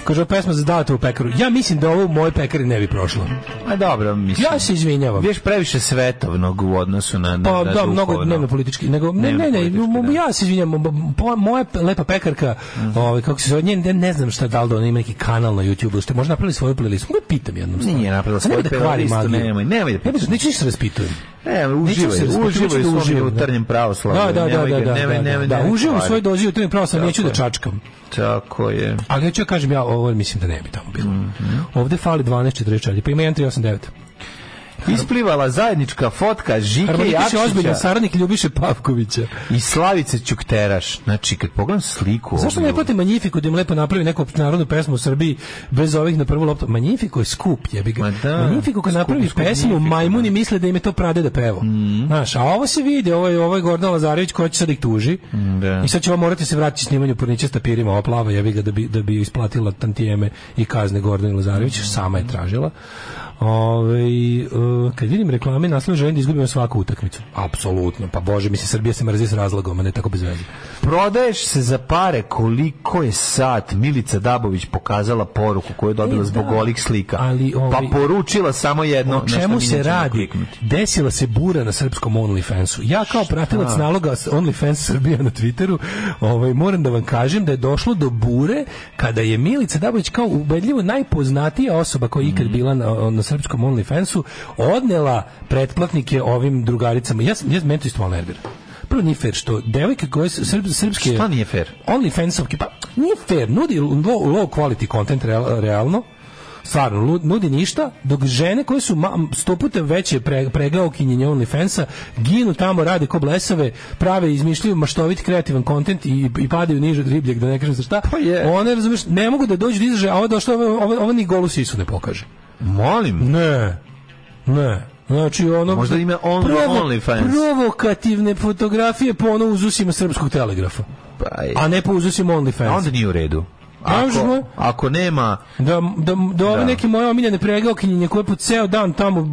[SPEAKER 7] Kaže, ovo je pesma za date u pekaru. Ja mislim da ovo u mojoj pekari ne bi prošlo.
[SPEAKER 6] A dobro, mislim.
[SPEAKER 7] Ja se izvinjavam.
[SPEAKER 6] Viš previše svetovnog u odnosu na, na,
[SPEAKER 7] Pa
[SPEAKER 6] na
[SPEAKER 7] da, mnogo
[SPEAKER 6] duhovno.
[SPEAKER 7] dnevno politički, nego ne, ne, ne,
[SPEAKER 6] Dakle, znači, Dnevno politički,
[SPEAKER 7] mo-
[SPEAKER 6] da. Mhm.
[SPEAKER 7] ja se izvinjam, mo- po- moja pe- lepa pekarka, ovaj kako se zove, njen, ne, ne znam šta da li da ona ima neki kanal na YouTubeu, ste možda napravili svoju playlistu, mogu pitam jednom. stvar.
[SPEAKER 6] Nije napravila
[SPEAKER 7] A nemoj
[SPEAKER 6] svoju
[SPEAKER 7] da kvari
[SPEAKER 6] playlistu,
[SPEAKER 7] magiju.
[SPEAKER 6] nemoj, nemoj da
[SPEAKER 7] Ja bi- neću ništa raspitujem.
[SPEAKER 6] E,
[SPEAKER 7] Neću
[SPEAKER 6] uživaj,
[SPEAKER 7] se raspitujem,
[SPEAKER 6] uživaj u
[SPEAKER 7] neću da
[SPEAKER 6] svom
[SPEAKER 7] uživam, da.
[SPEAKER 6] jutarnjem
[SPEAKER 7] Da,
[SPEAKER 6] pravoslavu.
[SPEAKER 7] da, da,
[SPEAKER 6] nemoj
[SPEAKER 7] da,
[SPEAKER 6] ga-
[SPEAKER 7] da,
[SPEAKER 6] nemoj-
[SPEAKER 7] da,
[SPEAKER 6] nemoj-
[SPEAKER 7] da,
[SPEAKER 6] nemoj
[SPEAKER 7] uživam u
[SPEAKER 6] kvari.
[SPEAKER 7] svojoj dozi, u tome pravo sam, neću da
[SPEAKER 6] je.
[SPEAKER 7] čačkam.
[SPEAKER 6] Tako je.
[SPEAKER 7] Ali ja ću ja
[SPEAKER 6] Mhm.
[SPEAKER 7] kažem, ja ovo mislim da ne bi tamo bilo. Ovde fali 12.44, pa ima 1389.
[SPEAKER 6] Isplivala zajednička fotka Žike
[SPEAKER 7] Harmonikaš je ozbiljan
[SPEAKER 6] Jakšića
[SPEAKER 7] saradnik Ljubiše Pavkovića.
[SPEAKER 6] i Slavice Ćukteraš. Znači, kad pogledam sliku...
[SPEAKER 7] Zašto
[SPEAKER 6] ovdje-
[SPEAKER 7] ne plate Magnifiku da im lepo napravi neku narodnu pesmu u Srbiji bez ovih na prvu loptu? Magnifiku je skup, jebi ga.
[SPEAKER 6] Ma da,
[SPEAKER 7] Magnifiku kad
[SPEAKER 6] skup,
[SPEAKER 7] napravi
[SPEAKER 6] skup
[SPEAKER 7] pesmu,
[SPEAKER 6] Magnifico, Mhm.
[SPEAKER 7] majmuni misle da im je to prade da pevo. Znaš, a ovo se vidi, ovo je, ovo je Gordana Lazarević koja će sad da ih tuži.
[SPEAKER 6] Mm, da.
[SPEAKER 7] I sad će ovo morati se vratiti snimanju porniče s tapirima, ova plava jebi ga da bi, da bi isplatila tantijeme i kazne Gordani Lazarević,
[SPEAKER 6] Mhm.
[SPEAKER 7] sama je tražila. Ove, e, kad vidim reklame, naslovno želim da izgubimo svaku utakmicu. Apsolutno, pa bože, mislim, Srbija se mrzi s razlogom, a ne tako bez veze.
[SPEAKER 6] Prodaješ se za pare koliko je sat Milica Dabović pokazala poruku koju je dobila
[SPEAKER 7] E,
[SPEAKER 6] zbog
[SPEAKER 7] da.
[SPEAKER 6] olih slika.
[SPEAKER 7] Ali, ovi-
[SPEAKER 6] Pa poručila samo jedno.
[SPEAKER 7] O
[SPEAKER 6] na šta
[SPEAKER 7] čemu
[SPEAKER 6] mi
[SPEAKER 7] se
[SPEAKER 6] nećemo
[SPEAKER 7] radi?
[SPEAKER 6] kliknuti.
[SPEAKER 7] Desila se bura na srpskom OnlyFansu. Ja kao pratilac naloga s- OnlyFans Srbija na Twitteru, ovaj, moram da vam kažem da je došlo do bure kada je Milica Dabović kao ubedljivo najpoznatija osoba koja je
[SPEAKER 6] Mhm.
[SPEAKER 7] ikad bila na, na srpskom OnlyFansu odnela pretplatnike ovim drugaricama. Ja, sam- ja meni to isto malo nervira. Prvo nije fair što devojke koje su srp, srpske...
[SPEAKER 6] Šta Pa nije fair?
[SPEAKER 7] OnlyFansovke, pa nije fair, nudi low, low quality content real- realno, stvarno, lu- nudi ništa, dok žene koje su ma- sto puta veće pre, pregaokinjenje OnlyFansa, ginu tamo, rade ko blesave, prave, izmišljaju maštovit kreativan kontent i, i padaju niže od ribljeg, da ne kažem za šta,
[SPEAKER 6] Pa je.
[SPEAKER 7] one, razumeš, ne mogu da dođu do izražaja, a ovo je došlo, ovo, ovo, ovo ni golu sisu ne pokaže.
[SPEAKER 6] Molim.
[SPEAKER 7] Ne, ne. Znači ono
[SPEAKER 6] Možda ima on- OnlyFans.
[SPEAKER 7] provokativne fotografije po ono uzusima srpskog telegrafa.
[SPEAKER 6] Pa je.
[SPEAKER 7] A ne po uzusima
[SPEAKER 6] A
[SPEAKER 7] OnlyFans.
[SPEAKER 6] onda nije u redu. Ako,
[SPEAKER 7] Možemo.
[SPEAKER 6] ako nema...
[SPEAKER 7] Da, da, da ove
[SPEAKER 6] Da.
[SPEAKER 7] neke moje omiljene pregaokinjenje koje po ceo dan tamo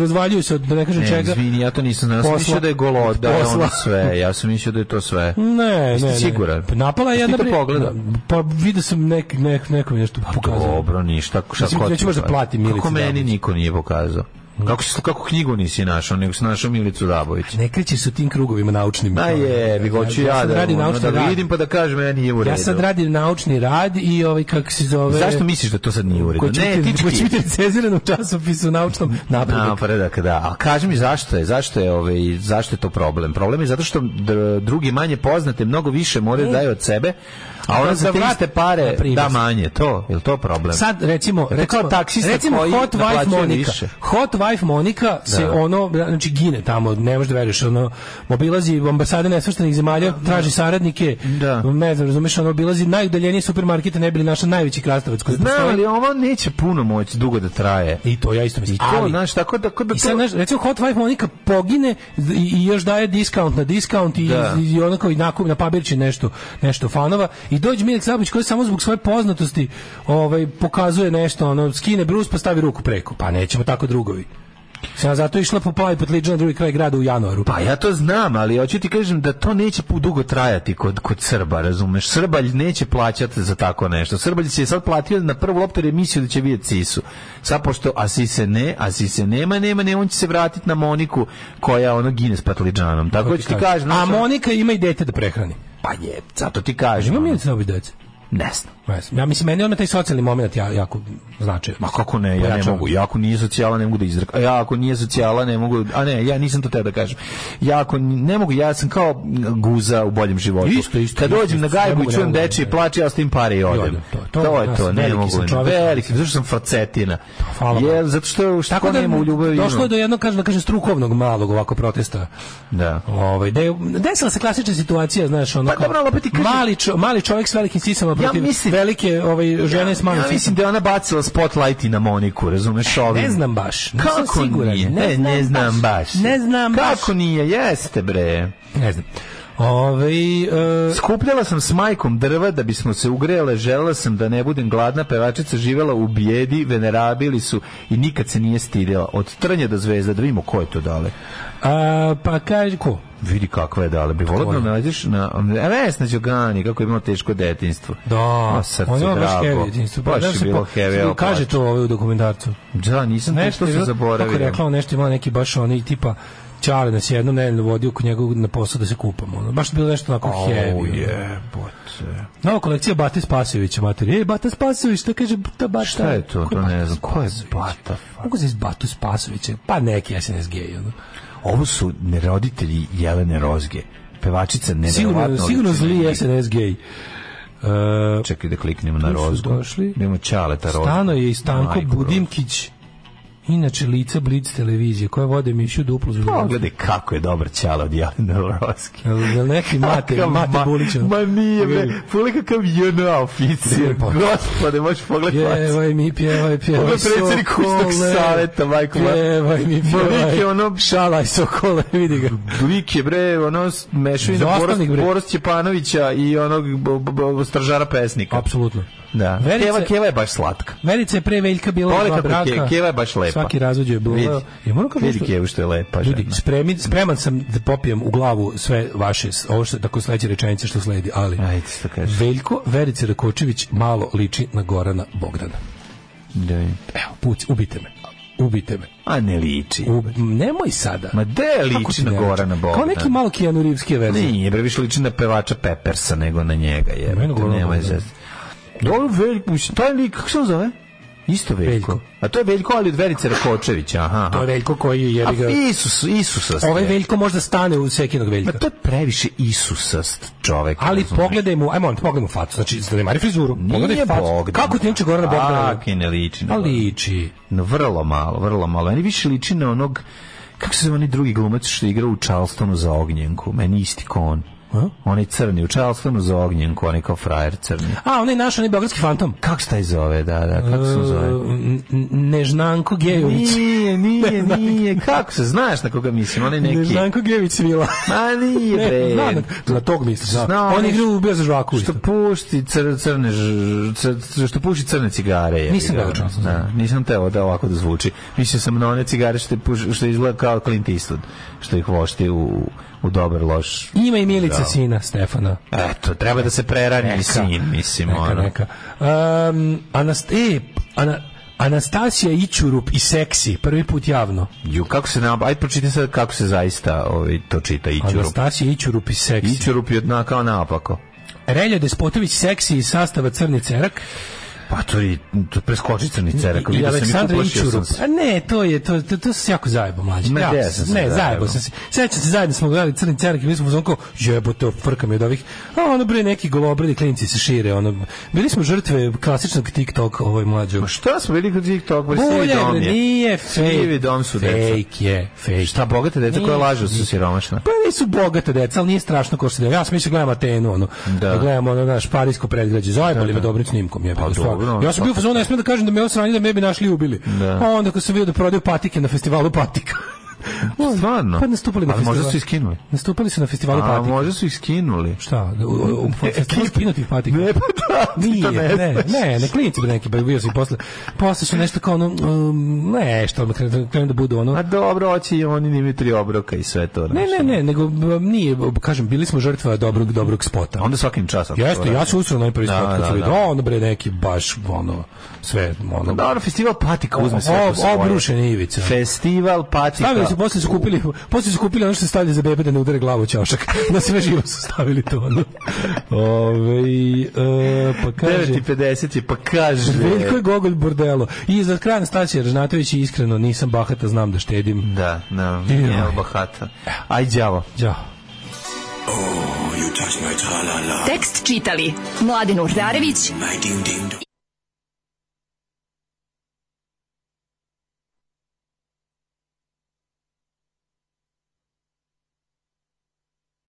[SPEAKER 7] razvaljuju se od da ne kažem
[SPEAKER 6] Ne,
[SPEAKER 7] čega.
[SPEAKER 6] izvini, ja to nisam znao. Ja sam
[SPEAKER 7] Posla.
[SPEAKER 6] mislio da je golo, da je ono
[SPEAKER 7] Posla. Mm.
[SPEAKER 6] sve. Ja sam mislio da je to sve.
[SPEAKER 7] Ne,
[SPEAKER 6] Jeste
[SPEAKER 7] ne, ne.
[SPEAKER 6] siguran?
[SPEAKER 7] Pa Napala je
[SPEAKER 6] Jesi ti to
[SPEAKER 7] jedna... bre-
[SPEAKER 6] pogledao? Pa
[SPEAKER 7] Pa vidio sam nek, nek, nekom je nešto pokazao.
[SPEAKER 6] Dobro, ništa. Šta
[SPEAKER 7] Mislim,
[SPEAKER 6] ko
[SPEAKER 7] neću
[SPEAKER 6] ti
[SPEAKER 7] možda
[SPEAKER 6] kaže?
[SPEAKER 7] plati Milicu
[SPEAKER 6] Kako meni
[SPEAKER 7] Dabović.
[SPEAKER 6] niko nije pokazao? Kako, si- kako knjigu nisi našao, nego si našao Milicu Dabović?
[SPEAKER 7] Ne krećeš se u tim krugovima naučnim. Ono,
[SPEAKER 6] Da je, bi hoću
[SPEAKER 7] Ja
[SPEAKER 6] ja
[SPEAKER 7] sad
[SPEAKER 6] da,
[SPEAKER 7] radim
[SPEAKER 6] ono, da
[SPEAKER 7] naučni rad.
[SPEAKER 6] vidim pa da kažem ja nije u redu.
[SPEAKER 7] Ja sad radim naučni rad i ovaj kako se zove...
[SPEAKER 6] Zašto misliš da to sad nije u redu?
[SPEAKER 7] Koji će
[SPEAKER 6] Ne,
[SPEAKER 7] biti-
[SPEAKER 6] ti
[SPEAKER 7] koji će
[SPEAKER 6] čki.
[SPEAKER 7] biti recenzirano u časopisu naučnom napredak.
[SPEAKER 6] Napredak, da. A kaži mi zašto je, zašto je, ovaj, zašto je to problem? Problem je zato što dr- drugi manje poznate mnogo više moraju daju od sebe, a ona
[SPEAKER 7] E. Da,
[SPEAKER 6] za
[SPEAKER 7] da
[SPEAKER 6] te
[SPEAKER 7] vrate
[SPEAKER 6] iste pare
[SPEAKER 7] na
[SPEAKER 6] da
[SPEAKER 7] prinos.
[SPEAKER 6] manje. To, je li to problem?
[SPEAKER 7] Sad recimo,
[SPEAKER 6] to kao
[SPEAKER 7] recimo,
[SPEAKER 6] taksista
[SPEAKER 7] recimo
[SPEAKER 6] koji
[SPEAKER 7] Hot Wife
[SPEAKER 6] naplaćuje
[SPEAKER 7] Monika.
[SPEAKER 6] više.
[SPEAKER 7] Hot Wife Monika se ono znači gine tamo, ne možeš da veruješ, ono obilazi ambasade nesvrstanih zemalja, traži saradnike.
[SPEAKER 6] Da.
[SPEAKER 7] Ne znam, razumeš, ono obilazi najudaljenije supermarkete, ne bi li naša najveći krastavac koji
[SPEAKER 6] Znam,
[SPEAKER 7] postoji.
[SPEAKER 6] ali ovo neće puno moći dugo da traje.
[SPEAKER 7] I to ja isto mislim.
[SPEAKER 6] I to,
[SPEAKER 7] Ali-
[SPEAKER 6] znaš, tako da, tako da
[SPEAKER 7] I
[SPEAKER 6] to-
[SPEAKER 7] sad, znaš, recimo Hot Wife Monika pogine i, i još daje diskount na diskount i,
[SPEAKER 6] Da.
[SPEAKER 7] i ona kao i nakup na papirči nešto, nešto fanova i dođe Milica Sabić koja samo zbog svoje poznatosti ovaj, pokazuje nešto, ono, skine brus pa stavi ruku preko. Pa nećemo tako drugovi. Sam ja zato išla po plavi potliđa na drugi kraj grada u januaru.
[SPEAKER 6] Pa ja to znam, ali hoću ti kažem da to neće pu- dugo trajati kod, kod Srba, razumeš? Srbalj neće plaćati za tako nešto. Srbalj se je sad platio na prvu loptu jer je mislio da će vidjeti Sisu. Sad pošto a Sise ne, a Sise nema, nema, ne, on će se vratiti na Moniku koja ono gine s patliđanom. Tako
[SPEAKER 7] Kako
[SPEAKER 6] hoću ti kažem.
[SPEAKER 7] A
[SPEAKER 6] znaš, ono-
[SPEAKER 7] Monika ima i dete da prehrani.
[SPEAKER 6] Pa je, zato ti kažem.
[SPEAKER 7] Ima
[SPEAKER 6] ono,
[SPEAKER 7] Milica Sabić dece?
[SPEAKER 6] Ne znam.
[SPEAKER 7] Ne znam. Ja mislim, meni je odmah taj socijalni moment ja, jako značajan.
[SPEAKER 6] Ma kako ne, ja ne
[SPEAKER 7] Pojačava.
[SPEAKER 6] mogu. Ja ako nije socijala ne mogu da izrekam. Ja ako nije socijala ne mogu. A ne, ja nisam to teo da kažem. Ja ako n- ne mogu, ja sam kao guza u boljem životu.
[SPEAKER 7] Isto, isto,
[SPEAKER 6] Kad
[SPEAKER 7] isto,
[SPEAKER 6] dođem na
[SPEAKER 7] isto, ne
[SPEAKER 6] gajbu
[SPEAKER 7] mogu,
[SPEAKER 6] i
[SPEAKER 7] ne
[SPEAKER 6] čujem
[SPEAKER 7] mogu,
[SPEAKER 6] dečije
[SPEAKER 7] ne.
[SPEAKER 6] plače, ja ostavim pare i odem.
[SPEAKER 7] odem, to je
[SPEAKER 6] To,
[SPEAKER 7] to.
[SPEAKER 6] je
[SPEAKER 7] Ja
[SPEAKER 6] to,
[SPEAKER 7] sam
[SPEAKER 6] ne
[SPEAKER 7] veliki
[SPEAKER 6] mogu.
[SPEAKER 7] sam čovek.
[SPEAKER 6] Veliki, zato što sam facetina.
[SPEAKER 7] hvala
[SPEAKER 6] Jer,
[SPEAKER 7] Bogu.
[SPEAKER 6] zato što šta
[SPEAKER 7] Tako da
[SPEAKER 6] nema u ljubavi.
[SPEAKER 7] došlo
[SPEAKER 6] ima.
[SPEAKER 7] je do jednog kažem da kažem strukovnog malog ovako protesta.
[SPEAKER 6] Da.
[SPEAKER 7] Ovaj da je- desila se klasična situacija, znaš, ono
[SPEAKER 6] Pa dobro, ali opet ti kažem-
[SPEAKER 7] mali čo- mali čovjek s velikim sisama protiv
[SPEAKER 6] mislim-
[SPEAKER 7] velike ovaj žene s malim
[SPEAKER 6] Ja mislim da je ona bacila spotlight i na Moniku, razumeš ovim.
[SPEAKER 7] Ne znam baš. Nisam
[SPEAKER 6] Kako
[SPEAKER 7] siguran.
[SPEAKER 6] nije? Ne, ne znam baš.
[SPEAKER 7] Ne znam baš.
[SPEAKER 6] Kako nije? Jeste, bre.
[SPEAKER 7] Ne znam. Ovaj e,
[SPEAKER 6] Skupljala sam s majkom drva da bismo se ugrejale, želela sam da ne budem gladna, pevačica živela u bijedi, venerabili su i nikad se nije stidjela. Od trnja do zvezda, da vidimo ko je to dale.
[SPEAKER 7] a, pa kaže ko?
[SPEAKER 6] Vidi kakva je dale, bi volio da nađeš na... A Vesna Đogani, kako je imao teško detinstvo.
[SPEAKER 7] Da,
[SPEAKER 6] O, srce
[SPEAKER 7] on je baš
[SPEAKER 6] drago.
[SPEAKER 7] heavy. jedinstvo.
[SPEAKER 6] Baš
[SPEAKER 7] Da
[SPEAKER 6] je
[SPEAKER 7] se
[SPEAKER 6] bilo
[SPEAKER 7] po-
[SPEAKER 6] heavy, evo,
[SPEAKER 7] Kaže
[SPEAKER 6] plaću.
[SPEAKER 7] to ovaj u dokumentarcu.
[SPEAKER 6] Da, nisam to što
[SPEAKER 7] je
[SPEAKER 6] sam
[SPEAKER 7] bilo-
[SPEAKER 6] zaboravio.
[SPEAKER 7] Kako je rekla, ono, nešto imao neki baš oni tipa Čale nas je jednom nedeljno vodio kod njegovog na posao da se kupamo. Ono. Baš je bilo nešto onako
[SPEAKER 6] O,
[SPEAKER 7] heavy. ono.
[SPEAKER 6] jebote.
[SPEAKER 7] Nova kolekcija Bate Spasojevića, mater. Ej, Bata Spasojević, šta kaže ta Bata?
[SPEAKER 6] Šta je to?
[SPEAKER 7] Ko
[SPEAKER 6] To ne
[SPEAKER 7] Bata
[SPEAKER 6] znam. Ko je
[SPEAKER 7] Spasojević?
[SPEAKER 6] Bata?
[SPEAKER 7] Mogu znači Batu Spasojevića, pa neki SNSD. Ono.
[SPEAKER 6] Ovo su ne- roditelji Jelene Rozge. Pevačica
[SPEAKER 7] Sigurno,
[SPEAKER 6] nevjerovatno
[SPEAKER 7] sigurno zli
[SPEAKER 6] licemerni.
[SPEAKER 7] SNSD. Uh,
[SPEAKER 6] Čekaj da kliknemo na
[SPEAKER 7] Tu su
[SPEAKER 6] Rozgu.
[SPEAKER 7] došli.
[SPEAKER 6] Idemo čale ta Rozga.
[SPEAKER 7] Stano je i Stanko
[SPEAKER 6] Majko Rozga.
[SPEAKER 7] Budimkić. Inače, lica Blitz televizije, koja vode emisiju duplo zbog...
[SPEAKER 6] Pogledaj kako je dobar ćala od Jelena Roski.
[SPEAKER 7] Jel neki mate,
[SPEAKER 6] Kakav
[SPEAKER 7] mate
[SPEAKER 6] ma-
[SPEAKER 7] Bulić? ono?
[SPEAKER 6] Ma nije, bre. Pogledaj kakav jena oficir.
[SPEAKER 7] Lepo.
[SPEAKER 6] Gospode, možeš pogledati.
[SPEAKER 7] Pjevaj mi, pjevaj, pjevaj,
[SPEAKER 6] Ovo je predsjednik kućnog
[SPEAKER 7] sokole.
[SPEAKER 6] saveta, Majko Marković.
[SPEAKER 7] Pjevaj mi,
[SPEAKER 6] Ma, lik
[SPEAKER 7] pjevaj.
[SPEAKER 6] je ono-
[SPEAKER 7] Šalaj, sokole, vidi ga.
[SPEAKER 6] Lik je bre, ono s- mešavina Boros,
[SPEAKER 7] Zaostavnik, bre.
[SPEAKER 6] Boros Ćepanovića i onog b- b- b- stražara pesnika.
[SPEAKER 7] Apsolutno.
[SPEAKER 6] Da.
[SPEAKER 7] Verice-
[SPEAKER 6] Keva, Keva je baš slatka.
[SPEAKER 7] Verica je pre Veljka bila
[SPEAKER 6] Pole
[SPEAKER 7] dva
[SPEAKER 6] kako
[SPEAKER 7] braka.
[SPEAKER 6] Ke- Keva je baš lepa.
[SPEAKER 7] Svaki razvođ je bilo.
[SPEAKER 6] Vidi.
[SPEAKER 7] Ja moram kažem
[SPEAKER 6] Vidi
[SPEAKER 7] što-
[SPEAKER 6] Kevu što je lepa
[SPEAKER 7] Ljudi,
[SPEAKER 6] žena.
[SPEAKER 7] spremi, spreman sam da popijem u glavu sve vaše, s- ovo što, tako sledeće rečenice što sledi, ali
[SPEAKER 6] Ajde, što kažeš.
[SPEAKER 7] Veljko Verice Rakočević malo liči na Gorana Bogdana. Evo, puc, ubite me. Ubite me.
[SPEAKER 6] A ne liči.
[SPEAKER 7] U, nemoj sada.
[SPEAKER 6] Ma de
[SPEAKER 7] Kako ti
[SPEAKER 6] liči na
[SPEAKER 7] ne liči?
[SPEAKER 6] Gorana Bogdana?
[SPEAKER 7] Kao neki malo Keanu Reeveske verzije.
[SPEAKER 6] Nije, bre, više liči na pevača Peppersa nego na njega, je.
[SPEAKER 7] Meni Gorana
[SPEAKER 6] Nema
[SPEAKER 7] Bogdana.
[SPEAKER 6] zez. Dobro, Veljko, mislim, taj lik, kako se on zove? Isto Veljko.
[SPEAKER 7] Veljko.
[SPEAKER 6] A to je Veljko, ali od Verice Rakočevića, aha.
[SPEAKER 7] To je
[SPEAKER 6] aha.
[SPEAKER 7] Veljko koji je
[SPEAKER 6] A
[SPEAKER 7] jebi ga...
[SPEAKER 6] Isus, Isusa ste.
[SPEAKER 7] Ovaj Veljko možda stane u sekinog
[SPEAKER 6] Ma
[SPEAKER 7] Veljka.
[SPEAKER 6] to je previše Isusast čovek.
[SPEAKER 7] Ali
[SPEAKER 6] razumeš?
[SPEAKER 7] pogledaj mu, ajmo, on, pogledaj mu facu. Znači, zanemari frizuru. Pogledaj
[SPEAKER 6] Nije
[SPEAKER 7] facu.
[SPEAKER 6] Bogdan.
[SPEAKER 7] Kako ti neće Gorana Bogdana?
[SPEAKER 6] Kako ne liči. na
[SPEAKER 7] Pa
[SPEAKER 6] Bogdana.
[SPEAKER 7] liči.
[SPEAKER 6] No, vrlo malo, vrlo malo. Meni više liči na onog, kako se zove onaj drugi glumac što igra u Charlestonu za ognjenku. Meni isti ko on.
[SPEAKER 7] A?
[SPEAKER 6] Onaj crni, u Charlestonu za ognjenku, onaj kao frajer crni.
[SPEAKER 7] A, onaj naš, onaj beogradski fantom. E,
[SPEAKER 6] Kako se taj zove, da, da, kako se on zove?
[SPEAKER 7] N- n- Nežnanko Gejović.
[SPEAKER 6] Nije, nije, nije, kako se, znaš na koga mislim, onaj neki.
[SPEAKER 7] Nežnanko Gejović svila.
[SPEAKER 6] Ma nije,
[SPEAKER 7] Ne,
[SPEAKER 6] bre.
[SPEAKER 7] na, na tog misliš, da.
[SPEAKER 6] Zna,
[SPEAKER 7] On
[SPEAKER 6] onaj
[SPEAKER 7] igra u Bio za žvaku.
[SPEAKER 6] Što
[SPEAKER 7] isto.
[SPEAKER 6] pušti cr, crne, ž- cr, cr- što puši crne cigare. jebi
[SPEAKER 7] Nisam
[SPEAKER 6] ga,
[SPEAKER 7] ga čuo, sam
[SPEAKER 6] Da,
[SPEAKER 7] znao.
[SPEAKER 6] nisam teo da ovako da zvuči. Mislio sam na one cigare što, puš, što izgleda kao Clint Eastwood, što ih vošti u, u dobar loš.
[SPEAKER 7] Ima i Milica
[SPEAKER 6] Da.
[SPEAKER 7] sina Stefana.
[SPEAKER 6] Eto, treba da se prerani
[SPEAKER 7] Neka.
[SPEAKER 6] sin, mislim.
[SPEAKER 7] Neka,
[SPEAKER 6] ono.
[SPEAKER 7] neka. Um, Anast e, Ana Anastasija Ičurup i Seksi, prvi put javno.
[SPEAKER 6] Ju, kako se nam... Ajde, pročitaj sad kako se zaista ovaj, to čita Ićurup.
[SPEAKER 7] Anastasija Ičurup i Seksi.
[SPEAKER 6] Ićurup je odna kao naopako.
[SPEAKER 7] Relja Despotović Seksi iz sastava Crni cerak.
[SPEAKER 6] Pa to je to preskoči crni cerak.
[SPEAKER 7] I
[SPEAKER 6] vidio sam ih,
[SPEAKER 7] Aleksandra
[SPEAKER 6] uplašio sam
[SPEAKER 7] Ičurup.
[SPEAKER 6] se.
[SPEAKER 7] A ne, to je, to, to, to se jako zajebo, mlađe.
[SPEAKER 6] Ma,
[SPEAKER 7] Jako
[SPEAKER 6] gde
[SPEAKER 7] se-
[SPEAKER 6] sam se
[SPEAKER 7] ne,
[SPEAKER 6] zajebo?
[SPEAKER 7] zajebo sam se. Sećam se, zajedno smo gledali Crni Cerak i mi smo zonko, jebote, frka mi od ovih. A ono bre, neki golobradi klinci se šire, ono. Bili smo žrtve klasičnog TikTok ovoj mlađe.
[SPEAKER 6] Ma šta smo bili kod TikTok, bre, sivi
[SPEAKER 7] Bolje,
[SPEAKER 6] dom
[SPEAKER 7] bre,
[SPEAKER 6] je.
[SPEAKER 7] nije fake.
[SPEAKER 6] Sivi dom su deca.
[SPEAKER 7] Fake je, fake.
[SPEAKER 6] Šta bogate deca koja
[SPEAKER 7] Nije.
[SPEAKER 6] lažu su siromašna?
[SPEAKER 7] Pa nisu bogata deca, ali nije strašno ko se da. Ja sam mislio gledam Atenu, ono.
[SPEAKER 6] Da.
[SPEAKER 7] Da. gledam ono naš parijsko predgrađe. Zajebali me dobrim snimkom, je.
[SPEAKER 6] Pa dobro,
[SPEAKER 7] Ja sam bio u fazonu, ne smem da kažem da me on sranje da me bi našli i ubili.
[SPEAKER 6] Da.
[SPEAKER 7] A onda kad sam vidio da prodaju patike na festivalu patika.
[SPEAKER 6] Stvarno?
[SPEAKER 7] Pa nastupali na
[SPEAKER 6] Ali možda
[SPEAKER 7] festivalu.
[SPEAKER 6] su ih skinuli.
[SPEAKER 7] Nastupali su na festivalu
[SPEAKER 6] A
[SPEAKER 7] patika.
[SPEAKER 6] možda su ih skinuli.
[SPEAKER 7] Šta? U, u, u festivalu skinutih patika?
[SPEAKER 6] Ne, pa da, ti
[SPEAKER 7] Nije,
[SPEAKER 6] to ne
[SPEAKER 7] ne, ne,
[SPEAKER 6] znaš.
[SPEAKER 7] ne, ne, klinici bi neki, pa bio sam i posle, posle su nešto kao ono, um, ne, što odmah krenu krenu da budu ono,
[SPEAKER 6] A dobro, oći i oni nimi tri obroka i sve to.
[SPEAKER 7] ne,
[SPEAKER 6] znaš,
[SPEAKER 7] ne,
[SPEAKER 6] ono.
[SPEAKER 7] ne, nego um, nije, kažem, bili smo žrtva dobrog, dobrog spota.
[SPEAKER 6] Onda svakim časom.
[SPEAKER 7] Jeste, ja se usro na onaj prvi
[SPEAKER 6] Da,
[SPEAKER 7] spot kad
[SPEAKER 6] da,
[SPEAKER 7] sam vidio,
[SPEAKER 6] da. Pa
[SPEAKER 7] a onda bre neki baš ono sve ono.
[SPEAKER 6] Dobro, festival patika uzme sve
[SPEAKER 7] Ob-
[SPEAKER 6] po svoje.
[SPEAKER 7] obrušene ivice.
[SPEAKER 6] Festival patika.
[SPEAKER 7] Stavili su, posle su kupili, posle su kupili ono što se stavlja za bebe da ne udare glavu u ćošak. Na sve živo su stavili to. Ono. Ove, e, pa kaže...
[SPEAKER 6] 9.50 je, pa kaže.
[SPEAKER 7] Veljko je gogolj bordelo. I za kraj Nastasija Ražnatović je iskreno, nisam bahata, znam da štedim.
[SPEAKER 6] Da, da,
[SPEAKER 7] Joj.
[SPEAKER 6] nema bahata. Aj, đavo.
[SPEAKER 7] Ćao.
[SPEAKER 5] Tekst čitali Mladin Urdarević